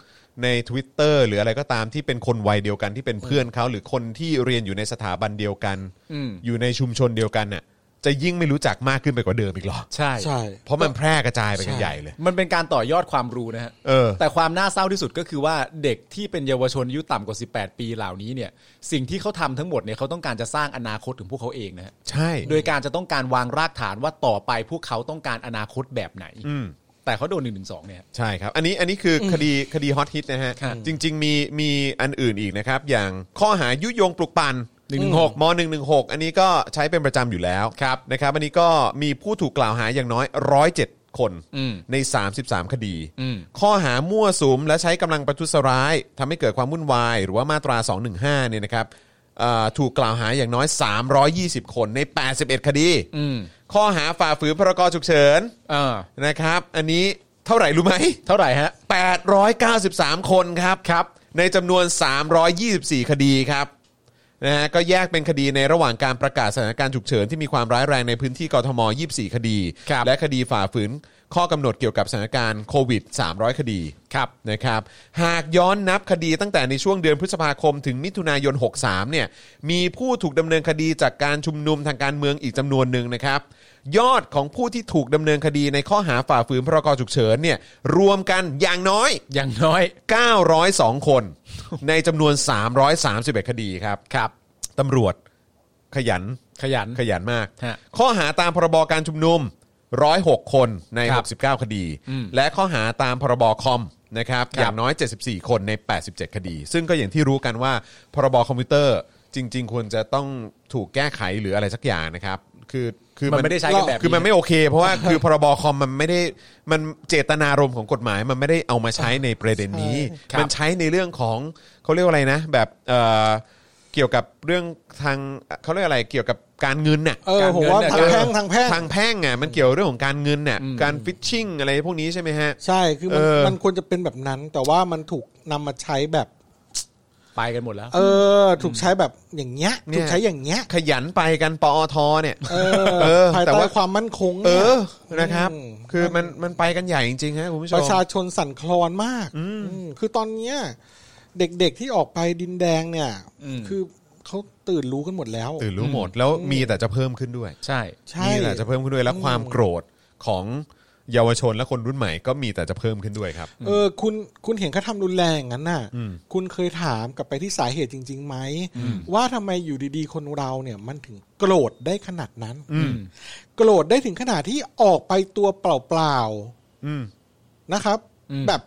[SPEAKER 2] ใน Twitter หรืออะไรก็ตามที่เป็นคนวัยเดียวกันที่เป็นเพื่อนเขาหรือคนที่เรียนอยู่ในสถาบันเดียวกัน
[SPEAKER 3] อืม
[SPEAKER 2] อยู่ในชุมชนเดียวกันน่ะจะยิ่งไม่รู้จักมากขึ้นไปกว่าเดิมอีกเหรอ
[SPEAKER 3] ใช่
[SPEAKER 4] ใช่
[SPEAKER 2] เพราะมันแพร่กระจายไปกันใหญ่เลย
[SPEAKER 3] มันเป็นการต่อยอดความรู้นะฮะ
[SPEAKER 2] เออ
[SPEAKER 3] แต่ความน่าเศร้าที่สุดก็คือว่าเด็กที่เป็นเยาวชนอายุต่ำกว่า 18 ปีเหล่านี้เนี่ย สิ่งที่เขาทำทั้งหมดเนี่ยเขาต้องการจะสร้างอนาคตของพวกเขาเองนะฮะ
[SPEAKER 2] ใช่
[SPEAKER 3] โดยการจะต้องการวางรากฐานว่าต่อไปพวกเขาต้องการอนาคตแบบไหน
[SPEAKER 2] อืม
[SPEAKER 3] แต่เขาโดนหนึ่งหนึ่งสองเนี่ย
[SPEAKER 2] ใช่ครับ อันนี้อันนี้คืออคดีคดีฮอตฮิตนะฮะ
[SPEAKER 3] ครับ
[SPEAKER 2] จริง ๆ มีมีอันอื่นอีกนะครับ อย่างข้อหายุยงปลุกปั่น
[SPEAKER 3] 116
[SPEAKER 2] ม116 อันนี้ก็ใช้เป็นประจำอยู่แล้วครับนะครับ อันนี้ก็มีผู้ถูกกล่าวหาอย่างน้อย 107 คน
[SPEAKER 3] อืม
[SPEAKER 2] ใน 33 คดี
[SPEAKER 3] อืม
[SPEAKER 2] ข้อหามั่วสุมและใช้กำลังประทุษร้ายทำให้เกิดความวุ่นวาย หรือว่ามาตรา 215 เนี่ยนะครับเอ่อถูกกล่าวหาอย่างน้อย 320 คนใน 81 คดี
[SPEAKER 3] อืม
[SPEAKER 2] ข้อหาฝ่าฝืนพรกฉุกเฉิน
[SPEAKER 3] อ่า
[SPEAKER 2] นะครับ อันนี้เท่าไหร่รู้ไหม
[SPEAKER 3] เท่าไหร่ฮะ
[SPEAKER 2] 893 คนครับครับ ในจำนวน 324 คดีครับนะฮะก็แยกเป็นคดีในระหว่างการประกาศสถานการณ์ฉุกเฉินที่มีความร้ายแรงในพื้นที่กทม 24 คดี
[SPEAKER 3] ครับ
[SPEAKER 2] และคดีฝ่าฝืนข้อกำหนดเกี่ยวกับสถานการณ์โควิด 300 คดี
[SPEAKER 3] ครับ
[SPEAKER 2] นะครับหากย้อนนับคดีตั้งแต่ในช่วงเดือนพฤษภาคมถึงมิถุนายน 63 เนี่ยมีผู้ถูกดำเนินคดีจากการชุมนุมทางการเมืองอีกจำนวนหนึ่งนะครับ ยอดของผู้ที่ถูกดำเนินคดีในข้อหาฝ่าฝืนพรกฉุกเฉินเนี่ยรวมกันอย่างน้อย
[SPEAKER 3] อย่างน้อย
[SPEAKER 2] 902 คน ในจำนวน 331 คดีครับครับตำรวจขยัน
[SPEAKER 3] ขยัน
[SPEAKER 2] ขยันมาก
[SPEAKER 3] ฮะ
[SPEAKER 2] ข้อหาตามพรบการชุมนุม 106 คนใน
[SPEAKER 3] ครับ
[SPEAKER 2] 69 คดี และข้อหาตามพรบคอมนะครับ
[SPEAKER 3] ครับ
[SPEAKER 2] อย่างน้อย 74 คนใน 87 คดี ซึ่งก็อย่างที่รู้กันว่า พรบคอมพิวเตอร์จริง ๆ ควรจะต้องถูกแก้ไขหรืออะไรสักอย่างนะครับ คือคือ
[SPEAKER 3] มันไม่ได้ใช้กันแบบ
[SPEAKER 2] คือมันไม่โอเค เพ ราะว่าคือพรบคอมมันไม่ได้มันเจตนารมณ์ของกฎหมายมันไม่ได้เอามาใช้ในประเด็นนี้
[SPEAKER 3] ครับ
[SPEAKER 2] มันใช้ในเรื่องของเขาเรียกว่าอะไรนะ แบบเอ่อเกี่ยวกับเรื่องทางเขาเรียกอะไรเกี่ยวกับการเงินน่ะ
[SPEAKER 4] เออก
[SPEAKER 2] ร
[SPEAKER 4] ผม
[SPEAKER 2] งิน
[SPEAKER 4] ว่า
[SPEAKER 2] น่ะ
[SPEAKER 4] ทางแพ่ง
[SPEAKER 2] เออ
[SPEAKER 4] ทางแพ่ง
[SPEAKER 2] ทางแพ่งอ่ะมันเกี่ยวเรื่องของการเงินน่ะการฟิชชิ่งอะไรพวกนี้ใช่ไหมฮะ
[SPEAKER 4] ใช่คือมัน
[SPEAKER 2] เออ
[SPEAKER 4] มันควรจะเป็นแบบนั้น แต่ว่ามันถูกนำมาใช้แบบ
[SPEAKER 3] ไปกันหมดแล้ว
[SPEAKER 4] เออ ถูกใช้แบบอย่างเงี้ย
[SPEAKER 2] เนี่ย
[SPEAKER 4] ถูกใช้อย่างเงี้ย
[SPEAKER 2] ขยันไปกันปอทเนี่ย
[SPEAKER 4] เอ
[SPEAKER 2] เอ
[SPEAKER 4] อ
[SPEAKER 2] อ
[SPEAKER 4] ภาย
[SPEAKER 2] แต่
[SPEAKER 4] ใต้
[SPEAKER 2] ว่า
[SPEAKER 4] ความมั่นคง
[SPEAKER 2] เอ
[SPEAKER 4] เนี่ย
[SPEAKER 2] อนะครับ
[SPEAKER 4] อืม
[SPEAKER 2] คือมันมันไปกันใหญ่จริงๆฮะคุณผู้ช
[SPEAKER 4] ป
[SPEAKER 2] ม
[SPEAKER 4] ระชาชนสั่นคลอนมากอืมคือตอนเนี้ยเด็กๆที่ออกไปดินแดงเนี่ย
[SPEAKER 3] อืม
[SPEAKER 4] คือเขาตื่นรู้กันหมดแล้ว
[SPEAKER 2] ตื่นรู้หมดแล้วมีแต่จะเพิ่มขึ้นด้วย
[SPEAKER 3] ใช่
[SPEAKER 4] ใช่
[SPEAKER 2] นี่แหละจะเพิ่มขึ้นด้วยและความโกรธของเยาวชนและคนรุ่นใหม่ก็มีแต่จะเพิ่มขึ้นด้วยครับ
[SPEAKER 4] เออคุณคุณเห็นเขาทำรุนแรงอย่างนั้นน่ะ คุณเคยถามกลับไปที่สาเหตุจริงๆไหมว่าทำไมอยู่ดีๆ คนเราเนี่ยมันถึงโกรธได้ขนาดนั้น
[SPEAKER 2] อืม
[SPEAKER 4] โกรธได้ถึงขนาดที่ออกไปตัวเปล่า
[SPEAKER 2] อืม
[SPEAKER 4] ๆนะครับ
[SPEAKER 3] อืม
[SPEAKER 4] แบบ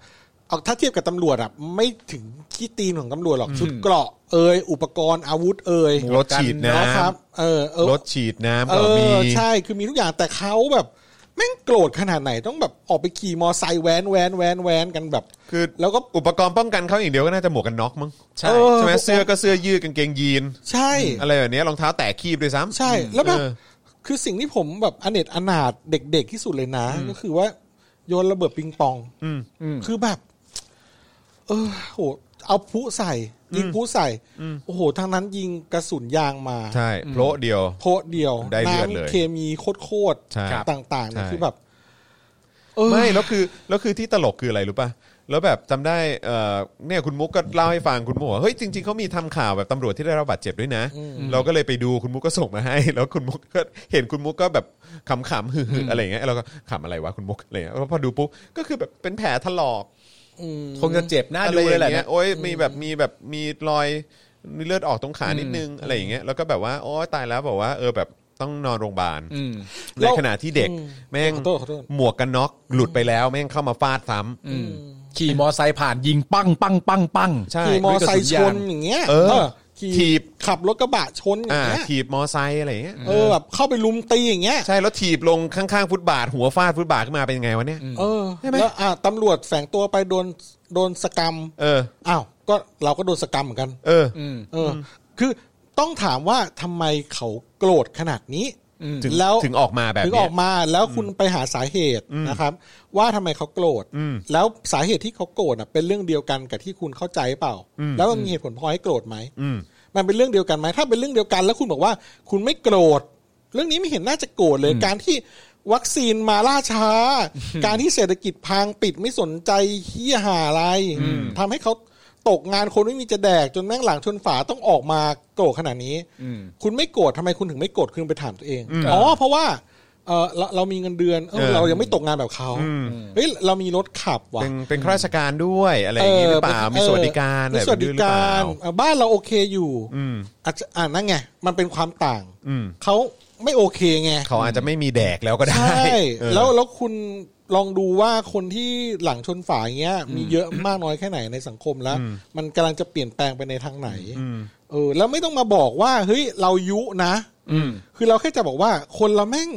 [SPEAKER 4] เอาถ้าเทียบกับตำรวจอ่ะไม่ถึงขี้ตีนของตำรวจหรอกชุดเกราะเอยอุปกรณ์อาวุธเอย
[SPEAKER 2] รถฉีดน้
[SPEAKER 4] นะครับเออเออ
[SPEAKER 2] ำรถฉีดน้ำ
[SPEAKER 4] เอ
[SPEAKER 2] ก็มี
[SPEAKER 4] อใช่คือมีทุกอย่างแต่เขาแบบแม่งโกรธขนาดไหนต้องแบบออกไปขี่มอไซค์แวนแวนแวนแวนกันแบบ
[SPEAKER 2] คือ
[SPEAKER 4] แล้วก็
[SPEAKER 2] อุปกรณ์ป้องกันเขาอย่างเดียวก็น่าจะหมวกกันน็อกมั้ง
[SPEAKER 4] ใช่
[SPEAKER 2] ใช่ไหม
[SPEAKER 4] เออ
[SPEAKER 2] เสื้อก็เสื้อยืดกางเกงยีน
[SPEAKER 4] ใช่
[SPEAKER 2] อะไรแบบเนี้ยรองเท้าแตะคีบด้วยซ้ำ
[SPEAKER 4] ใช่แล้วแบบ
[SPEAKER 2] เออ
[SPEAKER 4] คือสิ่งที่ผมแบบอเนจอนาถเด็ก ๆ ที่สุดเลยนะ ก็คือว่าโยนระเบิดปิงปองคือแบบ เออโหเอาพลุใส่ ยิงพลุใส่โอ้โหทางนั้นยิงกระสุนยางมา
[SPEAKER 2] ใช่โพละเดียว
[SPEAKER 4] โพดเดียว
[SPEAKER 2] ได้เลือดเลย
[SPEAKER 4] น้ำเคมีโคตร
[SPEAKER 2] ใช่
[SPEAKER 4] ๆต่างๆเนี่ย
[SPEAKER 2] ใช่
[SPEAKER 4] คือแบบ เออ
[SPEAKER 2] ไม่แล้วคือแล้วคือที่ตลกคืออะไรรู้ป่ะแล้วแบบจำได้เอ่อเนี่ยคุณมุกก็เล่าให้ฟังคุณมุกบอกว่าเฮ้ยจริงๆเขามีทำข่าวแบบตำรวจที่ได้รับบาดเจ็บด้วยนะ เราก็เลยไปดูคุณมุกก็ส่งมาให้ แล้วคุณมุกก็เห็นคุณมุกก็แบบขำๆฮือๆ อะไรอย่างเงี้ยเราก็ขำอะไรวะคุณมุกอะไรอย่างเงี้ยแล้วพอดูปุ๊บก็คือแบบเป็นแผลถลอก
[SPEAKER 3] คงจะเจ็บหน้า
[SPEAKER 2] อะไร
[SPEAKER 3] ดู
[SPEAKER 2] อ
[SPEAKER 3] เลย
[SPEAKER 2] ย่าง
[SPEAKER 3] แหละเนี่
[SPEAKER 2] เงี้
[SPEAKER 3] ย
[SPEAKER 2] ยโอ้ยมีแบบมีแบบมีรอยมีเลือดออกตรงขานิดนึงอะไรอย่างเงี้ยแล้วก็แบบว่าโอ้ยตายแล้วบอกว่าเออแบบต้องนอนโรงพยาบาล
[SPEAKER 3] อืม
[SPEAKER 2] ในขณะที่เด็ก
[SPEAKER 4] อืม
[SPEAKER 2] แม่ง
[SPEAKER 4] ขอโทษขอโทษ
[SPEAKER 2] หมวกกันน็อกหลุดไปแล้วแม่งเข้ามาฟาดซ้
[SPEAKER 3] อืมขี่มอไซค์ผ่านยิงปังปังปังปัง
[SPEAKER 2] ำใช่
[SPEAKER 4] ขี่มอไซค์
[SPEAKER 3] ด้วยกระสุนยา
[SPEAKER 4] ช
[SPEAKER 3] ง
[SPEAKER 4] นอย่างเงี้ย
[SPEAKER 2] เออ
[SPEAKER 4] ขี่
[SPEAKER 2] ถีบ
[SPEAKER 4] ขับรถกระบะชนอย่า
[SPEAKER 2] อ่าง
[SPEAKER 4] เงี้ย
[SPEAKER 2] ถีบมอไซค์อะไรอย่างเงี้ย
[SPEAKER 4] เออแบบเข้าไปลุมตีอย่างเงี้ย
[SPEAKER 2] ใช่แล้วถีบลงข้างๆฟุตบาท หัวฟาดฟุตบาทขึ้นมาเป็นยังไงวะเนี่ย
[SPEAKER 4] เออ
[SPEAKER 2] ใช่ไหม
[SPEAKER 4] แล้วอ่ะตำรวจแฝงตัวไปโดนโดนสกรรม
[SPEAKER 2] เออ
[SPEAKER 4] อ้าวก็เราก็โดนสกรรมเหมือนกัน
[SPEAKER 2] เอออ
[SPEAKER 4] เอออคือต้องถามว่าทำไมเขาโกรธขนาดนี้
[SPEAKER 2] ถึง
[SPEAKER 4] แล้ว
[SPEAKER 2] ถึงออกมาแบบ
[SPEAKER 4] ถึง
[SPEAKER 2] เนี้
[SPEAKER 4] อย อกมาแล้วคุณไปหาสาเหตุนะครับ ว่าทำไมเขาโกรธ
[SPEAKER 2] อืม
[SPEAKER 4] แล้วสาเหตุที่เขาโกรธอ่ะเป็นเรื่องเดียวกันกับที่คุณเข้าใจเปล่า แล้วมันมีเหตุผลพอให้โกรธไหม
[SPEAKER 2] อืม
[SPEAKER 4] มันเป็นเรื่องเดียวกันไหมถ้าเป็นเรื่องเดียวกันแล้วคุณบอกว่า คุณไม่โกรธ เรื่องนี้ไม่เห็นน่าจะโกรธเลยการที่วัคซีนมาล่าช้า การที่เศรษฐกิจพังปิดไม่สนใจเฮียหาอะไรทำให้เขาตกงานคนไม่มีจะแดกจนแม่งหลังชนฝาต้องออกมาโกรธขนาดนี้ คุณไม่โกรธทำไมคุณถึงไม่โกรธคุณไปถามตัวเองอ๋อเพราะว่าเออเราเรามีเงินเดือนเออ
[SPEAKER 2] เออ
[SPEAKER 4] เรายังไม่ตกงานแบบเขา
[SPEAKER 2] อืม
[SPEAKER 4] เฮ้ยเรามีรถขับว่ะ
[SPEAKER 2] เป็นเป็นข้าราชการด้วยอะไรอย่างงี้หรือเปล่ามีสวัสดิการ
[SPEAKER 4] มี
[SPEAKER 2] อะไร
[SPEAKER 4] ส
[SPEAKER 2] แบบ
[SPEAKER 4] วัส
[SPEAKER 2] นี้
[SPEAKER 4] ดิ
[SPEAKER 2] หรือเป
[SPEAKER 4] กา
[SPEAKER 2] ล่าร
[SPEAKER 4] เอ่อบ้านเราโอเคอยู่
[SPEAKER 2] อืม
[SPEAKER 4] อาจจะอ่านั่นไง มันเป็นความต่าง
[SPEAKER 2] อืม
[SPEAKER 4] เขาไม่โอเคไง
[SPEAKER 2] เขาอาจจะไม่มีแดกแล้วก็ได้
[SPEAKER 4] ใช่
[SPEAKER 2] เออ
[SPEAKER 4] แล้วแล้วคุณลองดูว่าคนที่หลังชนฝาอย่างเงี้ย มีเยอะมากน้อยแค่ไหนในสังคมแล้ว มันกำลังจะเปลี่ยนแปลงไปในทางไหน เออ แล้วไม่ต้องมาบอกว่า เฮ้ย เรายุนะ
[SPEAKER 3] อืม
[SPEAKER 4] คือเราแค่จะบอกว่าคนเราแม่ง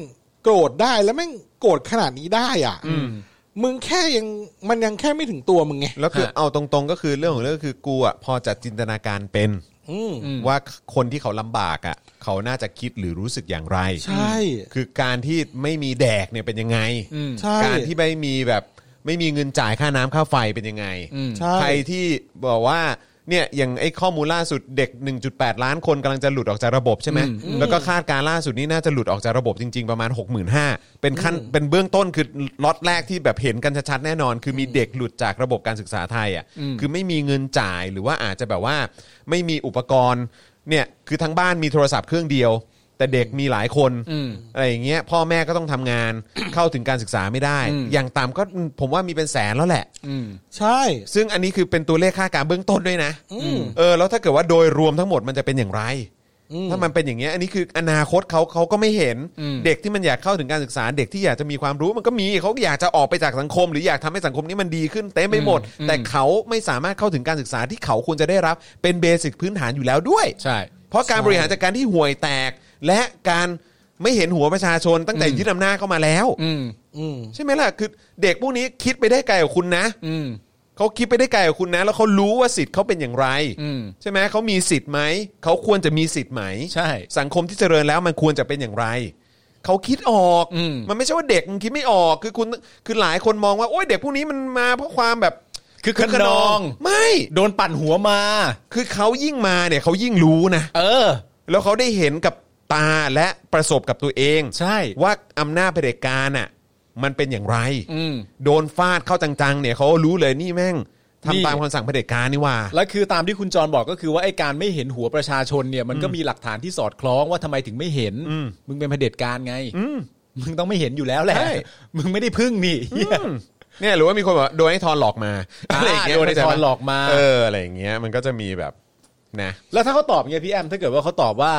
[SPEAKER 4] โกรธได้แล้วแม่งโกรธขนาดนี้ได้อ่ะมึงแค่ยังมันยังแค่ไม่ถึงตัวมึงไง
[SPEAKER 2] แล้วคือ
[SPEAKER 3] ฮะ
[SPEAKER 2] เอาตรงๆก็คือเรื่องของเรื่องคือกูอ่ะพอจะจินตนาการเป็น
[SPEAKER 4] อืม
[SPEAKER 2] ว่าคนที่เขาลำบากอ่ะเขาน่าจะคิดหรือรู้สึกอย่างไร
[SPEAKER 4] ใช่
[SPEAKER 2] คือการที่ไม่มีแดกเนี่ยเป็นยังไง
[SPEAKER 4] ใช่
[SPEAKER 2] การที่ไม่มีแบบไม่มีเงินจ่ายค่าน้ำค่าไฟเป็นยังไง
[SPEAKER 4] ใช่
[SPEAKER 2] ใครที่บอกว่าเนี่ยอย่างไอ้ข้อมูลล่าสุดเด็ก 1.8 ล้านคนกำลังจะหลุดออกจากระบบใช่ไหมแล้วก็คาดการณ์ล่าสุดนี้น่าจะหลุดออกจากระบบจริง ๆ ประมาณ 65,000เป็นขั้นเป็นเบื้องต้นคือล็อตแรกที่แบบเห็นกันชัดๆแน่นอน คือมีเด็กหลุดจากระบบการศึกษาไทยอ่ะคือไม่มีเงินจ่ายหรือว่าอาจจะแบบว่าไม่มีอุปกรณ์เนี่ยคือทั้งบ้านมีโทรศัพท์เครื่องเดียว แต่เด็กมีหลายคนอะไรอย่างเงี้ยพ่อแม่ก็ต้องทำงาน เข้าถึงการศึกษาไม่ได้ อย่างต่ำก็ผมว่ามีเป็นแสนแล้วแหละ
[SPEAKER 4] ใช่
[SPEAKER 2] ซึ่งอันนี้คือเป็นตัวเลขค่าการเบื้องต้นด้วยนะเออแล้วถ้าเกิดว่าโดยรวมทั้งหมดมันจะเป็นอย่างไร ถ้ามันเป็นอย่างเงี้ยอันนี้คืออนาคตเขาเขาก็ไม่เห็นเด็กที่มันอยากเข้าถึงการศึกษา เด็กที่อยากจะมีความรู้มันก็มีเขาอยากจะออกไปจากสังคม หรืออยากทำให้สังคมนี้มันดีขึ้นเต็มไปหมด แต่เขาไม่สามารถเข้าถึงการศึกษาที่เขาควรจะได้รับเป็นเบสิกพื้นฐานอยู่แล้วด้วย
[SPEAKER 3] ใช่
[SPEAKER 2] เพราะการบริหารจัดการที่ห่วยแตก และการไม่เห็นหัวประชาชนตั้งแต่ยึดอำนาจเข้ามาแล้ว
[SPEAKER 3] อืม
[SPEAKER 4] อืม
[SPEAKER 2] ใช่ไหมล่ะคือเด็กพวกนี้คิดไปได้ไกลกว่าคุณนะ
[SPEAKER 3] อืม
[SPEAKER 2] เขาคิดไปได้ไกลกว่าคุณนะ แล้วเขารู้ว่าสิทธิ์เขาเป็นอย่างไร
[SPEAKER 3] อืม
[SPEAKER 2] ใช่ไหมเขามีสิทธิ์ไหมเขาควรจะมีสิทธิ์ไหม
[SPEAKER 3] ใช่
[SPEAKER 2] สังคมที่เจริญแล้วมันควรจะเป็นอย่างไรเขาคิดออก
[SPEAKER 3] อืม
[SPEAKER 2] นไม่ใช่ว่าเด็กมันคิดไม่ออกคือคุณคือหลายคนมองว่าโอ้ยเด็กพวกนี้มันมาเพราะความแบบ
[SPEAKER 3] คือคึกขนอง
[SPEAKER 2] ไม่
[SPEAKER 3] โดนปั่นหัวมา
[SPEAKER 2] คือเขายิ่งมาเนี่ยเขายิ่งรู้นะ
[SPEAKER 3] เออ
[SPEAKER 2] แล้วเขาได้เห็นกับตาและประสบกับตัวเอง
[SPEAKER 3] ใช่
[SPEAKER 2] ว่าอำนาจเผด็จการน่ะ มันเป็นอย่างไร
[SPEAKER 3] อืม
[SPEAKER 2] โดนฟาดเข้าจังๆ เนี่ยเขารู้เลยนี่แม่งทำตาม
[SPEAKER 3] นี่
[SPEAKER 2] คำสั่งเผด็จการนี่หว่า
[SPEAKER 3] แล้วคือตามที่คุณจรบอกก็คือว่าไอ้การไม่เห็นหัวประชาชนเนี่ยมันก็มีหลักฐานที่สอดคล้องว่าทำไมถึงไม่เห็น
[SPEAKER 2] อืม
[SPEAKER 3] มึงเป็นเผด็จการไง
[SPEAKER 2] อืม
[SPEAKER 3] มึงต้องไม่เห็นอยู่แล้วแหละ
[SPEAKER 2] ใช่
[SPEAKER 3] มึงไม่ได้พึ่งนี่เหี้ย
[SPEAKER 2] เนี่ยหรือว่ามีคนบอกว่าโดนไอ้ทอนหลอกมา
[SPEAKER 3] อ่า
[SPEAKER 2] อะไรอย่างเงี้ย
[SPEAKER 3] โดนไอ้ทอนหลอกมา
[SPEAKER 2] เอออะไรอย่างเงี้ยมันก็จะมีแบบนะ
[SPEAKER 3] แล้วถ้าเขาตอบไงพี่แอมถ้าเกิดว่าเขาตอบว่า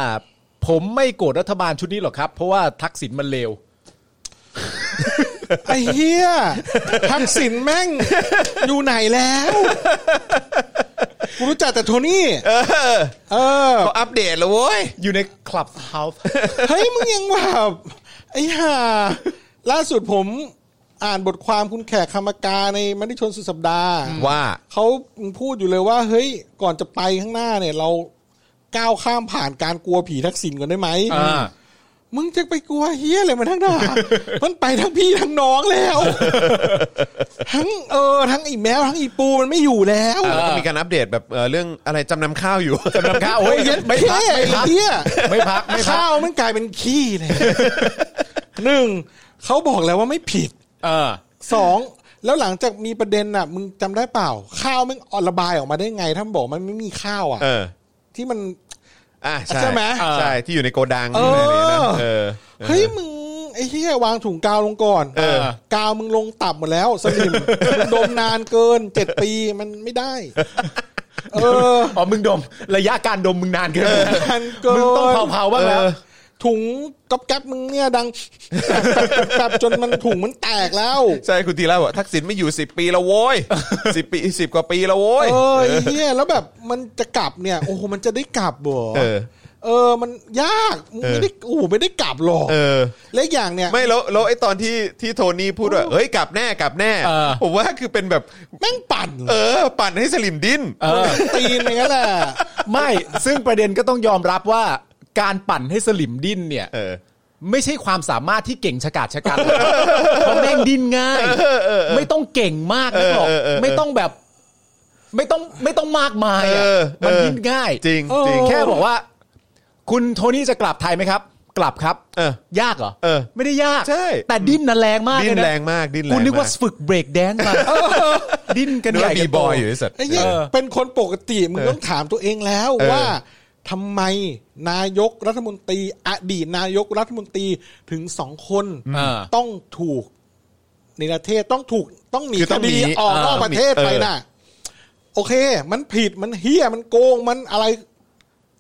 [SPEAKER 3] ผมไม่โกรธรัฐบาลชุดนี้หรอกครับ เพราะว่าทักษิณมันเลว
[SPEAKER 4] ไอ้เฮียทักษิณแม่ง อยู่ไหนแล้ว กูรู้จักแต่โทนี่ เออ
[SPEAKER 2] เขาอัปเดตแล้วเว้ย
[SPEAKER 3] อยู่ในคลับเฮาส์
[SPEAKER 4] เฮ้ย มึงยังแบบไอ้ห่าล่าสุดผมอ่านบทความคุณแขกคำมากาในมติชนสุดสัปดาห์
[SPEAKER 2] ว่า
[SPEAKER 4] เขาพูดอยู่เลยว่าเฮ้ยก่อนจะไปข้างหน้าเนี่ย เราก้าวข้ามผ่านการกลัวผีทักษิณก่อนได้ไหมมึงจะไปกลัวเฮียอะไรมาทั้งด่า มันไปทั้งพี่ทั้งน้องแล้ว ทั้งเออ ทั้งอีแมวทั้งอีปูมันไม่อยู่แล้ว
[SPEAKER 2] แล้วก็มีการอัปเดตแบบเอ่อเรื่องอะไรจำนำข้าวอยู่
[SPEAKER 3] จำนำข้าวโอ้ยไม่พัก
[SPEAKER 4] เท่
[SPEAKER 3] ไม่พัก
[SPEAKER 4] เฮีย
[SPEAKER 3] ไม่พักไม่พัก
[SPEAKER 4] ข้าวมันกลายเป็นขี้เลย หนึ่งเขาบอกแล้วว่าไม่ผิด
[SPEAKER 3] เออ
[SPEAKER 4] สองแล้วหลังจากมีประเด็นน่ะ มึงจำได้เปล่า ข้าวมันออกระบายออกมาได้ไงถ้ามันบอกมันไม่มีข้าวอ่ะ
[SPEAKER 2] เออ
[SPEAKER 4] ที่มัน
[SPEAKER 2] อ่ะใช่
[SPEAKER 4] ใช่ไหม
[SPEAKER 2] ใช่ที่อยู่ในโกดัง
[SPEAKER 4] เออ
[SPEAKER 2] ะไรอย่างเงี้ยนะเออ
[SPEAKER 4] เฮ้ยมึงไอ้เหี้ยวางถุงกาวลงก่อน
[SPEAKER 2] เออ
[SPEAKER 4] กาวมึงลงต่ำหมดแล้วสนิมมึงดมนานเกินเจ็ดปีมันไม่ได้ เออ
[SPEAKER 3] อ๋อ มึงดม ระยะการดมมึงนานเกิน
[SPEAKER 4] นานเกิน
[SPEAKER 3] มึงต้องเผาๆบ้างแล้ว
[SPEAKER 2] เออ
[SPEAKER 4] ถุงก๊อบแก๊บมึงเนี่ยดัง แบบจนมันถุงมันแตกแล้ว
[SPEAKER 2] ใช่คุณทีแล้วบอกทักษิณไม่อยู่ 10 ปีแล้วโว้ย 10 ปี 10 กว่าปีแล้วโว้ย
[SPEAKER 4] เออไอ้เฮียแล้วแบบมันจะกลับเนี่ย โอ้โหมันจะได้กลับบ่
[SPEAKER 2] เออ
[SPEAKER 4] เออ มันยากมึง
[SPEAKER 2] เออ
[SPEAKER 4] ไม่ได้โอ้โหไม่ได้กลับหรอก
[SPEAKER 2] เออ
[SPEAKER 4] และอีกอย่างเนี่ย
[SPEAKER 2] ไม่แล้วแล้วไอ้ตอนที่ที่โทนี่พูดว่าเฮ้ยกลับแน่กลับแน่
[SPEAKER 3] เออ
[SPEAKER 2] ผมว่าคือเป็นแบบ
[SPEAKER 4] แม่งปั่น
[SPEAKER 2] เออ ปั่นให้สลิมดิ้น
[SPEAKER 3] เออ
[SPEAKER 4] ตีนอย่างนั้นแหละ
[SPEAKER 3] ไม่ ซึ่งประเด็นก็ต้องยอมรับว่าการปั่นให้สลิมดิ้นเนี่ย
[SPEAKER 2] เออ
[SPEAKER 3] ไม่ใช่ความสามารถที่เก่งชะกาจชะกันหรอกเพราะแม่งดิ้นง่าย ไม่ต้องเก่งมากนะหรอก
[SPEAKER 2] เออเออเออ
[SPEAKER 3] ไม่ต้องแบบ ไม่ต้องไม่ต้องมากมายอะ
[SPEAKER 2] เออเออ
[SPEAKER 3] มันดิ้นง่าย
[SPEAKER 2] จริงจริง
[SPEAKER 3] แค่บอกว่า คุณโทนี่จะกลับไทยไหมครับ กลับครับ
[SPEAKER 2] เออย
[SPEAKER 3] ากเหรอ
[SPEAKER 2] เออ
[SPEAKER 3] ไม่ได้ยาก
[SPEAKER 2] ใช่
[SPEAKER 3] แต่ดิ้นน่ะแรงมาก
[SPEAKER 2] ดิ้
[SPEAKER 3] เลย
[SPEAKER 2] น
[SPEAKER 3] นะ
[SPEAKER 2] แรงมากดิ้นแรง
[SPEAKER 3] กูนึกว่าฝึกเบรกแดนซ์มาดิ้นกัน
[SPEAKER 2] นึก
[SPEAKER 3] ใหญ่
[SPEAKER 2] ว่า
[SPEAKER 3] กั
[SPEAKER 2] บี
[SPEAKER 3] น
[SPEAKER 2] บ
[SPEAKER 3] โต
[SPEAKER 2] อยอยู่ไอ้สัตว์
[SPEAKER 4] ไอ้เหี้ย
[SPEAKER 3] เออ
[SPEAKER 4] เป็นคนปกติมึง
[SPEAKER 2] เออ
[SPEAKER 4] ต้องถามตัวเองแล้ว
[SPEAKER 2] เออ
[SPEAKER 4] ว่าทำไมนายกรัฐมนตรี อดีตนายกรัฐมนตรีถึงสองคน
[SPEAKER 3] เออ
[SPEAKER 4] ต้องถูกในประเทศต้องถูกต้องหนี
[SPEAKER 2] คือ
[SPEAKER 4] ค
[SPEAKER 2] ต้องหนี
[SPEAKER 4] ดีออก
[SPEAKER 2] เออน
[SPEAKER 4] อกประเทศ
[SPEAKER 2] เออ
[SPEAKER 4] ไปน่ะ โอเค มันผิดมันเฮี้ยมันโกงมันอะไร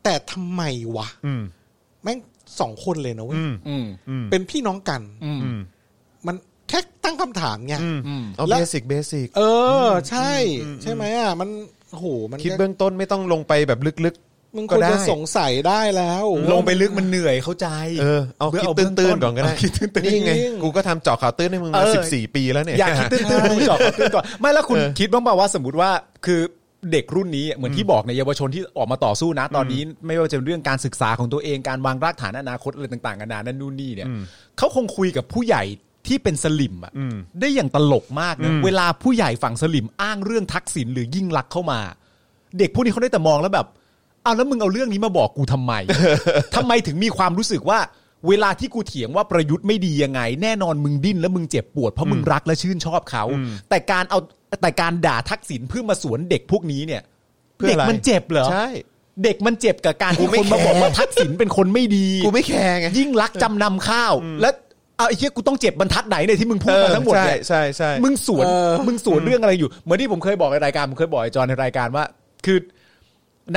[SPEAKER 4] แต่ทำไมวะ
[SPEAKER 2] อืม
[SPEAKER 4] แม่งสองคนเลยนะเว้ย
[SPEAKER 2] อืม
[SPEAKER 3] อืม
[SPEAKER 2] อืม
[SPEAKER 4] เป็นพี่น้องกัน
[SPEAKER 2] อืม
[SPEAKER 4] มันแค่ตั้งคำถามไง
[SPEAKER 2] อืม
[SPEAKER 3] อืม
[SPEAKER 2] เอา
[SPEAKER 4] และ
[SPEAKER 2] เบสิกเบสิก
[SPEAKER 4] เออ ใช่ ใช่ไหมอ่ะ มันโอ้โหมัน
[SPEAKER 2] คิดเบื้องต้นไม่ต้องลงไปแบบลึก
[SPEAKER 4] มึง
[SPEAKER 2] ๆ
[SPEAKER 4] ค
[SPEAKER 2] ก็
[SPEAKER 4] วร
[SPEAKER 2] ได้
[SPEAKER 4] จะสงสัยได้แล้ว
[SPEAKER 3] ลงไปลึกมันเหนื่อยเข้าใจ
[SPEAKER 2] เออเอา
[SPEAKER 3] เพื่อ
[SPEAKER 2] คิด
[SPEAKER 3] เอาเบื้องต้
[SPEAKER 2] ตื้น
[SPEAKER 3] น
[SPEAKER 2] ๆก่อนก็ได้
[SPEAKER 3] เอาคิดตื้นๆ
[SPEAKER 2] นี่ไง กูก็ทำเจาะข่าวตื้นให้มึงมา
[SPEAKER 3] เออ
[SPEAKER 2] สิบสี่ปีแล้วเนี่ย
[SPEAKER 3] อยากคิดตื้นๆคุณจอกตื้น ก่อนไม่แล้วคุณ
[SPEAKER 2] เออ
[SPEAKER 3] คิดบ้างเปล่าว่าสมมติว่าคือเด็กรุ่นนี้เหมือนที่บอกในยเยาวชนที่ออกมาต่อสู้นะตอนนี้ ไม่ว่าจะเรื่องการศึกษาของตัวเองการวางรากฐานอนาคตอะไรต่างๆนานานั่นนู่นนี่เนี่ยเขาคงคุยกับผู้ใหญ่ที่เป็นสลิมอ่ะ
[SPEAKER 2] อืม
[SPEAKER 3] ได้อย่างตลกมากนะ
[SPEAKER 2] อืม
[SPEAKER 3] เวลาผู้ใหญ่ฝั่งสลิมอ้างเรื่องทักษิณหรือยิ่งลักษณ์เข้ามา เด็กพวกนี้เขาได้แต่มองแล้วแบบเอาแล้วมึงเอาเรื่องนี้มาบอกกู ทำไม ทำไมถึงมีความรู้สึกว่า เวลาที่กูเถียงว่าประยุทธ์ไม่ดียังไง แน่นอนมึงดิ้นแล้วมึงเจ็บปวดเพราะมึงรักและชื่นชอบเขา แต่การเอาแต่การด่าทักษิณเพื่อมาสวนเด็กพวกนี้เนี่ย
[SPEAKER 2] เพื่อ
[SPEAKER 3] เด็ก
[SPEAKER 2] อะไร
[SPEAKER 3] มันเจ็บเหรอ
[SPEAKER 2] ใช่
[SPEAKER 3] เด็กมันเจ็บกับการ
[SPEAKER 2] กู
[SPEAKER 3] ที่
[SPEAKER 2] ไม่
[SPEAKER 3] คนมา
[SPEAKER 2] แคร์
[SPEAKER 3] บอกว่าทักษิณเป็นคนไม่ดี
[SPEAKER 2] กูไม่แคร์ไง
[SPEAKER 3] ยิ่งรักษณ์จำนำข้าว และเอาไอ้เหี้ยกูต้องเจ็บบรรทัดไหนเนี่ยที่มึงพูดมาทั้งหมด
[SPEAKER 2] ใช่
[SPEAKER 3] เนี่ย
[SPEAKER 2] ใช่ใช่
[SPEAKER 3] มึงสวนมึงสวนเรื่องอะไรอยู่ เหมือนที่ผมเคยบอกในรายการ ผมเคยบอกไอ้จอนในรายการว่า คือ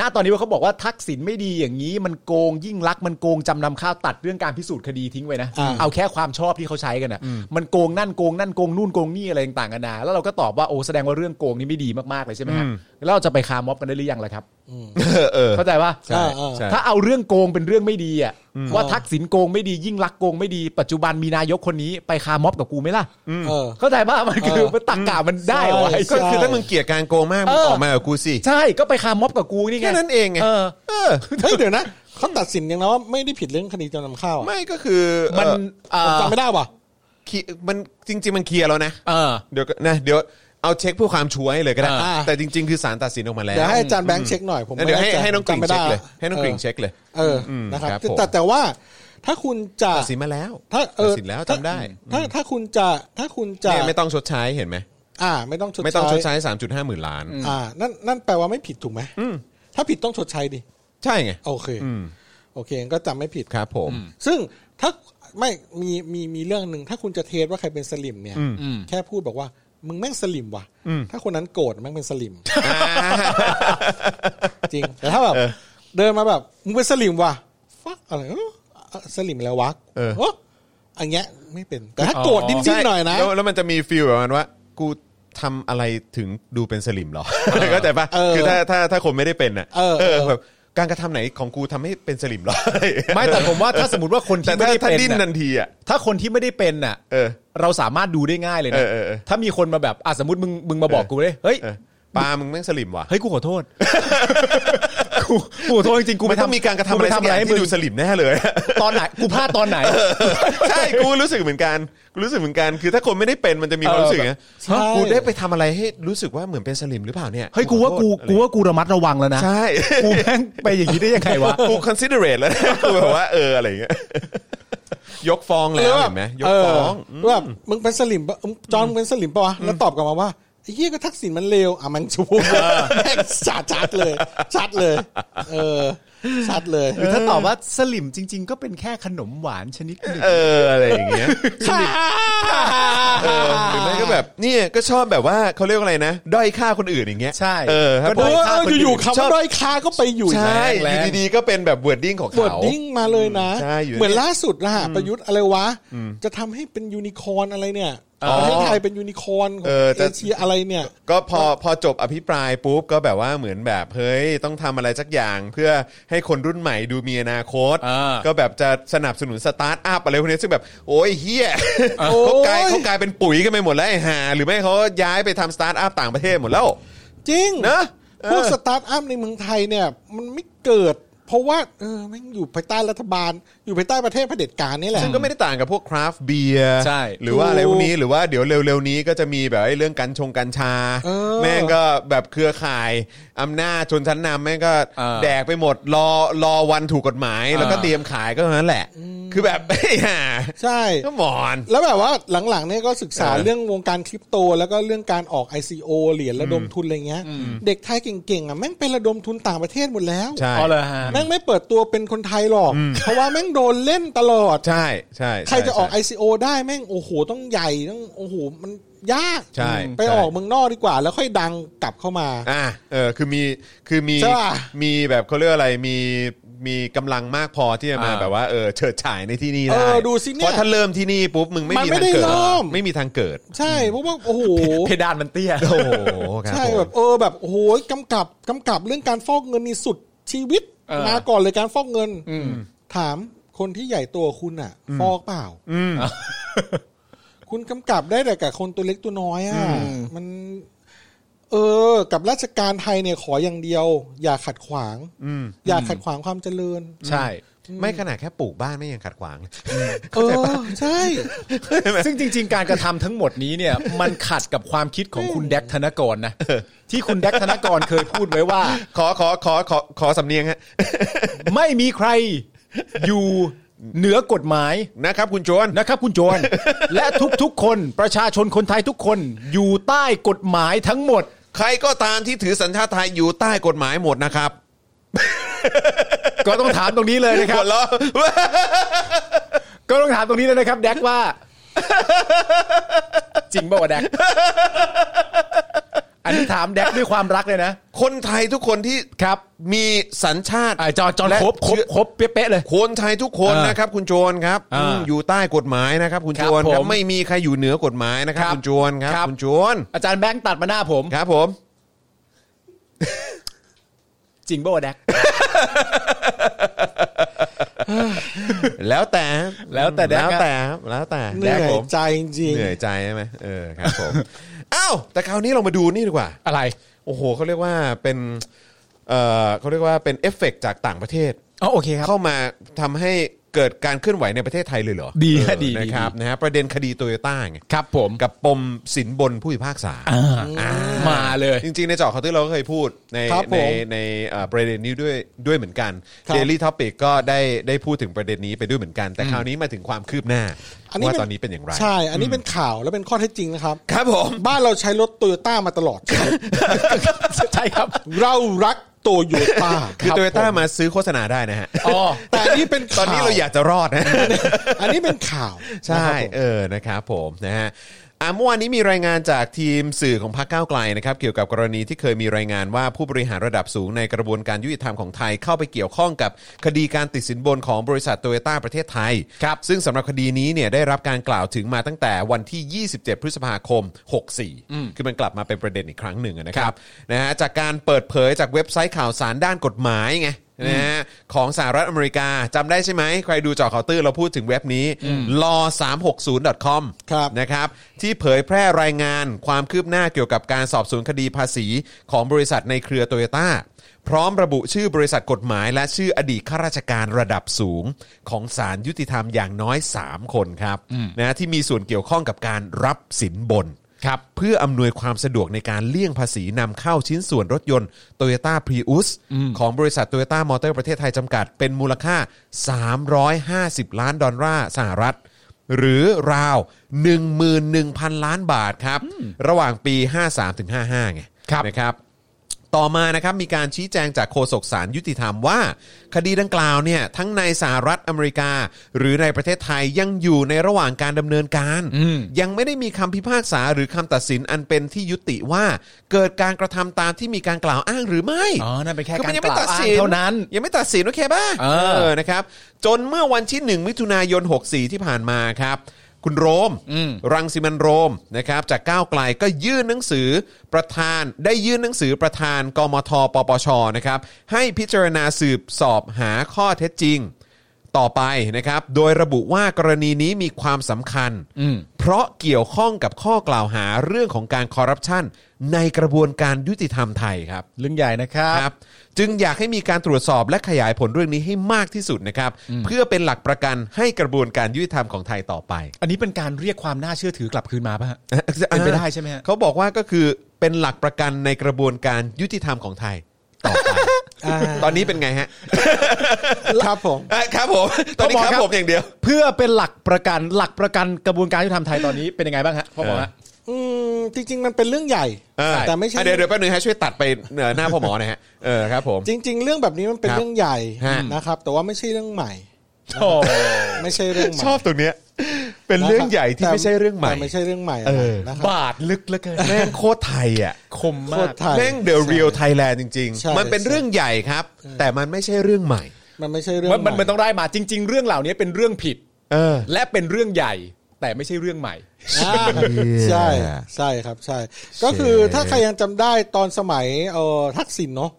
[SPEAKER 3] ณ ตอนนี้ว่าเขาบอกว่าทักษิณไม่ดีอย่างนี้ มันโกงยิ่งรักษณ์มันโกงจำนำข้าวตัดเรื่องการพิสูจน์คดีทิ้งไว้นะ
[SPEAKER 4] อ่า
[SPEAKER 3] เอาแค่ความชอบที่เขาใช้กันนะมันโกงนั่นโกงนั่นโกงนู่นโกงนี่อะไรต่างๆกันานาแล้วเราก็ตอบว่าโอ้แสดงว่าเรื่องโกงนี่ไม่ดีมากๆเลยใช่ไหมฮะ
[SPEAKER 2] อืม
[SPEAKER 3] แล้วเราจะไปคาร์ม็อบกันได้หรือยังล่ะครับ
[SPEAKER 2] เออเออ
[SPEAKER 3] เข้าใจปะ
[SPEAKER 2] ใช่
[SPEAKER 4] เออ
[SPEAKER 2] ใช่
[SPEAKER 3] ถ้าเอาเรื่องโกงเป็นเรื่องไม่ดีอ่ะว่าทักษิณโกงไม่ดียิ่งรักษณ์โกงไม่ดีปัจจุบันมีนายกคนนี้ไปคาร์ม็อบกับกูไหมล่ะ
[SPEAKER 4] เออ
[SPEAKER 3] เข้าใจป่ะมันคือ
[SPEAKER 4] เออ
[SPEAKER 3] มันตักกะมันได้เหรอวะไอ้
[SPEAKER 2] ก็
[SPEAKER 3] เหี้ย
[SPEAKER 2] คือถ้ามึงเกลียดการโกงมากมึง
[SPEAKER 3] เออ
[SPEAKER 2] ออกมากับกูสิ
[SPEAKER 3] ใช่ก็ไปคาร์ม็อบกับกูนี่ไง
[SPEAKER 2] แค่นั้นเองไง
[SPEAKER 3] เออ
[SPEAKER 2] เออ
[SPEAKER 4] เฮ้ยเดี๋ยวนะเขาตัดสินยังนะว่าไม่ได้ผิดเรื่องคดีจำนำข้าวอะ
[SPEAKER 2] ไม่ก็คือ
[SPEAKER 3] มัน
[SPEAKER 2] เอ่อ
[SPEAKER 3] เอ
[SPEAKER 4] ผม
[SPEAKER 3] อ
[SPEAKER 4] จำไม่ได้ป่ะ
[SPEAKER 2] เคลียร์มันจริง ๆ มันเคลียร์แล้วนะ
[SPEAKER 3] เออ
[SPEAKER 2] เดี๋ยวก็นะเดี๋ยวเอาเช็คเพื่อความชัวร์ให้เลยก็ได้
[SPEAKER 4] อ่า
[SPEAKER 2] แต่จริง ๆ คือสารตัดสินออกมาแล้ว
[SPEAKER 4] เดี๋ยวให้อาจารย์แบงค์เช็คหน่อยผม
[SPEAKER 2] เดี๋ยวให้
[SPEAKER 4] ไม่แใจ
[SPEAKER 2] ให้น้องกริ่ง
[SPEAKER 4] จำไม่
[SPEAKER 2] เช็
[SPEAKER 4] ได้
[SPEAKER 2] คเลย ให้น้องกริ่งเช็คเลย
[SPEAKER 4] เออ
[SPEAKER 2] อืม
[SPEAKER 4] นะครับ
[SPEAKER 2] ครับผม
[SPEAKER 4] แต่แต่ว่าถ้าคุณจะ
[SPEAKER 2] ตัดสินมาแล้ว
[SPEAKER 4] ถ้าเอ
[SPEAKER 2] ตัด
[SPEAKER 4] อ
[SPEAKER 2] สินแล้ว
[SPEAKER 4] ถ้า
[SPEAKER 2] จำได้
[SPEAKER 4] ถ้าถ้าคุณจะถ้าคุณจะ
[SPEAKER 2] เนี่ยไม่ต้องชดใช้เห็นไหม
[SPEAKER 4] อ่า ไม่ต้องชด
[SPEAKER 2] ไม่ต้องชด
[SPEAKER 4] ใช้
[SPEAKER 2] ใช้ 3.5 หมื่นล้าน
[SPEAKER 4] อ่านั่นนั่นแปลว่าไม่ผิดถูกไหมถ้าผิดต้องชดใช้ดิ
[SPEAKER 2] ใช่ไง
[SPEAKER 4] โอเค
[SPEAKER 2] อืม
[SPEAKER 4] โอเคงั้นก็จำไม่ผิด
[SPEAKER 2] ครับผม
[SPEAKER 4] ซึ่งถ้าไม่มีมีมีเรื่องหนึ่งถ้าคุณจะเทสว่าใครเป็นสลิมเนี่ย
[SPEAKER 2] อืม
[SPEAKER 4] แค่พูดบอกว่า มึงแม่งสลิมว่ะถ้าคนนั้นโกรธแม่งเป็นสลิม จริง แต่ถ้าแบบเดินมาแบบมึงเป็นสลิมว่ะฟักอะไรเออสลิมแล้ววะ
[SPEAKER 2] เออ
[SPEAKER 4] เออ อันเงี้ยไม่เป็นแต่ถ้าโกรธดิ้นๆหน่อยนะ
[SPEAKER 2] แล้วแล้วมันจะมีฟีลแบบมันว่า กูทำอะไรถึงดูเป็นสลิมเหรอ เข้าใจปะ
[SPEAKER 4] เออ
[SPEAKER 2] คือถ้าถ้าถ้าคนไม่ได้เป็นอ่ะ
[SPEAKER 4] เออเออ
[SPEAKER 2] แบบการกระทำไหนของกูทำให้เป็นสลิมเหรอ
[SPEAKER 3] ไม่แต่ผมว่าถ้าสมมติว่าคน
[SPEAKER 2] แต่
[SPEAKER 3] ที่ไม่
[SPEAKER 2] ถ้า
[SPEAKER 3] ได้
[SPEAKER 2] ถ้า
[SPEAKER 3] เป็น
[SPEAKER 2] ดิ้น
[SPEAKER 3] น่ะ
[SPEAKER 2] ทันทีอ่ะ
[SPEAKER 3] ถ้าคนที่ไม่ได้เป็นน่ะ
[SPEAKER 2] เออ
[SPEAKER 3] เราสามารถดูได้ง่ายเลย
[SPEAKER 2] เอ
[SPEAKER 3] นะ
[SPEAKER 2] อเออเออ
[SPEAKER 3] ถ้ามีคนมาแบบอ่ะสมมติมึงมึงมาบอก
[SPEAKER 2] เออ
[SPEAKER 3] กูเลยเฮ้ย
[SPEAKER 2] เออปามึงแม่งสลิมว่ะ
[SPEAKER 3] เฮ้ยกูขอโทษ กูกูขอโทษจริงๆกู
[SPEAKER 2] มันต้องมีการกระทำอะไร
[SPEAKER 3] ป
[SPEAKER 2] สักอย่าง
[SPEAKER 3] ให้
[SPEAKER 2] ที่ดูสลิมแน่เลย
[SPEAKER 3] ตอนไหนกูพลาดตอนไหน
[SPEAKER 2] ใช่กูรู้สึกเหมือนกันกูรู้สึกเหมือนกัน คือถ้าคนไม่ได้เป็นมันจะมีความรู้สึกไง
[SPEAKER 4] ใช่
[SPEAKER 2] กูได้ไปทำอะไรให้รู้สึกว่าเหมือนเป็นสลิมหรือเปล่าเนี่ย
[SPEAKER 3] เฮ้ยกูว่ากู
[SPEAKER 2] อะไร
[SPEAKER 3] กูว่ากูระมัดระวังแล้วนะ
[SPEAKER 2] ใช่
[SPEAKER 3] กูแม่งไปอย่างนี้ได้ยังไงวะ
[SPEAKER 2] กู considerate แล้วนะ กูแบบว่าเอออะไรอย่างเงี้ย ยกฟ้องแล้วเห็นไหมยกฟ้อง
[SPEAKER 4] เออแบบมึงเป็นสลิมปะมึงจอห์นมึงเป็นสลิมปะวะแล้วตอบกลับมาว่าไอ้เหี้ยก็ทักษิณมันเลวอ่ะมันชูแม่งชัดชัดเลย ชัดเลย เออ ชัดเลย
[SPEAKER 3] หรือถ้าตอบว่าสลิมจริง ๆ ก็เป็นแค่ขนมหวานชนิดหนึ่ง
[SPEAKER 2] เอออะไรอย่างเงี้ย เออหรือไม่ก็แบบเนี่ยก็ชอบแบบว่าเขาเรียกว่าอะไรนะด้อยค่าคนอื่นอย่างเงี้ย
[SPEAKER 3] ใช่
[SPEAKER 2] เออครับ
[SPEAKER 3] ก็
[SPEAKER 2] ผ
[SPEAKER 4] เอ
[SPEAKER 3] ด้
[SPEAKER 2] ม
[SPEAKER 3] ย
[SPEAKER 4] อ
[SPEAKER 3] ค่าคนอื่น
[SPEAKER 4] อยู่ๆคำว่าด้อยค่าก็ไปอยู่
[SPEAKER 2] ใช่
[SPEAKER 4] แรง
[SPEAKER 2] อยู่ดีๆก็เป็นแบบ wording ของ
[SPEAKER 4] ๆบ
[SPEAKER 2] เขา
[SPEAKER 4] ดดิ้งมาเลยนะ
[SPEAKER 2] ใช่อยู่
[SPEAKER 4] เหมือนล่าสุดนะฮะประยุทธ์อะไรวะ จะทำให้เป็นยูนิคอร์นอะไรเนี่ยประเทศไทยเป็นยูนิคอร์นของเอเชียอะไรเนี่ย
[SPEAKER 2] ก็พอพอจบอภิปรายปุ๊บก็แบบว่าเหมือนแบบเฮ้ยต้องทำอะไรสักอย่างเพื่อให้คนรุ่นใหม่ดูมีอนาคต
[SPEAKER 3] อ่า
[SPEAKER 2] ก็แบบจะสนับสนุนสตาร์ทอัพอะไรพวกนี้ซึ่งแบบโอ้ยเฮีย
[SPEAKER 4] โอ้ย
[SPEAKER 2] เขากลายเขากลายเป็นปุ๋ยกันไปหมดแล้วไอ้ห่าหรือไม่เขาย้ายไปทำสตาร์ทอัพต่างประเทศหมดแล้ว
[SPEAKER 4] จริง
[SPEAKER 2] เนอะ
[SPEAKER 4] พวก
[SPEAKER 2] เออ
[SPEAKER 4] สตาร์ทอัพในเมืองไทยเนี่ย มันไม่เกิด เพราะว่าเออแม่งอยู่ภายใต้รัฐบาล อยู่ภายใต้ประเทศเผด็จการนี่แห ละ
[SPEAKER 2] ซึ่งก็ไม่ได้ต่างกับพวกคราฟเบียร์
[SPEAKER 3] ใช่
[SPEAKER 2] หรือว่าอะไรพวกนี้หรือว่าเดี๋ยวเร็วๆนี้ก็จะมีแบบไอ้เรื่องกัญชงกัญชา
[SPEAKER 4] เออ
[SPEAKER 2] แม่งก็แบบเครือข่ายอำนาจชนชั้นนำแม่งก็
[SPEAKER 3] เออ
[SPEAKER 2] แดกไปหมดรอรอวันถูกกฎหมาย แล้วก็
[SPEAKER 3] เออ
[SPEAKER 2] เตรียมขายก็เท่านั้นแหละ คือแบบ ไอ้ห่า
[SPEAKER 4] ใช่
[SPEAKER 2] ก็หมอน
[SPEAKER 4] แล้วแบบว่าหลังๆเนี่ยก็ศึกษา
[SPEAKER 2] เออ
[SPEAKER 4] เรื่องวงการคริปโต แล้วก็เรื่องการออก ICO เหรียญระดมทุนอะไรเงี้ย เด็กไทยเก่งๆอ่ะแม่งไประดมทุนต่างประเทศหมดแล้ว
[SPEAKER 2] ใช่
[SPEAKER 3] อ๋อเหรอฮะ
[SPEAKER 4] แม่งไม่เปิดตัวเป็นคนไทยหรอก เพราะว่าแม่งโดนเล่นตลอด
[SPEAKER 2] ใช่ใช่
[SPEAKER 4] ใครจะออก
[SPEAKER 2] ใช่
[SPEAKER 4] ICO ได้แม่งโอ้โหต้องใหญ่ต้องโอ้โหมันยาก
[SPEAKER 2] ใช่
[SPEAKER 4] ไป
[SPEAKER 2] ใช่
[SPEAKER 4] ออกเมืองนอกดีกว่า แล้วค่อยดังกลับเข้ามา
[SPEAKER 2] อ่ะเออคือมีคือมี
[SPEAKER 4] ใช่ป่ะ
[SPEAKER 2] มีแบบเขาเรียกอะไรมีมีกำลังมากพอที่จะมา
[SPEAKER 3] อ่า
[SPEAKER 2] แบบว่าเออเฉิดฉายในที่นี่
[SPEAKER 4] เอ
[SPEAKER 2] ได้
[SPEAKER 4] อดูสิเนี่ย
[SPEAKER 2] เพราะถ้าเริ่มที่นี่ปุ๊บมึงไม่
[SPEAKER 4] มัน
[SPEAKER 2] มี
[SPEAKER 4] ไม่
[SPEAKER 2] ทาง
[SPEAKER 4] ได้
[SPEAKER 2] เกิด
[SPEAKER 4] เริ่ม
[SPEAKER 2] ไม่มีทางเกิด
[SPEAKER 4] ใช่เพราะว่าโอ้โห
[SPEAKER 3] เพดานมันเตี้ย
[SPEAKER 2] โอ้โหครับ
[SPEAKER 4] ใช่
[SPEAKER 2] ผม
[SPEAKER 4] แบบเออแบบโอ้โหกำกับกำกับเรื่องการฟอกเงินนี่สุดชีวิต
[SPEAKER 3] เออ
[SPEAKER 4] มาก่อนเลยการฟอกเงินถามคนที่ใหญ่ตัวคุณอ่ะ ฟอกเปล่าคุณกำกับได้แต่กับคนตัวเล็กตัวน้อยอ่ะมัน เออ กับราชการไทยเนี่ยขออย่างเดียว อย่าขัดขวางอย่าขัดขวางความเจริญ
[SPEAKER 3] ใช่
[SPEAKER 2] ไม่ขนาดแค่ปลูกบ้านไม่ยังขัดขวางเลย
[SPEAKER 4] เออใช่
[SPEAKER 3] ซึ่งจริง ๆ การกระทำทั้งหมดนี้เนี่ย มันขัดกับความคิดของคุณแดกธนกรนะ ที่คุณแดกธนกรเคยพูดไว้ว่า
[SPEAKER 2] ขอขอขอขอขอสำเนียงฮะ
[SPEAKER 3] ไม่มีใครอยู่เหนือกฎหมาย
[SPEAKER 2] นะครับคุณโจน
[SPEAKER 3] นะครับคุณโจร และทุกๆคนประชาชนคนไทยทุกคนอยู่ใต้กฎหมายทั้งหมด
[SPEAKER 2] ใครก็ตามที่ถือสัญชาติไทยอยู่ใต้กฎหมายหมดนะครับ
[SPEAKER 3] ก็ต้องถามตรงนี้เลยนะค
[SPEAKER 2] ห
[SPEAKER 3] รั
[SPEAKER 2] ม
[SPEAKER 3] บ
[SPEAKER 2] ดแล้ว
[SPEAKER 3] ก็ต้องถามตรงนี้เลยนะครับ แดกว่า จริงเปล่าวะแดกอันนี้ถามแดกด้วยความรักเลยนะ
[SPEAKER 2] คนไทยทุกคนที่
[SPEAKER 3] ครับ
[SPEAKER 2] มีสัญชาติ
[SPEAKER 3] อ่าจอห์นจอห์น
[SPEAKER 2] และ
[SPEAKER 3] ครบครบครบเป๊ะๆเลย
[SPEAKER 2] คนไทยทุกคน
[SPEAKER 3] เออ
[SPEAKER 2] นะครับคุณโจนครับ
[SPEAKER 3] อ่า
[SPEAKER 2] อืมอยู่ใต้กฎหมายนะครับ คุณ
[SPEAKER 3] ครั
[SPEAKER 2] โจ
[SPEAKER 3] บ
[SPEAKER 2] นครั
[SPEAKER 3] ผ
[SPEAKER 2] บ
[SPEAKER 3] ม
[SPEAKER 2] ไม่มีใครอยู่เหนือกฎหมายนะครั
[SPEAKER 3] ค
[SPEAKER 2] บ
[SPEAKER 3] รับ
[SPEAKER 2] คุณโจนครับ
[SPEAKER 3] ครับ
[SPEAKER 2] คุณโจน
[SPEAKER 3] อาจารย์แบงค์ตัดมาหน้าผม
[SPEAKER 2] ครับผม
[SPEAKER 3] จริงเปล่าวะแดก
[SPEAKER 2] แล้วแต่
[SPEAKER 3] แล้วแต่แดก
[SPEAKER 2] แล้
[SPEAKER 3] ฮะ
[SPEAKER 2] วแต่แล้วแต่
[SPEAKER 4] เหนื่
[SPEAKER 2] แดก
[SPEAKER 4] อย
[SPEAKER 2] ผม
[SPEAKER 4] ใจจริง
[SPEAKER 2] เหนื่อยใจใช่ไหมเออครับผม อ้าวแต่คราวนี้เรามาดูนี่ดีกว่า
[SPEAKER 3] อะไร
[SPEAKER 2] โอ้โหเขาเรียกว่าเป็น เออเขาเรียกว่าเป็นเอฟเฟกต์จากต่างประเทศ
[SPEAKER 3] อ๋อโอเคครับ
[SPEAKER 2] เข้ามาทำให้เกิดการเคลื่อนไหวในประเทศไทยเลยเหรอ
[SPEAKER 3] ดีฮะ
[SPEAKER 2] เออ
[SPEAKER 3] ดีดี
[SPEAKER 2] นะครับนะฮะประเด็นคดีโตโยต้าไง
[SPEAKER 3] ครับผม
[SPEAKER 2] กับปมสินบนผู้พิพากษา
[SPEAKER 3] อ่ามาเลย
[SPEAKER 2] จริงๆ ในเจอข่าวตื้อเราก็เคยพูดใน
[SPEAKER 4] ครับผม
[SPEAKER 2] ในในเอ่อประเด็นนี้ด้วยด้วยเหมือนกัน
[SPEAKER 4] ครับ
[SPEAKER 2] Daily Topic ก็ได้ได้พูดถึงประเด็นนี้ไปด้วยเหมือนกัน แต่คราวนี้มาถึงความคืบหน้าว่าตอนนี้เป็นอย่างไร
[SPEAKER 4] ใช่ อันนี้เป็นข่าวและเป็นข้อเท็จจริงนะครับ
[SPEAKER 2] ครับผม
[SPEAKER 4] บ้านเราใช้รถโตโยต้ามาตลอด
[SPEAKER 3] ใช่ครับ
[SPEAKER 4] เรารักโตโยต้า
[SPEAKER 2] คือโตโยต้ามาซื้อโฆษณณาได้นะฮะ
[SPEAKER 3] อ๋อ
[SPEAKER 4] แต่อันนี้เป็น
[SPEAKER 2] ตอนนี้เราอยากจะรอดนะ
[SPEAKER 4] อันนี้เป็นข่าว
[SPEAKER 2] ใช่
[SPEAKER 4] นะครับผม
[SPEAKER 2] เออนะครับผมนะฮะ อ่าเมื่อวานนี้มีรายงานจากทีมสื่อของพรรคก้าวไกลนะครับเกี่ยวกับกรณีที่เคยมีรายงานว่าผู้บริหารระดับสูงในกระบวนการยุติธรรมของไทยเข้าไปเกี่ยวข้องกับคดีการติดสินบนของบริษัทโตโยต้าประเทศไทยครับซึ่งสำหรับคดีนี้เนี่ยได้รับการกล่าวถึงมาตั้งแต่วันที่ 27 พฤษภาคม 64 คือมันกลับมาเป็นประเด็นอีกครั้งหนึ่งนะครับนะฮะจากการเปิดเผยจากเว็บไซต์ข่าวสารด้านกฎหมายไง นะฮะของสหรัฐอเมริกาจำได้ใช่ไหม ใครดูเจอข่าวตื้นเราพูดถึงเว็บนี้ law360.com
[SPEAKER 4] ครับ
[SPEAKER 2] นะครับ ที่เผยแพร่รายงานความคืบหน้าเกี่ยวกับการสอบสวนคดีภาษีของบริษัทในเครือโตโยต้า พร้อมระบุชื่อบริษัทกฎหมาย และชื่ออดีตข้าราชการระดับสูง ของศาลยุติธรรมอย่างน้อย 3 คนครับนะที่มีส่วนเกี่ยวข้องกับการรับสินบน
[SPEAKER 3] ครับ
[SPEAKER 2] เพื่ออำนวยความสะดวกในการเลี่ยงภาษีนำเข้าชิ้นส่วนรถยนต์ Toyota Prius ของบริษัท Toyota m o t o r ประเทศไทยจำกัดเป็นมูลค่า 350 ล้านดอลลาร์สหรัฐ หรือราว 11,000 ล้านบาทครับ ระหว่างปี 53-55 ไง
[SPEAKER 3] ครับ
[SPEAKER 2] นะครับ ต่อมานะครับมีการชี้แจงจากโฆษกสารยุติธรรมว่า คดีดังกล่าวเนี่ยทั้งในสหรัฐอเมริกา หรือในประเทศไทยยังอยู่ในระหว่างการดำเนินการ ยังไม่ได้มีคำพิพากษาหรือคำตัดสินอันเป็นที่ยุติว่า เกิดการกระทำตามที่มีการกล่าวอ้างหรือไม่
[SPEAKER 3] อ๋อ นั่นเป็นแค่
[SPEAKER 2] คือ
[SPEAKER 3] การ
[SPEAKER 2] มันยัง
[SPEAKER 3] ก
[SPEAKER 2] ไม่
[SPEAKER 3] ล่าว
[SPEAKER 2] ตัด
[SPEAKER 3] อ้าง
[SPEAKER 2] สิน
[SPEAKER 3] เท่านั้น
[SPEAKER 2] ยังไม่ตัดสินโอเคป่ะ
[SPEAKER 3] เออ
[SPEAKER 2] นะครับจนเมื่อวันที่ 1 มิถุนายน 64 ที่ผ่านมาครับ คุณโรม รังสิมันต์โรมนะครับจากก้าวไกลก็ยื่นหนังสือประธานได้ยื่นหนังสือประธานกมทปปชนะครับให้พิจารณาสืบสอบหาข้อเท็จจริง ต่อไปนะครับ โดยระบุว่ากรณีนี้มีความสำคัญ เพราะเกี่ยวข้องกับข้อกล่าวหาเรื่องของการคอร์รัปชันในกระบวนการยุติธรรมไทยครับ
[SPEAKER 3] เรื่องใหญ่นะครับ
[SPEAKER 2] ครับจึงอยากให้มีการตรวจสอบและขยายผลเรื่องนี้ให้มากที่สุดนะครับ เพื่อเป็นหลักประกันให้กระบวนการยุติธรรมของไทยต่อไป
[SPEAKER 3] อันนี้เป็นการเรียกความน่าเชื่อถือกลับคืนมาป่ะฮะ เป็นไปได้ใช่ไหมฮะ
[SPEAKER 2] เขาบอกว่าก็คือเป็นหลักประกันในกระบวนการยุติธรรมของไทยต่อไป ตอนนี้เป็นไงฮะ
[SPEAKER 4] ครับผม
[SPEAKER 2] อ่ะ ครับผมตอนนี้ครับผมอย่างเดียว
[SPEAKER 3] เพื่อเป็นหลักประกันหลักประกันกระบวนการยุติธรรมไทยตอนนี้เป็นยังไงบ้างฮะพ่อหมอฮะ
[SPEAKER 4] อืมจริง ๆ มันเป็นเรื่องใหญ่
[SPEAKER 2] เออ
[SPEAKER 4] แต่ไม่ใช่
[SPEAKER 2] อ่ะเดี๋ยวเดี๋ยวแป๊บนึงฮะช่วยตัดไปเอ่อหน้าพ่อหมอหน่อยฮะเออครับผม
[SPEAKER 4] จริง ๆ เรื่องแบบนี้มันเป็น
[SPEAKER 2] ครับ
[SPEAKER 4] เรื่องใหญ่
[SPEAKER 2] ฮะ
[SPEAKER 4] นะครับ แต่ว่าไม่ใช่เรื่องใหม่
[SPEAKER 2] ชอบ
[SPEAKER 4] ไม่ใช่เรื่องใหม่
[SPEAKER 2] ชอบตรงเนี้ยเป็นเรื่องใหญ่ที่
[SPEAKER 4] แต่
[SPEAKER 2] ไม่ใช่เรื่องใหม่
[SPEAKER 4] แต่ไม่ใช่เรื่องใหม่
[SPEAKER 2] เออ
[SPEAKER 4] นะครับ
[SPEAKER 2] บาดลึกเหลือเกินแม่งโคตรไทยอ่ะ
[SPEAKER 3] คม
[SPEAKER 4] โค
[SPEAKER 3] มา
[SPEAKER 4] ต
[SPEAKER 3] ก
[SPEAKER 4] รไทย
[SPEAKER 2] แม่งเดอะ
[SPEAKER 4] ใช่
[SPEAKER 2] เรียลไทยแลนด์จริง
[SPEAKER 4] ใช่
[SPEAKER 2] ๆ มันเป็นเรื่องใหญ่ครับ แต่มันไม่ใช่เรื่องใหม่
[SPEAKER 4] มันไม่ใช่เรื่อง
[SPEAKER 3] มันมัน
[SPEAKER 4] ให
[SPEAKER 3] มันต้องได้มาจริง ๆ เรื่องเหล่านี้เป็นเรื่องผิด
[SPEAKER 2] เออ
[SPEAKER 3] และเป็นเรื่องใหญ่ แต่ไม่ใช่เรื่องใหม่
[SPEAKER 4] อ่าใช่ใช่ครับใช่ ก็คือถ้าใครยังจำได้ตอนสมัยเอ่อทักษิณเนาะ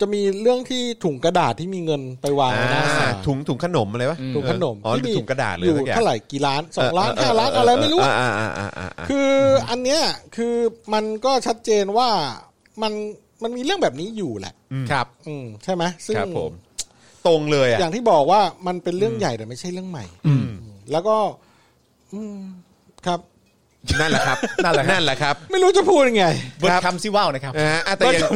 [SPEAKER 4] จะมีเรื่องที่ถุงกระดาษที่มีเงินไปวางไว้หน้าศาล
[SPEAKER 2] ถุงถุงขนมอะไรวะ
[SPEAKER 4] ถุงขนม
[SPEAKER 2] อ๋อหรือ
[SPEAKER 4] ที่
[SPEAKER 2] ถุงกระดาษเลย
[SPEAKER 4] อยู่
[SPEAKER 2] สักอย่าง
[SPEAKER 4] เท่าไหร่กี่ล้านสองล้าน
[SPEAKER 2] เเ
[SPEAKER 4] ห้าล้านอะไรไม่รู้
[SPEAKER 2] อ่าอ่าอ่าอ่าอ่า
[SPEAKER 4] คืออันเนี้ยคือมันก็ชัดเจนว่ามันมันมีเรื่องแบบนี้อยู่แหละ
[SPEAKER 3] ครับ
[SPEAKER 4] อืมใช่ไหมซึ่ง
[SPEAKER 2] ครับผม ตรงเลยอ่ะ
[SPEAKER 4] อย่างที่บอกว่ามันเป็นเรื่องใหญ่แต่ไม่ใช่เรื่องใหม่ อืมแล้วก็ อืมครับ
[SPEAKER 2] นั่นแหละครับ
[SPEAKER 3] นั่นแหละครับ
[SPEAKER 2] นั่นแหละครับ
[SPEAKER 4] ไม่รู้จะพูดยังไง
[SPEAKER 3] เบิร์ดคำซิว่าวนะครับ
[SPEAKER 2] นะฮะอ่ะแต่อย่าง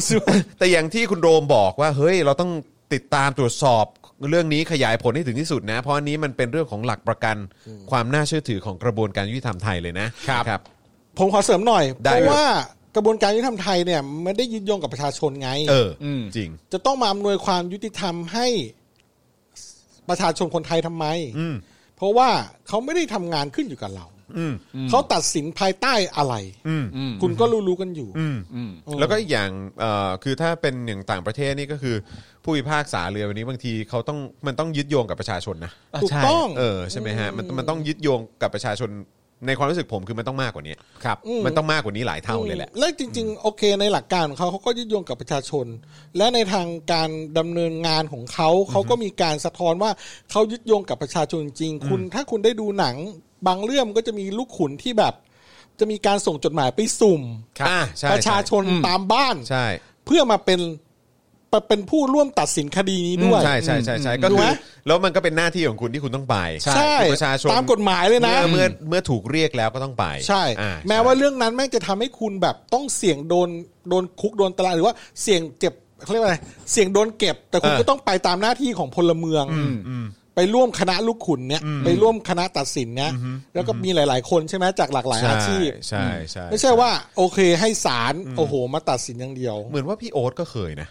[SPEAKER 2] แต่อย่างที่คุณโรมบอกว่า เฮ้ย เราต้องติดตามตรวจสอบเรื่องนี้ขยายผลให้ถึงที่สุดนะ เพราะอันนี้มันเป็นเรื่องของหลักประกันความน่าเชื่อถือของกระบวนการยุติธรรมไทยเลยนะครับ ครับ
[SPEAKER 4] ผมขอเสริมหน่อย
[SPEAKER 2] ได้
[SPEAKER 4] เพ
[SPEAKER 2] ครับ
[SPEAKER 4] ราะว่ากระบวนการยุติธรรมไทยเนี่ยไม่ได้ยึดโยงกับประชาชนไง
[SPEAKER 2] เอออ
[SPEAKER 3] ม
[SPEAKER 2] จริง
[SPEAKER 4] จะต้องมาอำนวยความยุติธรรมให้ประชาชนคนไทยทำไม
[SPEAKER 2] อืม
[SPEAKER 4] เพราะว่าเขาไม่ได้ทำงานขึ้นอยู่กับเรา
[SPEAKER 2] อืม
[SPEAKER 4] เขาตัดสินภายใต้อะไร
[SPEAKER 2] อืม
[SPEAKER 4] คุณก็รู้ๆกันอยู่
[SPEAKER 2] อืมแล้วก็อีกอย่างเอ่อคือถ้าเป็นอย่างต่างประเทศนี่ก็คือ ผู้พิพากษาเรือวันนี้บางทีเขาต้องมันต้องยึดโยงกับประชาชนนะ
[SPEAKER 4] ถูกต้อง
[SPEAKER 2] เออใช่ไหมฮะมันมันต้องยึดโยงกับประชาชนในความรู้สึกผมคือมันต้องมากกว่านี้ครับ
[SPEAKER 4] อืม
[SPEAKER 2] มันต้องมากกว่านี้หลายเท่าเลยแหละ
[SPEAKER 4] อืมแล้วจริง ๆ โอเคในหลักการของเขาเขาก็ยึดโยงกับประชาชน และในทางการดำเนินงานของเขาเขาก็มีการสะท้อนว่าเขายึดโยงกับประชาชนจริง คุณ ถ้าคุณได้ดูหนัง บางเรื่องมันก็จะมีลูกขุนที่แบบ จะมีการส่งจดหมายไปสุ่ม
[SPEAKER 2] ครับอ่าใช่
[SPEAKER 4] ประชาชน
[SPEAKER 3] ใช่
[SPEAKER 4] ตามบ้าน
[SPEAKER 2] ใช่
[SPEAKER 4] เพื่อมาเป็นเป็นผู้ร่วมตัดสินคดีนี้ด้วย
[SPEAKER 2] ใช่ใช่ใช่ใช่
[SPEAKER 4] อืม
[SPEAKER 2] ก็คื
[SPEAKER 4] ดู
[SPEAKER 2] อ
[SPEAKER 4] ไหม
[SPEAKER 2] แล้วมันก็เป็นหน้าที่ของคุณที่คุณต้องไปคือประชาชน
[SPEAKER 4] ตามกฎหมายเลยนะ
[SPEAKER 2] เมื่อเมื่อเมื่อถูกเรียกแล้วก็ต้องไป
[SPEAKER 4] ใช่
[SPEAKER 2] อ่
[SPEAKER 4] แม้ว่าเรื่องนั้นแม่งจะทำให้คุณแบบต้องเสี่ยงโดนโดนคุกโดนตารางหรือว่าเสี่ยงเจ็บเขาเรียกว่าอะไรเสี่ยงโดนเก็บ แต่คุณก็ต้องไปตามหน้าที่ของพลเมือง ไปร่วมคณะลูกขุนเนี่ยไปร่วมคณะตัดสินเนี่ยแล้วก็มีหลาย ๆ คนใช่ไหมจากหลากหลาย
[SPEAKER 2] ใช่
[SPEAKER 4] อาชีพ
[SPEAKER 2] ใช่ใช่
[SPEAKER 4] ไม่ใช่ว่า โอเคให้ศาลโอ้โหมาตัดสินอย่างเดียว
[SPEAKER 2] เหมือนว่าพี่โอ๊ตก็เคยนะ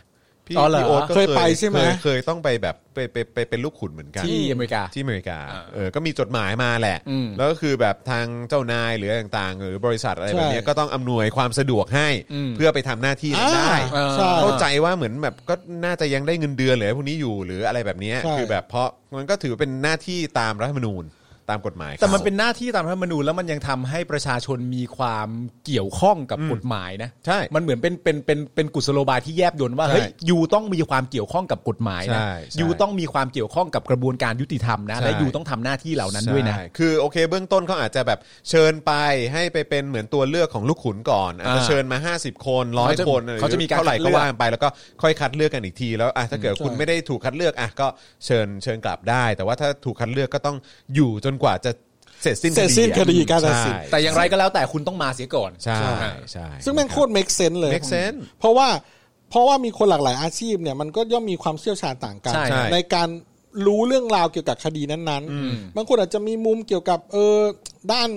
[SPEAKER 2] พี่
[SPEAKER 3] อ๋อเหรอ
[SPEAKER 2] พี่โอ๊ตก็
[SPEAKER 4] เคยไปใช่ไหม
[SPEAKER 2] เคยเคยต้องไปแบบไปไปไปไปเป็นลูกขุนเหมือนกัน
[SPEAKER 3] ที่อเมริกา
[SPEAKER 2] ที่อเมริกา เออ ก็มีจดหมายมาแหละ
[SPEAKER 3] อืม
[SPEAKER 2] แล้วก็คือแบบทางเจ้านายหรืออะไรต่างๆ หรือบริษัทอะไร
[SPEAKER 4] ใช่
[SPEAKER 2] แบบเนี้ยก็ต้องอำนวยความสะดวกให้
[SPEAKER 3] อืม
[SPEAKER 2] เพื่อไปทำหน้าที่นั้นได้
[SPEAKER 4] อ่า
[SPEAKER 3] เอ
[SPEAKER 4] ใช่
[SPEAKER 3] อ
[SPEAKER 2] เข้าใจว่าเหมือนแบบก็น่าจะยังได้เงินเดือนหรืออะไรพวกนี้อยู่หรืออะไรแบบเนี้ย
[SPEAKER 4] ใช่
[SPEAKER 2] คือแบบเพราะมันก็ถือเป็นหน้าที่ตามรัฐธรรมนูญตามกฎหมาย
[SPEAKER 3] แต่มัน
[SPEAKER 2] ครับ
[SPEAKER 3] เป็นหน้าที่ตามรัฐธรรมนูญแล้วมันยังทำให้ประชาชนมีความเกี่ยวข้องกับกฎหมายนะ
[SPEAKER 2] ใช่
[SPEAKER 3] มันเหมือนเป็นเป็นเป็นเป็นกุศโลบายที่แยบยลว่า
[SPEAKER 2] ใช่
[SPEAKER 3] เฮ้ยยูต้องมีความเกี่ยวข้องกับกฎหมายนะ
[SPEAKER 2] ใช่ใช่
[SPEAKER 3] ยูต้องมีความเกี่ยวข้องกับกระบวนการยุติธรรมนะ และ
[SPEAKER 2] ใช่
[SPEAKER 3] ยูต้องทำหน้าที่เหล่านั้นด้วยนะ
[SPEAKER 2] ใช่คือโอเคเบื้องต้นเขาอาจจะแบบเชิญไปให้ไปเป็นเหมือนตัวเลือกของลูกขุนก่อนอาจจะ
[SPEAKER 3] อ่า
[SPEAKER 2] เชิญมา 50 คนร้อย
[SPEAKER 3] เขาจะ
[SPEAKER 2] คน
[SPEAKER 3] เขาจะมีการ
[SPEAKER 2] เท่าไหร่
[SPEAKER 3] คัดเลื
[SPEAKER 2] ก็
[SPEAKER 3] อก
[SPEAKER 2] ว่ากันไปแล้วก็ค่อยคัดเลือกกันอีกทีแล้วอ่ะถ้าเกิดคุณไม่ได้ถูกคัดเลือกอ่ะก็เชิญเชิญกลับได้ แต่ว่าถ้าถูกคัดเลือกก็ต้องอยู่จนกว่าจะเสร็จสิ้น
[SPEAKER 4] เสร็จสิ้นคดีการตัดสิน
[SPEAKER 2] ใช่
[SPEAKER 3] แต่อย่างไรก็แล้วแต่คุณต้องมาเสียก่อน
[SPEAKER 2] ใช่ใช่
[SPEAKER 4] ซึ่งแม่งโคตร make sense เลย
[SPEAKER 2] make sense
[SPEAKER 4] เพราะว่าเพราะว่ามีคนหลากหลายอาชีพเนี่ยมันก็ย่อมมีความเชี่ยวชาญต่างกัน
[SPEAKER 3] ใช่
[SPEAKER 4] การรู้เรื่องราวเกี่ยวกับคดีนั้นๆ บางคนอาจจะมีมุมเกี่ยวกับเออด้าน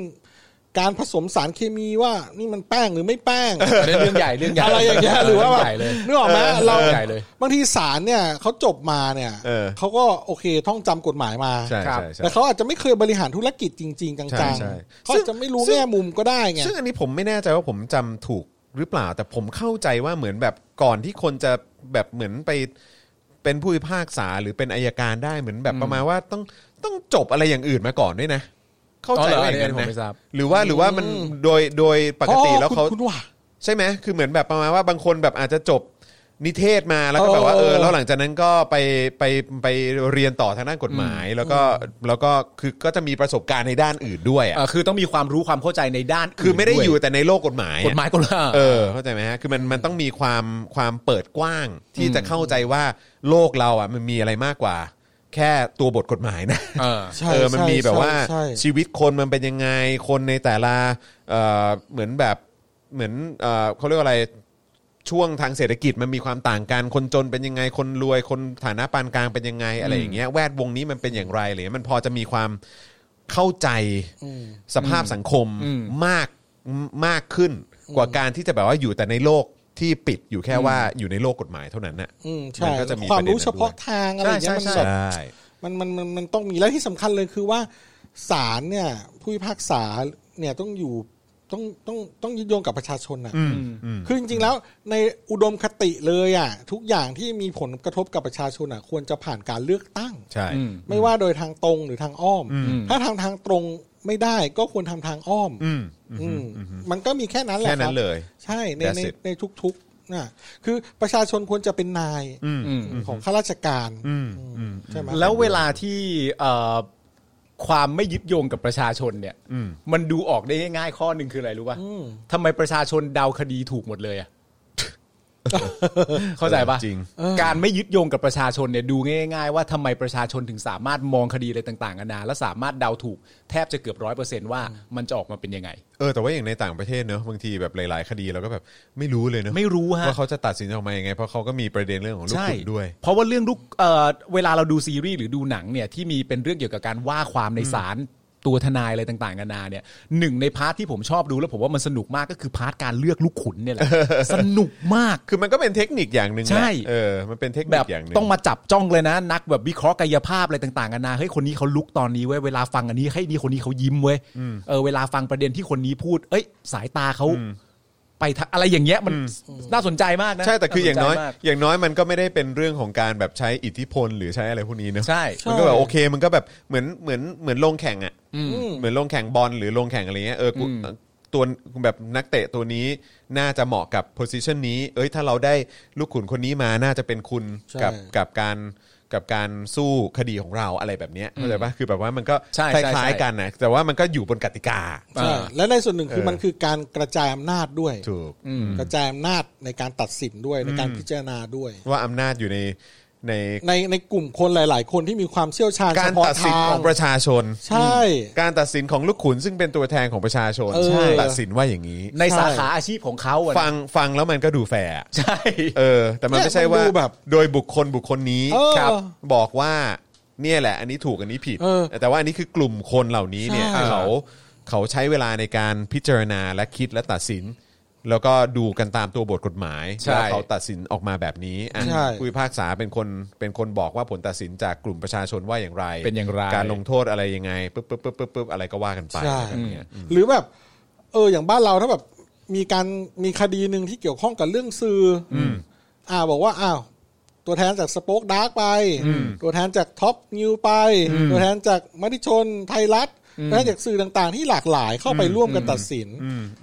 [SPEAKER 4] การผสมสารเคมีว่านี่มันแป้งหรือไม่แป้ง
[SPEAKER 3] เรื่องใหญ่เรื่องใหญ่
[SPEAKER 4] อะไรอย่างเงี้ยหรือว่าแบบ
[SPEAKER 3] เงใญ่เลย
[SPEAKER 4] นึกออกไหม
[SPEAKER 3] เออ
[SPEAKER 4] เรา
[SPEAKER 3] เรื่องใหญ่เลย
[SPEAKER 4] บางทีสารเนี่ยเขาจบมาเนี่ย
[SPEAKER 2] เออ
[SPEAKER 4] เขาก็โอเคท่องจำกฎหมายมา
[SPEAKER 2] ใช่
[SPEAKER 3] ครับ
[SPEAKER 2] ใช่ใช่
[SPEAKER 4] แต่เขาอาจจะไม่เคยบริหารธุรกิจจริง ๆกล
[SPEAKER 2] ใช่
[SPEAKER 4] าง
[SPEAKER 2] ใช่
[SPEAKER 4] ๆเขาอาจจะไม่รู้แง่มุมก็ได้ไง
[SPEAKER 2] ซึ่งอันนี้ผมไม่แน่ใจว่าผมจำถูกหรือเปล่า แต่ผมเข้าใจว่าเหมือนแบบก่อนที่คนจะแบบเหมือนไปเป็นผู้พิพากษาหรือเป็นอายการได้เหมือนแบบประมาณว่าต้องต้องจบอะไรอย่างอื่นมาก่อนด้วยนะ เข้าใจว่าอย่างนั้น
[SPEAKER 3] อ๋อเหรออันนี้ผม
[SPEAKER 2] นะ
[SPEAKER 3] ไม่ทราบ
[SPEAKER 2] หรือว่าหรือว่ามัน
[SPEAKER 4] อืม
[SPEAKER 2] โดยโดยปกติแล้วเขา
[SPEAKER 4] อ๋อคุณคุณว่า
[SPEAKER 2] ใช่ไหมคือเหมือนแบบประมาณว่าบางคนแบบอาจจะจบนิเทศมาแล้วก็แบบว่าเอ
[SPEAKER 4] เออ
[SPEAKER 2] อแล้วหลังจากนั้นก็ไปไปไปเรียนต่อทางด้านกฎหมาย แล้วก็แล้วก็คือก็จะมีประสบการณ์ในด้านอื่นด้วย
[SPEAKER 3] เอ่
[SPEAKER 2] อ่ะ
[SPEAKER 3] อคือต้องมีความรู้ความเข้าใจในด้านน
[SPEAKER 2] คือไม่ได้
[SPEAKER 3] ว
[SPEAKER 2] อยู่แต่ในโลกกฎหมาย
[SPEAKER 3] กฎห
[SPEAKER 2] อ่ะ
[SPEAKER 3] มายกฎหมาย
[SPEAKER 2] เออเข้าใจไหมฮะคือมันมันต้องมีความความเปิดกว้างที่จะเข้าใจว่าโลกเราอ่ะมันมีอะไรมากกว่า แค่ตัวบทกฎหมายนะ
[SPEAKER 3] เออ
[SPEAKER 4] ใช่
[SPEAKER 2] เออ มันมีแบบว่า
[SPEAKER 4] ใช่ใช่
[SPEAKER 2] ชีวิตคนมันเป็นยังไง คนในแต่ละเอ่อเหมือนแบบเหมือนเอ่อเขาเรียกว่าอะไรช่วงทางเศรษฐกิจมันมีความต่างกัน คนจนเป็นยังไง คนรวย คนฐานะปานกลางเป็นยังไงอะไรอย่างเงี้ย แวดวงนี้มันเป็นอย่างไรอะไรเลยมันพอจะมีความเข้าใจสภาพสังคม
[SPEAKER 3] อืม
[SPEAKER 2] มากมากขึ้นกว่าการที่จะแบบว่าอยู่แต่ในโลกที่ปิดอยู่แค่ว่าอยู่ในโลกกฎหมายเท่านั้นน่ะ
[SPEAKER 4] อืม
[SPEAKER 2] มั
[SPEAKER 4] ใช่
[SPEAKER 2] นก็จะมี
[SPEAKER 4] ความรู้
[SPEAKER 2] ป
[SPEAKER 4] เฉ
[SPEAKER 2] ด็นนั้นด้
[SPEAKER 4] พาะ
[SPEAKER 2] ย
[SPEAKER 4] ทางอะไรอย่างเงี้ยมัน
[SPEAKER 3] ใช่ใช่
[SPEAKER 4] แบบ
[SPEAKER 2] ใช่
[SPEAKER 4] มันมันมันมันต้องมีและที่สำคัญเลยคือว่าศาลเนี่ยผู้พิพากษาเนี่ยต้องอยู่ต้องต้องต้องยึดโยงกับประชาชนอ่ะ
[SPEAKER 2] อืมอืม
[SPEAKER 4] คือจริงๆแล้วในอุดมคติเลยอ่ะทุกอย่างที่มีผลกระทบกับประชาชนอ่ะควรจะผ่านการเลือกตั้ง
[SPEAKER 2] ใช่
[SPEAKER 3] อืม
[SPEAKER 4] ไม่ว่าโดยทางตรงหรือทางอ้อม
[SPEAKER 2] อืม
[SPEAKER 4] ถ้าทางทางตรงไม่ได้ก็ควรทำทางอ้อม
[SPEAKER 2] อืมอื
[SPEAKER 4] อื
[SPEAKER 2] ม
[SPEAKER 4] มมันก็มีแค่นั้นแหละ
[SPEAKER 2] แค่
[SPEAKER 4] ค
[SPEAKER 2] นั้
[SPEAKER 4] รั
[SPEAKER 2] น
[SPEAKER 4] บ
[SPEAKER 2] เลย
[SPEAKER 4] ใช่ใน
[SPEAKER 2] That's
[SPEAKER 4] ใน
[SPEAKER 2] it
[SPEAKER 4] ในทุกๆนะคือประชาชนควรจะเป็นนาย
[SPEAKER 2] อืม
[SPEAKER 3] อืม
[SPEAKER 4] ของข้าราชการ
[SPEAKER 2] อืมอืม
[SPEAKER 4] ใช่ไหม
[SPEAKER 3] แล้วเวลาที่เอ่อความไม่ยึดโยงกับประชาชนเนี่ย
[SPEAKER 2] อืม
[SPEAKER 3] มันดูออกได้ง่ายๆข้อหนึ่งคืออะไรรู้ป่ะทำไมประชาชนเดาคดีถูกหมดเลยอะ เข้าใจป่ะ
[SPEAKER 2] จริง
[SPEAKER 3] การไม่ยึดโยงกับประชาชนเนี่ยดูง่าย ๆ ว่าทำไมประชาชนถึงสามารถมองคดีอะไรต่างๆกันานาและสามารถเดาถูกแทบจะเกือบร้อยเปอร์เซนต์ว่ามันจะออกมาเป็นยังไง
[SPEAKER 2] เออแต่ว่าอย่างในต่างประเทศเนอะบางทีแบบหลาย ๆ คดีเราก็แบบไม่รู้เลยเนอะ
[SPEAKER 3] ไม่รู้ฮะ
[SPEAKER 2] ว่าเขาจะตัดสินออกมายังไง เพราะเขาก็มีประเด็นเรื่องของลูก
[SPEAKER 3] ใช่
[SPEAKER 2] ขุนด้วย
[SPEAKER 3] เพราะว่าเรื่องลูกเอ่อเวลาเราดูซีรีส์หรือดูหนังเนี่ยที่มีเป็นเรื่องเกี่ยวกับการว่าความในศาลตัวทนายอะไรต่างๆกันานาเนี่ยหนึ่งในพาร์ทที่ผมชอบดูแล้วผมว่ามันสนุกมากก็คือพาร์ทการเลือกลูกขุนเนี่ยแหละ สนุกมาก
[SPEAKER 2] คือมันก็เป็นเทคนิคอย่างหนึ่งแหละ
[SPEAKER 3] ใช่
[SPEAKER 2] เออมันเป็นเทคนิ
[SPEAKER 3] แบ
[SPEAKER 2] ค
[SPEAKER 3] บ
[SPEAKER 2] อย่างหนึ่ง
[SPEAKER 3] ต้องมาจับจ้องเลยนะ นักแบบวิเคราะห์กายภาพอะไรต่างๆกันานาเฮ้ยคนนี้เขาลุกตอนนี้เว้ยเวลาฟังอันนี้ให้นี่คนนี้เขายิ้มเว้ยเออเวลาฟังประเด็นที่คนนี้พูด เอ้ย สายตาเขาไปทางอะไรอย่างเงี้ยมันน่าสนใจมากนะ
[SPEAKER 2] ใช่แต่คืออย่างน้อย
[SPEAKER 3] สใจมก
[SPEAKER 2] อย่างน้อยมันก็ไม่ได้เป็นเรื่องของการแบบใช้อิทธิพลหรือใช้อะไรพวกนี้เนอะ
[SPEAKER 3] ใช่
[SPEAKER 2] มันก็แบบโอเคมันก็แบบเหมือนเหมือนเหมือนลงแข่งอ่ะเหมือนลงแข่งบอลหรือลงแข่งอะไรเงี้ยเออกูตัวแบบนักเตะตัวนี้น่าจะเหมาะกับ position นี้ เอ้ยถ้าเราได้ลูกขุนคนนี้มาน่าจะเป็นคุณ
[SPEAKER 4] ใช่
[SPEAKER 2] กับกับการกับการสู้คดีของเราอะไรแบบเนี้ยเข้าใจปะคือแบบว่ามันก็
[SPEAKER 3] ใช่
[SPEAKER 2] ค
[SPEAKER 3] ใช่ใช่
[SPEAKER 2] ล้ายๆกันนะแต่ว่ามันก็อยู่บนกติกา
[SPEAKER 4] ใช่และในส่วนหนึ่งคือ
[SPEAKER 2] เออ
[SPEAKER 4] มันคือการกระจายอำนาจด้วย
[SPEAKER 2] ถูก
[SPEAKER 4] กระจายอำนาจในการตัดสินด้วยในการพิจารณาด้วย
[SPEAKER 2] ว่าอำนาจอยู่ในใน
[SPEAKER 4] ในในกลุ่มคนหลาย ๆ คนที่มีความเชี่ยวชาญ
[SPEAKER 2] การ
[SPEAKER 4] เฉพาะ
[SPEAKER 2] ตัดสิน
[SPEAKER 4] ทาง
[SPEAKER 2] ของประชาชน
[SPEAKER 4] ใช่
[SPEAKER 2] การตัดสินของลูกขุนซึ่งเป็นตัวแทนของประชาชน
[SPEAKER 4] เออ
[SPEAKER 2] ตัดสินว่าอย่างนี้
[SPEAKER 3] ในสาขาอาชีพของเขาอะนะ
[SPEAKER 2] ฟังฟังแล้วมันก็ดูแฟร์
[SPEAKER 3] ใช่
[SPEAKER 2] เออ แต่มัน
[SPEAKER 4] เนี่ย
[SPEAKER 2] ไม่ใช่ว่า
[SPEAKER 4] มันดูแบบ
[SPEAKER 2] โดยบุคคลบุคคลนี้
[SPEAKER 4] เออ
[SPEAKER 2] ครับบอกว่าเนี่ยแหละ อันนี้ถูกอันนี้ผิด
[SPEAKER 4] เออ
[SPEAKER 2] แต่ว่าอันนี้คือกลุ่มคนเหล่านี้เนี่ย
[SPEAKER 4] ใช่
[SPEAKER 2] เขาเขาใช้เวลาในการพิจารณาและคิดและตัดสิน แล้วก็ดูกันตามตัวบทกฎหมาย
[SPEAKER 3] ใช่
[SPEAKER 2] ว่าเขาตัดสินออกมาแบบนี้อ่ะ
[SPEAKER 4] ใช่
[SPEAKER 2] ผู้พิพากษาเป็นคนเป็นคนบอกว่าผลตัดสินจากกลุ่มประชาชนว่าอย่างไร
[SPEAKER 3] เป็นอย่างไร
[SPEAKER 2] การลงโทษอะไรยังไงปุ๊บปุ๊บปุ๊บปุ๊บปุ๊บอะไรก็ว่ากันไป
[SPEAKER 4] ใช่
[SPEAKER 2] แบบเนี้ย
[SPEAKER 4] หรือแบบ เออ อย่างบ้านเราถ้าแบบ มีการมีคดีหนึ่งที่เกี่ยวข้องกับเรื่องสื่อออ่า บอกว่าอ้าวตัวแทนจากสป็อกดาร์กไป ตัวแทนจากท็อปนิวไป ตัวแทนจากมติชนไทยรัฐตัวแทนจากสื่อต่างๆ ที่หลากหลายเข้าไปร่วมกันตัดสิน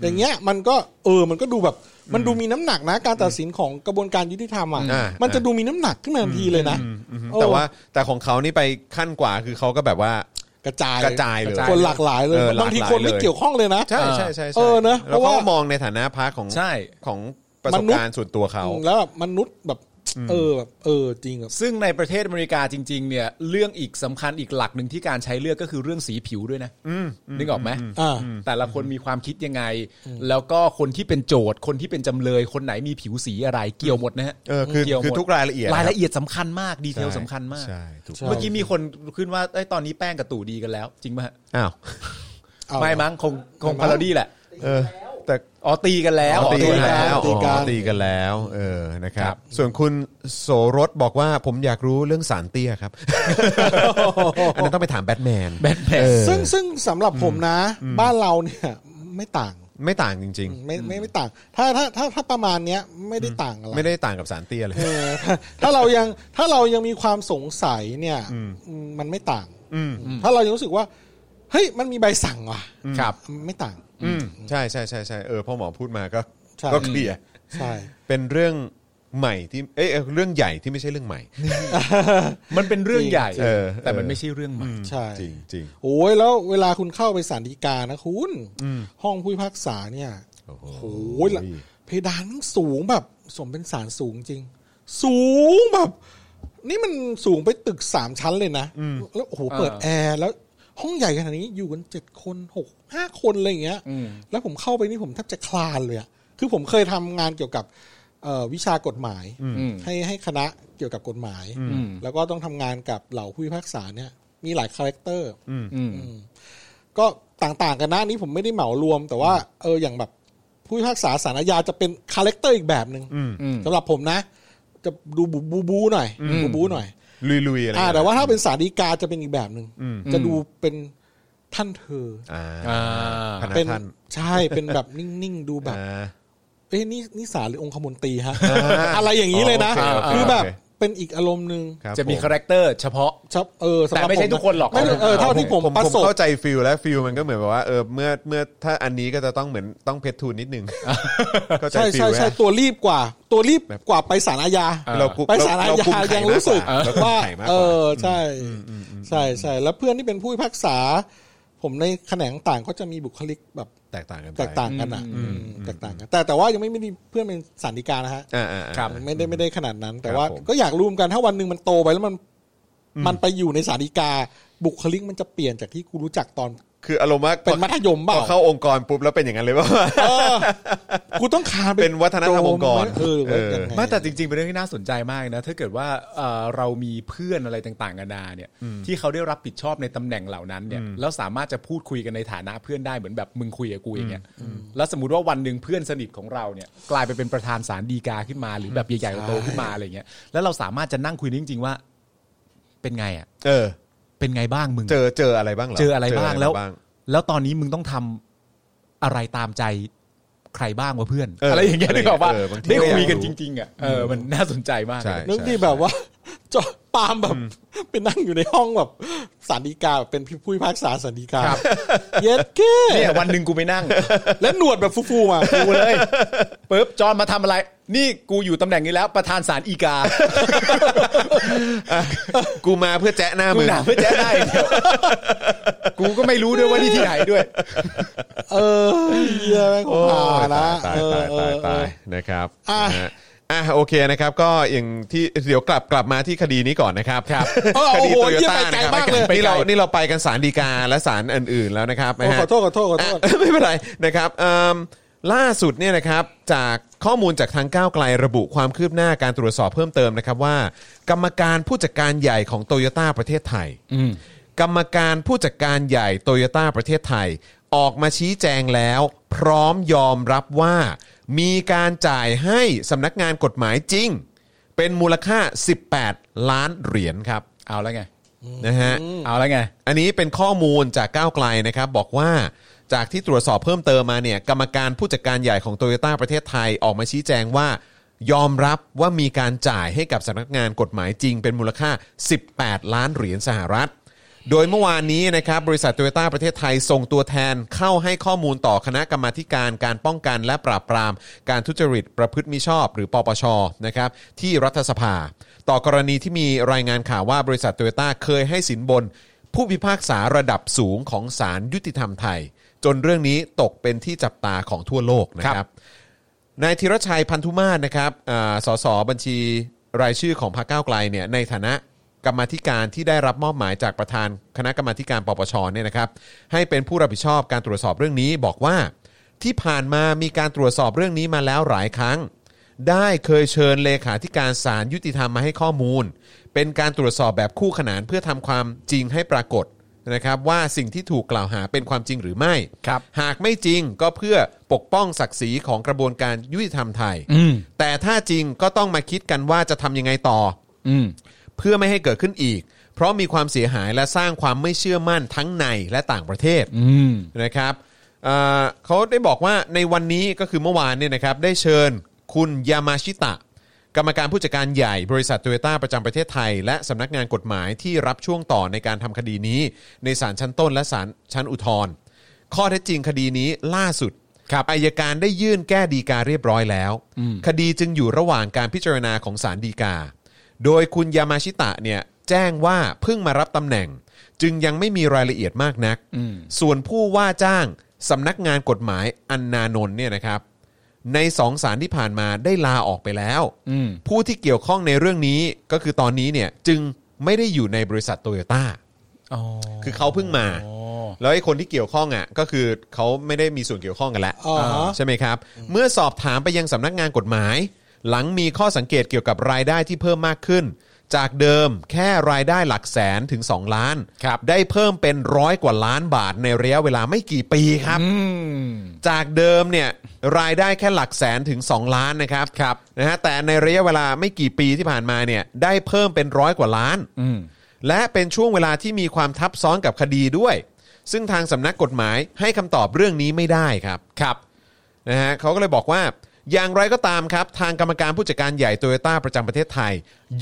[SPEAKER 4] อย่างเงี้ยมันก็เออ มันก็ดูแบบ มันดูมีน้ำหนักนะ การตัดสินของกระบวนการยุติธรรมอ่ะ
[SPEAKER 2] ามั
[SPEAKER 4] มันจะดูมีน้ำหนักขึ้นมาทันทีเลยนะ
[SPEAKER 2] อืม
[SPEAKER 4] เออ
[SPEAKER 2] แต่ว่าแต่ของเขานี่ไปขั้นกว่าคือเขาก็แบบว่า
[SPEAKER 4] กระจาย
[SPEAKER 2] กระจายเลย
[SPEAKER 4] คนหลากหลายเลย
[SPEAKER 2] เออหลากหลาย
[SPEAKER 4] บางทีคนไม่
[SPEAKER 2] เลย
[SPEAKER 4] เกี่ยวข้องเลยนะ
[SPEAKER 2] ใช่ใช่ใช่ใช่
[SPEAKER 4] เออนะ
[SPEAKER 2] แล้ว
[SPEAKER 4] เพ
[SPEAKER 2] เขา
[SPEAKER 4] ราะว่า
[SPEAKER 2] ก็มองในฐานะพาร์ทของ
[SPEAKER 3] ใช่
[SPEAKER 2] ของประสบการณ์ส่วนตัวเขา
[SPEAKER 4] อืมแล้วแบบมนุษย์แบบ เออแบบเออจริงแบบ
[SPEAKER 3] ซึ่งในประเทศอเมริกาจริง ๆ เนี่ย เรื่องอีกสำคัญอีกหลักหนึ่งที่การใช้เลือกก็คือเรื่องสีผิวด้วยนะนึกออกไหม
[SPEAKER 4] อ่า
[SPEAKER 3] แต่ละคนมีความคิดยังไง แล้วก็คนที่เป็นโจทย์คนที่เป็นจำเลยคนไหนมีผิวสีอะไรเกี่ยวหมดนะฮะ
[SPEAKER 2] เออคือ
[SPEAKER 3] เกี่ยวหม
[SPEAKER 2] คือ
[SPEAKER 3] ด
[SPEAKER 2] ทุกรายละเอียด
[SPEAKER 3] รายละเอียดสำคัญมากดีเทล
[SPEAKER 2] ใช่
[SPEAKER 3] สำคัญมาก
[SPEAKER 2] ใช่ถูก
[SPEAKER 4] ใช่
[SPEAKER 3] เมื่อกี้มีคนขึ้นว่าไอ้ยตอนนี้แป้งกับตู่ดีกันแล้ว จริงป่ะฮะ
[SPEAKER 2] อ้าว
[SPEAKER 4] เอา
[SPEAKER 3] ไม่
[SPEAKER 4] มา
[SPEAKER 3] มั้งคงคงพาราดี้แหละ
[SPEAKER 2] เออแต่
[SPEAKER 3] อ๋อตีกันแล้ว
[SPEAKER 2] อ๋อตีกันแล้ว
[SPEAKER 4] ตีกัน
[SPEAKER 2] อ๋อตีกันแล้วเออนะครับ ส่วนคุณโสรสบอกว่าผมอยากรู้เรื่องสารเตี้ยครับ อันนั้นต้องไปถามแบทแมน
[SPEAKER 3] แบทแมน
[SPEAKER 2] เออ
[SPEAKER 4] ซึ่งซึ่งสำหรับผมนะ บ้านเราเนี่ยไม่ต่าง
[SPEAKER 2] ไม่ต่างจริง
[SPEAKER 4] ไม่ไม่ไม่ต่าง ถ้าถ้าถ้าถ้าประมาณเนี้ยไม่ได้ต่างอะไร
[SPEAKER 2] ๆ ไม่ได้ต่างกับสารเตี้ยเลย
[SPEAKER 4] เออถ้าถ้าเรายังถ้าเรายังมีความสงสัยเนี่ยอืมมันไม่ต่าง
[SPEAKER 2] อืม
[SPEAKER 4] ถ้าเรายังรู้สึกว่า เฮ้ยมันมีใบสั่งว่ะ
[SPEAKER 3] ครับ
[SPEAKER 4] ไม่ต่าง
[SPEAKER 2] อืมใช่ใช่ใช่ใช่เออพ่อหมอพูดมาก็
[SPEAKER 4] ใช่
[SPEAKER 2] ก็เคลียร์
[SPEAKER 4] ใช่
[SPEAKER 2] เป็นเรื่องใหม่ที่เอ้ยเออเรื่องใหญ่ที่ไม่ใช่เรื่องใหม่
[SPEAKER 3] มันเป็นเรื่องใหญ่
[SPEAKER 2] เออ
[SPEAKER 3] แต่มันไม่ใช่เรื่องใหม่
[SPEAKER 4] ใช่
[SPEAKER 2] จริงจริง
[SPEAKER 4] โอ้ยแล้วเวลาคุณเข้าไปศาลฎีกานะคุณห้องผู้พิพากษาเนี่ย
[SPEAKER 2] โอ้โห
[SPEAKER 4] โอ้ยละเพดานมันสูงแบบสมเป็นศาลสูงจริง สูงแบบ นี่มันสูงไปตึกสามชั้นเลยนะ แล้วโอ้โหเปิด
[SPEAKER 3] อ่า
[SPEAKER 4] แอร์แล้วห้องใหญ่ขนาดนี้อยู่กันเจ็ดคนหกห้าคนอะไรอย่างเงี้ย แล้วผมเข้าไปนี่ผมแทบจะคลานเลยอะคือผมเคยทำงานเกี่ยวกับเอ่อวิชากฎหมาย
[SPEAKER 3] อืม
[SPEAKER 4] ให้ให้คณะเกี่ยวกับกฎหมาย
[SPEAKER 3] ม
[SPEAKER 4] แล้วก็ต้องทำงานกับเหล่าผู้พิพากษาเนี่ยมีหลายคาแรคเตอร์
[SPEAKER 3] อืม
[SPEAKER 4] ก็ต่างๆกันนะอันนี้ผมไม่ได้เหมารวม แต่ว่าเอออย่างแบบผู้พิพากษาสารอาญาจะเป็นคาแรคเตอร์อีกแบบหนึ่ง
[SPEAKER 3] อืม
[SPEAKER 4] สำหรับผมนะ จะดูบูบูบูหน่อยบูบูหน่อย
[SPEAKER 2] ลุยลุยๆอะไร
[SPEAKER 4] อ่า
[SPEAKER 2] เงี้ย
[SPEAKER 4] แต่ว่าถ้าเป็นสารดีกาจะเป็นอีกแบบหนึ่งจะดูเป็นท่านเธอ
[SPEAKER 2] อ่า
[SPEAKER 3] อ่า
[SPEAKER 2] พนัก
[SPEAKER 4] เป็น
[SPEAKER 2] ท่าน
[SPEAKER 4] ใช่ เป็นแบบนิ่งๆดูแบบ
[SPEAKER 2] อ่า
[SPEAKER 4] เอ้ยนี่นี่สารหรือองคมนตรีฮะ
[SPEAKER 2] อ่า
[SPEAKER 4] อะไรอย่างนี้เลยนะ
[SPEAKER 2] โอเคโอเค
[SPEAKER 4] คือแบบ
[SPEAKER 2] โอเค
[SPEAKER 4] เป็นอีกอารมณ์หนึ่ง
[SPEAKER 2] ครับ
[SPEAKER 3] จะมี
[SPEAKER 2] ผ
[SPEAKER 3] คาแรคเตอร์เฉพาะ
[SPEAKER 4] ชับเออสำหรับ
[SPEAKER 3] แต่ไม่ใช่
[SPEAKER 4] ผะ
[SPEAKER 3] ทุกคนหรอก
[SPEAKER 4] ไม่เออเท่าที่ผม
[SPEAKER 2] ผม
[SPEAKER 4] ประ
[SPEAKER 2] ผม
[SPEAKER 4] สบ
[SPEAKER 2] เข้าใจฟิลแล้วฟิลมันก็เหมือนแบบว่าเออเมื่อเมื่อถ้าอันนี้ก็จะต้องเหมือนต้องเพชรทูนนิดนึงเข้าใจ
[SPEAKER 4] ใช่
[SPEAKER 2] ฟิล
[SPEAKER 4] ใช่
[SPEAKER 2] ไหม
[SPEAKER 4] ใช่ตัวรีบกว่า ตัวรีบกว่าไปสารอาญา
[SPEAKER 3] อ่า
[SPEAKER 2] เรากุ
[SPEAKER 4] ไปสารอา
[SPEAKER 2] เ
[SPEAKER 4] ญายังรู้สึก
[SPEAKER 2] เราคุม
[SPEAKER 4] ว่า
[SPEAKER 2] ไข่มาก
[SPEAKER 4] เอก
[SPEAKER 2] ว่า
[SPEAKER 4] อใช่ ใช่ใช่แล้วเพื่อนที่เป็นผู้พิพากษา ผมในแขนงต่างก็จะมีบุคลิกแบบ
[SPEAKER 2] แตกต่างกันไป
[SPEAKER 4] แตกต่างกันอ่ะอืมแตกต่างกัน แต่แต่ว่ายังไม่ไม่ได้เพื่อนเป็นสารดีกานะฮะ
[SPEAKER 2] อ่าอ่าอ่า
[SPEAKER 3] ครับ
[SPEAKER 4] ไม่ได้ไม่ได้ขนาดนั้น แต่
[SPEAKER 2] ครับ
[SPEAKER 4] ว่า
[SPEAKER 2] ผม
[SPEAKER 4] ก็อยากรู้เหมือนกันถ้าวันหนึ่งมันโตไปแล้วมันมันไปอยู่ในสารดีกา บุคลิกมันจะเปลี่ยนจากที่กูรู้จักตอน
[SPEAKER 2] คืออารมณ์ว่า
[SPEAKER 4] เป็นมัธยม
[SPEAKER 2] พ
[SPEAKER 4] เปล่า
[SPEAKER 2] อเข้าองค์กรปุ๊บแล้วเป็นอย่างนั้นเลย ว่า
[SPEAKER 4] กูต้องคาน
[SPEAKER 2] เป็นวัฒนธรรมองค์กร
[SPEAKER 4] เออเว้ยยังไง
[SPEAKER 3] ไม่แต่จริงๆ เป็นเรื่องที่น่าสนใจมากนะ ถ้าเกิดว่าเอ่อเรามีเพื่อนอะไรต่างๆนานาเนี่ยที่เขาได้รับผิดชอบในตำแหน่งเหล่านั้นเนี่ยแล้วสามารถจะพูดคุยกันในฐานะเพื่อนได้เหมือนแบบมึงคุยกับกูอย่างเงี้ยแล้วสมมติว่าวันหนึ่งเพื่อนสนิทของเราเนี่ยกลายไปเป็นประธานศาลฎีกาขึ้นมา หรือแบบใหญ่ๆโตขึ้นมาอะไรเงี้ยแล้วเราสามารถจะนั่งคุยจริงๆว่า เป็นไงอ่ะ
[SPEAKER 2] เออ
[SPEAKER 3] เป็นไงบ้างมึง
[SPEAKER 2] เจอเจออะไรบ้างเหร อ
[SPEAKER 3] เจออะไรบ้างแล้ว
[SPEAKER 2] เจออะไร
[SPEAKER 3] แล้วตอนนี้มึงต้องทำอะไรตามใจใครบ้างวะเพื่อน
[SPEAKER 2] เอออ
[SPEAKER 3] อะไรอย่างเงี้ย
[SPEAKER 2] อะไร
[SPEAKER 3] นึกออกปะ
[SPEAKER 2] เออบางที
[SPEAKER 3] ได้
[SPEAKER 2] ก็อยาก
[SPEAKER 3] คุยกัน
[SPEAKER 2] รู้
[SPEAKER 3] จริง ๆอ่ะเออมันน่าสนใจมาก
[SPEAKER 2] ใช่
[SPEAKER 3] เลย
[SPEAKER 4] นึกดีแบบว่า จอปาล์มแบบไปนั่งอยู่ในห้องแบบสารดีกาแบบเป็นผู้พิพากษาสารดีกา
[SPEAKER 3] ครับ
[SPEAKER 4] เย็ดเก้
[SPEAKER 3] เนี่ยวันหนึ่งกูไป นั่ง
[SPEAKER 4] และหนวดแบบฟูๆมา
[SPEAKER 3] กูเลยปุ๊บจอนมาทำอะไร นี่กูอยู่ตำแหน่งนี้แล้ว ประธานศาลอีกา
[SPEAKER 2] กูมาเพื่อแจ๊ะหน้า
[SPEAKER 3] กู
[SPEAKER 2] มึง
[SPEAKER 3] หนาเพื่อแจ้ได้เดี๋ยว กูก็ไม่รู้ด้วยว่านี่ที่ไหนด้วย
[SPEAKER 4] เออเยี่ยแม่งขอ
[SPEAKER 2] โอ้
[SPEAKER 4] งหาย นะ
[SPEAKER 2] ตายตาย
[SPEAKER 4] เออ
[SPEAKER 2] ตาย
[SPEAKER 4] เอ
[SPEAKER 2] ตาย
[SPEAKER 4] อเอ
[SPEAKER 2] ตา
[SPEAKER 4] อ
[SPEAKER 2] ยนะครับ
[SPEAKER 4] อ่ะ
[SPEAKER 2] นะฮะอ่ะโอเคนะครับก็อย่างที่เดี๋ยวกลับกลับมาที่คดีนี้ก่อนนะครับครับ
[SPEAKER 4] เออ
[SPEAKER 2] คดี
[SPEAKER 4] โอ้โห
[SPEAKER 2] โตโย
[SPEAKER 4] เยี่ย
[SPEAKER 2] ต้านะครับ
[SPEAKER 4] ไปไกลมากเลย
[SPEAKER 2] นี่เรานี่เราไปกันสารดีกาและสารอื่น ๆแล้วนะครับ
[SPEAKER 4] โอ้
[SPEAKER 2] นะฮะ
[SPEAKER 4] ขอโทษขอโทษขอโทษ
[SPEAKER 2] อ่ะ ไม่เป็นไรนะครับเอิ่มล่าสุดเนี่ยนะครับจากข้อมูลจากทางก้าวไกลระบุความคืบหน้าการตรวจสอบเพิ่มเติมนะครับว่า กรรมการผู้จัดการใหญ่ของโตโยต้าประเทศไทยกรรมการผู้จัดการใหญ่โตโยต้าประเทศไทย ออกมาชี้แจงแล้ว พร้อมยอมรับว่า มีการจ่ายให้สำนักงานกฎหมายจริง เป็นมูลค่า 18 ล้านเหรียญครับ
[SPEAKER 3] เอาแล้วไง
[SPEAKER 2] นะฮะ
[SPEAKER 3] เอาแล้วไง
[SPEAKER 2] อันนี้เป็นข้อมูลจากก้าวไกลนะครับ บอกว่าจากที่ตรวจสอบเพิ่มเติมมาเนี่ยกรรมการผู้จัดการใหญ่ของโตโยต้าประเทศไทยออกมาชี้แจงว่า ยอมรับว่ามีการจ่ายให้กับสำนักงานกฎหมายจริง เป็นมูลค่า 18 ล้านเหรียญสหรัฐ โดยเมื่อวานนี้นะครับบริษัทโตโยต้าประเทศไทยส่งตัวแทนเข้าให้ข้อมูลต่อคณะกรรมาธิการการป้องกันและปราบปราม การทุจริตประพฤติมิชอบ หรือปปชนะครับที่รัฐสภา ต่อกรณีที่มีรายงานข่าวว่าบริษัทโตโยต้าเคยให้สินบน ผู้พิพากษาระดับสูงของศาลยุติธรรมไทย จนเรื่องนี้ตกเป็นที่จับตาของทั่วโลกนะครับ นายธีรชัยพันธุมาศนะครับอ่าสสบัญชีรายชื่อของพรรคก้าวไกลเนี่ยในฐานะกรรมาธิการที่ได้รับมอบหมายจากประธานคณะกรรมาธิการปปชเนี่ยนะครับ ให้เป็นผู้รับผิดชอบการตรวจสอบเรื่องนี้บอกว่า ที่ผ่านมามีการตรวจสอบเรื่องนี้มาแล้วหลายครั้ง ได้เคยเชิญเลขาธิการศาลยุติธรรมมาให้ข้อมูล เป็นการตรวจสอบแบบคู่ขนานเพื่อทำความจริงให้ปรากฏนะครับ ว่าสิ่งที่ถูกกล่าวหาเป็นความจริงหรือไม่
[SPEAKER 3] ครับ
[SPEAKER 2] หากไม่จริงก็เพื่อปกป้องศักดิ์ศรีของกระบวนการยุติธรรมไทย
[SPEAKER 3] อืม
[SPEAKER 2] แต่ถ้าจริงก็ต้องมาคิดกันว่าจะทำยังไงต่อ
[SPEAKER 3] อืม
[SPEAKER 2] เพื่อไม่ให้เกิดขึ้นอีก เพราะมีความเสียหายและสร้างความไม่เชื่อมั่นทั้งในและต่างประเทศ
[SPEAKER 3] อืม
[SPEAKER 2] นะครับเอ่อเขาได้บอกว่าในวันนี้ก็คือเมื่อวานเนี่ยนะครับได้เชิญคุณยามาชิตะ กรรมการผู้จัดการใหญ่บริษัทโตโยต้าประจำประเทศไทย และสำนักงานกฎหมายที่รับช่วงต่อในการทำคดีนี้ ในศาลชั้นต้นและศาลชั้นอุทธรณ์ข้อเท็จจริงคดีนี้ล่าสุด
[SPEAKER 3] ครับ
[SPEAKER 2] อายการได้ยื่นแก้ดีกาเรียบร้อยแล้ว คดีจึงอยู่ระหว่างการพิจารณาของศาลดีกา โดยคุณยามาชิตะเนี่ยแจ้งว่าเพิ่งมารับตำแหน่ง จึงยังไม่มีรายละเอียดมากนัก
[SPEAKER 3] อืม
[SPEAKER 2] ส่วนผู้ว่าจ้างสำนักงานกฎหมายอันนานนท์เนี่ยนะครับ ในสองสารที่ผ่านมาได้ลาออกไปแล้ว
[SPEAKER 3] อืม
[SPEAKER 2] ผู้ที่เกี่ยวข้องในเรื่องนี้ก็คือตอนนี้เนี่ยจึงไม่ได้อยู่ในบริษัทโตโยต้า
[SPEAKER 3] อ๋อ
[SPEAKER 2] คือเขาเพิ่งมา
[SPEAKER 3] อ๋อ
[SPEAKER 2] แล้วไอ้คนที่เกี่ยวข้องอ่ะก็คือเขาไม่ได้มีส่วนเกี่ยวข้องกันแล้ว
[SPEAKER 4] อ๋อฮะ
[SPEAKER 2] ใช่ไหมครับ เมื่อสอบถามไปยังสำนักงานกฎหมาย หลังมีข้อสังเกตเกี่ยวกับรายได้ที่เพิ่มมากขึ้น จากเดิมแค่รายได้หลักแสนถึง 2 ล้าน
[SPEAKER 3] ครับ
[SPEAKER 2] ได้เพิ่มเป็นร้อยกว่าล้านบาทในระยะเวลาไม่กี่ปีครับ
[SPEAKER 3] อืม
[SPEAKER 2] จากเดิมเนี่ยรายได้แค่หลักแสนถึง 2 ล้านนะครับครับนะฮะแต่ในระยะเวลาไม่กี่ปีที่ผ่านมาเนี่ยได้เพิ่มเป็นร้อยกว่าล้าน
[SPEAKER 3] อืม
[SPEAKER 2] และเป็นช่วงเวลาที่มีความทับซ้อนกับคดีด้วย ซึ่งทางสำนักกฎหมายให้คำตอบเรื่องนี้ไม่ได้ครับครับนะฮะเขาก็เลยบอกว่า อย่างไรก็ตามครับ ทางกรรมการผู้จัดการใหญ่โตโยต้าประจำประเทศไทย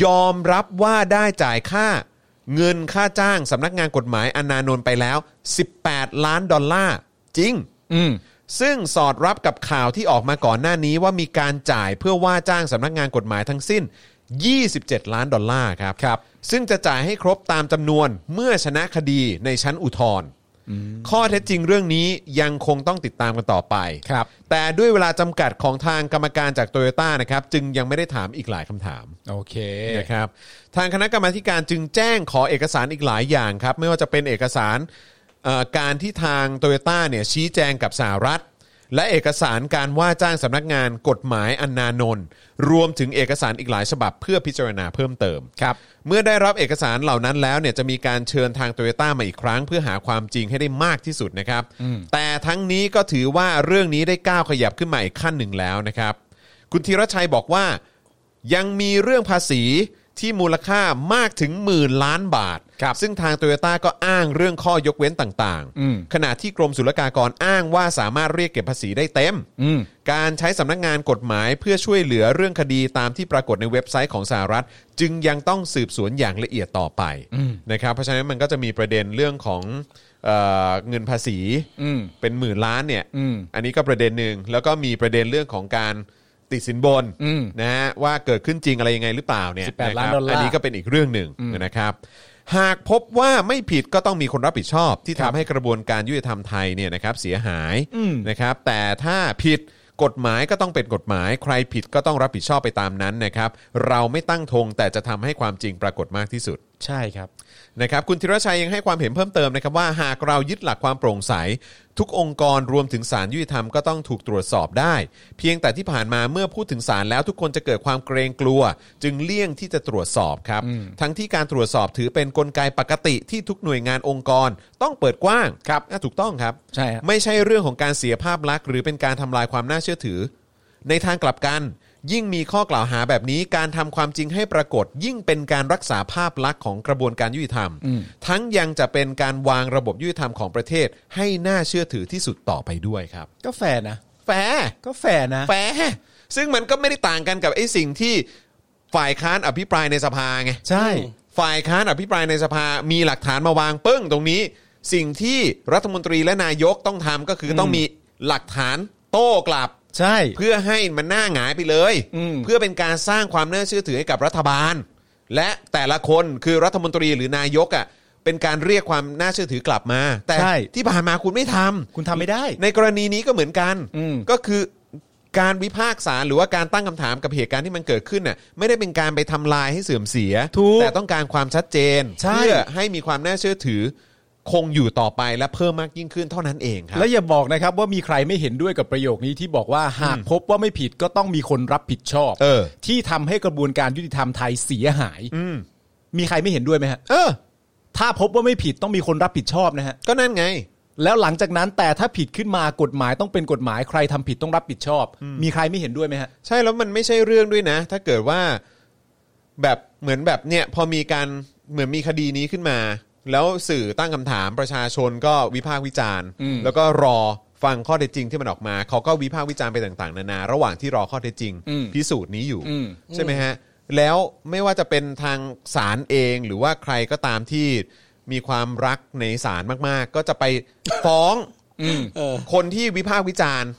[SPEAKER 2] ยอมรับว่าได้จ่ายค่า เงินค่าจ้างสำนักงานกฎหมายอนานนท์ไปแล้ว 18 ล้านดอลลาร์จริง
[SPEAKER 3] อืม
[SPEAKER 2] ซึ่งสอดรับกับข่าวที่ออกมาก่อนหน้านี้ว่ามีการจ่ายเพื่อว่าจ้างสำนักงานกฎหมายทั้งสิ้น 27 ล้านดอลลาร์ครับ ซึ่งจะจ่ายให้ครบตามจำนวนเมื่อชนะคดีในชั้นอุทธรณ์ข้อเท็จจริงเรื่องนี้ยังคงต้องติดตามกันต่อไป
[SPEAKER 3] ครับ
[SPEAKER 2] แต่ด้วยเวลาจำกัดของทางกรรมการจากโตโยต้านะครับ จึงยังไม่ได้ถามอีกหลายคำถาม
[SPEAKER 3] โอเค
[SPEAKER 2] นะครับทางคณะกรรมาธิการจึงแจ้งขอเอกสารอีกหลายอย่างครับ ไม่ว่าจะเป็นเอกสารเอ่อการที่ทางโตโยต้าเนี่ยชี้แจงกับสหรัฐ และเอกสารการว่าจ้างสำนักงานกฎหมายอันนานนท์รวมถึงเอกสารอีกหลายฉบับเพื่อพิจารณาเพิ่มเติม
[SPEAKER 3] ครับ
[SPEAKER 2] เมื่อได้รับเอกสารเหล่านั้นแล้วเนี่ยจะมีการเชิญทางโตโยต้ามาอีกครั้ง เพื่อหาความจริงให้ได้มากที่สุดนะครับ แต่ทั้งนี้ก็ถือว่าเรื่องนี้ได้ก้าวขยับขึ้นมาอีกขั้นหนึ่งแล้วนะครับ คุณธีรชัยบอกว่า ยังมีเรื่องภาษีที่มูลค่ามากถึงหมื่นล้านบาท
[SPEAKER 3] ครับ
[SPEAKER 2] ซึ่งทางโตโยต้าก็อ้างเรื่องข้อยกเว้นต่าง
[SPEAKER 3] อืม
[SPEAKER 2] ขณะที่กรมศุลกากรอ้างว่าสามารถเรียกเก็บภาษีได้เต็ม
[SPEAKER 3] อืม
[SPEAKER 2] การใช้สำนักงานกฎหมายเพื่อช่วยเหลือเรื่องคดีตามที่ปรากฏในเว็บไซต์ของสหรัฐ จึงยังต้องสืบสวนอย่างละเอียดต่อไปนะครับเพราะฉะนั้นมันก็จะมีประเด็นเรื่องของเออเงินภาษี
[SPEAKER 3] อืม
[SPEAKER 2] เป็นหมื่นล้านเนี่ย
[SPEAKER 3] อืม
[SPEAKER 2] นนี้ก็ประเด็นหนึ่งแล้วก็มีประเด็นเรื่องของการติดสินบน
[SPEAKER 3] อืม
[SPEAKER 2] นะฮะว่าเกิดขึ้นจริงอะไรยังไงหรือเปล่าเนี่
[SPEAKER 3] 18
[SPEAKER 2] ยะคบ
[SPEAKER 3] ล้านดอลลาร์
[SPEAKER 2] อันนี้ก็เป็นอีกเรื่องหนึ่งนะครับ หากพบว่าไม่ผิดก็ต้องมีคนรับผิดชอบ ที่ทำให้กระบวนการยุติธรรมไทยเนี่ยนะครับเสียหาย
[SPEAKER 3] อืม
[SPEAKER 2] นะครับ แต่ถ้าผิดกฎหมายก็ต้องเป็นกฎหมาย ใครผิดก็ต้องรับผิดชอบไปตามนั้นนะครับ เราไม่ตั้งธงแต่จะทำให้ความจริงปรากฏมากที่สุด
[SPEAKER 3] ใช่ครับ
[SPEAKER 2] นะครับคุณธีรชัยยังให้ความเห็นเพิ่มเติมนะครับว่าหากเรายึดหลักความโปร่งใส ทุกองค์กรรวมถึงศาลยุติธรรมก็ต้องถูกตรวจสอบได้ เพียงแต่ที่ผ่านมาเมื่อพูดถึงศาลแล้วทุกคนจะเกิดความเกรงกลัว จึงเลี่ยงที่จะตรวจสอบครับ ทั้งที่การตรวจสอบถือเป็นกลไกปกติที่ทุกหน่วยงานองค์กร ต้องเปิดกว้าง
[SPEAKER 3] ครับ
[SPEAKER 2] อ่ะถูกต้องครับ
[SPEAKER 3] ใช่ฮะ
[SPEAKER 2] ไม่ใช่เรื่องของการเสียภาพลักษณ์หรือเป็นการทำลายความน่าเชื่อถือ ในทางกลับกัน ยิ่งมีข้อกล่าวหาแบบนี้การทำความจริงให้ปรากฏ ยิ่งเป็นการรักษาภาพลักษณ์ของกระบวนการยุติธรรม ทั้งยังจะเป็นการวางระบบยุติธรรมของประเทศ ให้น่าเชื่อถือที่สุดต่อไปด้วยครับ
[SPEAKER 3] ก็แฟนนะ
[SPEAKER 2] แฟร์
[SPEAKER 3] ก็แฟนนะ
[SPEAKER 2] แฟร์ซึ่งมันก็ไม่ได้ต่างกันกับไอ้สิ่งที่ฝ่ายค้านอภิปรายในสภาไง
[SPEAKER 3] ใช่
[SPEAKER 2] ฝ่ายค้านอภิปรายในสภามีหลักฐานมาวางปึ้งตรงนี้ สิ่งที่รัฐมนตรีและนายกต้องทำก็คือต้องมีหลักฐานโต้กลับ
[SPEAKER 3] ใช่
[SPEAKER 2] เพื่อให้มันหน้าหงายไปเลย
[SPEAKER 3] อืม
[SPEAKER 2] เพื่อเป็นการสร้างความน่าเชื่อถือให้กับรัฐบาล และแต่ละคนคือรัฐมนตรีหรือนายกอ่ะเป็นการเรียกความน่าเชื่อถือกลับมา แต่
[SPEAKER 3] ใช่
[SPEAKER 2] ที่ผ่านมาคุณไม่ทำ
[SPEAKER 3] คุณทำไม่ได้
[SPEAKER 2] ในกรณีนี้ก็เหมือนกัน
[SPEAKER 3] อืม
[SPEAKER 2] ก็คือการวิพากษาหรือว่าการตั้งคำถามกับเหตุการณ์ที่มันเกิดขึ้นน่ะไม่ได้เป็นการไปทำลายให้เสื่อมเสีย
[SPEAKER 3] ถูก
[SPEAKER 2] แต่ต้องการความชัดเจน
[SPEAKER 3] ใช่
[SPEAKER 2] เพื่อให้มีความน่าเชื่อถือ คงอยู่ต่อไปและเพิ่มมากยิ่งขึ้นเท่านั้นเองครับ
[SPEAKER 3] แล้วอย่าบอกนะครับว่ามีใครไม่เห็นด้วยกับประโยคนี้ที่บอกว่าหากพบว่าไม่ผิดก็ต้องมีคนรับผิดชอบ
[SPEAKER 2] เออ
[SPEAKER 3] ที่ทำให้กระบวนการยุติธรรมไทยเสียหาย
[SPEAKER 2] อืม
[SPEAKER 3] มีใครไม่เห็นด้วยไหมฮะ
[SPEAKER 2] เออ
[SPEAKER 3] ถ้าพบว่าไม่ผิดต้องมีคนรับผิดชอบนะฮะ
[SPEAKER 2] ก็นั่นไง
[SPEAKER 3] แล้วหลังจากนั้นแต่ถ้าผิดขึ้นมากฎหมายต้องเป็นกฎหมายใครทำผิดต้องรับผิดชอบ มีใครไม่เห็นด้วยไหมฮะ
[SPEAKER 2] ใช่แล้วมันไม่ใช่เรื่องด้วยนะ ถ้าเกิดว่าแบบเหมือนแบบเนี่ยพอมีการเหมือนมีคดีนี้ขึ้นมา แล้วสื่อตั้งคำถามประชาชนก็วิพากษ์วิจารณ์
[SPEAKER 3] อืม
[SPEAKER 2] แล้วก็รอฟังข้อเท็จจริงที่มันออกมา เขาก็วิพากษ์วิจารณ์ไปต่างๆ นานา ระหว่างที่รอข้อเท็จจริง พิสูจน์นี้อยู่ ใช่ไหมฮะ แล้วไม่ว่าจะเป็นทางศาลเองหรือว่าใครก็ตามที่มีความรักในศาลมากๆ ก็จะไปฟ้อง
[SPEAKER 4] เออ
[SPEAKER 2] คนที่วิพากษ์วิจารณ์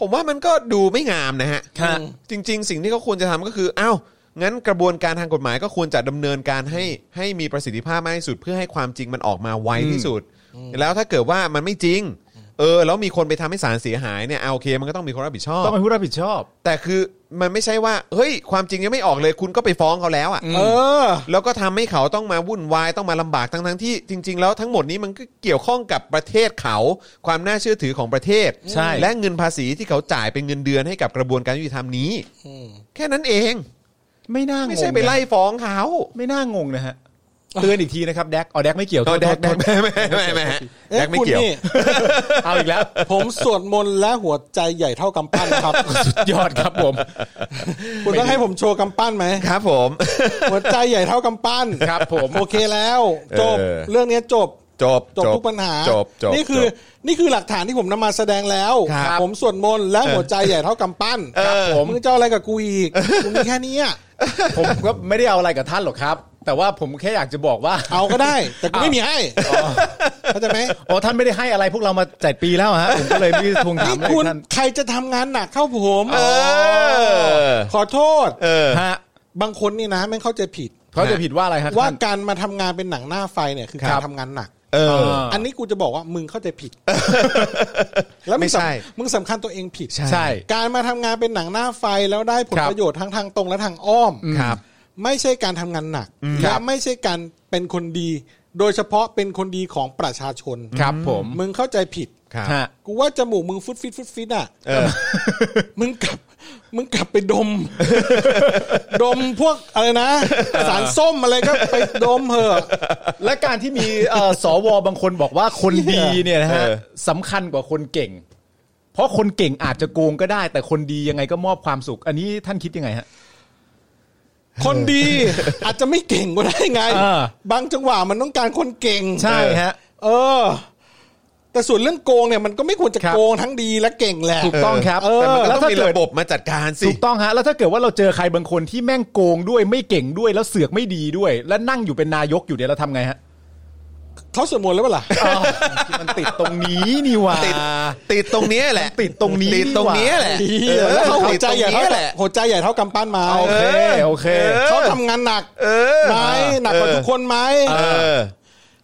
[SPEAKER 2] ผมว่ามันก็ดูไม่งามนะฮะ
[SPEAKER 3] ครับ
[SPEAKER 2] จริง ๆ สิ่งที่เขาควรจะทำก็คืออ้าวงั้นกระบวนการทางกฎหมายก็ควรจะดำเนินการให้ให้มีประสิทธิภาพมากที่สุด เพื่อให้ความจริงมันออกมาไวที่สุด แล้วถ้าเกิดว่ามันไม่จริง เออ แล้วมีคนไปทำให้ศาลเสียหายเนี่ยเอาโอเค มันก็ต้องมีคนรับผิดชอบ
[SPEAKER 3] ต้องเป็นผู้รับผิดชอบ
[SPEAKER 2] แต่คือมันไม่ใช่ว่าเฮ้ยความจริงยังไม่ออกเลยคุณก็ไปฟ้องเขาแล้วอ่ะ
[SPEAKER 4] เออ
[SPEAKER 2] แล้วก็ทำให้เขาต้องมาวุ่นวายต้องมาลำบากทั้งทั้งๆที่จริง ๆ แล้วทั้งหมดนี้มันก็เกี่ยวข้องกับประเทศเขา ความน่าเชื่อถือของประเทศ
[SPEAKER 3] ใช่
[SPEAKER 2] และเงินภาษีที่เขาจ่ายเป็นเงินเดือนให้กับกระบวนการยุติธรรมนี้ แค่นั้นเอง
[SPEAKER 3] ไม่น่างง
[SPEAKER 2] ไม่ใช่ไปไล่ฟ้องเขา
[SPEAKER 3] ไม่น่างงนะฮะเตือนอีกทีนะครับแดกอ๋อแดกไม่เกี่ยว
[SPEAKER 2] โดนแดก
[SPEAKER 3] โทษโท
[SPEAKER 2] แดก
[SPEAKER 3] ษ
[SPEAKER 2] ไม่ไม่ไม่ไม่ไม่
[SPEAKER 4] เอ๊ะ
[SPEAKER 2] แดกไม่เกี่ยว
[SPEAKER 4] คุณนี่
[SPEAKER 3] เอาอีกแล้ว
[SPEAKER 4] ผมสวดมนต์และหัวใจใหญ่เท่ากำปั้นครับ
[SPEAKER 3] สุดยอดครับผม
[SPEAKER 4] คุณต้องให้ผมโชว์กำปั้นไหม
[SPEAKER 2] ครับผม
[SPEAKER 4] หัวใจใหญ่เท่ากำปั้น
[SPEAKER 3] ครับผม
[SPEAKER 4] โอเคแล้ว จบ
[SPEAKER 2] เออ
[SPEAKER 4] เรื่องนี้จบ
[SPEAKER 2] จบ
[SPEAKER 4] จบทุกปัญหา
[SPEAKER 2] จบจบ
[SPEAKER 4] นี่คือ
[SPEAKER 2] จบ
[SPEAKER 4] นี่คือหลักฐานที่ผมนำมาแสดงแล้ว
[SPEAKER 2] ครับ
[SPEAKER 4] ผมสวดมนต์และหัวใจใหญ่เท่ากำปั้น
[SPEAKER 2] เออ
[SPEAKER 4] ครับผมมึงเจ้าอะไรกับกูอีกกูมีแค่เนี้ย
[SPEAKER 3] ผมก็ไม่ได้เอาอะไรกับท่านหรอกครับ แต่ว่าผมแค่อยากจะบอกว่า
[SPEAKER 4] เอาก็ได้ แต่กูไม่มีให้เข้าใจไหม
[SPEAKER 3] โอ้ท่านไม่ได้ให้อะไรพวกเรามาเจ็ดปีแล้วฮะผมก็เลยไม่ได้ทวงถามอะไร
[SPEAKER 4] คุณ
[SPEAKER 3] ท่าน
[SPEAKER 4] ใครจะทำงานหนักเข้าผม
[SPEAKER 2] เออ
[SPEAKER 4] ขอโทษ
[SPEAKER 2] เออ
[SPEAKER 3] ฮะ
[SPEAKER 4] บางคนนี่นะแม่งเข้าใจผิด
[SPEAKER 3] เขาจะผิดว่าอะไรฮะ
[SPEAKER 4] ว่า
[SPEAKER 3] ท่น
[SPEAKER 4] การมาทำงานเป็นหนังหน้าไฟเนี่ยคือ
[SPEAKER 3] ครับ
[SPEAKER 4] การทำงานหนัก
[SPEAKER 2] เออ
[SPEAKER 3] อ่า
[SPEAKER 4] อันนี้กูจะบอกว่ามึงเข้าใจผิด แล้ว
[SPEAKER 2] ไม่
[SPEAKER 4] มึง
[SPEAKER 2] ใช่
[SPEAKER 4] สำมึงสำคัญตัวเองผิด
[SPEAKER 3] ใช่
[SPEAKER 4] การมาทำงานเป็นหนังหน้าไฟแล้วได้ผล
[SPEAKER 3] ครับ
[SPEAKER 4] ประโยชน์ทั้งทางตรงและทางอ้อม
[SPEAKER 3] ครับ
[SPEAKER 4] ไม่ใช่การทำงานหนักและไม่ใช่การเป็นคนดี โดยเฉพาะเป็นคนดีของประชาชน
[SPEAKER 3] ครับผม
[SPEAKER 4] มึงเข้าใจผิด
[SPEAKER 2] ครับ
[SPEAKER 3] ฮะ
[SPEAKER 4] กูว่าจมูกมึงฟุดฟิตฟุดฟิตอ่ะ
[SPEAKER 2] เออ
[SPEAKER 4] มึงกลับ มึงกลับไปดม ดมพวกอะไรนะ สารส้มอะไรก็ ไปดมเหอะ
[SPEAKER 3] และการที่มีเอ่อสวบางคนบอกว่าคนดีเนี่ยนะฮะ
[SPEAKER 2] เออ
[SPEAKER 3] สำคัญกว่าคนเก่ง เพราะคนเก่งอาจจะโกงก็ได้ แต่คนดียังไงก็มอบความสุข อันนี้ท่านคิดยังไงฮะ
[SPEAKER 4] คนดี อาจจะไม่เก่งก็ได้ไง
[SPEAKER 3] เออ
[SPEAKER 4] บางจังหวะมันต้องการคนเก่ง
[SPEAKER 3] ใช่ฮะ
[SPEAKER 4] เออ แต่ส่วนเรื่องโกงเนี่ยมันก็ไม่ควรจะ
[SPEAKER 3] ครับ
[SPEAKER 4] โกงทั้งดีและเก่งแหละ
[SPEAKER 3] ถูกต้องครับ
[SPEAKER 4] เออ
[SPEAKER 2] แต่มันก็
[SPEAKER 3] แล้ว
[SPEAKER 2] ต้อง
[SPEAKER 3] ถ้า
[SPEAKER 2] มี
[SPEAKER 3] เกิด
[SPEAKER 2] ระบบมาจัดการสิ
[SPEAKER 3] ถูกต้องฮะแล้วถ้าเกิดว่าเราเจอใครบางคนที่แม่งโกงด้วยไม่เก่งด้วยแล้วเสือกไม่ดีด้วย และนั่งอยู่เป็นนายกอยู่เนี่ยเราทำไงฮะ
[SPEAKER 4] เขาสวดมนต์แล้วเปล่าล่ะ
[SPEAKER 3] มันติดตรงนี้นี่หว่า
[SPEAKER 2] ติดติดตรงเนี้ยแหละ
[SPEAKER 3] ติดตรงนี้
[SPEAKER 2] ติดตรงเนี้ยแหละ
[SPEAKER 4] เออแล้วเขาหัวใจใหญ่
[SPEAKER 2] ติดตรง
[SPEAKER 4] เท่า
[SPEAKER 2] นี้แหละ
[SPEAKER 4] หัวใจใหญ่เท่ากำปั้นมา
[SPEAKER 3] โอเคโอเค
[SPEAKER 2] เออ
[SPEAKER 4] เขาทำงานหนัก
[SPEAKER 2] เออ
[SPEAKER 4] ไหมหนักกว่าทุกคนไหม
[SPEAKER 2] เออ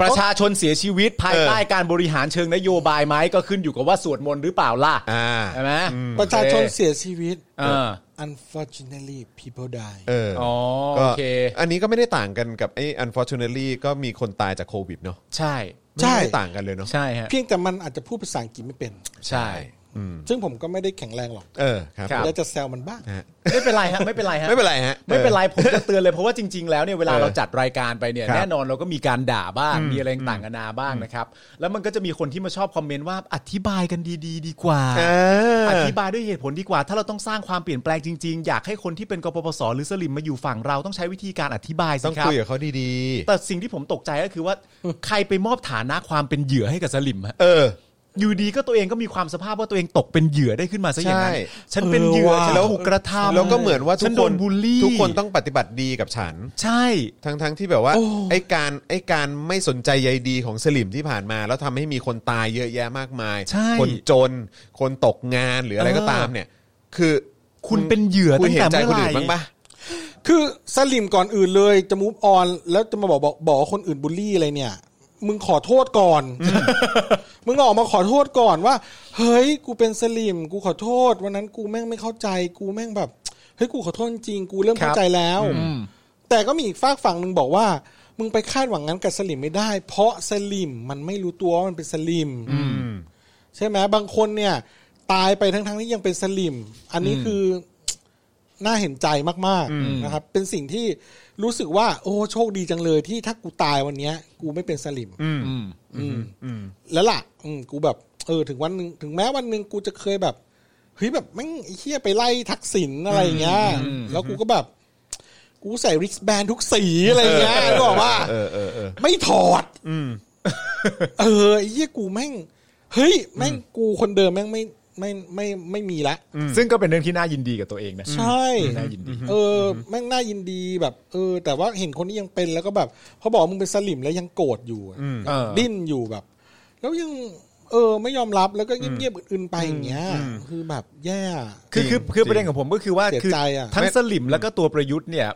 [SPEAKER 3] ประชาชนเสียชีวิตภาย
[SPEAKER 2] เออ
[SPEAKER 3] ใต้การบริหารเชิงนโยบายไหมก็ขึ้นอยู่กับว่าสวดมนต์หรือเปล่าล่ะ
[SPEAKER 2] อ่า
[SPEAKER 3] ใช่ไหม
[SPEAKER 4] ประชาชน
[SPEAKER 3] โอเค
[SPEAKER 4] เสียชีวิต
[SPEAKER 3] อ่า
[SPEAKER 4] unfortunately people die
[SPEAKER 2] เออ
[SPEAKER 3] อ๋อโอ
[SPEAKER 2] ก็
[SPEAKER 3] เค
[SPEAKER 2] อันนี้ก็ไม่ได้ต่างกันกับไอ้ unfortunately ก็มีคนตายจากโควิดเนาะ
[SPEAKER 3] ใช่
[SPEAKER 4] ใช่
[SPEAKER 2] ไม่ได้ต่างกันเลยเนาะ
[SPEAKER 3] ใช่ฮะ
[SPEAKER 4] เพียงแต่มันอาจจะพูดภาษาอังกฤษไม่เป็น
[SPEAKER 3] ใช่
[SPEAKER 4] ซึ่งผมก็ไม่ได้แข็งแรงหรอก
[SPEAKER 2] เออครับ
[SPEAKER 3] ครับ
[SPEAKER 4] และจะแซวมันบ้าง
[SPEAKER 2] ฮะ
[SPEAKER 3] ไม่เป็นไรฮะไม่เป็นไรฮะ
[SPEAKER 2] ไม่เป็นไรฮะ
[SPEAKER 3] ไม่เป็นไรผมจะเตือนเลยเพราะว่าจริง ๆ แล้วเนี่ยเวลา
[SPEAKER 2] เออ
[SPEAKER 3] เราจัดรายการไปเนี่ย
[SPEAKER 2] ครับ
[SPEAKER 3] แน่นอนเราก็มีการด่าบ้างมีอะไรต่างกันานาบ้างนะครับแล้วมันก็จะมีคนที่มาชอบคอมเมนต์ว่าอธิบายกันดี ๆ ดีกว่า
[SPEAKER 2] เอออ
[SPEAKER 3] ธิบายด้วยเหตุผลดีกว่า ถ้าเราต้องสร้างความเปลี่ยนแปลงจริง ๆ อยากให้คนที่เป็นกปปสหรือสลิมมาอยู่ฝั่งเราต้องใช้วิธีการอธิบายสิ
[SPEAKER 2] ต้อง
[SPEAKER 3] ครับ
[SPEAKER 2] คุยกับเขาดี
[SPEAKER 3] แต่สิ่งที่ผมตกใจก็คือว่าใครไปมอบฐานะความเป็นเหยื่อให้กับสลิมฮะ
[SPEAKER 2] ๆ เออ
[SPEAKER 3] อยู่ดีก็ตัวเองก็มีความสภาพว่าตัวเองตกเป็นเหยื่อได้ขึ้นมาซะอย่างนั้น
[SPEAKER 2] ใช่
[SPEAKER 3] ฉันเป็นเหยื่อ
[SPEAKER 4] เออว่ะ
[SPEAKER 3] ฉันถูกกระทำ
[SPEAKER 2] แล้วก็เหมือนว่าทุ
[SPEAKER 3] ฉั
[SPEAKER 2] ก
[SPEAKER 3] โด
[SPEAKER 2] คน
[SPEAKER 3] บูลลี่
[SPEAKER 2] ทุกคนต้องปฏิบัติดีกับฉัน
[SPEAKER 3] ใช่
[SPEAKER 2] ทั้งทั้งที่แบบว่าไอ้การไอ้การไม่สนใจใยดีของสลิมที่ผ่านมา แล้วทำให้มีคนตายเยอะแยะมากมาย
[SPEAKER 3] ใช่
[SPEAKER 2] คนจน คนตกงานหรืออะไร
[SPEAKER 3] เออ
[SPEAKER 2] ก็ตามเนี่ย คือ
[SPEAKER 3] คุณเป็นเหยื่อ
[SPEAKER 2] คุณ
[SPEAKER 3] ตั้ง
[SPEAKER 2] เห็น
[SPEAKER 3] แต่
[SPEAKER 2] ใจ
[SPEAKER 3] เมื่อ
[SPEAKER 2] คน
[SPEAKER 3] ไห
[SPEAKER 2] อื่
[SPEAKER 3] ร่
[SPEAKER 2] นบ้างปะ
[SPEAKER 4] คือสลิมก่อนอื่นเลยจะมูฟออนแล้วจะมาบอกบอกบอกว่าคนอื่นบูลลี่อะไรเนี่ย มึงขอโทษก่ อน มึงออกมาขอโทษก่อนว่า เฮ้ยกูเป็นสลิมกูขอโทษ วันนั้นกูแม่งไม่เข้าใจ กูแม่งแบบเฮ้ยกูขอโทษจริงกูเริ่มเข้าใจแล้ว แต่ก็มีอีกฝากฝั่งหนึ่งบอกว่า มึงไปคาดหวังงั้นกับสลิมไม่ได้ เพราะสลิมมันไม่รู้ตัวว่ามันเป็นสลิม ใช่ไหมบางคนเนี่ย ตายไปทั้งๆที่ยังเป็นสลิม อันนี้คือ น่าเห็นใจมากๆนะครับ เป็นสิ่งที่รู้สึกว่า โอ้โชคดีจังเลยที่ถ้ากูตายวันเนี้ย กูไม่เป็นสลิมอืมแล้วล่ะ อืมกูแบบ เออ ถึงวันหนึ่งถึงแม้วันหนึ่งกูจะเคยแบบเฮ้ยแบบแม่งไอ้เฮียไปไล่ทักษิณอะไรอย่างเงี้ยแล้วกูก็แบบ กูใส่ริสแบนทุกสีอะไรอย่างเงี้ยนึก็บอกว่า
[SPEAKER 2] เออเออเออ
[SPEAKER 4] ไม่ถอด เออไอ้เหี้ยกูแม่ง เฮ้ย แม่งกูคนเดิมแม่งไม่ไม่ไม่ไม่ไม่มีละ
[SPEAKER 3] ซึ่งก็เป็นเรื่องที่น่ายินดีกับตัวเองนะ
[SPEAKER 4] ใช่
[SPEAKER 3] น่ายินดี
[SPEAKER 4] เออ แม่งน่ายินดีแบบ เออ แต่ว่าเห็นคนที่ยังเป็นแล้วก็แบบพอบอกว่ามึงเป็นสลิมแล้วยังโกรธอยู่อะ
[SPEAKER 3] เออ
[SPEAKER 4] ดิ้นอยู่แบบ แล้วยัง เออ ไม่ยอมรับแล้วก็เงียบๆอื่นๆไปอย่างเงี้ย คือแบบแย่
[SPEAKER 3] คือคือ
[SPEAKER 2] จริง
[SPEAKER 3] คือประเด็นของผมก็คือว่า
[SPEAKER 4] เสีย
[SPEAKER 3] คือ
[SPEAKER 4] ใจอะ
[SPEAKER 3] ทั้งสลิมแล้วก็ตัวประยุทธ์เนี่ย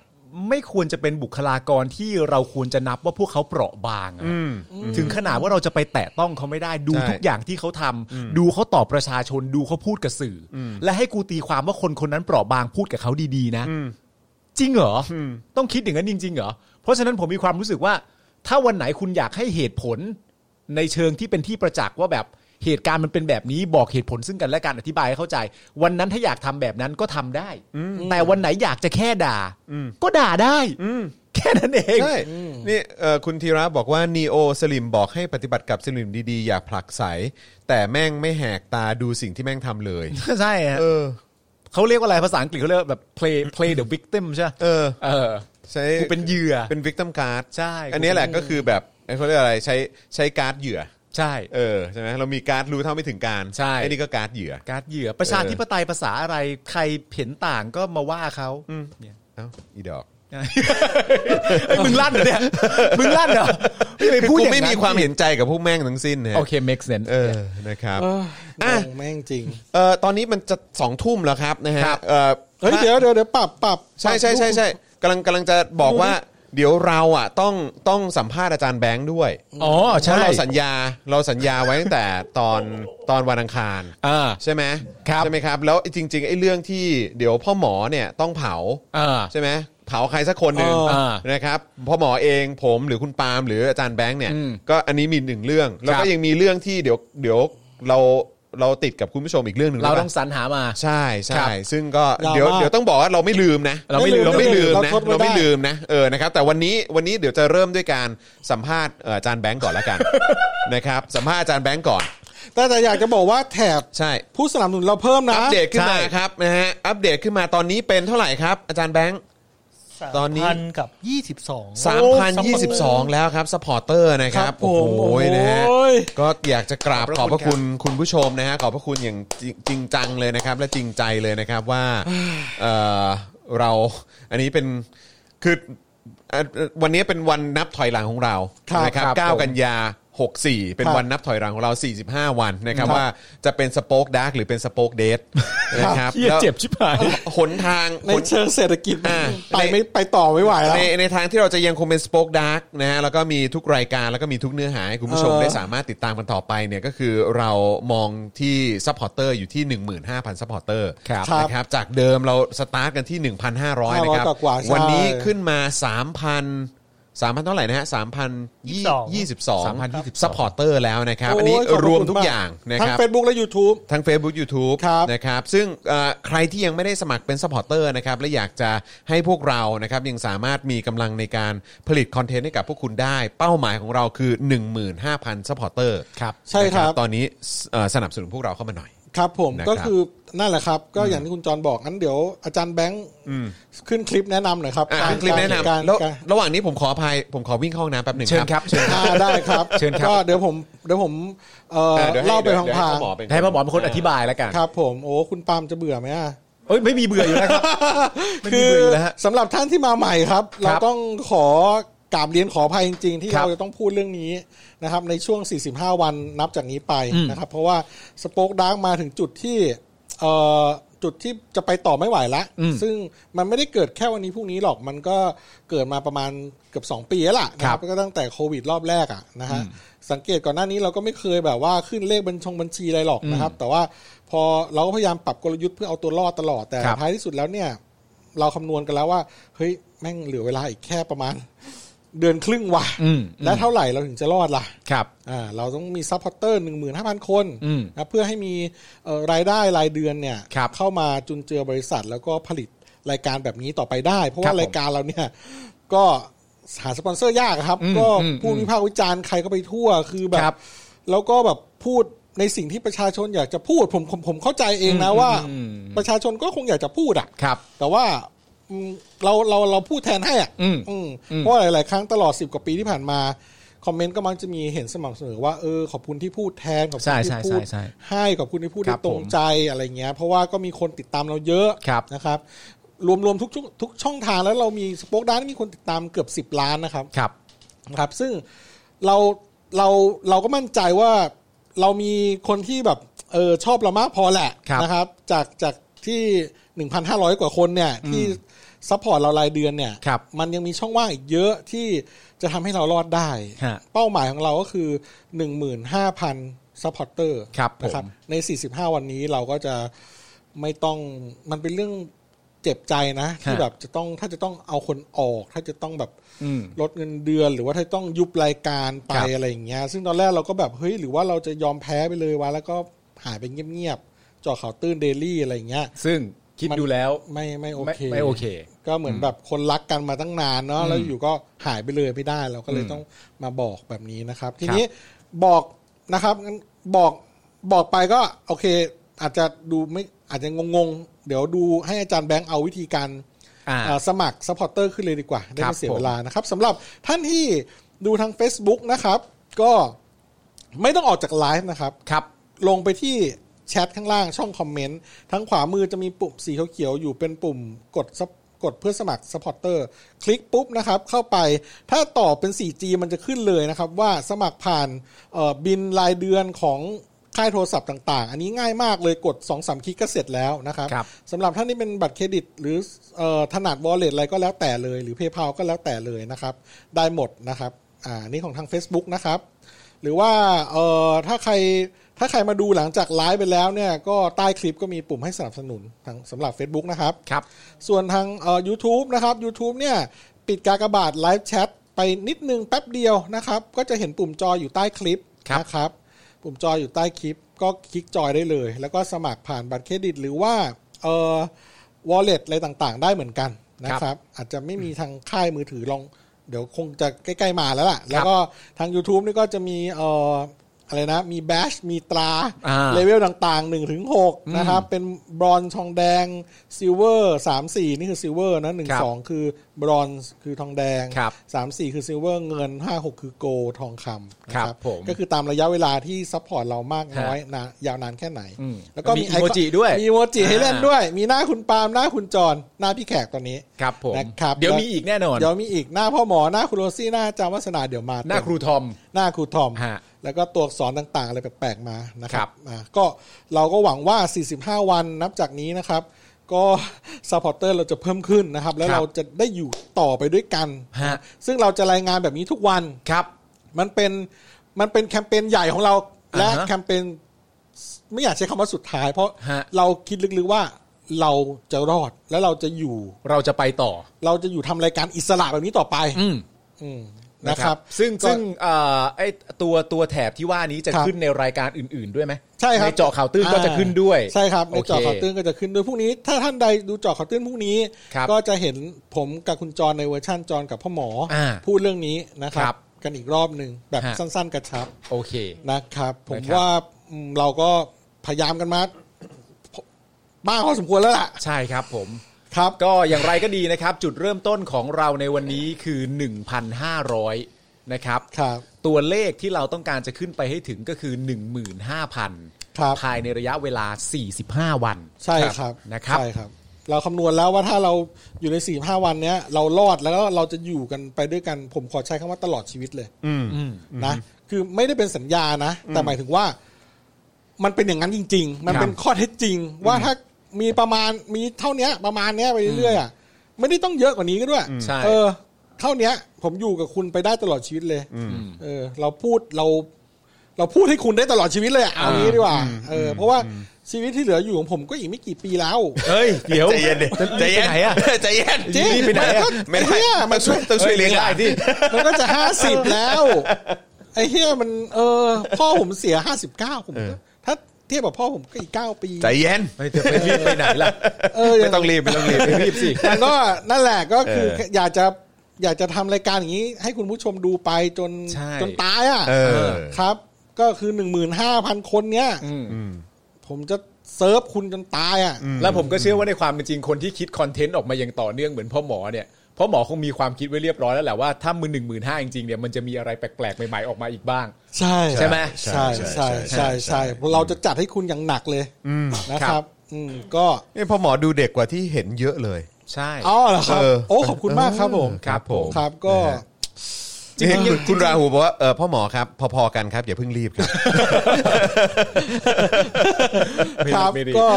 [SPEAKER 3] ไม่ควรจะเป็นบุคลากรที่เราควรจะนับว่าพวกเขาเปราะบางอะ
[SPEAKER 2] อืม
[SPEAKER 3] ถึงขนาดว่าเราจะไปแตะต้องเขาไม่ได้ดู
[SPEAKER 2] ใช่
[SPEAKER 3] ทุกอย่างที่เขาทำดูเขาตอบประชาชนดูเขาพูดกับสื่ออและให้กูตีความว่าคนคนนั้นเปราะบางพูดกับเขาดีๆนะ
[SPEAKER 2] อืม
[SPEAKER 3] จริงเหรออ
[SPEAKER 2] ม
[SPEAKER 3] ต้องคิดอย่างนั้นจริงๆเหรอ เพราะฉะนั้นผมมีความรู้สึกว่า ถ้าวันไหนคุณอยากให้เหตุผล ในเชิงที่เป็นที่ประจักษ์ว่าแบบเหตุการณ์มันเป็นแบบนี้บอกเหตุผลซึ่งกันและกันอธิบายให้เข้าใจ วันนั้นถ้าอยากทำแบบนั้นก็ทำได้ แต่วันไหนอยากจะแค่ด่า ก็ด่าได้
[SPEAKER 2] อืม
[SPEAKER 3] แค่นั้นเอง
[SPEAKER 2] ใช่ นี่เอ่อคุณธีระบอกว่านีโอสลิมบอกให้ปฏิบัติกับสลิมดีๆ อย่าผลักไส แต่แม่งไม่แหกตาดูสิ่งที่แม่งทำเลย
[SPEAKER 3] ใช่ฮะ
[SPEAKER 2] เออ
[SPEAKER 3] เขาเรียกว่าอะไรภาษาอังกฤษเขาเรียกว่าแบบ play play the victim ใช่ไหม
[SPEAKER 2] เออ
[SPEAKER 3] เออ
[SPEAKER 2] ใช้
[SPEAKER 3] กูเป็นเหยื่อ
[SPEAKER 2] เป็นวิกต i มการ์ด
[SPEAKER 3] ใช่
[SPEAKER 2] อันนี้แหละก็คือแบบเขาเรียกอะไรใช้ใช้การ์ดเหยื่อ
[SPEAKER 3] ใช่
[SPEAKER 2] เออใช่ไหมเรามีการ์ดรู้เท่าไม่ถึงการ
[SPEAKER 3] ใช่
[SPEAKER 2] ไอ้นี่ก็การ์ดเหยื่อ
[SPEAKER 3] การเหยื่อประชาธิปไตยภาษาอะไรใครเห็นต่างก็มาว่าเขา
[SPEAKER 2] เอ้าอีดอก
[SPEAKER 3] เอ้ ยมึงลั่นเหรอเนี่ย มึงลั่นเหรออย่าไป
[SPEAKER 2] คือ
[SPEAKER 3] พูด
[SPEAKER 2] กู
[SPEAKER 3] อย่าง
[SPEAKER 2] ไม่
[SPEAKER 3] นั้น
[SPEAKER 2] มีความเห็นใจกับพวกแม่งทั้งสิ้นนะฮะ
[SPEAKER 3] โอเค make sense
[SPEAKER 2] เออนะครับ
[SPEAKER 4] เอออ่ะงงแม่งจริง
[SPEAKER 2] เออตอนนี้มันจะสองทุ่มแล้วครับนะฮะเออ
[SPEAKER 4] เฮ้ย เดี๋ยวเดี๋ยวเดี๋ยวปรับปรับ
[SPEAKER 2] ใช่ใช่ใช่ใช่กำลังกำลังจะบอกว่า เดี๋ยวเราอ่ะต้องต้องสัมภาษณ์อาจารย์แบงค์ด้วย
[SPEAKER 3] อ๋อ
[SPEAKER 2] เพ
[SPEAKER 3] ใช่
[SPEAKER 2] ราะเราสัญญาเราสัญญาไว้ตั้งแต่ตอนตอนวันอังคาร
[SPEAKER 3] อ่า
[SPEAKER 2] ใช่ไหม
[SPEAKER 3] ครับ
[SPEAKER 2] ใช่ไหมครับ แล้วจริง ๆ ไอ้เรื่องที่เดี๋ยวพ่อหมอเนี่ยต้องเผา
[SPEAKER 3] อ่า
[SPEAKER 2] ใช่ไหมเผาใครสักคนหนึ่ง
[SPEAKER 3] เออ
[SPEAKER 2] นะครับพ่อหมอเองผมหรือคุณปาล์มหรืออาจารย์แบงค์เนี่ย
[SPEAKER 3] อืม
[SPEAKER 2] ก็อันนี้มีหนึ่งเรื่อง แล้ว
[SPEAKER 3] ครั
[SPEAKER 2] ก็
[SPEAKER 3] บ
[SPEAKER 2] ยังมีเรื่องที่เดี๋ยวเดี๋ยวเราเราติดกับคุณผู้ชมอีกเรื่องหนึ่ง
[SPEAKER 3] เรา
[SPEAKER 2] ด้วย
[SPEAKER 3] ต้องสรรหามา
[SPEAKER 2] ใช่
[SPEAKER 3] ครั
[SPEAKER 2] ใช่
[SPEAKER 3] บ
[SPEAKER 2] ซึ่งก็เดี๋ยวเดี๋ยวต้องบอกว่าเราไม่ลืมนะ
[SPEAKER 3] เราไม่ลืม
[SPEAKER 2] เราไม่ลืม
[SPEAKER 4] เรา
[SPEAKER 2] นะ
[SPEAKER 4] ทด
[SPEAKER 2] เราไม่
[SPEAKER 4] ด้
[SPEAKER 2] ลืมนะเออนะครับแต่วันนี้วันนี้เดี๋ยวจะเริ่มด้วยการสัมภาษณ์เอ่ออาจารย์แบงค์ก่อนละกัน นะครับสัมภาษณ์อาจารย์แบงค์ก่อน
[SPEAKER 4] แต่แต่อยากจะบอกว่าแถบ
[SPEAKER 2] ใช่
[SPEAKER 4] ผู้สนับสนุนเราเพิ่มนะ
[SPEAKER 2] อัปเดตขึ้นมา
[SPEAKER 3] ใช่
[SPEAKER 2] ครับนะฮะอัปเดตขึ้นมาตอนนี้เป็นเท่าไหร่ครับ อาจารย์แบงค์ ตอนนี้
[SPEAKER 5] พันกับยี่สิบสอง
[SPEAKER 2] 3,022 แล้วครับสปอร์เตอร์นะครับ โอ้โหนะฮะ
[SPEAKER 4] โอ้ย
[SPEAKER 2] ก็อยากจะกราบขอบพระคุณคุณผู้ชมนะฮะขอบพระคุณอย่างจริงจริงจังเลยนะครับ และจริงใจเลยนะครับ ว่าเอ่อเราอันนี้เป็นคืออ่ะวันนี้เป็นวันนับถอยหลังของเรา
[SPEAKER 4] ครับ
[SPEAKER 2] นะครับ
[SPEAKER 4] ครับผม
[SPEAKER 2] 9กันยา 64 เป็น
[SPEAKER 4] ครับ
[SPEAKER 2] วันนับถอยหลังของเรา 45 วันนะครับ
[SPEAKER 4] ครับ
[SPEAKER 2] ว่าจะเป็นสป o อ e ดาร์กหรือเป็นสป o อ e เด d นะครับ
[SPEAKER 3] เหี้ย
[SPEAKER 2] แล้ว
[SPEAKER 3] เจ็บชิบหาย
[SPEAKER 2] หนทาง
[SPEAKER 4] ในเชิงเศรษฐกิจ
[SPEAKER 2] อ่า
[SPEAKER 4] ไปไม่ไปต่อไม่ไหวแล้ว
[SPEAKER 2] ในในทางที่เราจะยังคงเป็นสป็อคดาร์กนะฮะแล้วก็มีทุกรายการแล้วก็มีทุกเนื้อหาให้คุณผู้ชม
[SPEAKER 4] เออ
[SPEAKER 2] ได้สามารถติดตามกันต่อไปเนี่ยก็คือเรามองที่ซัพพอร์เตอร์อยู่ที่ 15,000ซัพพอร์เตอร์
[SPEAKER 3] ครับ
[SPEAKER 2] นะครับจากเดิมเราสตาร์ทกันที่ 1,500 นะครับ
[SPEAKER 4] กว่าๆใช่
[SPEAKER 2] วันนี้ขึ้นมา 3,000 สามพันเท่าไหร่นะฮะสามพันยี่สิบสอง
[SPEAKER 3] 3,022
[SPEAKER 2] ซัพพอร์เตอร์แล้วนะครับ อันนี้
[SPEAKER 4] โยขบ
[SPEAKER 2] ร
[SPEAKER 4] คุณ
[SPEAKER 2] วมทุก
[SPEAKER 4] ก
[SPEAKER 2] อย่างนะ
[SPEAKER 4] ทั้
[SPEAKER 2] ค
[SPEAKER 4] ง
[SPEAKER 2] รับ
[SPEAKER 4] Facebook และ YouTube
[SPEAKER 2] ทั้ง Facebook YouTube
[SPEAKER 4] ครับ
[SPEAKER 2] นะครับซึ่งเอ่อใครที่ยังไม่ได้สมัครเป็น s ปอร์เตอร์นะครับและอยากจะให้พวกเรานะครับยังสามารถมีกำลังในการผลิตคอนเทนต์ให้กับพวกคุณได้ เป้าหมายของเราคือ 15,000 s ปอร์เตอร์
[SPEAKER 3] ครับ
[SPEAKER 4] ใช่ครับ
[SPEAKER 2] ตอนนี้สเอ่อสนับสนุนพวกเราเข้ามาหน่อย
[SPEAKER 4] ครับผม
[SPEAKER 2] นะครับ
[SPEAKER 4] ก็คือนั่นแหละครับ ก็อย่างที่คุณจรบอกงั้นเดี๋ยวอาจารย์แบงค์ขึ้นคลิปแนะนำหน่อยครับ
[SPEAKER 2] อ่ะ
[SPEAKER 4] การ
[SPEAKER 2] คลิปแนะ
[SPEAKER 4] การ
[SPEAKER 2] นำแล้ว
[SPEAKER 4] การ
[SPEAKER 2] ระหว่างนี้ผมขออภัยผมขอวิ่งเข้าห้องน้ำแป๊บหนึ่ง
[SPEAKER 3] เชิญครับเชิญครับ
[SPEAKER 4] อ่าได้ครับ
[SPEAKER 3] เชิญครับ
[SPEAKER 4] ก็เดี๋ยวผมเดี๋ยวผมเอ่อ
[SPEAKER 2] อ่ะดี๋ยวให้
[SPEAKER 4] เล่าไป
[SPEAKER 2] ดี๋ยว
[SPEAKER 4] พัง
[SPEAKER 2] ดี๋ยวใ
[SPEAKER 4] ๆ
[SPEAKER 2] ห้หมอเป็นคน
[SPEAKER 3] ให้หมอหมอเป็นคนอธิบายแล้วกัน
[SPEAKER 4] ครับ ผมโอ้คุณปาล์มจะเบื่อไหมอ่ะ
[SPEAKER 3] เอ้ยไม่มีเบื่ออยู่แล้วครับ ไม่มี
[SPEAKER 4] คือ
[SPEAKER 3] เบื่ออยู่แล้วฮะ
[SPEAKER 4] สำหรับท่านที่มาใหม่ครับ เราต้องขอกราบเรียนขออภัยจริง ๆ ที่
[SPEAKER 3] ครับ
[SPEAKER 4] เราจะต้องพูดเรื่องนี้นะครับในช่วง 45 วันนับจากนี้ไป
[SPEAKER 3] อืม
[SPEAKER 4] นะครับเพราะว่าสป k อกดาร์กมาถึงจุดที่เอ่อจุดที่จะไปต่อไม่ไหวละซึ่งมันไม่ได้เกิดแค่วันนี้พรุ่งนี้หรอกมันก็เกิดมาประมาณเกือบ 2 ปีแล้วล่ะนะครับก็ตั้งแต่โควิดรอบแรกอ่ะนะฮะสังเกตก่อนหน้านี้เราก็ไม่เคยแบบว่าขึ้นเลขบัญชงบัญชีอะไรหรอกนะครับ แต่ว่าพอเราก็พยายามปรับกลยุทธ์เพื่อเอาตัวรอดตลอดแต่
[SPEAKER 3] ครับ
[SPEAKER 4] ท้ายที่สุดแล้วเนี่ย เราคำนวณกันแล้วว่า เฮ้ย แม่งเหลือเวลาอีกแค่ประมาณ เดือนครึ่งว่ะ
[SPEAKER 3] อืม
[SPEAKER 4] และเท่าไหร่เราถึงจะรอดล่ะ
[SPEAKER 3] ครับ
[SPEAKER 4] อ่าเราต้องมีซัพพอร์เตอร์หนึ่งหมื่นห้าพันคน
[SPEAKER 3] อืม
[SPEAKER 4] นะเพื่อให้มีเอ่อรายได้รายเดือนเนี่ย
[SPEAKER 3] ครับ
[SPEAKER 4] เข้ามาจุนเจือบริษัท แล้วก็ผลิตรายการแบบนี้ต่อไปได้ เพราะ
[SPEAKER 3] ครับ
[SPEAKER 4] ว่า
[SPEAKER 3] ผม
[SPEAKER 4] รายการเราเนี่ย ก็หาสปอนเซอร์ยากอะครับ
[SPEAKER 3] อืม
[SPEAKER 4] ก็
[SPEAKER 3] อืม
[SPEAKER 4] ผู้วิพากษ์วิจารณ์ใครก็ไปทั่วคือแบ
[SPEAKER 3] ครับ บ
[SPEAKER 4] แล้วก็แบบพูดในสิ่งที่ประชาชนอยากจะพูดผมผมผมเข้าใจเองนะว่า ประชาชนก็คงอยากจะพูดอ่ะ
[SPEAKER 3] ครับ
[SPEAKER 4] แต่ว่าอืมเราเราเราพูดแทนให้อ่ะ
[SPEAKER 3] อืม
[SPEAKER 4] อืม
[SPEAKER 3] อืม
[SPEAKER 4] เพราะหลาย ๆ ครั้งตลอด 10 กว่าปีที่ผ่านมา คอมเมนต์ก็มักจะมีเห็นสม่ำเสมอว่าเออขอบคุณที่พูดแทนขอบคุ
[SPEAKER 3] ใช่
[SPEAKER 4] ณ
[SPEAKER 3] ใช่
[SPEAKER 4] ที่พูด
[SPEAKER 3] ใช่ใช่
[SPEAKER 4] ให้ขอบคุณที่พูด
[SPEAKER 3] ครั
[SPEAKER 4] ได้
[SPEAKER 3] บ
[SPEAKER 4] ตรงใจอะไรเงี้ย เพราะว่าก็มีคนติดตามเราเยอะ
[SPEAKER 3] ครับ
[SPEAKER 4] นะครับ รวมรวมทุกช่องทุกช่องทางแล้วเรามีสป็อกด้านมีคนติดตามเกือบ 10 ล้านนะครับ
[SPEAKER 3] ครับ
[SPEAKER 4] นะครับซึ่งเราเราเราก็มั่นใจว่าเรามีคนที่แบบเออชอบเรามากพอแหละ
[SPEAKER 3] ครับ
[SPEAKER 4] นะครับจากจากที่ 1,500 กว่าคนเนี่ยที่ซัพพอร์ตเรารายเดือนเนี่ย
[SPEAKER 3] ครับ
[SPEAKER 4] มันยังมีช่องว่างอีกเยอะที่จะทำให้เรารอดได้
[SPEAKER 3] ฮะ
[SPEAKER 4] เป้าหมายของเราก็คือ 15,000ซัพพอร์เตอร์
[SPEAKER 3] ครับผม
[SPEAKER 4] นะครับใน 45 วันนี้เราก็จะไม่ต้องมันเป็นเรื่องเจ็บใจนะที่แบบจะต้องถ้าจะต้องเอาคนออก ถ้าจะต้องแบบ
[SPEAKER 3] อืม
[SPEAKER 4] ลดเงินเดือนหรือว่าถ้าต้องยุบรายการไป
[SPEAKER 3] ครับ
[SPEAKER 4] อะไรอย่างเงี้ย ซึ่งตอนแรกเราก็แบบเฮ้ยหรือว่าเราจะยอมแพ้ไปเลยวะแล้วก็หายไปเงียบๆเจอข่าวตื้นเดลี่อะไรอย่างเงี้ย
[SPEAKER 3] ซึ่งคิด
[SPEAKER 4] มัน
[SPEAKER 3] ดูแล้ว
[SPEAKER 4] ไม่ไม่โอ
[SPEAKER 3] ไม่
[SPEAKER 4] เค
[SPEAKER 3] ไม่โอเค
[SPEAKER 4] ก็เหมือนแบบคนรักกันมาตั้งนานเนาะแล้วอยู่ก็หายไปเลยไม่ได้เราก็เลยต้องมาบอกแบบนี้นะครับ ทีนี้บอกนะครับงั้นบอกบอกไปก็โอเค อาจจะดูไม่อาจจะงงๆ เดี๋ยวดูให้อาจารย์แบงค์เอาวิธีการ
[SPEAKER 3] อ่า
[SPEAKER 4] อ่าสมัครซัพพอร์เตอร์ขึ้นเลยดีกว่า ได้
[SPEAKER 3] ครั
[SPEAKER 4] ไม่
[SPEAKER 3] บ
[SPEAKER 4] เสียเวลานะครับสำหรับท่านที่ดูทาง Facebook นะครับ ก็ไม่ต้องออกจากไลฟ์นะครับ
[SPEAKER 3] ครับ
[SPEAKER 4] ลงไปที่แชทข้างล่างช่องคอมเมนต์ทางขวามือจะมีปุ่มสีเขียวๆอยู่เป็นปุ่มกด sub- กดเพื่อสมัครสปอร์เตอร์คลิกปุ๊บนะครับ เข้าไปถ้าตอบเป็น 4G มันจะขึ้นเลยนะครับ ว่าสมัครผ่านเอ่อบินรายเดือนของค่ายโทรศัพท์ต่างๆ อันนี้ง่ายมากเลยกด 2-3สามคลิกก็เสร็จแล้วนะครับ
[SPEAKER 3] ครับ
[SPEAKER 4] สำหรับท่านที่เป็นบัตรเครดิต หรือเอ่อถนัด wallet อะไรก็แล้วแต่เลย หรือ PayPal ก็แล้วแต่เลยนะครับ ได้หมดนะครับอ่านี่ของทาง Facebook นะครับ หรือว่าเอ่อถ้าใครถ้าใครมาดูหลังจากไลฟ์ไปแล้วเนี่ยก็ใต้คลิปก็มีปุ่มให้สนับสนุนทางสำหรับ Facebook นะครับ
[SPEAKER 3] ครับ
[SPEAKER 4] ส่วนทางเอ่อ u t u b e นะครับ YouTube เนี่ยปิดการกบาดไลฟ์แชทไปนิดนึงแป๊บเดียวนะครับ ก็จะเห็นปุ่มจอยอยู่ใต้คลิป
[SPEAKER 3] ครับ
[SPEAKER 4] นะครับ ปุ่มจอยอยู่ใต้คลิปก็คลิกจอยได้เลย แล้วก็สมัครผ่านบัตรเครดิต หรือว่าเอ่อ wallet อะไรต่างๆ ได้เหมือนกันนะครับ อาจจะไม่มีทางค่ายมือถือลอง เดี๋ยวคงจะใกล้ๆมาแล้วล่ะ แล้วก็ทาง YouTube นี่ก็จะมีเอ่ออะไรนะ มีแบชมีตรา
[SPEAKER 3] อ่า
[SPEAKER 4] เลเวลต่างๆ1นถึงหนะครับ เป็นบรอนซ์ทองแดงซิลเวอร์สามสี่นี่คือซิลเวอร์นะหนึ่ง
[SPEAKER 3] ครับ
[SPEAKER 4] สองคือบรอนซ์คือทองแดง
[SPEAKER 3] ครับ
[SPEAKER 4] สามสี่คือซิลเวอร์เงินห้าหกคือโกลด์ทองคำนะครับ
[SPEAKER 3] ผม
[SPEAKER 4] ก็คือตามระยะเวลาที่ซัพพอร์ตเรามากน้อยนะยาวนานแค่ไหน
[SPEAKER 3] อืม
[SPEAKER 4] แล้วก็
[SPEAKER 3] มี
[SPEAKER 4] มีไ
[SPEAKER 3] emoji ด้วย
[SPEAKER 4] มีอีโมจิให้เล่น
[SPEAKER 3] อ่า
[SPEAKER 4] ด้วย มีหน้าคุณปาล์มหน้าคุณจอนหน้าพี่แขกตอนนี้
[SPEAKER 3] ครับผม
[SPEAKER 4] นะครับ
[SPEAKER 3] เดี๋ยวมีอีกแน่นอน
[SPEAKER 4] เดี๋ยวมีอีกหน้าพ่อหมอหน้าคุณโรซี่หน้าอาจารย์วัฒนาเดี๋ยวมา
[SPEAKER 3] หน้า
[SPEAKER 4] เต็ม
[SPEAKER 3] ครูทอม
[SPEAKER 4] หน้าครูทอม
[SPEAKER 3] ฮะ
[SPEAKER 4] แล้วก็ตัวอักษรต่าง ๆ อะไรแปลก ๆ มานะค
[SPEAKER 3] ครั
[SPEAKER 4] รับบ อ่าก็เราก็หวังว่า 45 วันนับจากนี้นะครับ ก็ซัพพอร์เตอร์เราจะเพิ่มขึ้นนะครับ แล้วเราจะได้อยู่ต่อไปด้วยกัน
[SPEAKER 3] ฮะ
[SPEAKER 4] ซึ่งเราจะรายงานแบบนี้ทุกวัน
[SPEAKER 3] ครับ
[SPEAKER 4] มันเป็นมันเป็นแคมเปญใหญ่ของเรา และ
[SPEAKER 3] อ่าฮะ
[SPEAKER 4] แคมเปญไม่อยากใช้คำว่าสุดท้าย เพราะ
[SPEAKER 3] ฮะ
[SPEAKER 4] เราคิดลึกๆว่าเราจะรอดและเราจะอยู่
[SPEAKER 3] เราจะไปต่อ
[SPEAKER 4] เราจะอยู่ทำรายการอิสระแบบนี้ต่อไป
[SPEAKER 3] อืม
[SPEAKER 4] อืมนะครับ
[SPEAKER 3] ซึ่ง
[SPEAKER 4] ซึ่
[SPEAKER 3] ซึ่
[SPEAKER 4] ง
[SPEAKER 3] งเอ่อไอตัวตัวแถบที่ว่านี้จะ
[SPEAKER 4] ครับ
[SPEAKER 3] ขึ้นในรายการอื่น ๆ ด้วยไหม
[SPEAKER 4] ใช่ครับ
[SPEAKER 3] ในเจาะข่าวตื้นก็จะขึ้นด้วย
[SPEAKER 4] ใช่ครับใน
[SPEAKER 3] โอเค
[SPEAKER 4] จอข่าวตื้นก็จะขึ้นด้วยพรุ่งนี้ ถ้าท่านใดดูจอข่าวตื้นพรุ่งนี้
[SPEAKER 3] ครับ
[SPEAKER 4] ก็จะเห็นผมกับคุณจรในเวอร์ชั่นจรกับพ่อหมออา พูดเรื่องนี้นะ
[SPEAKER 3] ค
[SPEAKER 4] ค
[SPEAKER 3] รั
[SPEAKER 4] รับ
[SPEAKER 3] บ
[SPEAKER 4] กันอีกรอบหนึ่งแบบ
[SPEAKER 3] ฮะ
[SPEAKER 4] สั้น ๆ กระชับ
[SPEAKER 3] โอเค
[SPEAKER 4] นะครับ ผม
[SPEAKER 3] นะครับ
[SPEAKER 4] ว่าอืมเราก็พยายามกันมาบ้างพอสมควรแล้วล่ะ
[SPEAKER 3] ใช่ครับผม
[SPEAKER 4] ครับ
[SPEAKER 3] ก็อย่างไรก็ดีนะครับ จุดเริ่มต้นของเราในวันนี้คือ 1,500 นะครับ
[SPEAKER 4] ครับ
[SPEAKER 3] ตัวเลขที่เราต้องการจะขึ้นไปให้ถึงก็คือ
[SPEAKER 4] ครับ
[SPEAKER 3] 15,000 ภายในระยะเวลา 45 วัน
[SPEAKER 4] ใช่ครับ
[SPEAKER 3] นะครับ
[SPEAKER 4] ใช่ครับ เราคำนวณแล้วว่าถ้าเราอยู่ใน4ี่ห้าวันเนี้ย เรารอดแล้วก็เราจะอยู่กันไปด้วยกัน ผมขอใช้คำว่าตลอดชีวิตเลยนะคือไม่ได้เป็นสัญญานะ แต่หมายถึงว่า มันเป็นอย่างนั้นจริง ๆ มันเป็นข้อเท็จจริง ว่าถ้ามีประมาณมีเท่าเนี้ย ประมาณเนี้ยไปเรื่อยๆอ่ะไม่ได้ต้องเยอะกว่านี้ก็ด้วย
[SPEAKER 3] ใช่
[SPEAKER 4] เออ เท่าเนี้ย ผมอยู่กับคุณไปได้ตลอดชีวิตเลยเออ เราพูดเรา เราพูดให้คุณได้ตลอดชีวิตเลยอะเอางี้ดีกว่าเออเพราะว่าชีวิตที่เหลืออยู่ของผมก็อีกไม่กี่ปี แล้ว
[SPEAKER 3] เฮ้ย เดี๋ยว
[SPEAKER 2] ใจเย็นดิใจเย็น
[SPEAKER 3] ไปไหนอะ
[SPEAKER 2] ใจเย็น
[SPEAKER 4] จริง
[SPEAKER 2] ไปไหนอะ
[SPEAKER 4] มั
[SPEAKER 2] ไม่
[SPEAKER 4] นก็
[SPEAKER 2] ได้
[SPEAKER 4] เนี่ยมั
[SPEAKER 2] มัน นช่วยต้องช่วยเลี้ยงหลาน
[SPEAKER 3] เอ้ยไม่ได้ดิ
[SPEAKER 4] มันก็จะห้าสิบแล้วไอ้เฮียมัน เออ พ่อผมเสียห้าสิบเก้าผมก็ถ้าเทียบกับพ่อผมก็อีกเก้าปี
[SPEAKER 2] ใจเย็น
[SPEAKER 3] ไม่จะไปรีบไปไหนล่ะ
[SPEAKER 4] เออ
[SPEAKER 2] ไม่ต้องรีบไม่ต้องรีบ
[SPEAKER 3] ไปรีบสิ
[SPEAKER 4] มันก็นั่นแหละก็คือ
[SPEAKER 2] เออ
[SPEAKER 4] อ
[SPEAKER 2] อ
[SPEAKER 4] ยากจะอยากจะทำรายการอย่างนี้ ให้คุณผู้ชมดูไปจน
[SPEAKER 3] ใช่
[SPEAKER 4] จนตายอ่ะ
[SPEAKER 2] เออ
[SPEAKER 4] ครับ ก็คือหนึ่งหมื่นห้าพันคนเนี้ยผมจะเซิร์ฟคุณจนตายอ่ะ
[SPEAKER 3] แล้วผมก็เชื่อว่าในความเป็นจริงคนที่คิดคอนเทนต์ออกมาอย่างต่อเนื่องเหมือนพ่อหมอเนี่ยพ่อหมอคงมีความคิดไว้เรียบร้อยแล้วแหละว่าถ้ามือหนึ่งหมื่นห้าจริงๆเนี่ยมันจะมีอะไรแปลกๆ ใหม่ๆออกมาอีกบ้าง
[SPEAKER 4] ใช่
[SPEAKER 3] ใช่ไหม
[SPEAKER 4] ใช่ใช่ใช่ใช่เราจะจัดให้คุณอย่างหนักเลยนะครับ อืมก็
[SPEAKER 2] นี่พอหมอดูเด็กกว่าที่เห็นเยอะเลย
[SPEAKER 3] ใช่
[SPEAKER 4] อ๋อเหรอครับ
[SPEAKER 2] เออ
[SPEAKER 4] โอ้ขอบคุณมากครับผม
[SPEAKER 2] ครับผม
[SPEAKER 4] ครับก็
[SPEAKER 2] จริงคุณคุณราหูบอกว่าเออพ่อหมอครับ พอๆกันครับอย่าเพิ่งรีบครับ
[SPEAKER 4] ครับ
[SPEAKER 3] ไม่ดี
[SPEAKER 4] ก็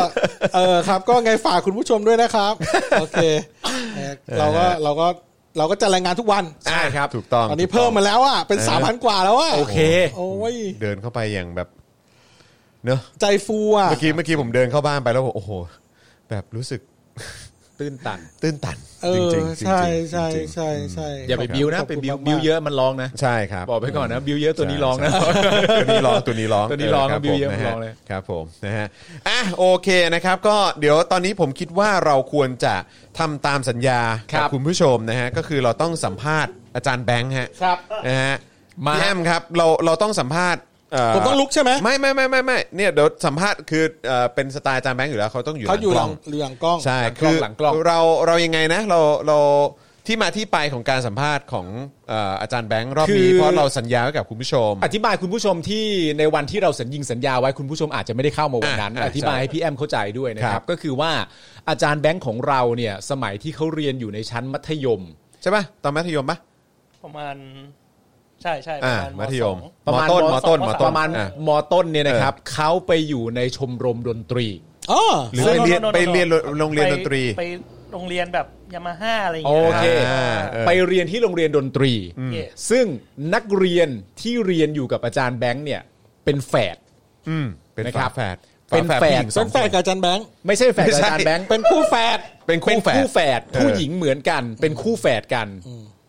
[SPEAKER 4] เออครับ ก็ไงฝากคุณผู้ชมด้วยนะครับ โอเคเออเราก็เราก็เราก็จะรายงานทุกวัน
[SPEAKER 3] ใช่ครับ
[SPEAKER 2] ถูกต้อง
[SPEAKER 4] ตอนนี้เพิ่มมาแล้วอ่ะเป็นสามพันกว่าแล้วอ่ะ
[SPEAKER 3] โอเค
[SPEAKER 4] โอ้ย
[SPEAKER 2] เดินเข้าไปอย่างแบบเนอะ
[SPEAKER 4] ใจฟูอ่ะ
[SPEAKER 2] เมื่อกี้เมื่อกี้ผมเดินเข้าบ้านไปแล้วผมโอ้โห แบบรู้สึก
[SPEAKER 3] ตื้นตัน
[SPEAKER 2] ตื้นตัน
[SPEAKER 4] เอ
[SPEAKER 2] จริง
[SPEAKER 4] อ
[SPEAKER 2] ๆจริงๆ
[SPEAKER 4] ใช่ใช่
[SPEAKER 2] จริงๆ
[SPEAKER 4] ใช่ใช่
[SPEAKER 3] อย่าไปบิวนะ
[SPEAKER 4] ขอบ
[SPEAKER 3] ไป
[SPEAKER 4] คุณ
[SPEAKER 3] บิว
[SPEAKER 4] มากๆ
[SPEAKER 3] บิวเยอะมันร้องนะ
[SPEAKER 2] ใช่ครับ
[SPEAKER 3] บอกไปก่อนนะ บิวเยอะตัวนี้ร้องนะ
[SPEAKER 2] ตัวนี้ร้องตัวนี้ร้อง
[SPEAKER 3] ตัวนี้ร้อง
[SPEAKER 2] เครับ
[SPEAKER 3] บิวเยอะ
[SPEAKER 2] ผมนะฮะ
[SPEAKER 3] ร้องเลย
[SPEAKER 2] ครับผมนะฮะอ่ะโอเคนะครับ ก็เดี๋ยวตอนนี้ผมคิดว่าเราควรจะทำตามสัญญา
[SPEAKER 3] ครั
[SPEAKER 2] กับ คุณผู้ชมนะฮะก็คือเราต้องสัมภาษณ์อาจารย์แบงค์ฮะ
[SPEAKER 3] ครับ
[SPEAKER 2] นะฮะ
[SPEAKER 3] มา
[SPEAKER 2] แอมครับเราเราต้องสัมภาษณ์เ
[SPEAKER 4] ผมต้องลุกใช่ไหม
[SPEAKER 2] ไม่ไม่ไม่ไม่ไม่เนี่ยเดี๋ยวสัมภาษณ์คือเอ่อเป็นสไตล์อาจารย์แบงค์อยู่แล้วเขาต้องอยู่
[SPEAKER 4] เขาอยู่
[SPEAKER 2] ห
[SPEAKER 4] ห
[SPEAKER 2] ลั
[SPEAKER 4] ลั
[SPEAKER 2] ง
[SPEAKER 4] ง
[SPEAKER 2] กล้อง
[SPEAKER 4] เหลืองกล้อง
[SPEAKER 2] ใช่
[SPEAKER 3] หลังกล้อ
[SPEAKER 2] คือ
[SPEAKER 3] งหลังกล้อง
[SPEAKER 2] เราเรายังไงนะเราเราที่มาที่ไปของการสัมภาษณ์ของเอ่ออาจารย์แบงค์รอบนี้
[SPEAKER 3] คือ
[SPEAKER 2] เพราะเราสัญญาไว้กับคุณผู้ชม
[SPEAKER 3] อธิบายคุณผู้ชมที่ในวันที่เราสัญญิงสัญญาไว้คุณผู้ชมอาจจะไม่ได้เข้ามาวันนั้น
[SPEAKER 2] อ่ะ
[SPEAKER 3] อ
[SPEAKER 2] อ่ะ
[SPEAKER 3] ธิบายให้พี่แอมเข้าใจด้วยนะค
[SPEAKER 2] ครั
[SPEAKER 3] รับ บ ก็คือว่าอาจารย์แบงค์ของเราเนี่ยสมัยที่เขาเรียนอยู่ในชั้นมัธยม
[SPEAKER 2] ใช่ป่ะตอนมัธยมป่ะ
[SPEAKER 5] ประมาณ ใช่ใช่ป
[SPEAKER 2] อ่า
[SPEAKER 5] ระมาณ
[SPEAKER 2] มัธยม
[SPEAKER 5] สอง
[SPEAKER 3] ประมาณ
[SPEAKER 2] มต้นมต้น
[SPEAKER 5] ส
[SPEAKER 2] มต้น
[SPEAKER 5] องส
[SPEAKER 3] ป
[SPEAKER 5] อ
[SPEAKER 3] ระ
[SPEAKER 5] ง
[SPEAKER 3] มาณ
[SPEAKER 2] อ่ะ
[SPEAKER 3] มต้นเนี่ยนะครับเขาไปอยู่ในชมรมดนตรี
[SPEAKER 4] อ๋อ
[SPEAKER 2] หรือ
[SPEAKER 5] ใช่
[SPEAKER 2] ไปเรียน
[SPEAKER 5] no, no, no, no,
[SPEAKER 2] ไปเรียน
[SPEAKER 5] no.
[SPEAKER 2] โรงเรียนดนตรี
[SPEAKER 5] ไปโรงเรียนแบบยามาฮ่าอะไรอย่างเงี้ย
[SPEAKER 3] โอเค
[SPEAKER 5] อ่า
[SPEAKER 2] เออ
[SPEAKER 3] ไปเรียนที่โรงเรียนดนตรี
[SPEAKER 5] Yes
[SPEAKER 3] ซึ่งนักเรียนที่เรียนอยู่กับอาจารย์แบงค์เนี่ย เป็นแฝด
[SPEAKER 2] อืมเป็น
[SPEAKER 3] นะค
[SPEAKER 2] ฝา
[SPEAKER 3] รับ
[SPEAKER 2] แฝด
[SPEAKER 3] เป็น
[SPEAKER 2] ฝาผู้หญิง
[SPEAKER 3] แฝด
[SPEAKER 2] ส
[SPEAKER 4] เป็
[SPEAKER 2] อน ง
[SPEAKER 4] แฟ
[SPEAKER 2] คน น
[SPEAKER 4] กับอาจันแบงค์
[SPEAKER 3] ไม่ใช่แฝดกับ
[SPEAKER 2] ไม่
[SPEAKER 3] อา
[SPEAKER 2] ใช่
[SPEAKER 3] จารย์แบงค์
[SPEAKER 4] เป็นคู่แฝด
[SPEAKER 2] เป็นคู่แฝ
[SPEAKER 3] เป็นคู่
[SPEAKER 2] ด
[SPEAKER 3] แฝด
[SPEAKER 2] เออ
[SPEAKER 3] ผู้หญิงเหมือนกัน เป็นคู่แฝดกัน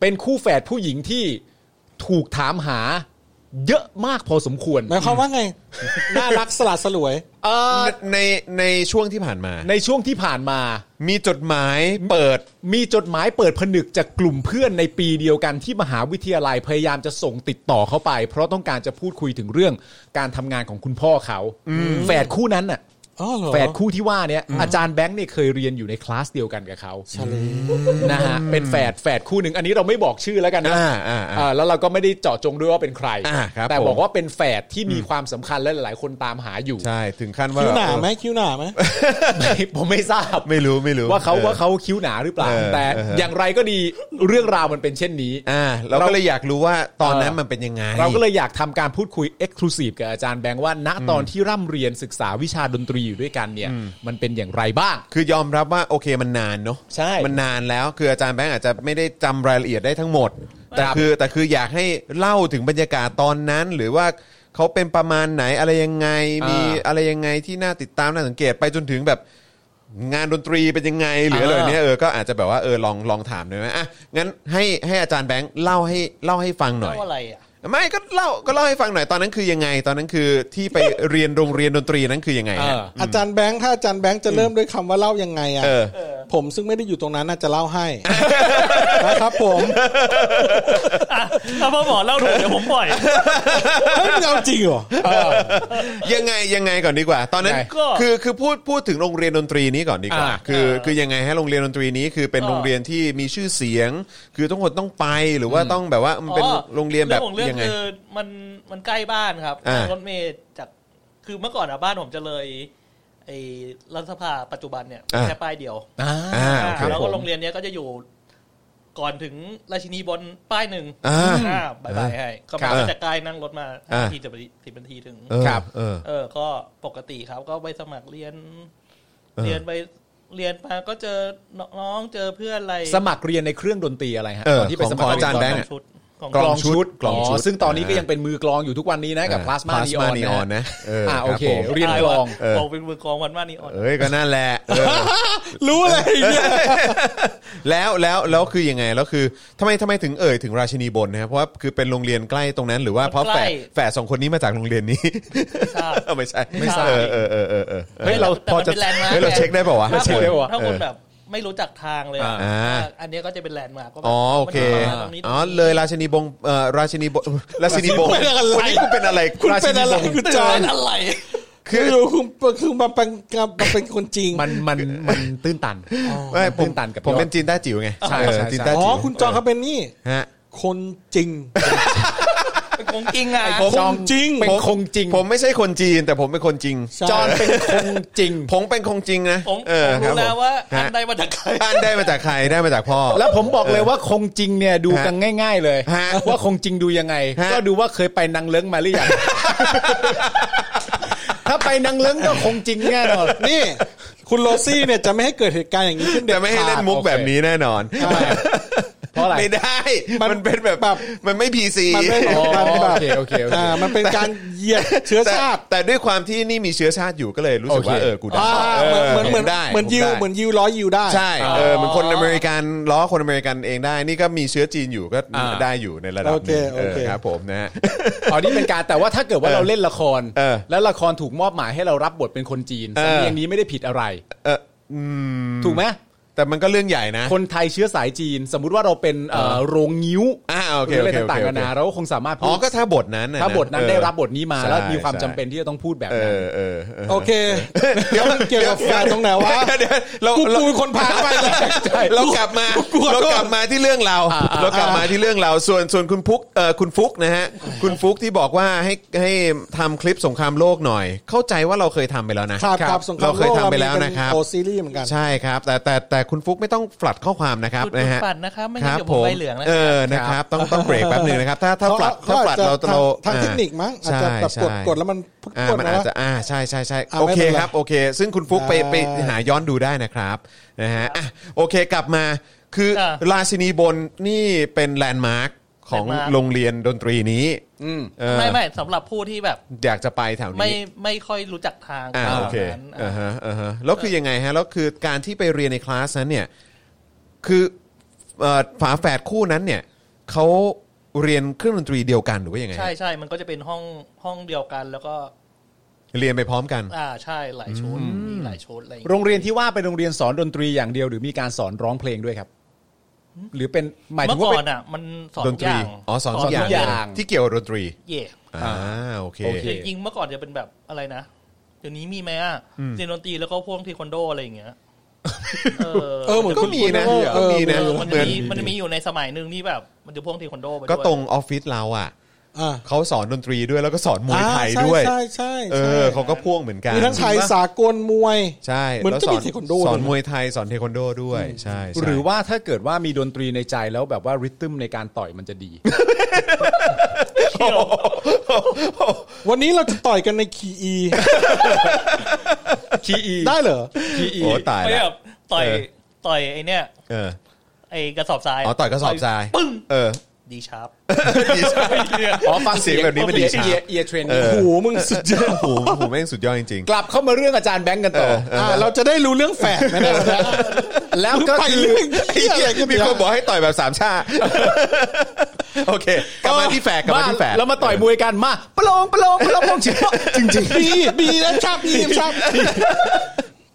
[SPEAKER 3] เป็นคู่แฝดผู้หญิงที่ถูกถามหาเยอะมากพอสมควร
[SPEAKER 4] หมายความว่าไง น่ารักสลัดสลวย
[SPEAKER 3] เอ่อ
[SPEAKER 2] ในในช่วงที่ผ่านมา
[SPEAKER 3] ในช่วงที่ผ่านมา
[SPEAKER 2] มีจดหมายเปิด
[SPEAKER 3] มีจดหมายเปิดผนึกจากกลุ่มเพื่อนในปีเดียวกันที่มหาวิทยาลัยพยายามจะส่งติดต่อเข้าไป เพราะต้องการจะพูดคุยถึงเรื่องการทำงานของคุณพ่อเขาแฝดคู่นั้นน่ะ
[SPEAKER 4] อ๋อเหรอ
[SPEAKER 3] แฝดคู่ที่ว่าเนี่ยอาจารย์แบงค์เนี่ยเคยเรียนอยู่ในคลาสเดียวกันกับเขา
[SPEAKER 4] ชาลี
[SPEAKER 3] นะฮะเป็นแฝดแฝดคู่หนึ่งอันนี้เราไม่บอกชื่อแล้วกันนะ
[SPEAKER 2] อ่าอ่าอ่า
[SPEAKER 3] เออแล้วเราก็ไม่ได้เจาะจงด้วยว่าเป็นใคร
[SPEAKER 2] อ่าครับ
[SPEAKER 3] แต่
[SPEAKER 2] ผม
[SPEAKER 3] บอกว่าเป็นแฝดที่มีความสำคัญและหลาย ๆ คนตามหาอยู่
[SPEAKER 2] ใช่ถึงขั้นว่า
[SPEAKER 4] คิ้วหนาไหม
[SPEAKER 2] เอ
[SPEAKER 4] คิ้วหนาไหม
[SPEAKER 3] ไม่ผมไม่ทราบ
[SPEAKER 2] อไม่รู้ไม่รู้
[SPEAKER 3] ว่าเขา
[SPEAKER 2] ออ
[SPEAKER 3] ว่าเขาคิ้วหนาหรือเปล่า
[SPEAKER 2] เออ
[SPEAKER 3] แต่
[SPEAKER 2] เออ
[SPEAKER 3] อย่างไรก็ดีเรื่องราวมันเป็นเช่นนี้
[SPEAKER 2] อ่าเราก็เลยอยากรู้ว่าตอนนั้น
[SPEAKER 3] เออ
[SPEAKER 2] มันเป็นยังไง
[SPEAKER 3] เราก็เลยอยากทำการพูดคุยเอ็กซ์คลูซีฟกับอาจารย์แบงค์ว่าณตอนที่ร่ำเรียนศึกษาวิชาดนตรีอยู่ด้วยกันเนี่ย มันเป็นอย่างไรบ้าง
[SPEAKER 2] คือยอมรับว่าโอเคมันนานเนาะ
[SPEAKER 3] ใช่
[SPEAKER 2] มันนานแล้วคืออาจารย์แบงค์อาจจะไม่ได้จำรายละเอียดได้ทั้งหมด แต่คือแต่คืออยากให้เล่าถึงบรรยากาศตอนนั้น หรือว่าเขาเป็นประมาณไหนอะไรยังไง
[SPEAKER 3] อ่ามี
[SPEAKER 2] มีอะไรยังไงที่น่าติดตามน่าสังเกตไปจนถึงแบบ งานดนตรีเป็นยังไงหรืออะไรแบบเนี้ยเออก็อาจจะแบบว่าเออลองลองถามหน่อยไหมอ่ะงั้นให้ให้อาจารย์แบงค์เล่าให้เล่าให้ฟังหน่อย
[SPEAKER 5] เล่าอะไรอ่ะ
[SPEAKER 2] ไม่ก็เล่าก็เล่าให้ฟังหน่อยตอนนั้นคือยังไง ตอนนั้นคือที่ไป เรียนโรงเรียนดนตรีนั้นคือยังไงฮะ
[SPEAKER 4] อาจารย์แบงค์ถ้าอาจารย์แบงค์จะเริ่มด้วยคำว่าเล่ายังไงอ่ะ
[SPEAKER 2] เออ
[SPEAKER 4] ผมซึ่งไม่ได้อยู่ตรงนั้นน่าจะเล่าให้ นะครับผม
[SPEAKER 5] ถ้าพ่อหมอเล่าถูกเดี๋ยวผมปล่อย
[SPEAKER 4] เฮ้ยมึงเอาจริงเหรอ
[SPEAKER 2] ยังไงยังไงก่อนดีกว่า ตอนนั้น
[SPEAKER 3] ไง
[SPEAKER 5] ก็
[SPEAKER 2] คือคือพูดพูดถึงโรงเรียนดนตรีนี้ก่อนดีกว่า
[SPEAKER 3] อ่า
[SPEAKER 2] คือคือยังไงฮะโรงเรียนดนตรีนี้คือเป็น
[SPEAKER 5] ก็
[SPEAKER 2] โรงเรียนที่มีชื่อเสียง คือทุกคนต้องไปหรือว่าต้องแบบว่ามันเป็น
[SPEAKER 5] อ๋อ
[SPEAKER 2] โรงเรียนแบบ
[SPEAKER 5] อของเรื่อง
[SPEAKER 2] ยังไง
[SPEAKER 5] คือมันมันใกล้บ้านครับ
[SPEAKER 2] อ่า
[SPEAKER 5] นั่งรถเมล์จากคือเมื่อก่อนอะบ้านผมจะเลยไอ้รัฐสภาปัจจุบันเนี่ยแค่ป้ายเดียว
[SPEAKER 2] อ่าโอเค
[SPEAKER 5] อ่าแล้วก็โรงเรียนเนี้ยก็จะอยู่ก่อนถึงราชินีบนป้ายหนึ่ง
[SPEAKER 2] อ่า
[SPEAKER 5] อ่าบายบายให้ก็
[SPEAKER 2] ครั
[SPEAKER 5] มา
[SPEAKER 2] บ
[SPEAKER 5] จากใกล้นั่งรถมา
[SPEAKER 2] อ่า
[SPEAKER 5] ห้านาทีจะไปสิบนาทีถึง
[SPEAKER 2] เออ
[SPEAKER 3] ครับ
[SPEAKER 2] เออ
[SPEAKER 5] เออ ก็ปกติครับ ก็ไปสมัครเรียน
[SPEAKER 2] เออ
[SPEAKER 5] เรียนไปเรียนมาก็เจอน้องๆเจอเพื่อนอะไร
[SPEAKER 3] สมัครเรียนในเครื่องดนตรีอะไรฮะ
[SPEAKER 2] เออ
[SPEAKER 3] ตนที่ไปสมัคร
[SPEAKER 2] ของอาจารย์แบ
[SPEAKER 5] ก
[SPEAKER 2] ง
[SPEAKER 5] อ
[SPEAKER 2] ค์
[SPEAKER 5] ง
[SPEAKER 2] อะ
[SPEAKER 5] ชุดของ
[SPEAKER 2] กลองชุดกลองชุด
[SPEAKER 3] อ๋อซึ่งตอนนี้ก็ยังเป็นมือกลองอยู่ทุกวันนี้นะกับพลาสมานีออน
[SPEAKER 2] นีออนนะเออ
[SPEAKER 3] อ่า
[SPEAKER 2] รับ
[SPEAKER 3] โอเค
[SPEAKER 2] ผม
[SPEAKER 3] เรียนกล อง
[SPEAKER 5] เออเป็นมือกลองวันว่านี่ออน
[SPEAKER 2] เอ้ยก็นั่นแหละเออ
[SPEAKER 4] รู้เลยเนี่ย
[SPEAKER 2] แล้วแล้วแล้วคือยังไงแล้วคือทำไมทำไมถึงเอ่ยถึงราชินีบนนะครับเพราะว่าคือเป็นโรงเรียนใกล้ตรงนั้นหรือว่าเพราะแฝดแฝดสองคนนี้มาจากโรงเรียนนี้
[SPEAKER 5] ทราบ
[SPEAKER 2] เออไม่ใช่
[SPEAKER 5] ไม่ใช่
[SPEAKER 2] เออเออเออเออเออ
[SPEAKER 3] เฮ้ยเรา
[SPEAKER 5] แต่
[SPEAKER 2] พอ
[SPEAKER 5] มัน
[SPEAKER 2] จะ
[SPEAKER 5] เป็นแลนด์มาร์ค
[SPEAKER 2] เฮ้ยเราเช็คได้เปล่าวะ
[SPEAKER 5] ถ้า
[SPEAKER 3] เช็ค
[SPEAKER 5] ค
[SPEAKER 3] น ได้ปะวะ
[SPEAKER 5] ถ้าคนแบบไม่รู้จักทางเลยอะ
[SPEAKER 2] อ่า
[SPEAKER 5] อ่ะอันเนี้ยก็จะเป็นแลนด์มาร์ก
[SPEAKER 2] อ๋อโอเค
[SPEAKER 5] ตรงนี้
[SPEAKER 2] อ๋อเลยราชินีบงเอ่อราชินีบงราชินีบง
[SPEAKER 4] คุณเป็นอะไร
[SPEAKER 2] วันนี้คุณเป็นอะไร
[SPEAKER 4] คุณเป็นอะไร
[SPEAKER 2] ราชินีบง
[SPEAKER 4] คุณ
[SPEAKER 5] เป็น
[SPEAKER 4] จอน
[SPEAKER 5] อะไร
[SPEAKER 4] คือคุณคือมาเป็นมาเป็นคนจริง
[SPEAKER 3] มันมันมันตื้นตัน
[SPEAKER 2] ไม่ผม
[SPEAKER 3] ตื้นตันกับ
[SPEAKER 2] ผ
[SPEAKER 3] ย
[SPEAKER 2] ม
[SPEAKER 3] อด
[SPEAKER 2] เป็นจีนต้าจิ๋วไง
[SPEAKER 3] ใช่
[SPEAKER 2] เออ
[SPEAKER 3] ใช่
[SPEAKER 2] จีนต้า
[SPEAKER 4] อ๋อ
[SPEAKER 2] จิ๋ว
[SPEAKER 4] คุณจอนเขาเป็นนี่
[SPEAKER 2] ฮะ
[SPEAKER 4] คนจริง
[SPEAKER 5] เป็นของจริงอ่ะ
[SPEAKER 2] ผม
[SPEAKER 3] จอง
[SPEAKER 4] จริง
[SPEAKER 3] เป็นคงจริง
[SPEAKER 2] ผมไม่ใช่คนจีนแต่ผมเป็นคนจริง
[SPEAKER 4] ใช่
[SPEAKER 3] จอนเป็นคงจริง
[SPEAKER 2] ผมเป็นคงจริงนะ
[SPEAKER 5] ผม
[SPEAKER 2] เออ
[SPEAKER 5] ผ
[SPEAKER 2] ค
[SPEAKER 5] ม
[SPEAKER 2] รับ
[SPEAKER 5] รู้
[SPEAKER 2] ผ
[SPEAKER 5] แล้ว
[SPEAKER 2] ม
[SPEAKER 5] ว่า
[SPEAKER 2] ฮะ
[SPEAKER 5] อันใดมาจากใคร
[SPEAKER 2] บ้านได้มาจากใครได้มาจากพ่อ
[SPEAKER 3] แล้วผมบอกเลยว่าคงจริงเนี่ยดูกันง่าย ๆ เลย
[SPEAKER 2] ฮะ
[SPEAKER 3] ว่าคงจริงดูยังไง
[SPEAKER 2] ฮะ
[SPEAKER 3] ก็ดูว่าเคยไปนางเลิ้งมาหรือยัง ถ้าไปนางเลิ้งก็คงจริงแน่นอน
[SPEAKER 4] นี่ คุณโรซี่เนี่ยจะไม่ให้เกิดเหตุการณ์อย่างนี้ขึ้นเด็ด
[SPEAKER 2] จะไม่ให้เล่น
[SPEAKER 4] ขาด
[SPEAKER 2] มุกแบบนี้แน่นอน
[SPEAKER 3] ทำไมเพราะอะไร
[SPEAKER 2] ไม่ได้ มันเป็นแบบ
[SPEAKER 4] แบบ
[SPEAKER 2] มันไม่พีซี
[SPEAKER 4] มันไม่
[SPEAKER 3] อ๋อ
[SPEAKER 4] มันแบบ
[SPEAKER 3] โอเคโอเคโอเค
[SPEAKER 4] อ่ามันเป็นการเหยียดเชื้อ
[SPEAKER 2] แต่
[SPEAKER 4] ชาติ
[SPEAKER 2] แต่ด้วยความที่นี่มีเชื้อชาติอยู่ก็เลยรู้สึกว่า
[SPEAKER 3] โอเค
[SPEAKER 2] เออกูได้
[SPEAKER 4] อ่า
[SPEAKER 2] เออ
[SPEAKER 4] เหมือนเหมือน
[SPEAKER 2] ผได้
[SPEAKER 4] เหมือน
[SPEAKER 2] ผ
[SPEAKER 4] ยิว
[SPEAKER 2] ได้
[SPEAKER 4] เหมือนยิวร้อยยิวได้
[SPEAKER 2] ใช่เออเหมือนคนอเมริกันล้อคนอเมริกันเองได้ นี่ก็มีเชื้อจีนอยู่ก็ได้อยู่ในระดับห
[SPEAKER 4] โอเค
[SPEAKER 2] นึง
[SPEAKER 4] โอ
[SPEAKER 2] เออ
[SPEAKER 4] เค
[SPEAKER 2] ครับผมนะ ฮะ
[SPEAKER 3] อ๋อนี่เป็นการแต่ว่าถ้าเกิดว่า
[SPEAKER 2] เออ
[SPEAKER 3] เราเล่นละคร
[SPEAKER 2] เออ
[SPEAKER 3] แล้วละครถูกมอบหมายให้เรารับบทเป็นคนจีน
[SPEAKER 2] เออ
[SPEAKER 3] สำเนียงนี้ไม่ได้ผิดอะไร
[SPEAKER 2] เอออืม
[SPEAKER 3] ถูกไหม
[SPEAKER 2] แต่มันก็เรื่องใหญ่นะ
[SPEAKER 3] คนไทยเชื้อสายจีน สมมุติว่าเราเป็นเอ่อโรงงิ้ว
[SPEAKER 2] อ่าโอ
[SPEAKER 3] ห
[SPEAKER 2] เค
[SPEAKER 3] รือ
[SPEAKER 2] โอ
[SPEAKER 3] อะไร
[SPEAKER 2] เคโอ
[SPEAKER 3] ต่าง
[SPEAKER 2] เค
[SPEAKER 3] ๆ
[SPEAKER 2] โอ
[SPEAKER 3] นานา
[SPEAKER 2] เค
[SPEAKER 3] เราก็คงสามารถพู
[SPEAKER 2] อ๋อ
[SPEAKER 3] ด
[SPEAKER 2] ก็ถ้าบทนั้นน่ะ
[SPEAKER 3] ถ้าบทนั้นได้
[SPEAKER 2] เออ
[SPEAKER 3] รับบทนี้มาแล้วมีความจำเป็นที่จะต้องพูดแบบ
[SPEAKER 2] เอ
[SPEAKER 3] นั้น
[SPEAKER 2] อเออเออ
[SPEAKER 4] โอเค เดี๋ยวมันเกี่ยวกับแฟนตรงไหนวะ
[SPEAKER 2] เดี๋ยเดี๋ยเรา
[SPEAKER 4] กู
[SPEAKER 2] เรา
[SPEAKER 4] กูเป็นคนพาไปเลย
[SPEAKER 2] เรากลับมาเรากลับมาที่เรื่องเราเรากลับมาที่เรื่องเราส่วนส่วนคุณพุกเอ่อคุณฟุกนะฮะคุณฟุกที่บอกว่าให้ให้ทำคลิปสงครามโลกหน่อย เข้าใจว่าเราเคยทำไปแล้วนะครับ
[SPEAKER 4] ครับสงคราม
[SPEAKER 2] เรา
[SPEAKER 4] โลก
[SPEAKER 2] เคยทำไปแล้วนะครับ
[SPEAKER 4] โอซีรีส์เหมือนกัน
[SPEAKER 2] ใช่ครับ แต่แต่แต่คุณฟุกไม่ต้องฝัดข้อความนะครับ
[SPEAKER 5] คุณ
[SPEAKER 2] นะฮะ
[SPEAKER 5] คุณฝัดนะครับไม่งั้นเดี๋ยวผมใบเหลืองนะครับ
[SPEAKER 2] เออนะครับต้องต้องเบรกแป๊บหนึงนะครับ ถ้าถ้าฝัดถ้าฝัดเราเรา
[SPEAKER 4] ทางเทคนิคมั้งอาจจะแบบกด
[SPEAKER 2] ใช่
[SPEAKER 4] กดแล้วมันพุท
[SPEAKER 2] อ่า
[SPEAKER 4] ธกด
[SPEAKER 2] มัน
[SPEAKER 4] นะ
[SPEAKER 2] อาจจะอ่าใช่ใช่ใช่
[SPEAKER 4] อ่า
[SPEAKER 2] โอ
[SPEAKER 4] ไม่
[SPEAKER 2] เค
[SPEAKER 4] เป็นไร
[SPEAKER 2] ครับโอเค ซึ่งคุณฟุกไป
[SPEAKER 4] อ่า
[SPEAKER 2] ไปหาย้อนดูได้นะครับนะฮะอ่ะโอเคกลับมาคือ
[SPEAKER 5] จ้ะ
[SPEAKER 2] ราชินีบนนี่เป็นแลนด์มาร์คของ
[SPEAKER 5] แลนด์มาร์ค
[SPEAKER 2] โรงเรียนดนตรีนี้เออ
[SPEAKER 5] ไม่ไม่สำหรับผู้ที่แบบ
[SPEAKER 2] อยากจะไปแถว
[SPEAKER 5] ไม่
[SPEAKER 2] นี้
[SPEAKER 5] ไม่ค่อยรู้จักทาง
[SPEAKER 2] อ่า
[SPEAKER 5] ขนาด
[SPEAKER 2] โอเค
[SPEAKER 5] นั้น
[SPEAKER 2] อ่า
[SPEAKER 5] อ่ะ
[SPEAKER 2] ฮะอ่าฮะแล้วคือยังไงฮะแล้วคือการที่ไปเรียนในคลาสนั้นเนี่ยคือเอ่อฝาแฝดคู่นั้นเนี่ยเขาเรียนเครื่องดนตรีเดียวกันหรือว่ายังไงฮะ
[SPEAKER 5] ใช่ใช่มันก็จะเป็นห้องห้องเดียวกันแล้วก็
[SPEAKER 2] เรียนไปพร้อมกัน
[SPEAKER 5] อ่าใช่หลายชุดมีหลายชุดอะไรอย่างเงี้ย
[SPEAKER 3] โรงเรียนที่ว่าเป็นโรงเรียนสอนดนตรีอย่างเดียวหรือมีการสอนร้องเพลงด้วยครับ หรือเป็นหมาย
[SPEAKER 5] เมื่
[SPEAKER 3] ถึ
[SPEAKER 5] อง
[SPEAKER 3] ว่า
[SPEAKER 5] ก่
[SPEAKER 3] เป็
[SPEAKER 5] อน
[SPEAKER 3] น
[SPEAKER 5] อ่ะ มันสอน
[SPEAKER 2] ด
[SPEAKER 5] ทุ
[SPEAKER 2] น
[SPEAKER 5] ก
[SPEAKER 2] ต
[SPEAKER 5] อ
[SPEAKER 2] รี
[SPEAKER 5] ย่าง
[SPEAKER 2] อ๋อสอนทุกอย่า
[SPEAKER 3] สอน
[SPEAKER 2] ง
[SPEAKER 3] ทุกอย่าง
[SPEAKER 2] ที่เกี่ยวกับดนตรี
[SPEAKER 5] เย่
[SPEAKER 2] อ่าโอเค
[SPEAKER 3] โอเค
[SPEAKER 5] จริงๆเมื่อก่อนจะเป็นแบบอะไรนะเดี๋ยวนี้มีไหมอ่ะเรียนดนตรีแล้วก็พวกเทควันโดอะไรอย่างเงี้ยเออ
[SPEAKER 4] เออเหมือน
[SPEAKER 2] ก็
[SPEAKER 4] คุณ
[SPEAKER 2] มีนะ
[SPEAKER 4] เออ
[SPEAKER 2] ก็มีนะ
[SPEAKER 5] เออมัน
[SPEAKER 2] เห
[SPEAKER 5] จะ
[SPEAKER 2] มือน
[SPEAKER 5] มีมันจะมีอยู่ในสมัยหนึ่งที่แบบ มันจะพ่วงเทควันโดไปด้วย
[SPEAKER 2] ก็ตรงออฟฟิศเราอ่ะ
[SPEAKER 4] อ่า
[SPEAKER 2] เขาสอนดนตรีด้วยแล้วก็สอนมวยไทยด้วย
[SPEAKER 4] ใช่ใช่
[SPEAKER 2] เอ
[SPEAKER 4] ใช่
[SPEAKER 2] อเขาก็พ่วงเหมือนกัน
[SPEAKER 4] มีทั้งไทยสากลมวย
[SPEAKER 2] ใช่
[SPEAKER 4] เหมือน
[SPEAKER 2] แล้ว
[SPEAKER 4] จะ
[SPEAKER 2] ส
[SPEAKER 4] มี
[SPEAKER 2] อน
[SPEAKER 4] เทควันโด
[SPEAKER 2] สอน
[SPEAKER 4] ด้วยนะ
[SPEAKER 2] มวยไทยสอนเทควันโดด้วยใช่ใช่
[SPEAKER 3] หรือว่าถ้าเกิดว่ามีดนตรีในใจแล้วแบบว่าริทึมในการต่อยมัน จะดี
[SPEAKER 4] วันนี้เราจะต่อยกันในคีอี
[SPEAKER 3] คี อี
[SPEAKER 4] ได้เหรอ
[SPEAKER 2] โอ้ตาย
[SPEAKER 5] ไม่
[SPEAKER 2] แล้
[SPEAKER 5] แบ
[SPEAKER 2] ว
[SPEAKER 5] บต่อย
[SPEAKER 2] เออ
[SPEAKER 5] ต่อยไอ้เนี่ย
[SPEAKER 2] เออ
[SPEAKER 5] ไอ้กระสอบทราย
[SPEAKER 2] อ๋อต่อยกระสอบทราย
[SPEAKER 5] ปึ้ง
[SPEAKER 2] เออ
[SPEAKER 5] ดีชา ร์ป
[SPEAKER 2] อ๋อฟังเสียงแบบนี้มันดี
[SPEAKER 3] เอ
[SPEAKER 2] ใช่
[SPEAKER 3] เอเอเทรน
[SPEAKER 2] เออ
[SPEAKER 4] โอ้โหมึงสุดยอด
[SPEAKER 2] โอ้โหโอ้โหแม่งสุดยอดจริง
[SPEAKER 3] กลับเข้ามาเรื่องอาจารย์แบงก์กันต่อ
[SPEAKER 4] อ่าเราจะได้รู้เรื่องแฝดไหมเนี่ย
[SPEAKER 3] แล้วก็
[SPEAKER 4] ไป
[SPEAKER 3] คือ
[SPEAKER 4] เรื่อง
[SPEAKER 2] ๆไอ้
[SPEAKER 4] ไอ้
[SPEAKER 2] เหี้
[SPEAKER 4] เหี้
[SPEAKER 2] ย
[SPEAKER 4] ย
[SPEAKER 2] มีคนบอกให้ต่อยแบบสามชา โอเค กลับมาที่แฝกกลับมาที่แฝก
[SPEAKER 3] เรามาต่อยมวยกันมาประโลองประโลองประโลองจริงจริง
[SPEAKER 4] บีบีนะชาบีชาบ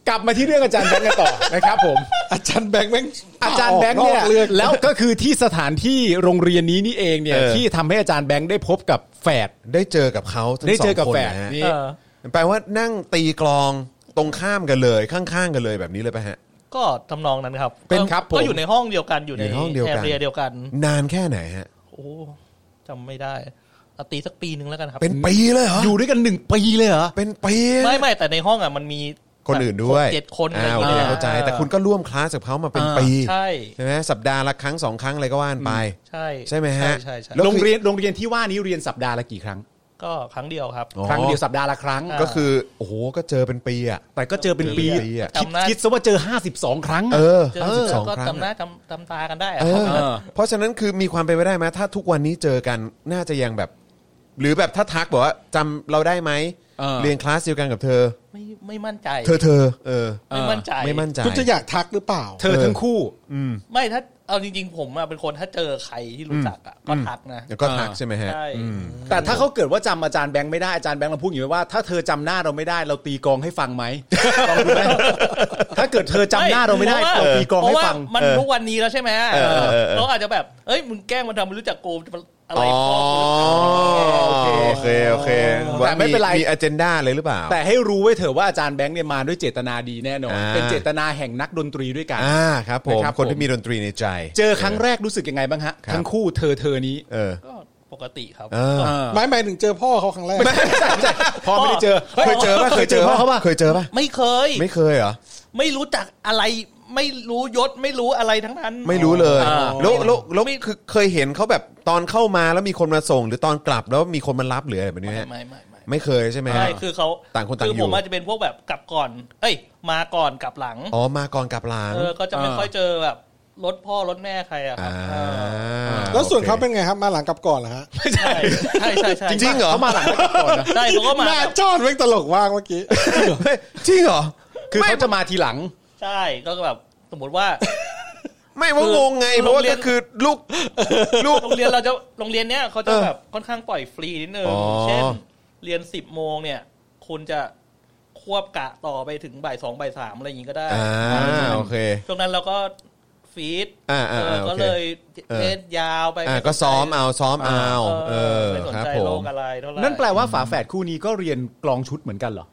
[SPEAKER 3] กลับมาที่เรื่องอาจารย์แบงค์กันต่อ นะครับผม
[SPEAKER 4] อาจารย์แบงค์แม่ง
[SPEAKER 3] อาจารย์แบงค์เนี่ย
[SPEAKER 4] อกรื่อง
[SPEAKER 3] แล้วก็คือที่สถานที่โรงเรียนนี้นี่เองเนี่ยที่ทำให้อาจารย์แบงค์ได้พบกับแฝด
[SPEAKER 2] ได้เจอกับเขาทั้ง
[SPEAKER 3] ได้
[SPEAKER 2] สอ
[SPEAKER 3] เจอง กับ
[SPEAKER 2] คน
[SPEAKER 3] แฝด
[SPEAKER 2] นะฮะ
[SPEAKER 3] นี่
[SPEAKER 5] เออ
[SPEAKER 2] แปลว่านั่งตีกลองตรงข้ามกันเลยข้างๆกันเลยแบบนี้เลยป่ะฮะ
[SPEAKER 5] ก็ทำนองนั้นครับ
[SPEAKER 2] เป็นครับผม
[SPEAKER 5] ก็อยู่ในห้องเดียวกันอยู่
[SPEAKER 2] อ
[SPEAKER 5] ใน
[SPEAKER 2] ยู่ในห้องเดียวกัน
[SPEAKER 5] แอเรียเดียวกัน
[SPEAKER 2] นานแค่ไหนฮะ
[SPEAKER 5] โอ้จำไม่ได้เอาตีสักปีหนึ่งแล้วกันครับ
[SPEAKER 2] เป็นปีเลยเหรอ
[SPEAKER 3] อยู่ด้วยกันหนึ่งปีเลยเหรอ
[SPEAKER 2] เป็นปี
[SPEAKER 5] ไม่ไม่แต่ในห้องอ่ะมันมี
[SPEAKER 2] คนอื่นด้วย
[SPEAKER 5] หกเจ็ดคน
[SPEAKER 2] อ้าว
[SPEAKER 5] อะไรอย่งงี้ย
[SPEAKER 2] เข้าใจ แต่คุณก็ร่วมคลาสกับเขามาเป็นปี
[SPEAKER 5] ใช่
[SPEAKER 2] ใช่ไหมสัปดาห์ละครั้งสองครั้งอะไรก็ว่านไป
[SPEAKER 5] ใช่
[SPEAKER 2] ใช่ไหมฮะ
[SPEAKER 5] ใช่ใช่
[SPEAKER 2] แล้วคือ
[SPEAKER 3] โรงเรียนโรงเรียนที่ว่านี้เรียนสัปดาห์ละกี่ครั้ง
[SPEAKER 5] ก็ครั้งเดียวครับ
[SPEAKER 2] อ๋อ
[SPEAKER 3] ครั้งเดียวสัปดาห์ละครั้ง
[SPEAKER 2] ก็คือโอ้โหก็เจอเป็นปีอ่ะ
[SPEAKER 3] แต่ก็เจอเป็นปี
[SPEAKER 2] เจอเป็นปีอะ
[SPEAKER 3] คิด
[SPEAKER 5] จำได้
[SPEAKER 3] คิดซะว่าเจอ 52 ครั้ง
[SPEAKER 2] เออ
[SPEAKER 5] เจ
[SPEAKER 2] ห้าสิบสอง
[SPEAKER 5] ก็
[SPEAKER 2] ครั้ง
[SPEAKER 5] จำหน้าจำจำตากันได้อะ
[SPEAKER 2] เออ
[SPEAKER 5] ครับ
[SPEAKER 3] เออ
[SPEAKER 2] เพราะฉะนั้นคือมีความเป็นไปได้ไหมถ้าทุกวันนี้เจอกันน่าจะยังแบบ หรือแบบถ้าทักบอกว่าจำเราได้ไหม
[SPEAKER 3] เออ
[SPEAKER 2] เรียนคลาสเดียวกันกับเธอ
[SPEAKER 5] ไม่ไม่มั่นใจ
[SPEAKER 2] เธอเธอ เออ
[SPEAKER 5] ไม่มั่นใจ
[SPEAKER 2] ไม่มั่นใจ
[SPEAKER 4] คุณจะอยากทักหรือเปล่า
[SPEAKER 3] เธอทั้งคู่
[SPEAKER 5] ไม่ถ้าเอาจริง ๆ ผมอะเป็นคนถ้าเจอใครที่รู้จักอะก็ทักนะ
[SPEAKER 2] แล้วก็ทักใช่ไหมฮะ
[SPEAKER 5] ใช่
[SPEAKER 3] แต่ถ้าเขาเกิดว่าจำอาจารย์แบงค์ไม่ได้อาจารย์แบงค์เราพูดอย่างนี้ว่าถ้าเธอจำหน้าเราไม่ได้เราตีกลองให้ฟังไหมลองดูไหมถ้าเกิดเธอจำหน้าเราไม่ได้
[SPEAKER 5] พะว่
[SPEAKER 3] เราตีกลองให้ฟัง
[SPEAKER 5] เพราะว่ามันทุกวันนี้แล้วใช่ไหมเขาอาจจะแบบเอ้ยมึงแกล้งมันทำมันรู้จักกูจะมาอะไร
[SPEAKER 2] อ๋อ
[SPEAKER 5] โอเค
[SPEAKER 2] โอเคโอเค
[SPEAKER 3] แต่ไม่เป็นไร
[SPEAKER 2] มีอเจนดาอะไรหรือเปล่า
[SPEAKER 3] แต่ให้รู้ไว้เถอะว่าอาจารย์แบงค์เนี่ยมาด้วยเจตนาดีแน่นอน
[SPEAKER 2] อ่า
[SPEAKER 3] เป็นเจตนาแห่งนักดนตรีด้วยกัน
[SPEAKER 2] อ่าครับผม
[SPEAKER 3] นะครับ
[SPEAKER 2] คนที่
[SPEAKER 3] ผม
[SPEAKER 2] มีดนตรีในใจ
[SPEAKER 3] เจอครั้งแรกรู้สึกยังไงบ้างฮะ
[SPEAKER 2] ครับ
[SPEAKER 3] ทั้งคู่เธอเธอนี้
[SPEAKER 2] เออ
[SPEAKER 5] ก็ปกติครับ
[SPEAKER 2] เออ
[SPEAKER 4] หมายหมายถึงเจอพ่อเขาครั้งแรก
[SPEAKER 3] พ่อไม่ได้เจอ
[SPEAKER 5] เฮ้ย
[SPEAKER 2] เคยเจอป่ะเคยเจอ
[SPEAKER 3] เคยเจอพ่
[SPEAKER 2] ป่ะ
[SPEAKER 3] อเขาป่ะ
[SPEAKER 2] เคยเจอป่ะ
[SPEAKER 5] ไม่เคย
[SPEAKER 2] ไม่เคยเหรอ
[SPEAKER 5] ไม่รู้จักอะไร ไม่รู้ยศไม่รู้อะไรทั้งนั้น
[SPEAKER 2] ไม่รู้เลย
[SPEAKER 5] อ่า
[SPEAKER 2] แล้วแล้วแล้วคือเคยเห็นเขาแบบตอนเข้ามาแล้วมีคนมาส่ง หรือตอนกลับแล้วมีคนมารับหรืออะไรแบบนี้
[SPEAKER 5] ไม่
[SPEAKER 2] ฮะ
[SPEAKER 5] ไม่ไม่ไม่
[SPEAKER 2] ไม่เคยใช่ไหมฮะ
[SPEAKER 5] ใช่คือเขา
[SPEAKER 2] ต่างคนต่าง
[SPEAKER 5] คือ
[SPEAKER 2] อ
[SPEAKER 5] อยู่ ผมอาจจะเป็นพวกแบบกลับก่อน เอ้ย มาก่อนกลับหลัง
[SPEAKER 2] อ๋อมาก่อนกลับหลัง
[SPEAKER 5] เออก็จะไม่ค่อยเจอแบบรถพ่อรถแม่ใครอะครั
[SPEAKER 2] อ่า
[SPEAKER 5] บเออ
[SPEAKER 4] แล้วส่วนเขาเป็น
[SPEAKER 2] โอค
[SPEAKER 4] ไงครับ มาหลังกลับก่อนเหรอฮะ
[SPEAKER 5] ใช่ใช่ใช่ใช่
[SPEAKER 2] จริงเหรอ
[SPEAKER 3] เขามาหลังแรกก่อนนะ
[SPEAKER 5] ใช่เขาก็มา
[SPEAKER 4] หน้าจอดแม่งตลกว่างเมื่อกี้
[SPEAKER 2] เฮ้ยจริงเหรอ
[SPEAKER 3] คือเขาจะมาทีหลัง
[SPEAKER 5] ใช่ก็แบบสมมติว่า
[SPEAKER 2] ไม่ว่างงไง
[SPEAKER 5] คือ
[SPEAKER 2] เพราะว่า
[SPEAKER 5] โรงเรีย
[SPEAKER 2] ก็
[SPEAKER 5] น
[SPEAKER 2] คือลูก ลูก
[SPEAKER 5] โรงเรียนเราจะโรงเรียนเนี้ยเขาจะแบบค่อนข้างปล่อยฟรีนิดนึง
[SPEAKER 2] อ๋อ
[SPEAKER 5] เช่น เรียนสิบโมงเนี่ย คุณจะควบกะต่อไปถึงบ่ายสองบ่ายสามอะไรอย่างงี้ก็ได้
[SPEAKER 2] อ่าโอเค
[SPEAKER 5] ช่วงนั้นเราก็ฟีด
[SPEAKER 2] อ่าอ่า
[SPEAKER 5] เอ
[SPEAKER 2] อ่า
[SPEAKER 5] อ
[SPEAKER 2] โอเค
[SPEAKER 5] ก็เลยเล่นยาวไป
[SPEAKER 2] อ่าก็ซ้อมเอาซ้อมเอา
[SPEAKER 5] เอ
[SPEAKER 2] เอ
[SPEAKER 5] อ
[SPEAKER 2] อ
[SPEAKER 5] ไม่สน
[SPEAKER 2] ครับ
[SPEAKER 5] ใจ
[SPEAKER 2] ผ
[SPEAKER 5] โล
[SPEAKER 2] ม
[SPEAKER 5] กอะไรเท่าไหร่
[SPEAKER 3] นั่นแปลว่าฝาแฝดคู่นี้ก็เรียนกลองชุดเหมือนกันเหรอ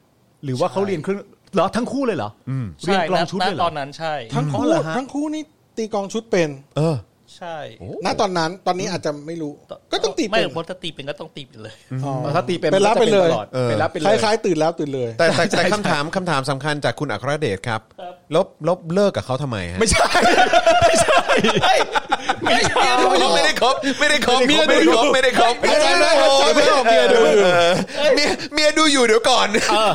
[SPEAKER 3] หรือว่าเขาเรียนเครื่องเหรอทั้งคู่เลยเหรออเรียน
[SPEAKER 5] ใช่
[SPEAKER 3] กลองชุด
[SPEAKER 5] ณ
[SPEAKER 3] เลยเหร
[SPEAKER 5] ต
[SPEAKER 3] อ
[SPEAKER 5] อนนั้นใช่
[SPEAKER 4] ทั้ง
[SPEAKER 3] อ๋
[SPEAKER 4] คู่
[SPEAKER 3] อเหรอฮะ
[SPEAKER 4] ทั้งคู่นี่ตีกลองชุดเป็น
[SPEAKER 2] เออ
[SPEAKER 5] ใช่
[SPEAKER 4] ณตอนนั้นตอนนี้อาจจะไม่รู้ ก็ต้องตี
[SPEAKER 5] ไม่
[SPEAKER 4] เป็น
[SPEAKER 5] เพราะถ้าตีเป็นก็ต้องตีเป็นเลย
[SPEAKER 4] อ๋อ
[SPEAKER 3] ถ้าตีเป็น
[SPEAKER 4] เป็นรับไป
[SPEAKER 3] มันก็
[SPEAKER 4] เล
[SPEAKER 3] จะ
[SPEAKER 4] ย
[SPEAKER 3] ตอด
[SPEAKER 2] เออ
[SPEAKER 3] เป็นรับเป็น
[SPEAKER 4] ค
[SPEAKER 3] เลย
[SPEAKER 4] ล้ายๆตื่นแล้วตื่นเลย
[SPEAKER 2] แต่แต่แต่คำถามคำถามสำคัญจากคุณอัครเดชครับ
[SPEAKER 5] ครับ
[SPEAKER 2] ลบลบเลิกกับเขาทำไมฮะ
[SPEAKER 3] ไม่ใช่ ไม่ใช่ ไม่ใช่
[SPEAKER 2] ไม่ได้ครบไม่ได้ครบ
[SPEAKER 3] เมียดู
[SPEAKER 2] ไม่ได้ครบ
[SPEAKER 3] อยู่
[SPEAKER 2] ไม่ได้ครบ
[SPEAKER 3] อาจารย์แม่
[SPEAKER 2] โอ้
[SPEAKER 3] อาจารย์แม่บอกเมียดูอยู่
[SPEAKER 2] เออเมียเมียดูอยู่เดี๋ยวก่อน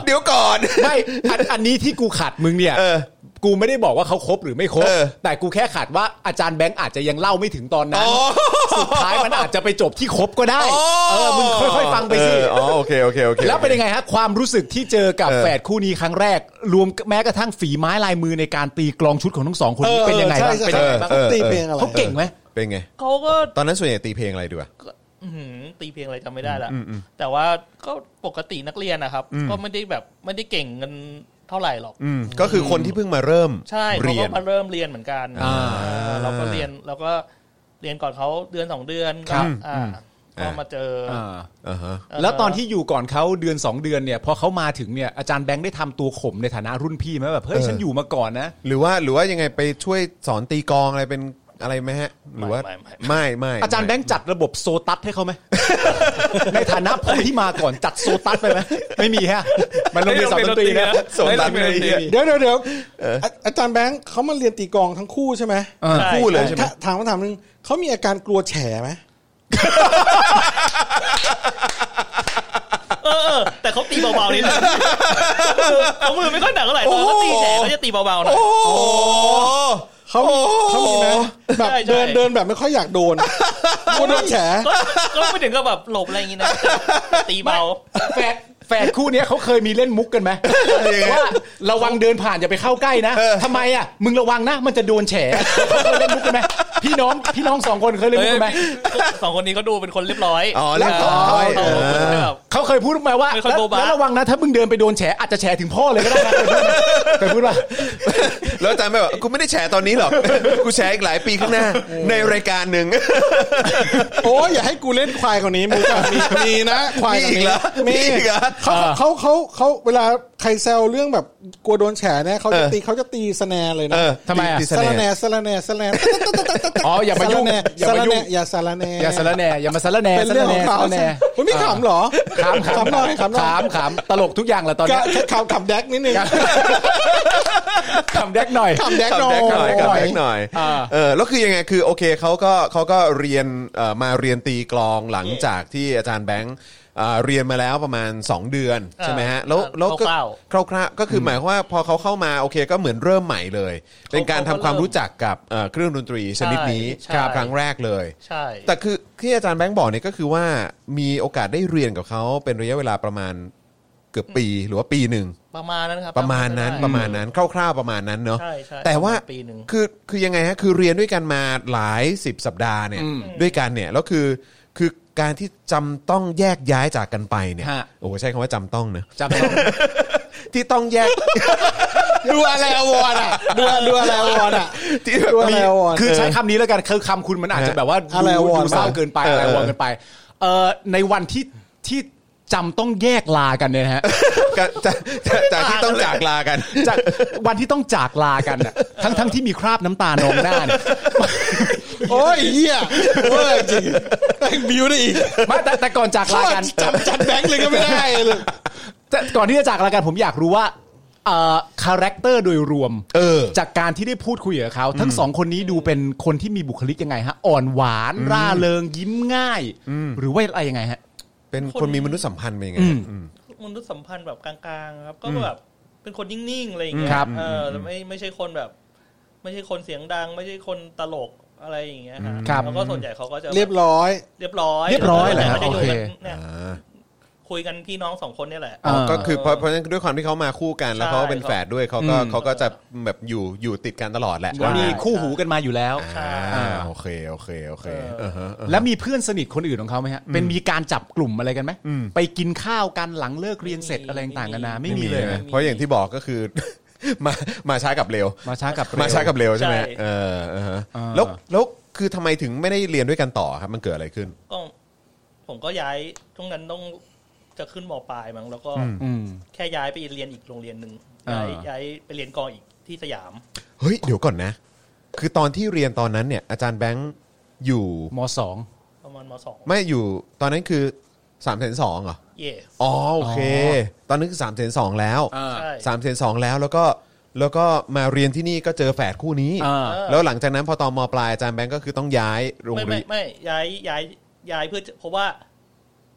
[SPEAKER 2] เดี๋ยวก่อน
[SPEAKER 3] ไม่อันอันนี้ที่กูขาดมึงเนี่ย
[SPEAKER 2] เออ
[SPEAKER 3] กูไม่ได้บอกว่าเขาครบหรือไม่ครบ
[SPEAKER 2] เออ
[SPEAKER 3] แต่กูแค่ขาดว่าอาจารย์แบงค์อาจจะยังเล่าไม่ถึงตอนนั้น
[SPEAKER 2] อ๋อ
[SPEAKER 3] สุดท้ายมันอาจจะไปจบที่ครบก็ได้
[SPEAKER 2] อ๋อ
[SPEAKER 3] เออ มึงค่อยๆ ฟังไปสิ
[SPEAKER 2] เอออ๋อโอเคโอเคโอเค
[SPEAKER 3] แล้วเป็นยังไงฮะความรู้สึกที่เจอกับ
[SPEAKER 2] เออ
[SPEAKER 3] แฝดคู่นี้ครั้งแรก รวมแม้กระทั่งฝีไม้ลายมือในการตีกลองชุดของทั้งสองคนนี้เป็นยังไง
[SPEAKER 4] ใช่
[SPEAKER 3] บ้าง
[SPEAKER 4] ใช่
[SPEAKER 3] เป็นยังไงบ้าง
[SPEAKER 4] เออเออตีเป็นอะไร
[SPEAKER 3] เขาเก่งไหม
[SPEAKER 2] เป็นไง
[SPEAKER 5] เขาก็
[SPEAKER 2] ตอนนั้นส่วนใหญ่ตีเพลงอะไรดูอะ
[SPEAKER 5] ก็อื้อหือตีเพลงอะไรจำไม่ได้ละแต่ว่าก็ปกตินักเรียนนะครับ ก็ไม่ได้แบบไม่ได้เก่งกันเท่าไหร่หรอก
[SPEAKER 2] ก็คือคนที่เพิ่งมาเริ่ม
[SPEAKER 5] ใช่เขา
[SPEAKER 2] เรีย
[SPEAKER 5] ก็
[SPEAKER 2] น
[SPEAKER 5] มาเริ่มเรียนเหมือนกัน
[SPEAKER 2] อ่า
[SPEAKER 5] เราก็เรียนเราก็เรียนก่อนเขาเดือนสองเดือน
[SPEAKER 3] ค
[SPEAKER 5] ก็
[SPEAKER 3] รับ
[SPEAKER 5] อ่า
[SPEAKER 2] อืม
[SPEAKER 5] ก็มาเจออ
[SPEAKER 2] อ่าฮะ
[SPEAKER 5] เ
[SPEAKER 3] แล้วตอนที่อยู่ก่อนเขาเดือน 2 เดือนเนี่ยพอเขามาถึงเนี่ยอาจารย์แบงค์ได้ทำตัวข่มในฐานะรุ่นพี่ไหมแบบเฮ้ยฉันอยู่มาก่อนนะ
[SPEAKER 2] หรือว่าหรือว่ายังไงไปช่วยสอนตีกลองอะไรเป็นอะไรไหมฮะ หรือว่า
[SPEAKER 5] ไม่ไม่ไม่
[SPEAKER 2] ไม่ไม่
[SPEAKER 3] อาจารย์แบงค์จัดระบบโซตัสให้ เขาไหม ในฐานะผู้ที่มาก่อนจัดโซตัสไปไหมไม่มีฮะ มันโรงเรียนสอนดนตรีนะ
[SPEAKER 2] สอนตัดเลยเนี่ย
[SPEAKER 4] เดี๋ยวเดี๋ยวเดี๋ยวอาอาจารย์แบงค์เขามาเรียนตีกลองทั้งคู่ใช่ไหม
[SPEAKER 5] ใช่
[SPEAKER 2] คู่เลยใช่ไหม
[SPEAKER 4] ถ้าถามคำถามหนึงเขามีอาการกลัวแฉไหม
[SPEAKER 5] เออเออแต่เขาตีเบาๆนิดนึงเขามือไม่ค่อยหนักเท่าไหร่ตอนเขาตีแฉเขาจะตีเบาๆหน่อย
[SPEAKER 2] โอ้โห
[SPEAKER 4] เขามีเขามีไหมแบบ
[SPEAKER 5] ใช่ใช่
[SPEAKER 4] เดินเดินแบบไม่ค่อยอยากโดน
[SPEAKER 5] ไ
[SPEAKER 4] กูโดนแฉ
[SPEAKER 5] ก็ก็ไม่ถึงกับแบบหลบอะไรอย่างงี้นะแต่ตีเบา
[SPEAKER 3] แฝดแฝดคู่เนี้ยเขาเคยมีเล่นมุกกันไหมว่าระวังเดินผ่านอย่าไปเข้าใกล้นะทำไมอ่ะมึงระวังนะ มันจะโดนแฉเขาเคยเล่นมุกกันไหมพี่น้องพี่น้องสองคนเคยเล่นมุกกันไหม
[SPEAKER 5] สองคนนี้เขาดูเป็นคนเรียบร้อย
[SPEAKER 2] อ๋อเรียบร้อย
[SPEAKER 5] เเขาแบบ
[SPEAKER 3] เขาเคยพูดมาว่า
[SPEAKER 5] เป็นคนโบบะ
[SPEAKER 3] แล้วระวังนะ ถ้ามึงเดินไปโดนแฉอาจจะแฉถึงพ่อเลยก็ได้ นะเคยพูดไหมเคยพูดว่า
[SPEAKER 2] แล้วอาจารย์ไม่บอกกูไม่ได้แชร์ตอนนี้หรอก กูแชร์อีกหลายปีข้างหน้า ในรายการหนึ่ง
[SPEAKER 4] โอ้ยอย่าให้กูเล่นควายคนนี้มึงอะมีมีนะควายค
[SPEAKER 2] มี
[SPEAKER 4] น
[SPEAKER 2] อีก
[SPEAKER 4] นี้
[SPEAKER 2] เหรอมีอีกเหรอ
[SPEAKER 4] เขาเขาเขาเขาเวลาใครแซวเรื่องแบบกลัวโดนแฉเนี่ยเขาจะ
[SPEAKER 2] เออ
[SPEAKER 4] ตีเขาจะตีสแนเลย
[SPEAKER 2] เอ
[SPEAKER 4] นะ
[SPEAKER 2] อ
[SPEAKER 3] ทำไมอะ
[SPEAKER 2] ติด
[SPEAKER 4] ส
[SPEAKER 2] เสน่
[SPEAKER 4] ละแหน
[SPEAKER 2] ห์
[SPEAKER 4] สละแหนสละแหน
[SPEAKER 3] อ๋ออย่ามายุ่ง
[SPEAKER 4] สละแหน
[SPEAKER 3] อย่า
[SPEAKER 4] ส
[SPEAKER 3] มา
[SPEAKER 4] ละแหน
[SPEAKER 3] ยุ่ง
[SPEAKER 4] อย่าสละแหน
[SPEAKER 3] อย่าสารแหน่อย่ามาสารแหน่
[SPEAKER 4] เป็น
[SPEAKER 3] สาร
[SPEAKER 4] เรื่อง
[SPEAKER 3] แห
[SPEAKER 4] ข
[SPEAKER 3] น่
[SPEAKER 4] อง
[SPEAKER 3] สา
[SPEAKER 4] เขา
[SPEAKER 3] รแหน่
[SPEAKER 4] คุณไม่ขำเหรอ
[SPEAKER 3] ขำขำ
[SPEAKER 4] ขำหน่อยขำหน่อย
[SPEAKER 3] ขำขำตลกทุกอย่างแหละตอน
[SPEAKER 4] กะ
[SPEAKER 3] นี้
[SPEAKER 4] ขำขำแดกนิดนึง
[SPEAKER 3] ขำแดกหน่อย
[SPEAKER 4] ขำแดกห
[SPEAKER 2] กับ
[SPEAKER 4] น่อ
[SPEAKER 2] แดกหน่อย
[SPEAKER 4] ย
[SPEAKER 2] กับแดกหน่อย
[SPEAKER 3] อ่า
[SPEAKER 2] เออแล้วคือยังไงคือโอเคเขาก็เขาก็เรียนเอ่อมาเรียนตีกลองหลังจากที่อาจารย์แบงค์เอ่อเรียนมาแล้วประมาณ 2 เดือนใช่ไหมฮะแล้วแล้วก็
[SPEAKER 5] คร่าว
[SPEAKER 2] คร่าวๆก็คือหมายความว่าพอเขาเข้ามาโอเคก็เหมือนเริ่มใหม่เลย เป็นการทำความรู้จักกับเอ่อเครื่องดนตรีชนิดนี้
[SPEAKER 5] ใช่
[SPEAKER 2] ครั้งแรกเลย
[SPEAKER 5] ใช่
[SPEAKER 2] แต่คือที่อาจารย์แบงค์บอกเนี่ยก็คือว่ามีโอกาสได้เรียนกับเขาเป็นระยะเวลาประมาณเกือบปีหรือว่าปีหนึ่ง
[SPEAKER 5] ประมาณนั้นครับ
[SPEAKER 2] ประมาณนั้นประมาณนั้นคร่าวๆประมาณนั้นเนาะ
[SPEAKER 5] ใช่ใช่
[SPEAKER 2] แต่ว่า
[SPEAKER 5] ปีหนึ่ง
[SPEAKER 2] คือคือยังไงฮะคือเรียนด้วยกันมาหลายสิบสัปดาห์เนี่ยด้วยกันเนี่ยแล้วคือคือการที่จำต้องแยกย้ายจากกันไปเนี่ย
[SPEAKER 3] ฮะ
[SPEAKER 2] โอ้ใช้คำว่าจำต้องนะ
[SPEAKER 3] จำต้อง
[SPEAKER 2] ที่ต้องแยก
[SPEAKER 4] ดูอะไรอวอนอ่ะดูดูอะไรอวอนอ่ะ
[SPEAKER 2] ที่แบบ
[SPEAKER 4] ตัวอะไร
[SPEAKER 2] มี
[SPEAKER 4] วะ
[SPEAKER 3] คือใช้คำนี้แล้วกันคือคำคุณมันอาจจะแบบว่า
[SPEAKER 4] อะไร
[SPEAKER 3] ดู
[SPEAKER 4] วอน
[SPEAKER 3] ดูเศร้าเกินไป
[SPEAKER 2] เออ
[SPEAKER 3] อะไร
[SPEAKER 2] เออ
[SPEAKER 3] วอนเกินไปเอ่อในวันที่ที่จำต้องแยกลากันเนี่ยนะฮ ะ
[SPEAKER 2] การจากจากจากที่ต้องจากลากัน
[SPEAKER 3] จากวันที่ต้องจากลากันน่ะทั้งทั้งที่มีคราบน้ำตานองหน้าเนี่ย
[SPEAKER 4] โอ้ยเหี้ยเวอร์จริงแม่งบิวได้อีก
[SPEAKER 3] ไมาแต่แต่ก่อนจากลา กัน
[SPEAKER 4] จำจัดแบงค์เลยก็ไม่ได้เลย
[SPEAKER 3] แต่ก่อนที่จะจากลากันผมอยากรู้ว่าเอ่อคาแรคเตอร์โดยรวม
[SPEAKER 2] เออ
[SPEAKER 3] จากการที่ได้พูดคุยกับเขาทั้งสองคนนี้ดูเป็นคนที่มีบุคลิกยังไงฮะ อ่อนหวาน ร่าเริงยิ้มง่าย หรือว่าอะไรยังไงฮะ
[SPEAKER 2] เป็นคนมีมนุษยสัมพันธ์เป็นยังไง
[SPEAKER 3] อืม
[SPEAKER 2] อืม
[SPEAKER 5] มนุษยสัมพันธ์แบบกลางๆครับ ก็แบบเป็นคนนิ่งๆอะไรอย่างเงี้ย
[SPEAKER 3] ครับ
[SPEAKER 5] เออแต่ไม่ไม่ใช่คนแบบ ไม่ใช่คนเสียงดัง ไม่ใช่คนตลกอะไรอย่างเงี้ยฮะ
[SPEAKER 3] ครับ
[SPEAKER 5] แล้วก็ส่วนใหญ่เขาก็จะ
[SPEAKER 4] เรียบร้อย
[SPEAKER 5] เรียบร้อย
[SPEAKER 3] เรียบร้อยเหรอฮะ
[SPEAKER 5] ขาจะ
[SPEAKER 3] โอเค
[SPEAKER 5] ยู่กันนี่ย
[SPEAKER 2] อ่า
[SPEAKER 5] คุยกันพี่น้องสองคนเนี่ยแหละ
[SPEAKER 2] อ๋อ
[SPEAKER 3] อ่า
[SPEAKER 2] ก็คือเพราะเพราะฉะนั้นด้วยความที่เขามาคู่กันแล้วเขาก็เป็น
[SPEAKER 5] ใช่
[SPEAKER 2] แฝดด้วยเขาก็เขาก็จะแบบอยู่อยู่ติดกันตลอดแหละว่า
[SPEAKER 3] มี
[SPEAKER 2] งั้น
[SPEAKER 3] คู่หูกันมาอยู่แล้ว
[SPEAKER 5] ใช่
[SPEAKER 2] อ่าโอเค โอเค โอเค
[SPEAKER 5] เอ
[SPEAKER 2] า
[SPEAKER 5] อ
[SPEAKER 2] ฮะ
[SPEAKER 3] แล้วมีเพื่อนสนิทคนอื่นของเขาไหมฮะ เป็นมีการจับกลุ่มอะไรกันไหมไปกินข้าวกันหลังเลิกเรียนเสร็จอะไรต่างกันนะไม่มีเลย
[SPEAKER 2] นะ
[SPEAKER 3] นะ
[SPEAKER 2] เพราะอย่างที่บอกก็คือ มามาช้ากับเร็ว
[SPEAKER 3] มาช้ากับเร็ว
[SPEAKER 2] มาช้ากับเร็วใช่ไหม
[SPEAKER 5] ใช่
[SPEAKER 2] เอออ่าฮะ
[SPEAKER 3] อ่า
[SPEAKER 2] แล้วแล้วคือทำไมถึงไม่ได้เรียนด้วยกันต่อครับ มันเกิดอะไรขึ้น
[SPEAKER 5] ก็ผมก็ย้ายช่วงนั้นต้องจะขึ้นมปลายมั้งแล้วก็
[SPEAKER 3] อืม
[SPEAKER 5] แค่ย้ายไปเรียนอีกโรงเรียนหนึ่ง
[SPEAKER 3] อ่า
[SPEAKER 5] ย้ายย้ายไปเรียนกองอีกที่สยาม
[SPEAKER 2] เฮ้ย เดี๋ยวก่อนนะ คือตอนที่เรียนตอนนั้นเนี่ย อาจารย์แบงค์อยู่
[SPEAKER 3] มสอง
[SPEAKER 5] ประมาณมสอง
[SPEAKER 2] ไม่อยู่ตอนนั้นคือ3ามแสนสองเหรอ
[SPEAKER 5] เย่
[SPEAKER 2] อ๋อ โอเค
[SPEAKER 3] อ๋
[SPEAKER 2] ตอนนั้นคือ3ามแสนสองแล้ว
[SPEAKER 5] ใช่
[SPEAKER 2] สามแสนสองแล้วแล้วก็แล้วก็มาเรียนที่นี่ก็เจอแฝดคู่นี้
[SPEAKER 3] อ่า
[SPEAKER 5] เออ
[SPEAKER 2] แล้วหลังจากนั้นพอตอนมปลายอาจารย์แบงค์ก็คือต้องย้ายโรง
[SPEAKER 5] ไม่
[SPEAKER 2] เรี
[SPEAKER 5] ไม่
[SPEAKER 2] ยน
[SPEAKER 5] ไม่ย้ายย้ายย้ายเพื่อจะเพราะว่า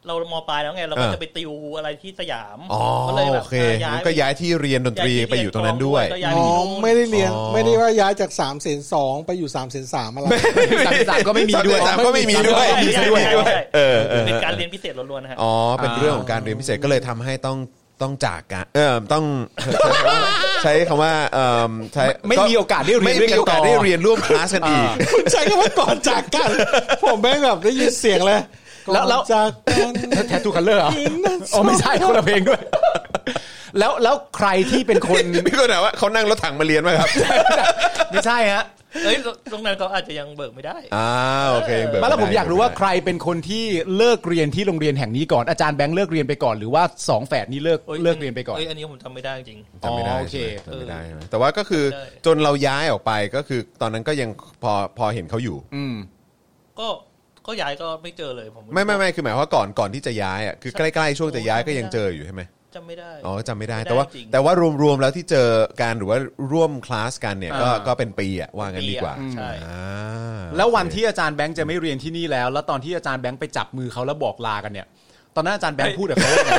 [SPEAKER 5] เรามปลายแล้วไง เราก็
[SPEAKER 2] อ่า
[SPEAKER 5] จะไปติวอะไรที่สยาม
[SPEAKER 2] อ๋อ
[SPEAKER 5] ก็เลยแบ
[SPEAKER 2] โอบ เค
[SPEAKER 5] ย้าย
[SPEAKER 2] งั้นก็ย้ายที่เรียนดนตรี
[SPEAKER 5] ที่
[SPEAKER 2] ไปอยู่ตรงนั้นด้วย
[SPEAKER 5] ก็ย้าย
[SPEAKER 4] อ๋อ
[SPEAKER 5] ปอยู่นู่น
[SPEAKER 4] ไม่ได้เรียน
[SPEAKER 2] อ๋อ
[SPEAKER 4] ไม่ได้ว่าย้ายจากสามเสนสองไปอยู่สามเสนสามอะไร
[SPEAKER 3] สามสิบสามก็ไม่มีด้วย
[SPEAKER 2] สามก็ไม่มีด้วย
[SPEAKER 5] ใช่ใช่ใช่ใช่
[SPEAKER 2] เออเออ
[SPEAKER 5] เป็นการเรียนพิเศษล้วนๆนะฮะ
[SPEAKER 2] อ๋อเป็นเรื่องของการเรียนพิเศษก็เลยทำให้ต้องต้องจากกันเออต้อง ใช้คำว่าเออใช้
[SPEAKER 3] ไม่มีโอกาสได้เรียน
[SPEAKER 2] ไม่
[SPEAKER 3] ด้วย
[SPEAKER 2] มี
[SPEAKER 3] กันต่อ
[SPEAKER 2] โอกาสได้เรียนร่วมคลาสกันอีก
[SPEAKER 4] คุณใช้คำว่าก่อนจากกัน ผมแม่งแบบได้ยินเสียงเลย
[SPEAKER 3] แล้วแล้ว
[SPEAKER 4] ก่อนจากกัน
[SPEAKER 3] แททูคัลเลอร์เหรออ๋อไม่ใช่คนละเพลงด้วย แล้วแล้วใครที่เป็นคน
[SPEAKER 2] พี่ก็ถามว่าเขานั่งรถถังมาเรียนไหมครับ
[SPEAKER 3] ไม่ใช่ฮะ
[SPEAKER 5] เอ้ยตรงนั้นเขาอาจจะยังเบิกไม่ได้
[SPEAKER 2] อ่าโอเคเบิก
[SPEAKER 3] มาแล้วผม
[SPEAKER 2] ไได้
[SPEAKER 3] อยากรู้ว่าใครเป็นคนที่เลิกเรียนที่โรงเรียนแห่งนี้ก่อนอาจารย์แบงค์เลิกเรียนไปก่อนหรือว่าสองแฝดนี้เลิก
[SPEAKER 5] โอ้
[SPEAKER 3] เลิกเรียนไปก่อน
[SPEAKER 5] เอ้ยอันนี้ผมจำไม่ได้จริง
[SPEAKER 2] จำไม่ได้
[SPEAKER 3] อ๋อโอเค
[SPEAKER 2] ใช่ไหมจำไม่ได้ใช่ไหมแต่ว่าก็คือ
[SPEAKER 5] ใช่
[SPEAKER 2] จนเราย้ายออกไปก็คือตอนนั้นก็ยังพอพอเห็นเขาอยู่
[SPEAKER 3] อืม
[SPEAKER 5] ก็ก็ย้ายก็ไม่เจอเลยผม
[SPEAKER 2] ไม่ไม่ไม่คือหมายความว่าก่อนก่อนที่จะย้ายอ่ะคือ
[SPEAKER 5] ใช่
[SPEAKER 2] ใกล้ๆช่วงจะย้ายก็ยัง
[SPEAKER 5] โอ้
[SPEAKER 2] เจออยู่ใช่ไหม
[SPEAKER 5] จำไม่ได้
[SPEAKER 2] อ๋อจำไม่ได้
[SPEAKER 5] ไม่ได้
[SPEAKER 2] แต่ว่า
[SPEAKER 5] จริง
[SPEAKER 2] แต่ว่ารวมๆแล้วที่เจอการหรือว่าร่วมคลาสกันเนี่ยก็
[SPEAKER 3] อ่า
[SPEAKER 2] ก็เป็นปีอ่ะว่างั้นดีกว่า
[SPEAKER 5] ปีอะใช่
[SPEAKER 2] อ่า
[SPEAKER 3] แล้ววันที่อาจารย์แบงค์จะไม่เรียนที่นี่แล้ว แล้วตอนที่อาจารย์แบงค์ไปจับมือเขาแล้วบอกลากันเนี่ย ตอนนั้นอาจารย์แบงค์พูดกับเขาว่าไง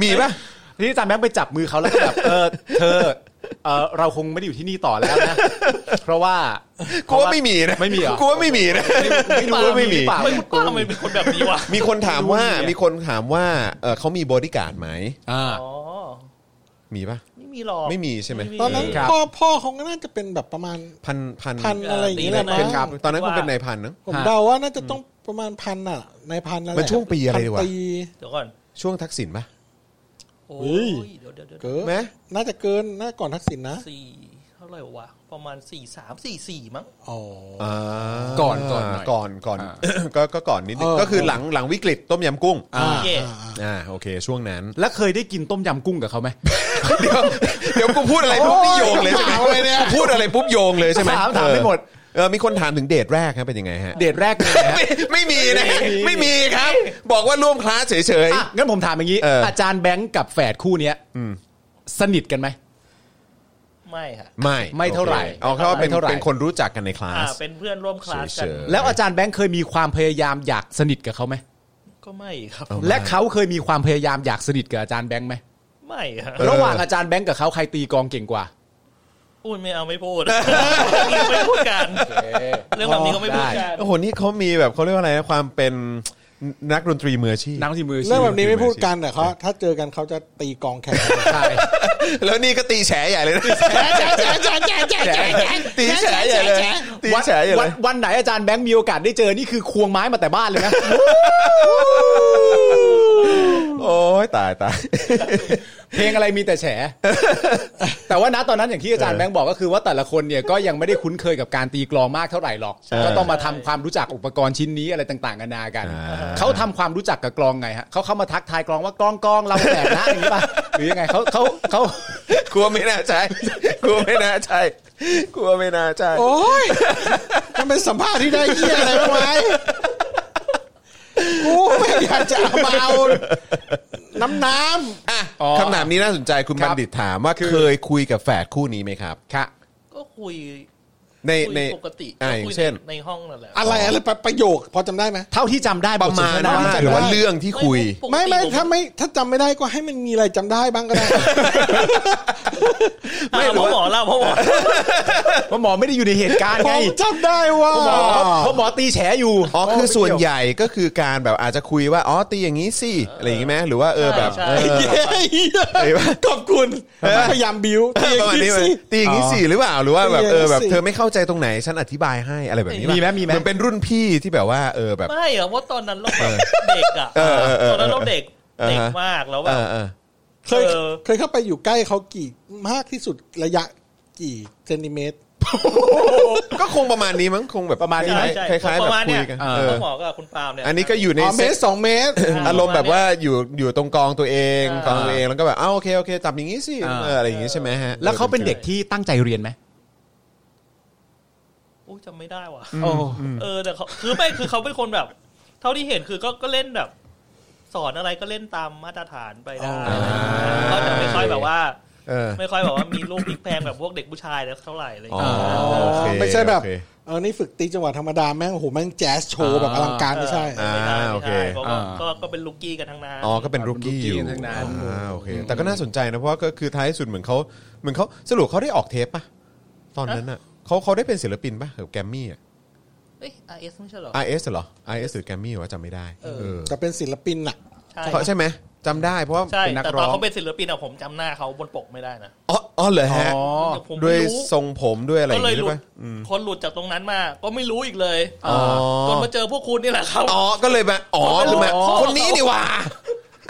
[SPEAKER 2] มีปะ
[SPEAKER 3] ที่อาจารย์แบงค์ไปจับมือเขาแล้วก็แบบเออเธอ เอ่อเราคงไม่ได้อยู่ที่นี่ต่อแล้วนะ เพราะว่า
[SPEAKER 2] กูว่าไม่มีนะ
[SPEAKER 3] ไม่มีเหรอ
[SPEAKER 2] กูว่าไม่มีนะ
[SPEAKER 3] ไม่รู้
[SPEAKER 2] กูว่าไม่มี
[SPEAKER 3] หรือเปล่า
[SPEAKER 5] ทำไมคุณป้ามันเป็นคนแบบนี้วะ
[SPEAKER 2] มีคนถามว่า
[SPEAKER 3] ไม่มีอะ
[SPEAKER 2] มีคนถามว่าเอ่อเขามีบอดี้การ์ดไหม
[SPEAKER 3] อ่า
[SPEAKER 5] อ๋อ
[SPEAKER 2] มีปะ
[SPEAKER 5] ไม่มีหรอก
[SPEAKER 2] ไม่มีใช่ไหม
[SPEAKER 4] ตอนนั้น
[SPEAKER 3] ครับ
[SPEAKER 4] พ่อพ่อเขาก็น่าจะเป็นแบบประมาณ
[SPEAKER 2] พันพัน
[SPEAKER 4] พันอะไรอย่างเงี้ยแหละมั้ง
[SPEAKER 2] ครับตอนนั้นคุณเป็นนายพันนะ
[SPEAKER 4] ผมเดาว่าน่าจะต้องประมาณพันอ่ะในายพันนั่นแหละ
[SPEAKER 2] มันช่วงปีอะไรดีวะ
[SPEAKER 4] พันปี
[SPEAKER 5] เดี๋ยวก่อน
[SPEAKER 2] ช่วงทักษิณปะ
[SPEAKER 5] โอ้
[SPEAKER 4] เฮ้
[SPEAKER 5] ย
[SPEAKER 4] ย
[SPEAKER 5] เดี๋ยวเดี๋ยวเดี๋ยว
[SPEAKER 4] เกิน
[SPEAKER 2] ไหม
[SPEAKER 4] น่าจะเกินน่าก่อนทักษิณนะ
[SPEAKER 5] สี่เท่าไหร่วะประมาณสี่สามสี่สี่มั้ง
[SPEAKER 4] อ๋อ
[SPEAKER 2] อ่า
[SPEAKER 3] ก่อนก่อนหน่อย
[SPEAKER 2] ก่อนก่อน
[SPEAKER 3] อ่า
[SPEAKER 2] ก็ก็ก่อนนิดนึง
[SPEAKER 4] เออ
[SPEAKER 2] ก็คือหลังหลังวิกฤตต้มยำกุ้ง
[SPEAKER 5] อ่าโอเค
[SPEAKER 2] อ่าโอเค ช่วงนั้น
[SPEAKER 3] แล้วเคยได้กินต้มยำกุ้งกับเขาไหม
[SPEAKER 2] เดี๋ยวเดี๋ยวกูพูดอะไรปุ๊บนี่โยงเลยใช่ไหม
[SPEAKER 4] ถามอะไรเนี่ย
[SPEAKER 2] กูพูดอะไรปุ๊บโยงเลยใช่ไหม
[SPEAKER 3] ถามถามไม่หมด
[SPEAKER 2] เออมีคนถามถึงเดทแรกครับเป็นยังไงฮะ
[SPEAKER 3] เดทแรกเลยนะ
[SPEAKER 2] ไม่ไม่มีนะไม่มีครับ บอกว่าร่วมคลาสเฉย
[SPEAKER 3] อ่ะงั้นผมถามอย่างนี้
[SPEAKER 2] เอออ
[SPEAKER 3] อาจารย์แบงค์กับแฝดคู่เนี้ยสนิทกันไหม
[SPEAKER 5] ไม่ค่ะ
[SPEAKER 2] ๆ ไม่
[SPEAKER 3] ไม่เท่าไหร่
[SPEAKER 2] โอคเอาเขาว่าเป็น
[SPEAKER 3] ไม่เท่าไหร่
[SPEAKER 2] เป็นคนรู้จักกันในคลา
[SPEAKER 5] อ่า
[SPEAKER 2] ส
[SPEAKER 5] เป็นเพื่อนร่วมคลาสกัน
[SPEAKER 2] เฉย
[SPEAKER 3] แล้วอาจารย์แบงค์เคยมีความพยายามอยากสนิทกับเขาไหม
[SPEAKER 5] ก็ไม่ครับ
[SPEAKER 2] เอา
[SPEAKER 3] และเขาเคยมีความพยายามอยากสนิทกับอาจารย์แบงค์ไหม
[SPEAKER 5] ไม่ครับ
[SPEAKER 3] ระหว่างอาจารย์แบงค์กับเขาใครตีกลองเก่งกว่า
[SPEAKER 5] พูดไม่เอาไม่พู ด ไม่พูดกัน เรื่องแบบนี้ก็ไม่พูดกัน
[SPEAKER 2] โอ้โหนี่เขามีแบบเขาเรียกว่าอะไรนะความเป็นนักดนตรีมืออาชีพ
[SPEAKER 3] นักที่มือ
[SPEAKER 4] เรื่องแบบนี้ไม่พูดกันแต่เขาถ้าเจอกันเขาจะตีกองแข่งกัน
[SPEAKER 3] ใช่
[SPEAKER 2] แล้วนี่ก็ตีแฉใหญ่เลยนะตีแฉใหญ่เลยตี
[SPEAKER 3] วัน
[SPEAKER 2] แฉใหญ่
[SPEAKER 3] วั
[SPEAKER 2] เล
[SPEAKER 3] น
[SPEAKER 2] ย
[SPEAKER 3] วันไหนอาจารย์แบงค์มีโอกาสได้เจอนี่คือควงไม้มาแต่บ้านเลยนะ
[SPEAKER 2] โอ้ยตายตาย
[SPEAKER 3] เพลงอะไรมีแต่แฉ แต่ว่าณตอนนั้นอย่างที่อาจารย์แบงค์บอกก็คือว่าแต่ละคนเนี่ยก็ยังไม่ได้คุ้นเคยกับการตีกลองมากเท่าไหร่หรอก
[SPEAKER 2] ใช่
[SPEAKER 3] ก็ต้องมาทำความรู้จักอุปกรณ์ชิ้นนี้อะไรต่างๆนานากัน
[SPEAKER 2] อ่
[SPEAKER 3] เขาทำความรู้จักกับกลองไงฮะเขาเข้ามาทักทายกลองว่ากลองกลองเราแสบนะอย่างนี้ป่ะหรือยังไงเขาเขาเขา
[SPEAKER 2] กลัวไม่น่าใช่ กลัวไม่น่าใช่ กลัวไม่น่าใช่
[SPEAKER 4] โอ้ยมันเป็นสัมภาษณ์ที่ได้เยี่ยอะไรบ้างไหมกูไม่อยากจะเอามาเอาน้ำน้
[SPEAKER 2] อ่ะคำถามนี้น่าสนใจคุณบัณฑิตถามว่าเคยคุยกับแฝดคู่นี้ไหมครับ
[SPEAKER 3] ค่ะ
[SPEAKER 5] ก็คุย
[SPEAKER 2] ใน
[SPEAKER 5] คุย
[SPEAKER 2] ใน
[SPEAKER 5] ปกติ
[SPEAKER 2] อ่าอย่า
[SPEAKER 5] ก็คุ
[SPEAKER 2] งเช่น
[SPEAKER 5] ในห้องนั่นแหละ
[SPEAKER 4] ำอะไรอะไรประโยค พอจำได้ไหม
[SPEAKER 3] เท่าที่จำได้บ
[SPEAKER 2] ป
[SPEAKER 3] ท
[SPEAKER 2] ระ
[SPEAKER 3] สน
[SPEAKER 2] มา
[SPEAKER 3] ท
[SPEAKER 2] ณ
[SPEAKER 3] น
[SPEAKER 2] ว่า
[SPEAKER 4] จำได้
[SPEAKER 2] หรือว่าเรื่องที่คุย
[SPEAKER 5] ปกติ
[SPEAKER 4] ไม่ไม่
[SPEAKER 5] ผ
[SPEAKER 4] ถ้าไม่ถ้าจำไม่ได้ก็ให้มันมีอะไรจำได้บ้างก็ได้
[SPEAKER 5] อ่า
[SPEAKER 2] ไม่หรือว่า
[SPEAKER 5] พ่อหมอเล่าพ่อหมอ
[SPEAKER 3] เพราะหมอไม่ได้อยู่ในเหตุการณ์
[SPEAKER 4] ผ
[SPEAKER 3] ไง
[SPEAKER 4] มจำได้ว่า
[SPEAKER 3] เพราะหมอเพราะหมอตีแฉอยู่
[SPEAKER 2] อ๋อคือส่วนใหญ่ก็คือการแบบอาจจะคุยว่าอ๋อตีอย่างนี้สิอะไรอย่างนี้ไหมหรือว่าเออแบบ
[SPEAKER 5] ใช่
[SPEAKER 4] ไอ้เหี้ย
[SPEAKER 2] เออ
[SPEAKER 4] ขอบคุณ พยายามบิวตี
[SPEAKER 2] ประมาณ
[SPEAKER 4] คิด
[SPEAKER 2] นี้ไหม
[SPEAKER 4] สิ
[SPEAKER 2] ตีอย่างนี้สิหรือเปล่าหรือว่าแบบ
[SPEAKER 4] ตีอ
[SPEAKER 2] เออ
[SPEAKER 4] ย่างนี้
[SPEAKER 2] แบบ
[SPEAKER 4] สิ
[SPEAKER 2] เธอไม่เข้าใจตรงไหนฉันอธิบายให้อะไรแบบนี้
[SPEAKER 3] มีไหมมีไหม
[SPEAKER 2] มันเป็นรุ่นพี่ที่แบบว่าเออแบบ
[SPEAKER 5] ไม่อะเพราะตอนนั้นเราแบบเด็กอะ
[SPEAKER 2] เออเออเออ
[SPEAKER 5] ตอนนั้นเราเด็ก
[SPEAKER 2] เออ
[SPEAKER 5] เด็กมากแล้วแบ
[SPEAKER 2] เอบ อเออ
[SPEAKER 4] เคย
[SPEAKER 5] เออ
[SPEAKER 4] เคยเข้าไปอยู่ใกล้เขากี่มากที่สุดระยะกี่เซนติเมตร
[SPEAKER 2] ก็คงประมาณนี้มั้งคงแบบ
[SPEAKER 3] ประมาณนี้ไหม
[SPEAKER 5] ใช่
[SPEAKER 2] ค
[SPEAKER 5] ใช่
[SPEAKER 2] ล้ายๆ
[SPEAKER 5] ป
[SPEAKER 2] แบ
[SPEAKER 5] ระ
[SPEAKER 2] บ
[SPEAKER 5] มา
[SPEAKER 2] คุ
[SPEAKER 5] ณเนี่ย ย
[SPEAKER 2] กัน
[SPEAKER 5] เอ
[SPEAKER 2] เอ
[SPEAKER 5] อ
[SPEAKER 2] อ
[SPEAKER 5] หมอกับคุณปาล์มเนี่ย
[SPEAKER 2] อันนี้ก็อยู่ใน
[SPEAKER 4] อ๋อเม
[SPEAKER 2] เซ็
[SPEAKER 4] ต
[SPEAKER 2] ต
[SPEAKER 4] รสองเมตร
[SPEAKER 2] อารมณ์แบบว่าอยู่อยู่ตรงกองตัวเอง
[SPEAKER 5] อ่าก
[SPEAKER 2] องตัวเองแล้วก็แบบอ้าวโอเคโอเคจับอย่างนี้สิ
[SPEAKER 3] อ่า
[SPEAKER 2] เอออะไรอย่างนี้ใช่ไหมฮะ
[SPEAKER 3] แล้วเขาเป็น
[SPEAKER 2] ออ
[SPEAKER 3] เด็กที่ตั้งใจเรียนไหม
[SPEAKER 5] โอ้ยจำไม่ได้ว่ะ
[SPEAKER 3] โอ้
[SPEAKER 5] เออแต่เขาคือไม่คือเขาเป็นคนแบบ เท่าที่เห็นคือก็ก็เล่นแบบ สอนอะไรก็เล่นตามมาตรฐานไปได้ก็จะไม่ค่อยแบบว่า
[SPEAKER 2] เออ
[SPEAKER 5] ไม่ค่อยแบบว่ามีลูกพลิกแพลงแบบพวกเด็กผู้ชายแล้วเท่าไหร่อะไรอย่าง
[SPEAKER 2] อ๋อ
[SPEAKER 5] เงี้ย
[SPEAKER 2] โอเค
[SPEAKER 4] ไม่ใช่แบบ
[SPEAKER 2] โอเค
[SPEAKER 4] เออนี่ฝึกตีจังหวะธรรมดาแม่งโอ้โหแม่งแจ๊สโชว์แบบอลังการไม่ใช่
[SPEAKER 5] เออไม่ได้
[SPEAKER 2] อ่าโอ
[SPEAKER 5] ไม่
[SPEAKER 2] เค
[SPEAKER 5] ได้เพราะว่า
[SPEAKER 3] อ่า
[SPEAKER 5] ก็ก็เป็นลูกกี้กันทั้งนั้น
[SPEAKER 2] อ๋อ ก็เป็นรุกกี้อยู่
[SPEAKER 3] เป็น rookie ทั้งนั้น
[SPEAKER 2] อ่าโอเค แต่ก็น่าสนใจนะ เพราะว่าก็คือท้ายสุดเหมือนเขาเหมือนเขาสรุปเขาได้ออกเทปปะตอนนั้นอ่ะเขาเขาได้เป็นศิลปินปะกับแกรมมี่อ่ะ
[SPEAKER 5] เอ้ย RS ไม่ใช่เหรอ
[SPEAKER 2] RS เหรอ RS หรือแกรมมี่วะจำไม่ได้
[SPEAKER 5] เออ
[SPEAKER 2] เออ
[SPEAKER 4] แต่เป็นศิลปินน่ะ
[SPEAKER 5] ใช่
[SPEAKER 2] เขาใช่ไหมจำได้เพราะว่า
[SPEAKER 5] ใช่
[SPEAKER 2] เป็นนัก
[SPEAKER 5] แต่ต
[SPEAKER 2] ร้
[SPEAKER 5] อ
[SPEAKER 2] อน ง
[SPEAKER 5] เขาเป็นศิลปินอะผมจำหน้าเขาบนปกไม่ได้นะ
[SPEAKER 2] อ๋ออ๋อเหรอฮะ
[SPEAKER 3] อ๋อ
[SPEAKER 5] แต่ผม
[SPEAKER 2] ด้วย
[SPEAKER 5] ไม่รู้
[SPEAKER 2] ทรงผมด้วยอะไรอ
[SPEAKER 5] ก็
[SPEAKER 2] ย่าง
[SPEAKER 5] เลย
[SPEAKER 2] งี้
[SPEAKER 5] ห
[SPEAKER 2] ด้วย
[SPEAKER 5] ลุด
[SPEAKER 2] ปะอืม
[SPEAKER 5] คนหลุดจากตรงนั้นมา ก็ไม่รู้อีกเลย
[SPEAKER 2] อ๋อ
[SPEAKER 5] จนมาเจอพวกคุณนี่แหละครับ
[SPEAKER 2] อ๋อ ก็เลยมาอ๋อคือมา
[SPEAKER 5] อ๋อ
[SPEAKER 2] คนนี้นี่หว่า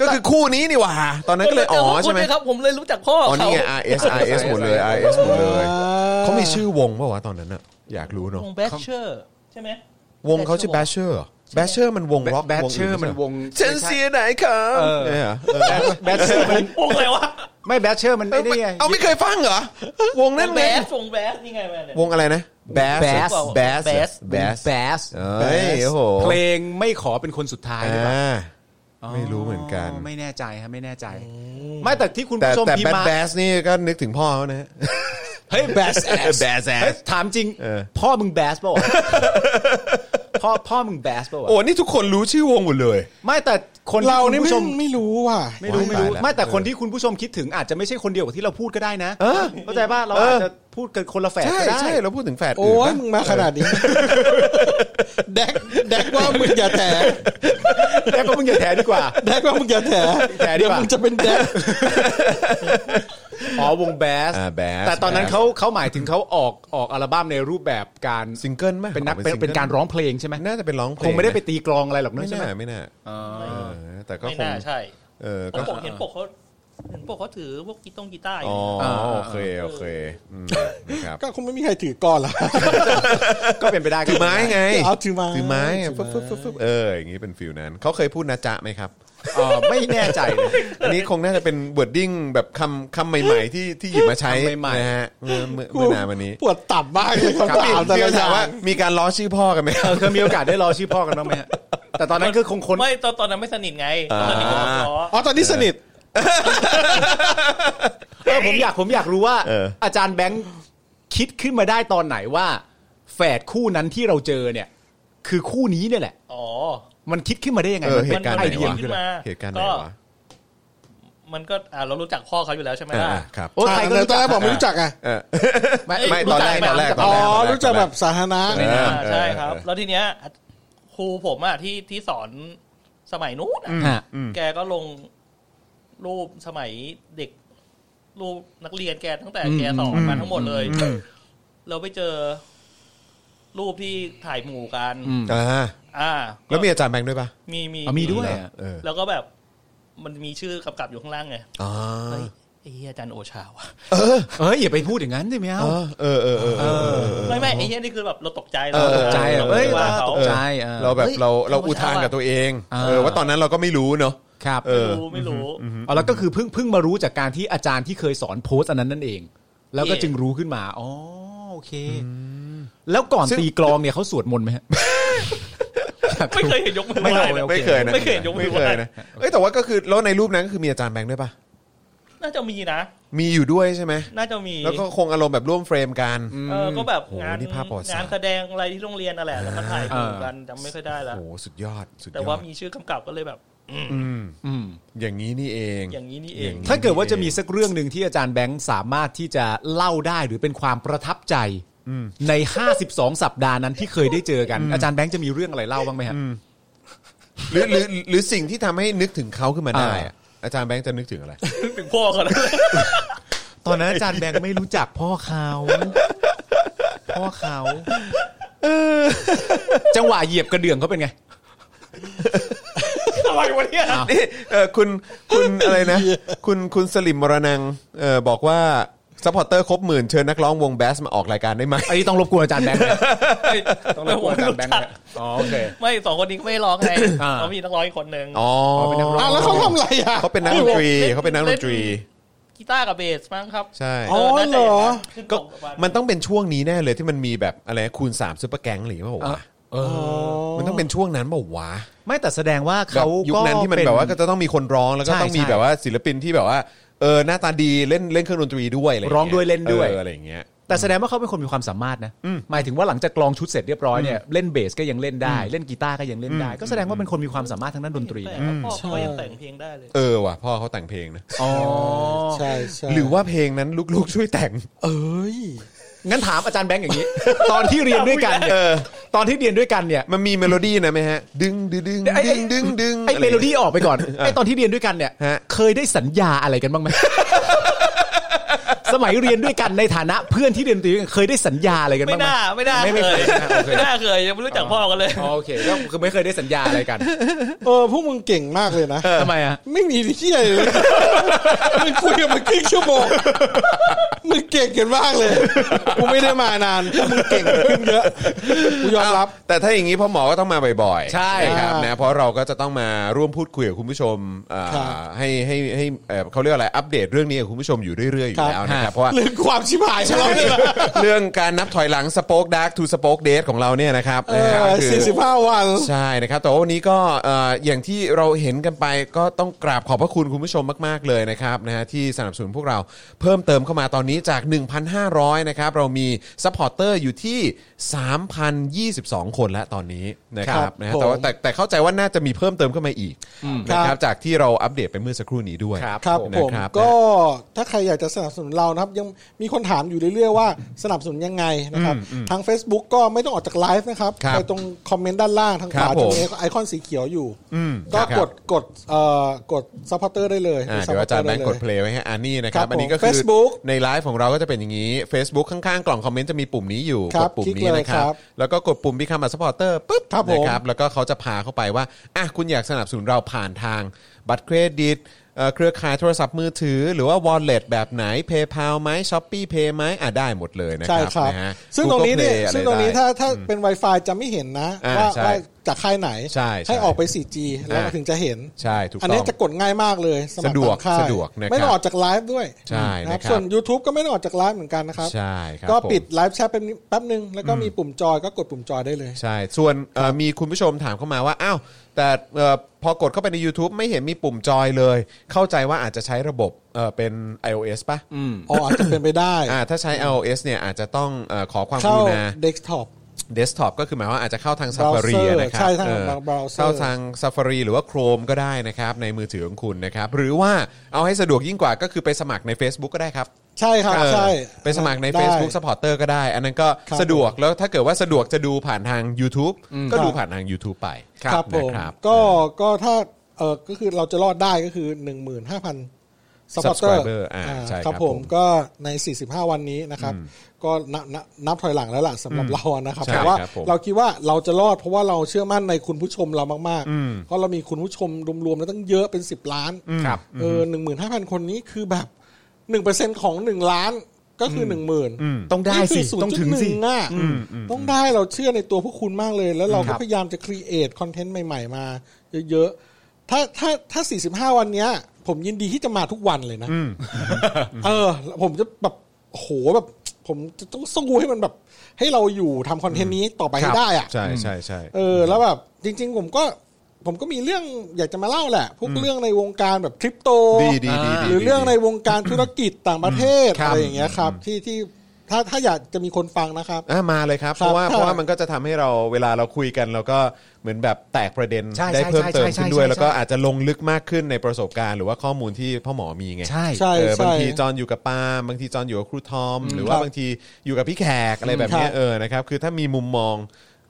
[SPEAKER 2] ก็คือคู่นี้นี่หว่า ตอนนั้นก็เลย
[SPEAKER 5] จ
[SPEAKER 2] อ๋อ
[SPEAKER 5] พวคุณ
[SPEAKER 2] ใช่ไหม
[SPEAKER 5] เนี่ยครับผมเลยรู้จักพ่อ
[SPEAKER 2] อ๋อ
[SPEAKER 5] เขา
[SPEAKER 2] นี่ไง RS RS หมดเลย RS หมดเลย
[SPEAKER 4] อ่า
[SPEAKER 2] เขามีชื่อวงปะวะตอนนั้นอ่ะอยากรู้เนาะ
[SPEAKER 5] วงแบชเชอร์ ใช่ไหม
[SPEAKER 2] วงเขาชื่อ Basher เหรอ Basher มันวงล็อก
[SPEAKER 3] แบท
[SPEAKER 2] วง
[SPEAKER 3] เชอร์มันวง
[SPEAKER 2] ฉันเสียไหนครับ
[SPEAKER 3] เออ
[SPEAKER 2] เนี่ยเหรอเออ
[SPEAKER 3] แบทเชอร์มัน
[SPEAKER 5] วงอะไรวะ
[SPEAKER 3] ไม่แบทเชอร์มันไม่ได้ไง
[SPEAKER 2] เอาไม่เคยฟังเหรอ วง
[SPEAKER 5] ว
[SPEAKER 2] นั่น
[SPEAKER 5] ง
[SPEAKER 2] ไง
[SPEAKER 5] แบสวงแบสนี่ไงแม่เนี่ยว
[SPEAKER 2] งอะไรนะ Bass
[SPEAKER 3] Bass
[SPEAKER 2] Bass
[SPEAKER 5] Bass
[SPEAKER 2] Bass
[SPEAKER 3] แบส
[SPEAKER 2] เอ้ยโอ้โห
[SPEAKER 3] เพลงไม่ขอเป็นคนสุดท้ายหรือเปล่า
[SPEAKER 2] อ่าไม่รู้เหมือนกัน
[SPEAKER 3] ไม่แน่ใจฮะไม่แน่ใจ ไม่แต่ที่คุณ
[SPEAKER 2] แต่
[SPEAKER 3] ผู้ชม
[SPEAKER 2] แต่
[SPEAKER 3] พิม
[SPEAKER 2] แบ
[SPEAKER 3] พ์
[SPEAKER 2] ด
[SPEAKER 3] มา
[SPEAKER 2] แบสนี่ก็นึกถึงพ่อเขานะ
[SPEAKER 3] เฮ้ยแบส
[SPEAKER 2] Bass
[SPEAKER 3] ถามจริง พ่อมึงแบสเปล่าวะ พ่อพ่อมึงแบสป่าวะ
[SPEAKER 2] โอ้นี่ทุกคนรู้ชื่อวงหมดเลย
[SPEAKER 3] ไม่แต่คนที่
[SPEAKER 4] เรา
[SPEAKER 3] คุณ
[SPEAKER 4] นี่
[SPEAKER 3] ผู้
[SPEAKER 4] ไม่
[SPEAKER 3] ชม
[SPEAKER 4] ไม่รู้ว่ะ
[SPEAKER 3] ไม่รู้
[SPEAKER 2] ไม่
[SPEAKER 3] ไม่
[SPEAKER 2] รู้
[SPEAKER 3] รู้
[SPEAKER 2] ตายละ
[SPEAKER 3] ไม่แต่คน
[SPEAKER 2] เออ
[SPEAKER 3] ที่คุณผู้ชมคิดถึงอาจจะไม่ใช่คนเดียวกับที่เราพูดก็ได้นะ
[SPEAKER 2] เออ
[SPEAKER 3] เข้าใจป่ะเรา
[SPEAKER 2] เอออ
[SPEAKER 3] อาจจะพูดกันคนละแฝด
[SPEAKER 2] ใช่
[SPEAKER 3] ก็ได้
[SPEAKER 2] ใช่เราพูดถึงแฝด
[SPEAKER 4] โอ้
[SPEAKER 2] น
[SPEAKER 4] ย
[SPEAKER 2] ปะ
[SPEAKER 4] มึงมาขนาดนี้ แดกแดกว่ามึงอย่าแถ
[SPEAKER 3] แต่ก็มึงอย่าแถดีกว่า
[SPEAKER 4] แดกว่ามึงอย่าแถ
[SPEAKER 3] แถดี
[SPEAKER 4] เดี๋ยว
[SPEAKER 3] กว่า
[SPEAKER 4] มึงจะเป็นแดก
[SPEAKER 3] อ๋อวงแบส
[SPEAKER 2] อ่าแบส
[SPEAKER 3] แต่ตอนนั้นเขาเขาหมายถึงเขาออกออกอัลบั้มในรูปแบบการ
[SPEAKER 2] ซิงเกิลไหม
[SPEAKER 3] เป็นนัก
[SPEAKER 2] ออ
[SPEAKER 3] เป็น
[SPEAKER 2] ซิง
[SPEAKER 3] เป็นการร้องเพลงใช่ไหม
[SPEAKER 2] น่าจะเป็นร้องเพล
[SPEAKER 3] ค
[SPEAKER 2] ง
[SPEAKER 3] งไม่ได้ไปตีกลองอะไรหรอกนะ
[SPEAKER 2] ไม่
[SPEAKER 3] ใช่ไหม
[SPEAKER 2] น่าไม่น่า
[SPEAKER 3] อ๋อ
[SPEAKER 2] เออแต่ก็
[SPEAKER 5] ไม่
[SPEAKER 2] คง
[SPEAKER 5] น่าใช่
[SPEAKER 2] เออ
[SPEAKER 5] เพ
[SPEAKER 2] ก็
[SPEAKER 5] ราะปกเห็นปกเขาเห็นปกเขาถือพวกกีตงกีตาร์
[SPEAKER 2] อ๋
[SPEAKER 5] อยู่
[SPEAKER 2] อโอเคโอเคอืมนะครับ
[SPEAKER 4] ก็คงไม่มีใครถือก้อนละ
[SPEAKER 3] ก็เป็นไปได้ก็
[SPEAKER 2] ถือไม้ไง
[SPEAKER 4] เอาถือไม้
[SPEAKER 2] ถือไม้ฟึบฟึบฟึบฟึบเอออย่างงี้เป็นฟิลนั้นเขาเคยพูดนะจ๊ะไหมครับ
[SPEAKER 3] เออไม่แน่ใจเลย
[SPEAKER 2] อันนี้คงน่าจะเป็นวอร์ดิ้งแบบคำคำใหม่ ๆ ที่ที่หยิบมาใช้
[SPEAKER 3] คำใหม่ๆ
[SPEAKER 2] นะฮะเมื่อเมื่อเมื่อนานมานี้
[SPEAKER 4] ปวดตับมากเลยคำถามแต่
[SPEAKER 2] พี่
[SPEAKER 4] ละอ
[SPEAKER 2] ถา
[SPEAKER 4] ย่าม ง
[SPEAKER 2] ว่ามีการล้อชื่อพ่อกันไหมค
[SPEAKER 3] เอ
[SPEAKER 2] รับ
[SPEAKER 3] อเคยมีโอกาสได้รอชื่อพ่อกันบ้างไหมฮะแต่ตอนนั้นคือคงคน
[SPEAKER 5] ไม่ตอนตอนนั้นไม่สนิทไงตอนนั้นก็ขอ
[SPEAKER 4] อ๋อตอนนี้สนิท
[SPEAKER 3] เออผมอยากผมอยากรู้ว่า
[SPEAKER 2] เออ
[SPEAKER 3] อาจารย์แบงค์คิดขึ้นมาได้ตอนไหนว่า แฝดคู่นั้นที่เราเจอเนี่ย คือคู่นี้เนี่ยแหละ
[SPEAKER 5] อ๋อ
[SPEAKER 3] มันคิดขึ้นมาได้ยังไง
[SPEAKER 2] เอ
[SPEAKER 3] มั
[SPEAKER 2] อ
[SPEAKER 3] น
[SPEAKER 2] เหตุการณ์ไหน
[SPEAKER 3] ไอเดียว
[SPEAKER 2] ะ
[SPEAKER 3] คืออะไร
[SPEAKER 2] เหตุการณ์ไหนวะ
[SPEAKER 5] มันก็อ่าเรารู้จักพ่อเขาอยู่แล้วใช่ไหม
[SPEAKER 2] อ่า
[SPEAKER 5] ล่ะ
[SPEAKER 2] ครับ
[SPEAKER 3] โอ้ใครก็รู้
[SPEAKER 4] ตอน
[SPEAKER 3] จั
[SPEAKER 4] แร
[SPEAKER 3] ก
[SPEAKER 4] กบอกไม่รู้จักอ่ะ
[SPEAKER 2] เออ
[SPEAKER 3] ไม่
[SPEAKER 5] เอ้ย
[SPEAKER 2] ไม่ตอนแรกตอนแรกต
[SPEAKER 4] อ๋
[SPEAKER 2] อน
[SPEAKER 4] อ
[SPEAKER 2] แรก
[SPEAKER 4] รู้จักแบบสาธารณะ
[SPEAKER 2] เออ
[SPEAKER 5] อ่าใช่ครับ
[SPEAKER 2] เออ
[SPEAKER 5] แล้วทีเนี้ยครูผมอะที่ที่สอนสมัยนู้นอะ
[SPEAKER 3] ฮะ
[SPEAKER 5] แกก็ลงรูปสมัยเด็ก รูปนักเรียนแกตั้งแต่แกสอนมาทั้งหมดเลยเราไปเจอ รูปที่ถ่ายหมู่กัน
[SPEAKER 3] อืม
[SPEAKER 2] อ่า
[SPEAKER 5] อ่า
[SPEAKER 2] แล้วมีอาจารย์แบงค์ด้วยปะ
[SPEAKER 5] มีมี
[SPEAKER 3] เอามีด้วย
[SPEAKER 2] เหรอเออ
[SPEAKER 5] แล้วก็แบบ มันมีชื่อกำกับอยู่ข้างล่างไง
[SPEAKER 2] อ๋อ
[SPEAKER 5] เฮ้ยไอ้เหี้ยอาจารย์โอชาวะ
[SPEAKER 3] เอ้ยอย่าไปพูดอย่างนั้นได้ไหมเอา
[SPEAKER 2] เออเออเออเออเออ
[SPEAKER 5] ไม่ไม่ไอ้เหี้ยนี่คือแบบเราตกใจ
[SPEAKER 2] เออ
[SPEAKER 5] เรา
[SPEAKER 3] ตกใจอะ
[SPEAKER 5] เรา
[SPEAKER 3] เอ้ย
[SPEAKER 5] ไม่ว่า
[SPEAKER 3] เรา
[SPEAKER 5] เขา
[SPEAKER 3] ตกใจอะ
[SPEAKER 2] เราแบบเราเราอุทานกับตัวเองเออว่าตอนนั้นเราก็ไม่รู้เนาะ
[SPEAKER 3] ครับ
[SPEAKER 2] เอ
[SPEAKER 5] ไม่
[SPEAKER 2] อ
[SPEAKER 5] รู้ไม่รู้
[SPEAKER 3] เอาแล้วก็คือเพิ่งเพิ่งมารู้จากการที่อาจารย์ที่เคยสอนโพสต์อันนั้นนั่นเอง แล้วก็
[SPEAKER 5] เย่
[SPEAKER 3] จึงรู้ขึ้นมาอ๋อโอเค แล้วก่อนตีกลองเนี่ยเขาสวดมนต์ไหมฮะ
[SPEAKER 5] ไม่เคยเห็นยกมือ
[SPEAKER 2] ไม่
[SPEAKER 5] ไหว้
[SPEAKER 2] เคย
[SPEAKER 5] นะ
[SPEAKER 2] ไม่เคยนะ
[SPEAKER 5] ไม่เคยยกมือ
[SPEAKER 2] ไม่เคย
[SPEAKER 5] ไหว้
[SPEAKER 2] นะเอ้ยแต่ว่าก็คือแล้วในรูปนั้นก็คือมีอาจารย์แบงค์ด้วยปะ
[SPEAKER 5] น่าจะมีนะ
[SPEAKER 2] มีอยู่ด้วยใช่ไหม
[SPEAKER 5] น่าจะมี
[SPEAKER 2] แล้วก็คงอารมณ์แบบร่วมเฟรมกัน
[SPEAKER 5] เออก็แบบ
[SPEAKER 2] โอ้โห
[SPEAKER 5] งาน
[SPEAKER 2] นี่ภาพประวัติศาสตร์
[SPEAKER 5] งานแสดงอะไรที่โรงเรียนนั่นแหละ แล้วก็ถ่าย
[SPEAKER 3] เออ
[SPEAKER 5] คู่กันจำไม่ค่อยได้ละ
[SPEAKER 2] โอ้โหสุดยอด สุดยอด
[SPEAKER 5] แต่ว่ามีชื่อกำกับก็เลยแบบ
[SPEAKER 2] อืม
[SPEAKER 3] อืม
[SPEAKER 2] อย่างนี้นี่เอง
[SPEAKER 5] อย่างนี้นี่เอ
[SPEAKER 2] อง ย่างนี้
[SPEAKER 3] ถ้าเกิดว่าจะมีสักเรื่องหนึ่งที่อาจารย์แบงค์สามารถที่จะเล่าได้หรือเป็นความประทับใจใน 52 สัปดาห์นั้นที่เคยได้เจอกัน อาจารย์แบงค์จะมีเรื่องอะไรเล่าบ้างไหมฮะ
[SPEAKER 2] หรือหรือหรือสิ่งที่ทำให้นึกถึงเขาขึ้นมาได้อะอาจารย์แบงค์จะนึกถึงอะไร
[SPEAKER 5] ถึงพ่อเขาแล้ว
[SPEAKER 3] ตอนนั้นอาจารย์แบงค์ไม่รู้จักพ่อ เขาพ่อเขาจังหวะเหยียบกระเดื่องเขาเป็นไง
[SPEAKER 5] อะไรวะเนี่ย
[SPEAKER 2] นี่เออคุณ คุณอะไรนะ คุณคุณสลิมมรนังเออบอกว่าซัพพอร์เตอร์ครบหมื่นเชิญนักร้องวงแบสมาออกรายการได้ไหม
[SPEAKER 3] อันนี้ต้องรบกวนอาจารย์แบงค์นะต้องรบกวนอาจารย์แบงค์
[SPEAKER 5] ไม่
[SPEAKER 3] นะอ๋อโอเค
[SPEAKER 5] ไม่สองคนนี้ก็ไม่ร้องไง
[SPEAKER 3] อ่า
[SPEAKER 5] เขามีนักร้องอีกคนนึง
[SPEAKER 2] อ๋อ
[SPEAKER 3] อ๋อเป็นนักร้
[SPEAKER 4] อ่ะ
[SPEAKER 3] ง
[SPEAKER 4] แล้วเขาทำอะไรอ่ะ
[SPEAKER 2] เขาเป็นนักดนตรีเขาเป็นนักดนตรี
[SPEAKER 5] กีตาร์กับเบสมั้งครับ
[SPEAKER 2] ใช่
[SPEAKER 5] เน่า
[SPEAKER 4] อ๋อเห
[SPEAKER 5] จะย่าง
[SPEAKER 4] รอ
[SPEAKER 5] นั้นขึ้น
[SPEAKER 2] ก็
[SPEAKER 5] ตประาณ
[SPEAKER 2] มันต้องเป็นช่วงนี้แน่เลยที่มันมีแบบอะไรคูณ3ซุปเปอร์แก๊งหรือเปล่าวะ
[SPEAKER 3] เออ
[SPEAKER 2] มันต้องเป็นช่วงนั้นเปล่าวะ
[SPEAKER 3] ไม่แต่แสดงว่า
[SPEAKER 2] แบบ
[SPEAKER 3] เขา
[SPEAKER 2] ยุค
[SPEAKER 3] ก็
[SPEAKER 2] นั้นที่มันแบบว่าก็จะต้องมีคนร้องแล้วก็
[SPEAKER 3] ใช่
[SPEAKER 2] ต้องมี
[SPEAKER 3] ใช่
[SPEAKER 2] แบบว่าศิลปินที่แบบว่าเออหน้าตาดีเล่นเล่นเครื่องดนตรีด้วยอะไร
[SPEAKER 3] ร้องด้วยเล่นด้วย
[SPEAKER 2] อออะไรอย่างเงี้ย
[SPEAKER 3] แต่แสดงว่าเขาเป็นคนมีความสามารถนะ หมายถึงว่าหลังจากกลองชุดเสร็จเรียบร้อยเนี่ยเล่นเบสก็ยังเล่นได้ เล่นกีตาร์ก็ยังเล่นได้ ก็แสดงว่าเป็นคนมีความสามารถทางด้านดนตรี
[SPEAKER 5] แต่
[SPEAKER 3] นะ
[SPEAKER 5] พ่อเขายังแต่งเพลงได้เลย
[SPEAKER 2] เออว่ะพ่อเขาแต่งเพลงนะ
[SPEAKER 3] อ๋อ
[SPEAKER 4] ใช่ใช่
[SPEAKER 2] หรือว่าเพลงนั้นลูกๆ ช่วยแต่ง
[SPEAKER 4] เอ้ย
[SPEAKER 3] งั้นถามอาจารย์แบงค์อย่างนี้ ตอนที่เรียนด้วยกันเนี่ย
[SPEAKER 2] เออ
[SPEAKER 3] ตอนที่เรียนด้วยกันเนี่ย
[SPEAKER 2] มันมีเมโลดี้นะไหมฮะ ดึงดึงดึง
[SPEAKER 3] ไอ้ไอ้
[SPEAKER 2] ดึงดึงดึง
[SPEAKER 3] ไอ้
[SPEAKER 2] ะ
[SPEAKER 3] เม
[SPEAKER 2] รย่าง
[SPEAKER 3] โล
[SPEAKER 2] งี้ย
[SPEAKER 3] ดี้ออกไปก่อนไอ้ตอนที่เรียนด้วยกันเนี่ย
[SPEAKER 2] ฮะ
[SPEAKER 3] เคยได้สัญญาอะไรกันบ้างไหม สมัยเรียนด้วยกันในฐานะเพื่อนที่เรียนดนตรีด้วยกันเคยได้สัญญาอะไรกัน
[SPEAKER 5] ไม่
[SPEAKER 3] บ้างไหม
[SPEAKER 5] น่าไม่น่า
[SPEAKER 3] ไม่ไม่
[SPEAKER 5] เคย
[SPEAKER 3] เคยไม่เคย
[SPEAKER 5] ไม่น่าเคยยังไม่รู้จักพ่อกันเลย
[SPEAKER 3] อ๋อโอเคก็คือไม่เคยได้สัญญาอะไรกัน
[SPEAKER 4] เออพวกมึงเก่งมากเลยนะ
[SPEAKER 3] ทำไมอ่ะ
[SPEAKER 4] ไม่มีที่อะไรเลย มึงคุยกันมาครึ่งชั่วโมง มึงเก่งกันมากเลย กูไม่ได้มานานพวกมึงเก่งขึ้นเยอะ กูยอมรับ
[SPEAKER 2] แต่ถ้าอย่างนี้พ่อหมอก็ต้องมาบ่อยๆ
[SPEAKER 3] ใช่
[SPEAKER 2] นะครับนะเพราะเราก็จะต้องมาร่วมพูดคุยกับคุณผู้ชมอ่า
[SPEAKER 4] ครับ
[SPEAKER 2] ให้ให้ให้เอ่อเขาเรียกอะไรอัปเดตเรื่องนี้กับคุณผู้ชมอยู่เรื่อยๆอยู่
[SPEAKER 4] ครับ
[SPEAKER 2] แล้วนะครับเพราะว่า
[SPEAKER 4] หรือความชิบหายของเราเนี่ย
[SPEAKER 2] เรื่องการนับถอยหลังสป o อ e ด a r k กทูสป o อ e เด e ของเราเนี่ยนะครับ
[SPEAKER 4] เอ
[SPEAKER 2] นะค
[SPEAKER 4] อ
[SPEAKER 2] รับคือ
[SPEAKER 4] สี่สิบห้าวัน
[SPEAKER 2] ใช่นะครับแต่ว่าวันนี้ก็เอ่ออย่างที่เราเห็นกันไปก็ต้องกราบขอบพระคุณคุณผู้ชมมาก ๆ เลยนะครับนะฮะที่สนับสนุนพวกเราเพิ่มเติมเข้ามาตอนนี้ จาก 1,500 นะครับ เรามีซัพพอร์เตอร์อยู่ที่ 3,022 คนแล้วตอนนี้นะค
[SPEAKER 4] ครั
[SPEAKER 2] รับบนะฮะแต่ว่า
[SPEAKER 4] ผม
[SPEAKER 2] แต่แต่เข้าใจว่าน่าจะมีเพิ่มเติมเข้ามาอีกนะครับจากที่เราอัปเดตไปเมื่อสักครู่นี้ด้วย
[SPEAKER 4] ะครับ
[SPEAKER 2] นะ
[SPEAKER 4] ผม
[SPEAKER 2] ครับ
[SPEAKER 4] ก็ถ้าใครอยากจะสนับสนุนเรานะครับยังมีคนถามอยู่เรื่อยๆว่าสนับสนุนยังไงนะครับทาง Facebook ก็ไม่ต้องออกจากไลฟ์นะครับ
[SPEAKER 2] ครับ
[SPEAKER 4] ไปตรงคอมเมนต์ด้านล่างทางข
[SPEAKER 2] ครั
[SPEAKER 4] วา
[SPEAKER 2] บผ
[SPEAKER 4] จะ
[SPEAKER 2] ม
[SPEAKER 4] มีไอคอนสีเขียวอยู่
[SPEAKER 2] อืม
[SPEAKER 4] ก็
[SPEAKER 2] ครับ
[SPEAKER 4] กดกดเอ่อกดซัพพอร์เตอร์ได้เลย
[SPEAKER 2] อ่า
[SPEAKER 4] ป็น
[SPEAKER 2] เดี๋ยวอาจารย์แบงค์
[SPEAKER 4] supporter
[SPEAKER 2] กด
[SPEAKER 4] ได้
[SPEAKER 2] เพ
[SPEAKER 4] เลย
[SPEAKER 2] ลย์ไว้ให้อันนี้นะครับ
[SPEAKER 4] ครับผม
[SPEAKER 2] อันนี้ก็คือ
[SPEAKER 4] Facebook
[SPEAKER 2] ในไลฟ์ของเราก็จะเป็นอย่างนี้ Facebook ข้างๆ กล่องคอมเมนต์จะมีปุ่มนี้อยู่
[SPEAKER 4] ครั
[SPEAKER 2] ก
[SPEAKER 4] บ
[SPEAKER 2] ดปุ่ม
[SPEAKER 4] คลิก
[SPEAKER 2] นี้
[SPEAKER 4] เลย
[SPEAKER 2] นะครั
[SPEAKER 4] ครับ บ
[SPEAKER 2] แล้วก็กดปุ่ม Become a supporter ปุ๊บ
[SPEAKER 4] ครับผม
[SPEAKER 2] นะครับ แล้วก็เขาจะพาเข้าไปว่า อ่ะคุณอยากสนับสนุนเราผ่านทางบัตรเครดิตเอ่อเครือข่ายโทรศัพท์มือถือ หรือว่า wallet แบบไหน PayPal ไหม Shopee Pay ไหมอ่ะได้หมดเลยนะค
[SPEAKER 4] ใช่
[SPEAKER 2] รับ
[SPEAKER 4] ครับ
[SPEAKER 2] นะฮะ
[SPEAKER 4] ซึ่งตรงนี้
[SPEAKER 2] Google Play
[SPEAKER 4] เนี่ย
[SPEAKER 2] อะไ
[SPEAKER 4] ซึ่งตรงนี้
[SPEAKER 2] ได้
[SPEAKER 4] ถ้าถ้าเป็น Wi-Fi จะไม่เห็นนะ
[SPEAKER 2] อ่า
[SPEAKER 4] ว่า
[SPEAKER 2] ใช่
[SPEAKER 4] ว่าจากค่ายไหน
[SPEAKER 2] ใช่ใช่
[SPEAKER 4] ออกไป 4G แล้ว
[SPEAKER 2] อ่า
[SPEAKER 4] ถึงจะเห็น
[SPEAKER 2] ใช่ถูก
[SPEAKER 4] อัน
[SPEAKER 2] ต้
[SPEAKER 4] นี้
[SPEAKER 2] อง
[SPEAKER 4] จะกดง่ายมากเลยมัคร
[SPEAKER 2] สะดวก
[SPEAKER 4] ตามค่าย
[SPEAKER 2] สะดวกนะครับ
[SPEAKER 4] ไม่ต้องออกจากไลฟ์ด้วย
[SPEAKER 2] ใช่นะครับ
[SPEAKER 4] ส่วน YouTube ก็ไม่ต้องออกจากไลฟ์เหมือนกันนะครับ
[SPEAKER 2] ใช่ครับ
[SPEAKER 4] ก็
[SPEAKER 2] ผม
[SPEAKER 4] ปิดไลฟ์แชทแป๊บนึงแป๊บนึง แล้วก็มีปุ่มจอยก็กดปุ่มจอยได้เลย
[SPEAKER 2] ใช่ ส่วนเอ่อมีคุณผู้ชมถามเข้ามาว่า อ้าว แต่เอ่อพอกดเข้าไปใน YouTube ไม่เห็นมีปุ่มจอยเลย เข้าใจว่าอาจจะใช้ระบบเอ่อเป็น iOS ป่ะ
[SPEAKER 4] อ๋ออาจจะเป็นไปได้
[SPEAKER 2] อ่าถ้าใช้ iOS เนี่ยอาจจะต้องเออขอความก
[SPEAKER 4] เข้า
[SPEAKER 2] รุณา
[SPEAKER 4] เดสก์ท็อป
[SPEAKER 2] desktop ก็คือหมายว่าอาจจะเข้าทาง Safari
[SPEAKER 4] Browser
[SPEAKER 2] นะครั
[SPEAKER 4] ใช่ทาง
[SPEAKER 2] เออ
[SPEAKER 4] browser
[SPEAKER 2] เข้าทาง Safari หรือว่า Chrome ก็ได้นะครับ ในมือถือของคุณนะครับ หรือว่าเอาให้สะดวกยิ่งกว่าก็คือไปสมัครใน Facebook ก็ได้ครับ
[SPEAKER 4] ใช่ครับ
[SPEAKER 2] เออ
[SPEAKER 4] ใช่
[SPEAKER 2] ไปสมัครใน
[SPEAKER 4] ได้
[SPEAKER 2] Facebook Supporter ก็ได้ อันนั้นก็
[SPEAKER 4] ครับ
[SPEAKER 2] สะดวกแล้วถ้าเกิดว่าสะดวกจะดูผ่านทาง YouTube ก็ดู
[SPEAKER 4] ครับ
[SPEAKER 2] ผ่านทาง YouTube ไป
[SPEAKER 4] ครับผม
[SPEAKER 2] นะครับ
[SPEAKER 4] ก็ก็ถ้าเออก็คือเราจะรอดได้ก็คือ 15,000 supporter
[SPEAKER 2] Subscriber อ่าใช่ครับ
[SPEAKER 4] ครับผม
[SPEAKER 2] ผม
[SPEAKER 4] ก็ใน 45 วันนี้นะครับ ก็นับนับนับถอยหลังแล้วล่ะสำหรับเราอะนะครับ
[SPEAKER 2] ใช่
[SPEAKER 4] เพราะว่า
[SPEAKER 2] ครับผม
[SPEAKER 4] เราคิดว่าเราจะรอดเพราะว่าเราเชื่อมั่นในคุณผู้ชมเรามากๆ เพราะเรามีคุณผู้ชมรวมๆแล้วตั้งเยอะเป็น 10 ล้าน
[SPEAKER 3] ครับ
[SPEAKER 4] เออหนึ่งหมื่นห้าพันคนนี้คือแบบหนึ่งเปอร์เซ็นของหนึ่งล้านก็คือหนึ่งหมื่น
[SPEAKER 3] ต้องได้สิ ต้องถึงสิ
[SPEAKER 4] อ่ะต้องได้เราเชื่อในตัวพวกคุณมากเลย แล้วเรา
[SPEAKER 3] ค
[SPEAKER 4] ก็
[SPEAKER 3] รับ
[SPEAKER 4] พยายามจะครีเอทคอนเทนต์ใหม่ ๆ มา เยอะๆ ถ้าถ้าถ้าสี่สิบห้าวันเนี้ย ผมยินดีที่จะมาทุกวันเลยนะ เออ ผมจะแบบโหแบบ ผมจะต้องสู้ให้มันแบบ ให้เราอยู่ทำคอนเทนต์นี้ต่อไปให้ได้อ่ะ
[SPEAKER 2] ใช่ใช่ใช่
[SPEAKER 4] เออแล้วแบบจริง ๆ ผมก็ผมก็มีเรื่องอยากจะมาเล่าแหละ พวกเรื่องในวงการแบบคริปโต
[SPEAKER 2] ดีดีดีดี
[SPEAKER 4] หรือเรื่อง
[SPEAKER 2] ดี
[SPEAKER 4] ในวงการธุรกิจต่างประเทศ
[SPEAKER 2] ครับ
[SPEAKER 4] อะไรอย่างเงี้ยครับ ที่ที่ถ้าถ้าอยากจะมีคนฟังนะครับ
[SPEAKER 2] อ่ะมาเลยครับ เพราะว่า
[SPEAKER 4] ครับ
[SPEAKER 2] เพราะว่ามันก็จะทำให้เราเวลาเราคุยกัน เราก็เหมือนแบบแตกประเด็น
[SPEAKER 3] ใช่
[SPEAKER 2] ได้
[SPEAKER 3] ใช่
[SPEAKER 2] เพิ่มเติม
[SPEAKER 3] ใช่ใช่
[SPEAKER 2] ขึ้นด้วย
[SPEAKER 3] ใช่
[SPEAKER 2] แล้วก็อาจจะลงลึกมากขึ้นในประสบการณ์ หรือว่าข้อมูลที่พ่อหมอมีไง
[SPEAKER 3] ใช่
[SPEAKER 4] ใช่
[SPEAKER 2] เออบางทีจอนอยู่กับป้าล์มบางทีจอนอยู่กับครูทอม หรือว่า
[SPEAKER 4] ครับ
[SPEAKER 2] บางทีอยู่กับพี่แขกอะไรแบบเนี้ย
[SPEAKER 4] ครับ
[SPEAKER 2] เออนะครับคือถ้ามีมุมมอง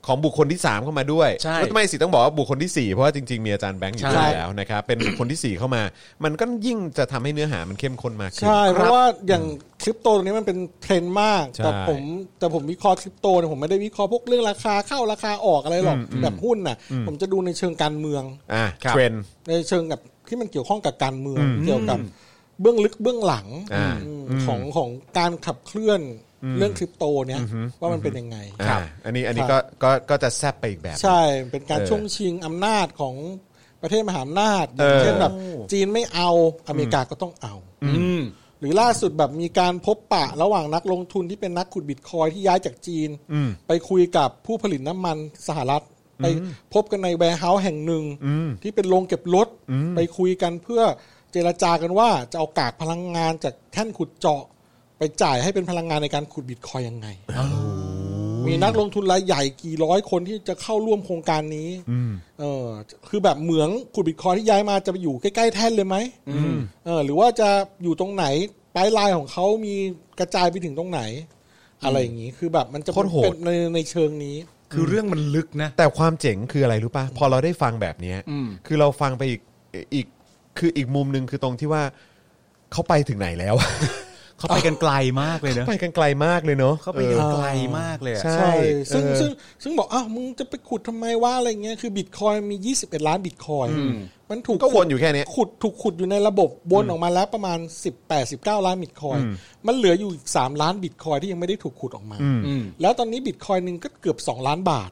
[SPEAKER 2] ของบุคคลที่ 3 เข้ามาด้วย
[SPEAKER 3] ใช่
[SPEAKER 2] แล้วทำไมสิต้องบอกว่าบุคคลที่สี่เพราะว่าจริงๆมีอาจารย์แบงค์อยู่
[SPEAKER 4] ใช่
[SPEAKER 2] ด้วยแล้วนะครับเป็นบุคคลที่สี่เข้ามา มันก็ยิ่งจะทำให้เนื้อหามันเข้มข้นมากขึ้น
[SPEAKER 4] ใช่เพราะว่าอย่างคริปโตตรงนี้มันเป็นเทรนด์มาก
[SPEAKER 2] ใช่
[SPEAKER 4] แต่ผมแต่ผมวิเคราะห์คริปโตเนี่ยผมไม่ได้วิเคราะห์พวกเรื่องราคาเข้าราคาออกอะไรหรอกแบบหุ้นน่ะ ผมจะดูในเชิงการเมือง
[SPEAKER 2] อ่ะ
[SPEAKER 3] ครับ
[SPEAKER 2] เทรนด์
[SPEAKER 4] ในเชิงกับที่มันเกี่ยวข้องกับการเมืองเกี่ยวกับเบื้องลึกเบื้องหลัง
[SPEAKER 2] อ่า
[SPEAKER 4] อืมของของการขับเคลื่อนเรื่องคริปโตเนี่ยว่ามันเป็นยังไง
[SPEAKER 2] อ่ะอันนี้อันนี้
[SPEAKER 4] ครั
[SPEAKER 2] ก็
[SPEAKER 4] บ
[SPEAKER 2] ก็ก็จะแซบไปอีกแบบ
[SPEAKER 4] ใช่เป็นการ
[SPEAKER 2] เออ
[SPEAKER 4] ช่วงชิงอำนาจของประเทศมหาอำนาจ
[SPEAKER 2] เออ
[SPEAKER 4] เช่นแบบจีนไม่เอาอเมริกาก็ต้องเอา
[SPEAKER 3] อืม
[SPEAKER 4] หรือล่าสุดแบบมีการพบปะระหว่างนักลงทุนที่เป็นนักขุดบิตคอยน์ที่ย้ายจากจีน
[SPEAKER 2] อืม
[SPEAKER 4] ไปคุยกับผู้ผลิตน้ำมันสหรัฐ ไปพบกันในแวร์เฮาส์แห่งหนึ่ง ที่เป็นโรงเก็บรถ ไปคุยกันเพื่อเจรจากันว่าจะเอากากพลังงานจากแท่นขุดเจาะ ไปจ่ายให้เป็นพลังงานในการขุดบิตคอยน์ยังไง มีนักลงทุนรายใหญ่กี่ร้อยคนที่จะเข้าร่วมโครงการนี้ เออ คือแบบเหมืองขุดบิตคอยน์ที่ย้ายมาจะไปอยู่ใกล้ ๆ แท่นเลยไหมเออ หรือว่าจะอยู่ตรงไหนปลายไลายของเขามีกระจายไปถึงตรงไหน อะไรอย่างนี้ คือแบบมันจะ
[SPEAKER 2] โคตรโหด
[SPEAKER 4] เป็นในในเชิงนี้
[SPEAKER 3] คือเรื่องมันลึกนะ
[SPEAKER 2] แต่ความเจ๋งคืออะไรรู้ป่ะ พอเราได้ฟังแบบเนี้ย
[SPEAKER 3] อืม
[SPEAKER 2] คือเราฟังไปอีกอีกคืออีกมุมหนึ่งคือตรงที่ว่าเขาไปถึงไหนแล้ว
[SPEAKER 3] เขาไปกันไกลมากเลยเนอะ
[SPEAKER 2] ไปกันไกลมากเลยเนาะ
[SPEAKER 3] เขาไป
[SPEAKER 2] เออ
[SPEAKER 3] กันไกลมากเลยอะ
[SPEAKER 2] ใช่
[SPEAKER 4] ใช่ซึ่ง
[SPEAKER 2] เออ
[SPEAKER 4] ซึ่งซึ่งบอกอ้าวมึงจะไปขุดทำไมว่าอะไรเงี้ยคือบิตคอยมี 21 ล้านบิตคอยมันถูก
[SPEAKER 2] ก็วนอยู่แค่เนี้ย
[SPEAKER 4] ขุดถูกขุดอยู่ในระบบวนออกมาแล้วประมาณ 18 19 ล้านบิตคอยมันเหลืออยู่อีก 3 ล้านบิตคอยที่ยังไม่ได้ถูกขุดออกมา
[SPEAKER 3] อืม
[SPEAKER 4] แล้วตอนนี้บิตคอยหนึ่งก็เกือบ 2 ล้านบาท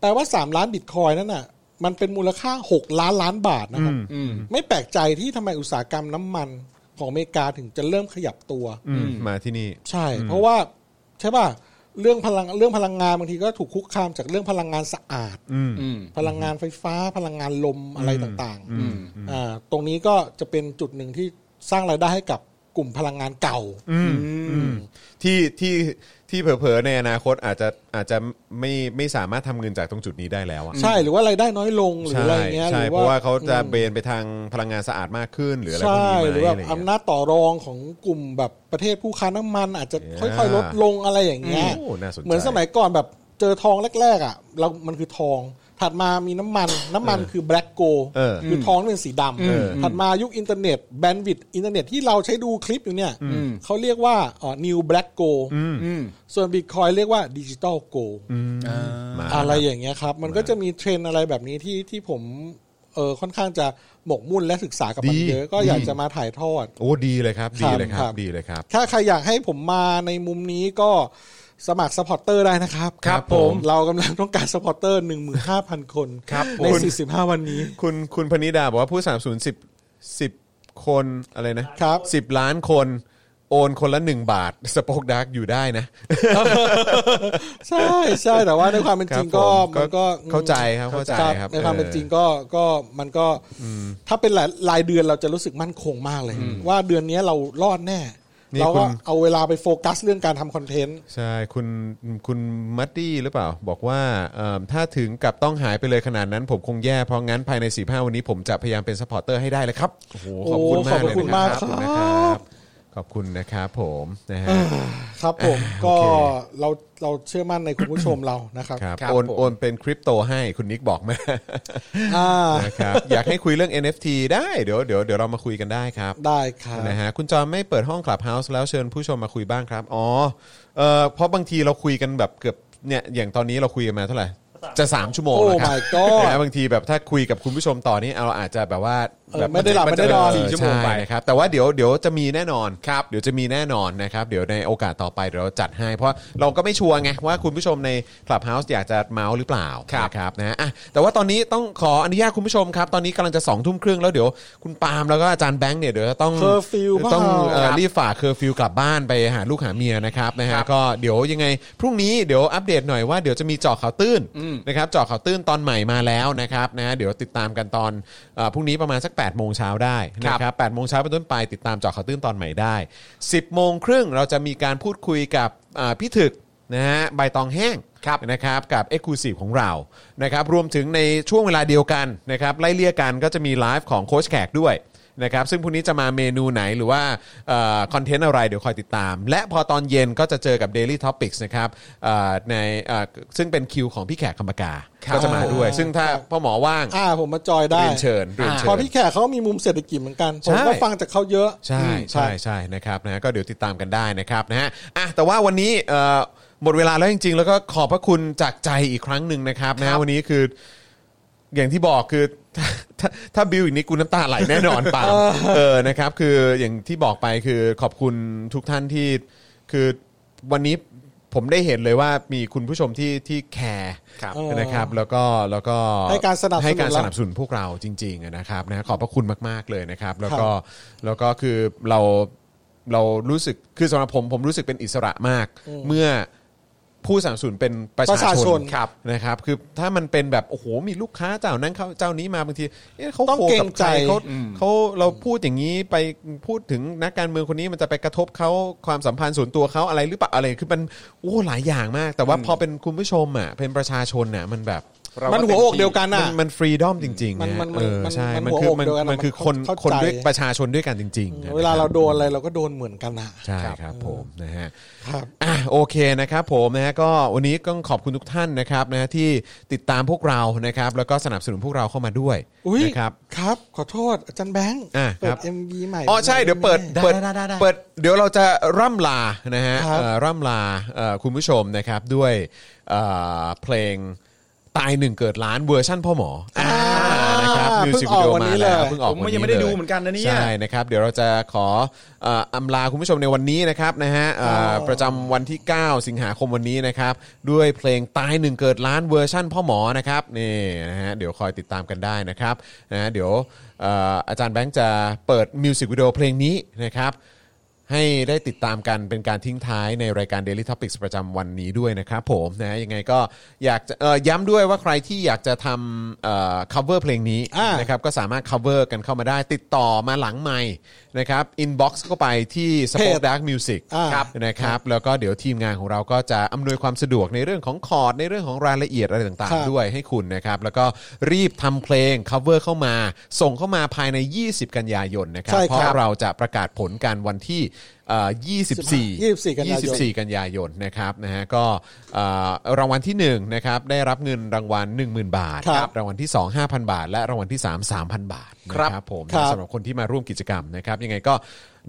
[SPEAKER 4] แปลว่า 3 ล้านบิตคอยนั่นน่ะมันเป็นมูลค่า 6 ล้านล้านบาทนะครับ
[SPEAKER 3] อืม
[SPEAKER 4] ไม่แปลกใจที่ทำไมอุตสาหกรรมน้ำมันของอเมริกาถึงจะเริ่มขยับตัว
[SPEAKER 2] อืมมาที่นี่
[SPEAKER 4] ใช่ เพราะว่าใช่ป่ะเรื่องพลังเรื่องพลังงานบางทีก็ถูกคุกคามจากเรื่องพลังงานสะอาด
[SPEAKER 2] อืม
[SPEAKER 3] อืม
[SPEAKER 4] พลังงานไฟฟ้าพลังงานลมอะไรต่าง
[SPEAKER 3] อืม
[SPEAKER 4] ๆอ่าตรงนี้ก็จะเป็นจุดหนึ่งที่สร้างรายได้ให้กับ กลุ่มพลังงานเก่า
[SPEAKER 2] ที่ที่ที่เผลอๆในอนาคตอาจจะอาจจะไม่ไม่สามารถทำเงินจากตรงจุดนี้ได้แล้วอะ
[SPEAKER 4] ใช่หรือว่ารายได้น้อยลงหรือ
[SPEAKER 2] ใช่
[SPEAKER 4] อะไรเงี้ยห
[SPEAKER 2] ใช่
[SPEAKER 4] รือ
[SPEAKER 2] เพราะว่า
[SPEAKER 4] ว่า
[SPEAKER 2] เขาจะเบนไปทางพลังงานสะอาดมากขึ้น หรืออะไรพวก
[SPEAKER 4] ใช่
[SPEAKER 2] นี้ไหม
[SPEAKER 4] หรือว่า
[SPEAKER 2] ะไรเงี้ย
[SPEAKER 4] อำนาจต่อรองของกลุ่มแบบประเทศผู้ค้าน้ำมันอาจจะ
[SPEAKER 2] เอ
[SPEAKER 4] ค่
[SPEAKER 2] อ
[SPEAKER 4] อยๆลดลงอะไรอย่างเงี้ย
[SPEAKER 2] โอ้น่าสนใจ
[SPEAKER 4] เหมือนสมัยก่อนแบบเจอทองแรกๆอ่ะเรามันคือทอง ถัดมามีน้ำมัน น้ำมันคือแบล็กโก
[SPEAKER 2] เออ
[SPEAKER 4] คือทองเป็นสีดำถัดมายุคอินเทอร์เน็ตแบนด์วิดต์อินเทอร์เน็ตที่เราใช้ดูคลิปอยู่เนี่ยเขาเรียกว่าอ๋อ new black go ส่วนบิตคอยเรียกว่าดิจิตอลโก
[SPEAKER 2] มา
[SPEAKER 4] อะไรอย่างเงี้ยครับ มันก็จะมีเทรนด์อะไรแบบนี้ที่ที่ผมเออค่อนข้างจะหมกมุ่นและศึกษากับมันเยอะ ก็อยากจะมาถ่ายทอด
[SPEAKER 2] โอ้ดีเลยครับ ดีเลยครั
[SPEAKER 4] ครับ บ
[SPEAKER 2] ดีเลยครับ
[SPEAKER 4] ถ้าใครอยากให้ผมมาในมุมนี้ก็สมัครสปอร์ตเตอร์ได้นะครับ
[SPEAKER 2] ครับผม
[SPEAKER 4] เรากำลังต้องการสปอร์ตเตอร์ 15,000 คนครับใน 45 วันนี้
[SPEAKER 2] คุณคุณพนิดาบอกว่าผู้สามศูนย์สิบสิบคนอะไรนะครับ สิบล้านคน โอนคนละหนึ่งบาทสป็อกดักอยู่ได้นะ
[SPEAKER 4] ใช่ใช่แต่ว่าในความเป็นจริง
[SPEAKER 2] ครับ
[SPEAKER 4] ก็
[SPEAKER 2] ผม
[SPEAKER 4] มันก็
[SPEAKER 2] ก็เข้าใจครับเข้าใจครับ
[SPEAKER 4] ในความเป็น
[SPEAKER 2] เออ
[SPEAKER 4] จริงก็ก็มันก็ถ้าเป็นหลายรายเดือนเราจะรู้สึกมั่นคงมากเลย ว่าเดือนนี้เรารอดแน่
[SPEAKER 2] นี่
[SPEAKER 4] เรา
[SPEAKER 2] คุ
[SPEAKER 4] ก็
[SPEAKER 2] ณ
[SPEAKER 4] เอาเวลาไปโฟกัสเรื่องการทำคอนเทนต์
[SPEAKER 2] ใช่คุณคุณมัดดี้หรือเปล่า บอกว่าเอิ่มถ้าถึงกับต้องหายไปเลยขนาดนั้น ผมคงแย่เพราะงั้นภายใน 4-5 วันนี้ผมจะพยายามเป็นสปอร์เตอร์ให้ได้เลยครับโอ้โหขอบคุณ
[SPEAKER 4] โอ้
[SPEAKER 2] มาก
[SPEAKER 4] ขอบคุณ
[SPEAKER 2] เลยนะขอณ
[SPEAKER 4] มากครับ
[SPEAKER 2] นะครับขอบคุณนะครับผมนะฮะ
[SPEAKER 4] ครับผม
[SPEAKER 2] โอ
[SPEAKER 4] ก็
[SPEAKER 2] เค
[SPEAKER 4] เราเราเชื่อมั่นในคุณผู้ชมเรานะครับ
[SPEAKER 2] ครับ
[SPEAKER 3] ครับ
[SPEAKER 2] โอน
[SPEAKER 3] ผม
[SPEAKER 2] โอนเป็นคริปโตให้คุณนิกบอกมา
[SPEAKER 4] อ่า
[SPEAKER 2] นะครับอยากให้คุยเรื่อง NFT ได้เดี๋ยวเดี๋ยวเดี๋ยวเรามาคุยกันได้ครับ
[SPEAKER 4] ได้ครับ
[SPEAKER 2] นะฮะคุณจอมไม่เปิดห้องคลับเฮาส์แล้วเชิญผู้ชมมาคุยบ้างครับ อ๋อเอ่อเพราะบางทีเราคุยกันแบบเกือบเนี่ยอย่างตอนนี้เราคุยกันมาเท่าไหร่ จะ 3 ชั่วโมงแล้วครับ
[SPEAKER 4] Oh my god
[SPEAKER 2] นะฮะบางทีแบบถ้าคุยกับคุณผู้ชมต่อนี้เราอาจจะแบบว่า
[SPEAKER 4] เออ
[SPEAKER 2] แบบ
[SPEAKER 4] ไม่ได้หลับไม่ได้นอน
[SPEAKER 2] จะเป็
[SPEAKER 3] สี่ชั่วโมงไป
[SPEAKER 2] ในะครับแต่ว่าเดี๋ยวเดี๋ยวจะมีแน่นอนครับเดี๋ยวจะมีแน่นอนนะครับเดี๋ยวในโอกาสต่อไปเดี๋ยวเราจัดให้ เพราะเราก็ไม่ชัวร์ไงว่าคุณผู้ชมในคลับเฮาส์อยากจะเมาส์หรือเปล่านะครับนะฮะอ่ะแต่ว่าตอนนี้ต้องขออนุญาตคุณผู้ชมครับตอนนี้กำลังจะสองทุ่มครึ่งแล้วเดี๋ยวคุณปาล์มแล้วก็อาจารย์แบงค์เนี่ยเดี๋ยวจะต้อง
[SPEAKER 4] เคอร์ฟิวเปล่า
[SPEAKER 2] ต้องเอ่อ
[SPEAKER 4] ครับ
[SPEAKER 2] รีบฝ่าเคอร์ฟิวกลับบ้านไปหาลูกหาเมียนะครับนะฮะก็เดี๋ยวยังไงพรุ่งนี้เดี๋ยวอัปเดตหน่อยว่าเดี๋ยวจะมีเจาะข่าวตื้นนะครับเจาะข่าวตื้นตอนใหม่มาแล้วนะครับนะฮะเดี๋ยวติดตามกันตอนเอ่อพรุ่งนี้ประมาณสัก8ปดโมงเช้าได้นะครับแปดโมงเช้าเป็นต้นไปติดตามเจาะข่าวตื้นตอนใหม่ได้ 10บโมงครึ่งเราจะมีการพูดคุยกับอ่าพี่ถึกนะฮะใบตองแห้ง ครับนะครับกับ e x c l u s i v e ของเรานะครับรวมถึงในช่วงเวลาเดียวกันนะครับไล่เลี่ยกันก็จะมีไลฟ์ของโค้ชแขกด้วยนะครับซึ่งพรุ่งนี้จะมาเมนูไหนหรือว่าคอนเทนต์อะไรเดี๋ยวคอยติดตาม และพอตอนเย็นก็จะเจอกับ Daily Topics นะครับเอ่อในเอ่อซึ่งเป็นคิวของพี่แขกคำปากา ก็จะมาด้วย ซึ่งถ้าพ่อหมอว่าง
[SPEAKER 4] อ่าผมมาจอยได้
[SPEAKER 2] เรียนเชิญเรียนเชิญ
[SPEAKER 4] พอพี่แขกเขามีมุมเศรษฐกิจเหมือนกันผมก็
[SPEAKER 2] ใช่
[SPEAKER 4] ฟังจากเขาเยอะ
[SPEAKER 2] ใช่
[SPEAKER 4] อืม
[SPEAKER 2] ใช่ใช่นะครับนะก็เดี๋ยวติดตามกันได้นะครับนะฮะอ่ะแต่ว่าวันนี้เอ่อหมดเวลาแล้วจริง ๆ แล้วก็ขอบพระคุณจากใจอีกครั้งหนึ่งนะครับนะฮะวันนี้คืออย่างที่บอกคือ ถ้าถ้าถ้าบิวอีกนี้กูน้ำตาไหลแน่นอน ปาล์มเออนะครับ คืออย่างที่บอกไปคือขอบคุณทุกท่านที่คือวันนี้ผมได้เห็นเลยว่ามีคุณผู้ชมที่ที่แคร์
[SPEAKER 3] ครับ
[SPEAKER 2] นะครับแล้วก็แล้วก็
[SPEAKER 4] ให้การสนับสนุน
[SPEAKER 2] ให้การสนับสนุนพวกเราจริงๆนะครับนะขอบพระคุณมาก ๆเลยนะครับ แล้วก็แล้วก็คือเราเรารู้สึกคือสำหรับผมผมรู้สึกเป็นอิสระมาก เมื่อผู้สนับสนุนเป็นประ
[SPEAKER 4] ประ
[SPEAKER 2] ชา
[SPEAKER 4] ชา
[SPEAKER 2] ช
[SPEAKER 4] ช
[SPEAKER 2] น
[SPEAKER 4] น
[SPEAKER 2] ครับนะครับคือถ้ามันเป็นแบบโอ้โหมีลูกค้าเจ้านั้นเขาเจ้านี้มาบางทีเอ๊ะเขา
[SPEAKER 4] ต้อง
[SPEAKER 2] โค
[SPEAKER 4] เกร
[SPEAKER 2] กับ
[SPEAKER 4] ง
[SPEAKER 2] ใค
[SPEAKER 4] ใจ
[SPEAKER 2] รเขาเขาเราพูดอย่างนี้ไปพูดถึงนักการเมืองคนนี้มันจะไปกระทบเขาความสัมพันธ์ส่วนตัวเขาอะไรหรือเปล่าอะไรคือมันโอ้หลายอย่างมาก แต่ว่าพอเป็นคุณผู้ชมอ่ะเป็นประชาชนอ่ะมันแบบ
[SPEAKER 4] มันหัวอกเดียวกันอ่ะ
[SPEAKER 2] มันมันฟรีดอมจริงๆ
[SPEAKER 4] มัน
[SPEAKER 2] นะ
[SPEAKER 4] มัน
[SPEAKER 2] เออ
[SPEAKER 4] มัน
[SPEAKER 2] ใช่
[SPEAKER 4] มัน
[SPEAKER 2] มัน
[SPEAKER 4] หัว
[SPEAKER 2] คือ
[SPEAKER 4] อก
[SPEAKER 2] มัน
[SPEAKER 4] เดียวกัน
[SPEAKER 2] มันคือ
[SPEAKER 4] มัน
[SPEAKER 2] คน
[SPEAKER 4] เข้า
[SPEAKER 2] คน
[SPEAKER 4] ใจ
[SPEAKER 2] ด้วยประชาชนด้วยกันจริงๆนะ
[SPEAKER 4] เวลา
[SPEAKER 2] คบ
[SPEAKER 4] เราโดนอะไรเราก็โดนเหมือนกันอ่ะ
[SPEAKER 2] ใช่ครับผมนะฮะ
[SPEAKER 4] ครับ
[SPEAKER 2] อ่ะโอเคนะครับผมนะฮะก็วันนี้ต้องขอบคุณทุกท่านนะครับนะฮะที่ติดตามพวกเรานะครับ แล้วก็สนับสนุนพวกเราเข้ามาด้วย
[SPEAKER 4] อุ้ย
[SPEAKER 2] นะครับ
[SPEAKER 4] ครับ ขอโทษอาจารย์แบงค์
[SPEAKER 2] อ่ะ
[SPEAKER 4] เปิ
[SPEAKER 2] ครั
[SPEAKER 4] ด
[SPEAKER 2] บ
[SPEAKER 4] MV ใหม่
[SPEAKER 2] อ๋อใช่เดี๋ยวเปิด
[SPEAKER 4] ได้
[SPEAKER 2] เปิด
[SPEAKER 3] ได้ได้ได้
[SPEAKER 2] เปิดเดี๋ยวเราจะร่ำลานะฮะ
[SPEAKER 4] ครับ
[SPEAKER 2] เอ่อร่ำลาเอ่อคุณผู้ชมนะครับด้วยเอ่อเพลงตายหนึ่งเกิดล้านเวอร์ชั่นพ่อหมออ่านะครับ
[SPEAKER 4] เพิ่
[SPEAKER 2] มิว
[SPEAKER 4] ง
[SPEAKER 2] สิก
[SPEAKER 4] อ
[SPEAKER 2] วิ
[SPEAKER 4] อก
[SPEAKER 2] ดีโอ
[SPEAKER 4] วัน
[SPEAKER 2] มา
[SPEAKER 4] นี้
[SPEAKER 2] แล้
[SPEAKER 4] เล
[SPEAKER 2] วย เพิ่งออก
[SPEAKER 3] ผม
[SPEAKER 2] วัน
[SPEAKER 3] ก็
[SPEAKER 2] นี้
[SPEAKER 3] ยังไม่ได้
[SPEAKER 2] ล
[SPEAKER 3] ดูเหมือนกันนะเนี่ย
[SPEAKER 2] ใช่นะครับเดี๋ยวเราจะขอเอ่ออำลาคุณผู้ชมในวันนี้นะครับนะฮะเอ่อประจำวันที่ 9 สิงหาคมวันนี้นะครับด้วยเพลงตายหนึ่งเกิดล้านเวอร์ชั่นพ่อหมอนะครับนี่นะฮะเดี๋ยวคอยติดตามกันได้นะครับนะฮะเดี๋ยวเอ่ออาจารย์แบงค์จะเปิดมิวสิกวิดีโอเพลงนี้นะครับ ให้ได้ติดตามกันเป็นการทิ้งท้ายในรายการ Daily Topics ประจำวันนี้ด้วยนะครับผมนะฮะยังไงก็อยากจะเอ่อย้ำด้วยว่าใครที่อยากจะทำเอ่อ cover เพลงนี้
[SPEAKER 4] อ่าน
[SPEAKER 2] นะครับก็สามารถ cover กันเข้ามาได้ ติดต่อมาหลังใหม่นะครับ inbox เข้าไปที่ Spoke Dark Music
[SPEAKER 4] อ่า
[SPEAKER 2] ครับนะครับแล้วก็เดี๋ยวทีมงานของเราก็จะอำนวยความสะดวกในเรื่องของคอร์ดในเรื่องของรายละเอียดอะไรต่าง
[SPEAKER 4] ครับ
[SPEAKER 2] ๆ ด้วยให้คุณนะครับ แล้วก็รีบทำเพลง cover เข้ามา ส่งเข้ามาภายใน 20 กันยายนนะครับ
[SPEAKER 4] ใช่ครับ
[SPEAKER 2] เพราะเราจะประกาศผลการวันที่เอ่อ24
[SPEAKER 4] 24กันยายน
[SPEAKER 2] 24 กันยายนนะครับนะฮะก็เอ่อรางวัลที่1นะครับได้รับเงินรางวัล 10,000 บาท
[SPEAKER 4] ครับ
[SPEAKER 2] รางวัลที่ 2 5,000 บาท และรางวัลที่ 3 3,000 บาท
[SPEAKER 4] ครับ
[SPEAKER 2] นะครับผม
[SPEAKER 4] ครับ
[SPEAKER 2] สำหรับคนที่มาร่วมกิจกรรมนะครับยังไงก็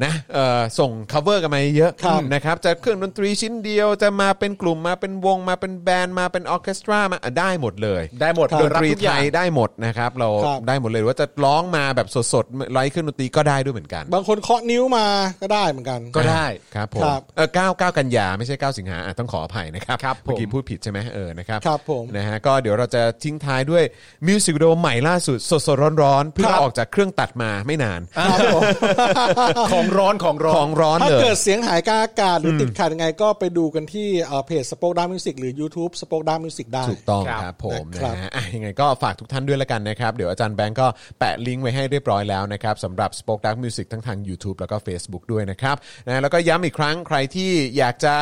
[SPEAKER 2] นะเอ่อส่ง cover กันมาเยอะ
[SPEAKER 4] ครับ
[SPEAKER 2] นะครับจะเครื่องดนตรีชิ้นเดียวจะมาเป็นกลุ่มมาเป็นวงมาเป็นแบนด์มาเป็นออร์เคสตรามาอ่ะได้หมดเลย
[SPEAKER 3] ได้หมด
[SPEAKER 2] ด
[SPEAKER 3] โดย
[SPEAKER 2] น
[SPEAKER 3] รับ
[SPEAKER 2] ตรี
[SPEAKER 3] ทุกอ
[SPEAKER 2] ไท
[SPEAKER 3] ย่าง
[SPEAKER 2] ยได้หมดนะครับ เรา
[SPEAKER 4] ครับ
[SPEAKER 2] ได้หมดเลยหรือว่าจะร้องมาแบบสดๆไร้เครื่องดนตรีก็ได้ด้วยเหมือนกัน
[SPEAKER 4] บางคนเคาะนิ้วมาก็ได้เหมือนกัน
[SPEAKER 3] ก็ได้
[SPEAKER 2] ครับผม
[SPEAKER 4] ครับ
[SPEAKER 2] เออเก้าเก้ากันยาไม่ใช่เก้าสิงหาอ่ะต้องขออภัยนะครับ
[SPEAKER 3] ครับผม
[SPEAKER 2] เมื่อกี้พูดผิดใช่ไหมเออนะครับ
[SPEAKER 4] ครับผม
[SPEAKER 2] นะฮะก็เดี๋ยวเราจะทิ้งท้ายด้วยมิวสิกวิดีโอใหม่ล่าสุดสดสดร้อนร้อนๆเพิ่ง
[SPEAKER 4] ครับ
[SPEAKER 2] ออกจากเครื่องตัดมาไม่นาน
[SPEAKER 4] ครับผม
[SPEAKER 3] ของร้อนของร้อ
[SPEAKER 2] ขอน งร้อน
[SPEAKER 4] ถ้า
[SPEAKER 2] เลย
[SPEAKER 4] เกิดเสียงหายกลางอากาศหรืออติดขัดยังไงก็ไปดูกันที่เอ่อเพจ Spoke Dark Music หรือ YouTube Spoke Dark Music ได้
[SPEAKER 2] ถูกต้อง
[SPEAKER 3] ครับ
[SPEAKER 2] ครับผม
[SPEAKER 4] ครับ
[SPEAKER 2] นะฮะอ่ะยังไงก็ฝากทุกท่านด้วยละกันนะครับ เดี๋ยวอาจารย์แบงก์ก็แปะลิงก์ไว้ให้เรียบร้อยแล้วนะครับสำหรับ Spoke Dark Music ทั้งทาง YouTube แล้วก็ Facebook ด้วยนะครับนะแล้วก็ย้ำอีกครั้งใครที่อยากจะ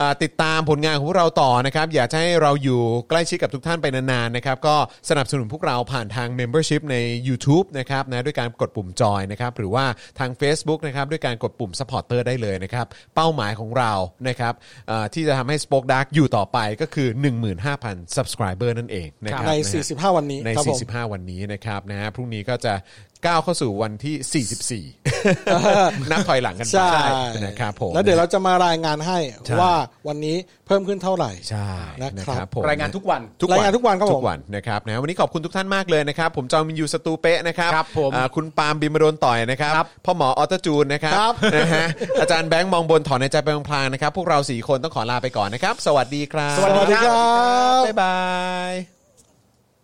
[SPEAKER 2] อ่าติดตามผลงานของพวกเราต่อนะครับอยากจะให้เราอยู่ใกล้ชิดกับทุกท่านไปนานๆนะครับก็สนับสนุนพวกเราผ่านทาง Membership ใน u t u b e นะครับนะด้วยการกดปุ่มจอยนะครับหรือว่าทาง Facebook นะครับด้วยการกดปุ่ม Supporter ได้เลยนะครับ เป้าหมายของเรานะครับเอ่อที่จะทำให้ Spoke Dark อยู่ต่อไปก็คือ 15,000 Subscriber นั่นเองนะครับ
[SPEAKER 4] ใน
[SPEAKER 2] นะฮะ
[SPEAKER 4] 45 วันนี้
[SPEAKER 2] ใน
[SPEAKER 4] ครับผม
[SPEAKER 2] 45 วันนี้นะครับนะฮะพรุ่งนี้ก็จะก้าวเข้าสู่วันที่ 44 นับถอยหลังกัน
[SPEAKER 4] ใช่
[SPEAKER 2] ไปนะครับผม
[SPEAKER 4] แล้วเดี๋ยวเราจะมารายงานให้ว่าวันนี้เพิ่มขึ้นเท่าไหร่
[SPEAKER 2] ใช่นะค
[SPEAKER 4] นะครั
[SPEAKER 2] รับบ ผม
[SPEAKER 3] รายงานทุกวัน
[SPEAKER 4] รายงานทุกวันครับผม
[SPEAKER 2] ทุกวันนะครับนะวันนี้ขอบคุณทุกท่านมากเลยนะครับ ผมจอมินยูสตูเป้นะครับ
[SPEAKER 3] ครับผม
[SPEAKER 2] อ่าคุณปาล์มบิมโดนต่อยนะครับ
[SPEAKER 3] ครับ
[SPEAKER 2] พ่อหมอออโตจูนนะครับ
[SPEAKER 4] ครับ
[SPEAKER 2] นะฮะ อาจารย์แบงค์มองบนถอนในใจไปพลางๆนะครับ พวกเราสี่คนต้องขอลาไปก่อนนะครับ สวัสดีครับ
[SPEAKER 4] สวัสดีครับ
[SPEAKER 2] บ๊ายบาย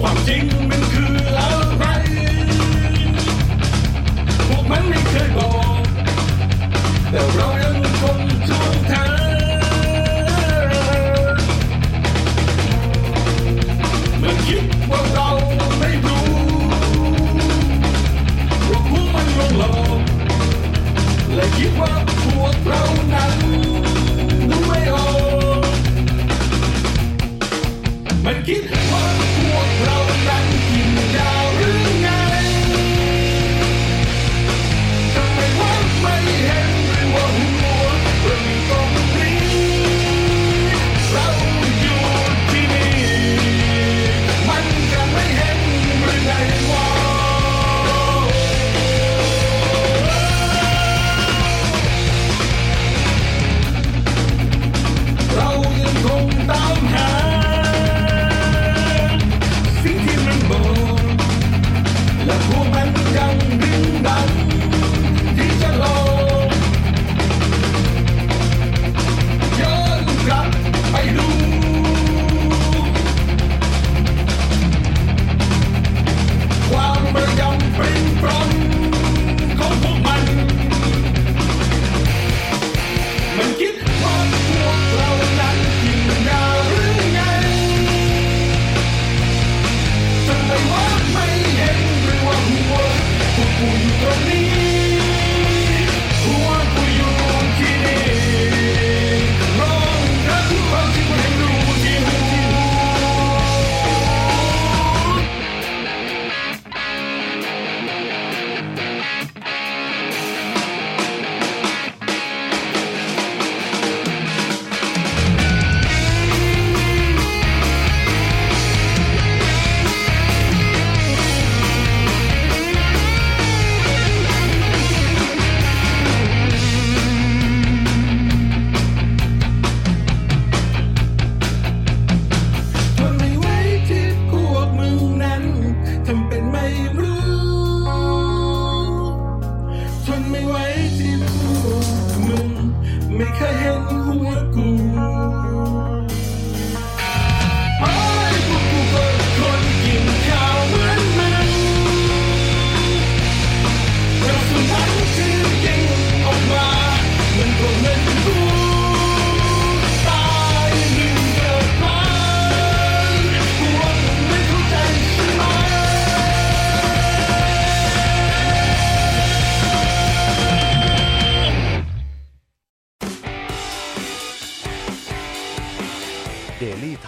[SPEAKER 6] ความจริงมันคืออะไร พวกมันไม่เคยบอก แต่เรายังคงท่วงทางมันคิดว่าเราไม่รู้ว่าพวกมันลวงหลอกและคิดว่าพวกเรานั้นรู้ไม่ออก มันคิดว่าพวกเรานั้นกินดาวหรือไงทำไมว่าไม่เห็นหรือว่าหัวเรามีตรงนี้ เราอยู่ที่นี่ มันจะไม่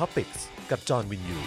[SPEAKER 2] Topics กับจอห์นวินยู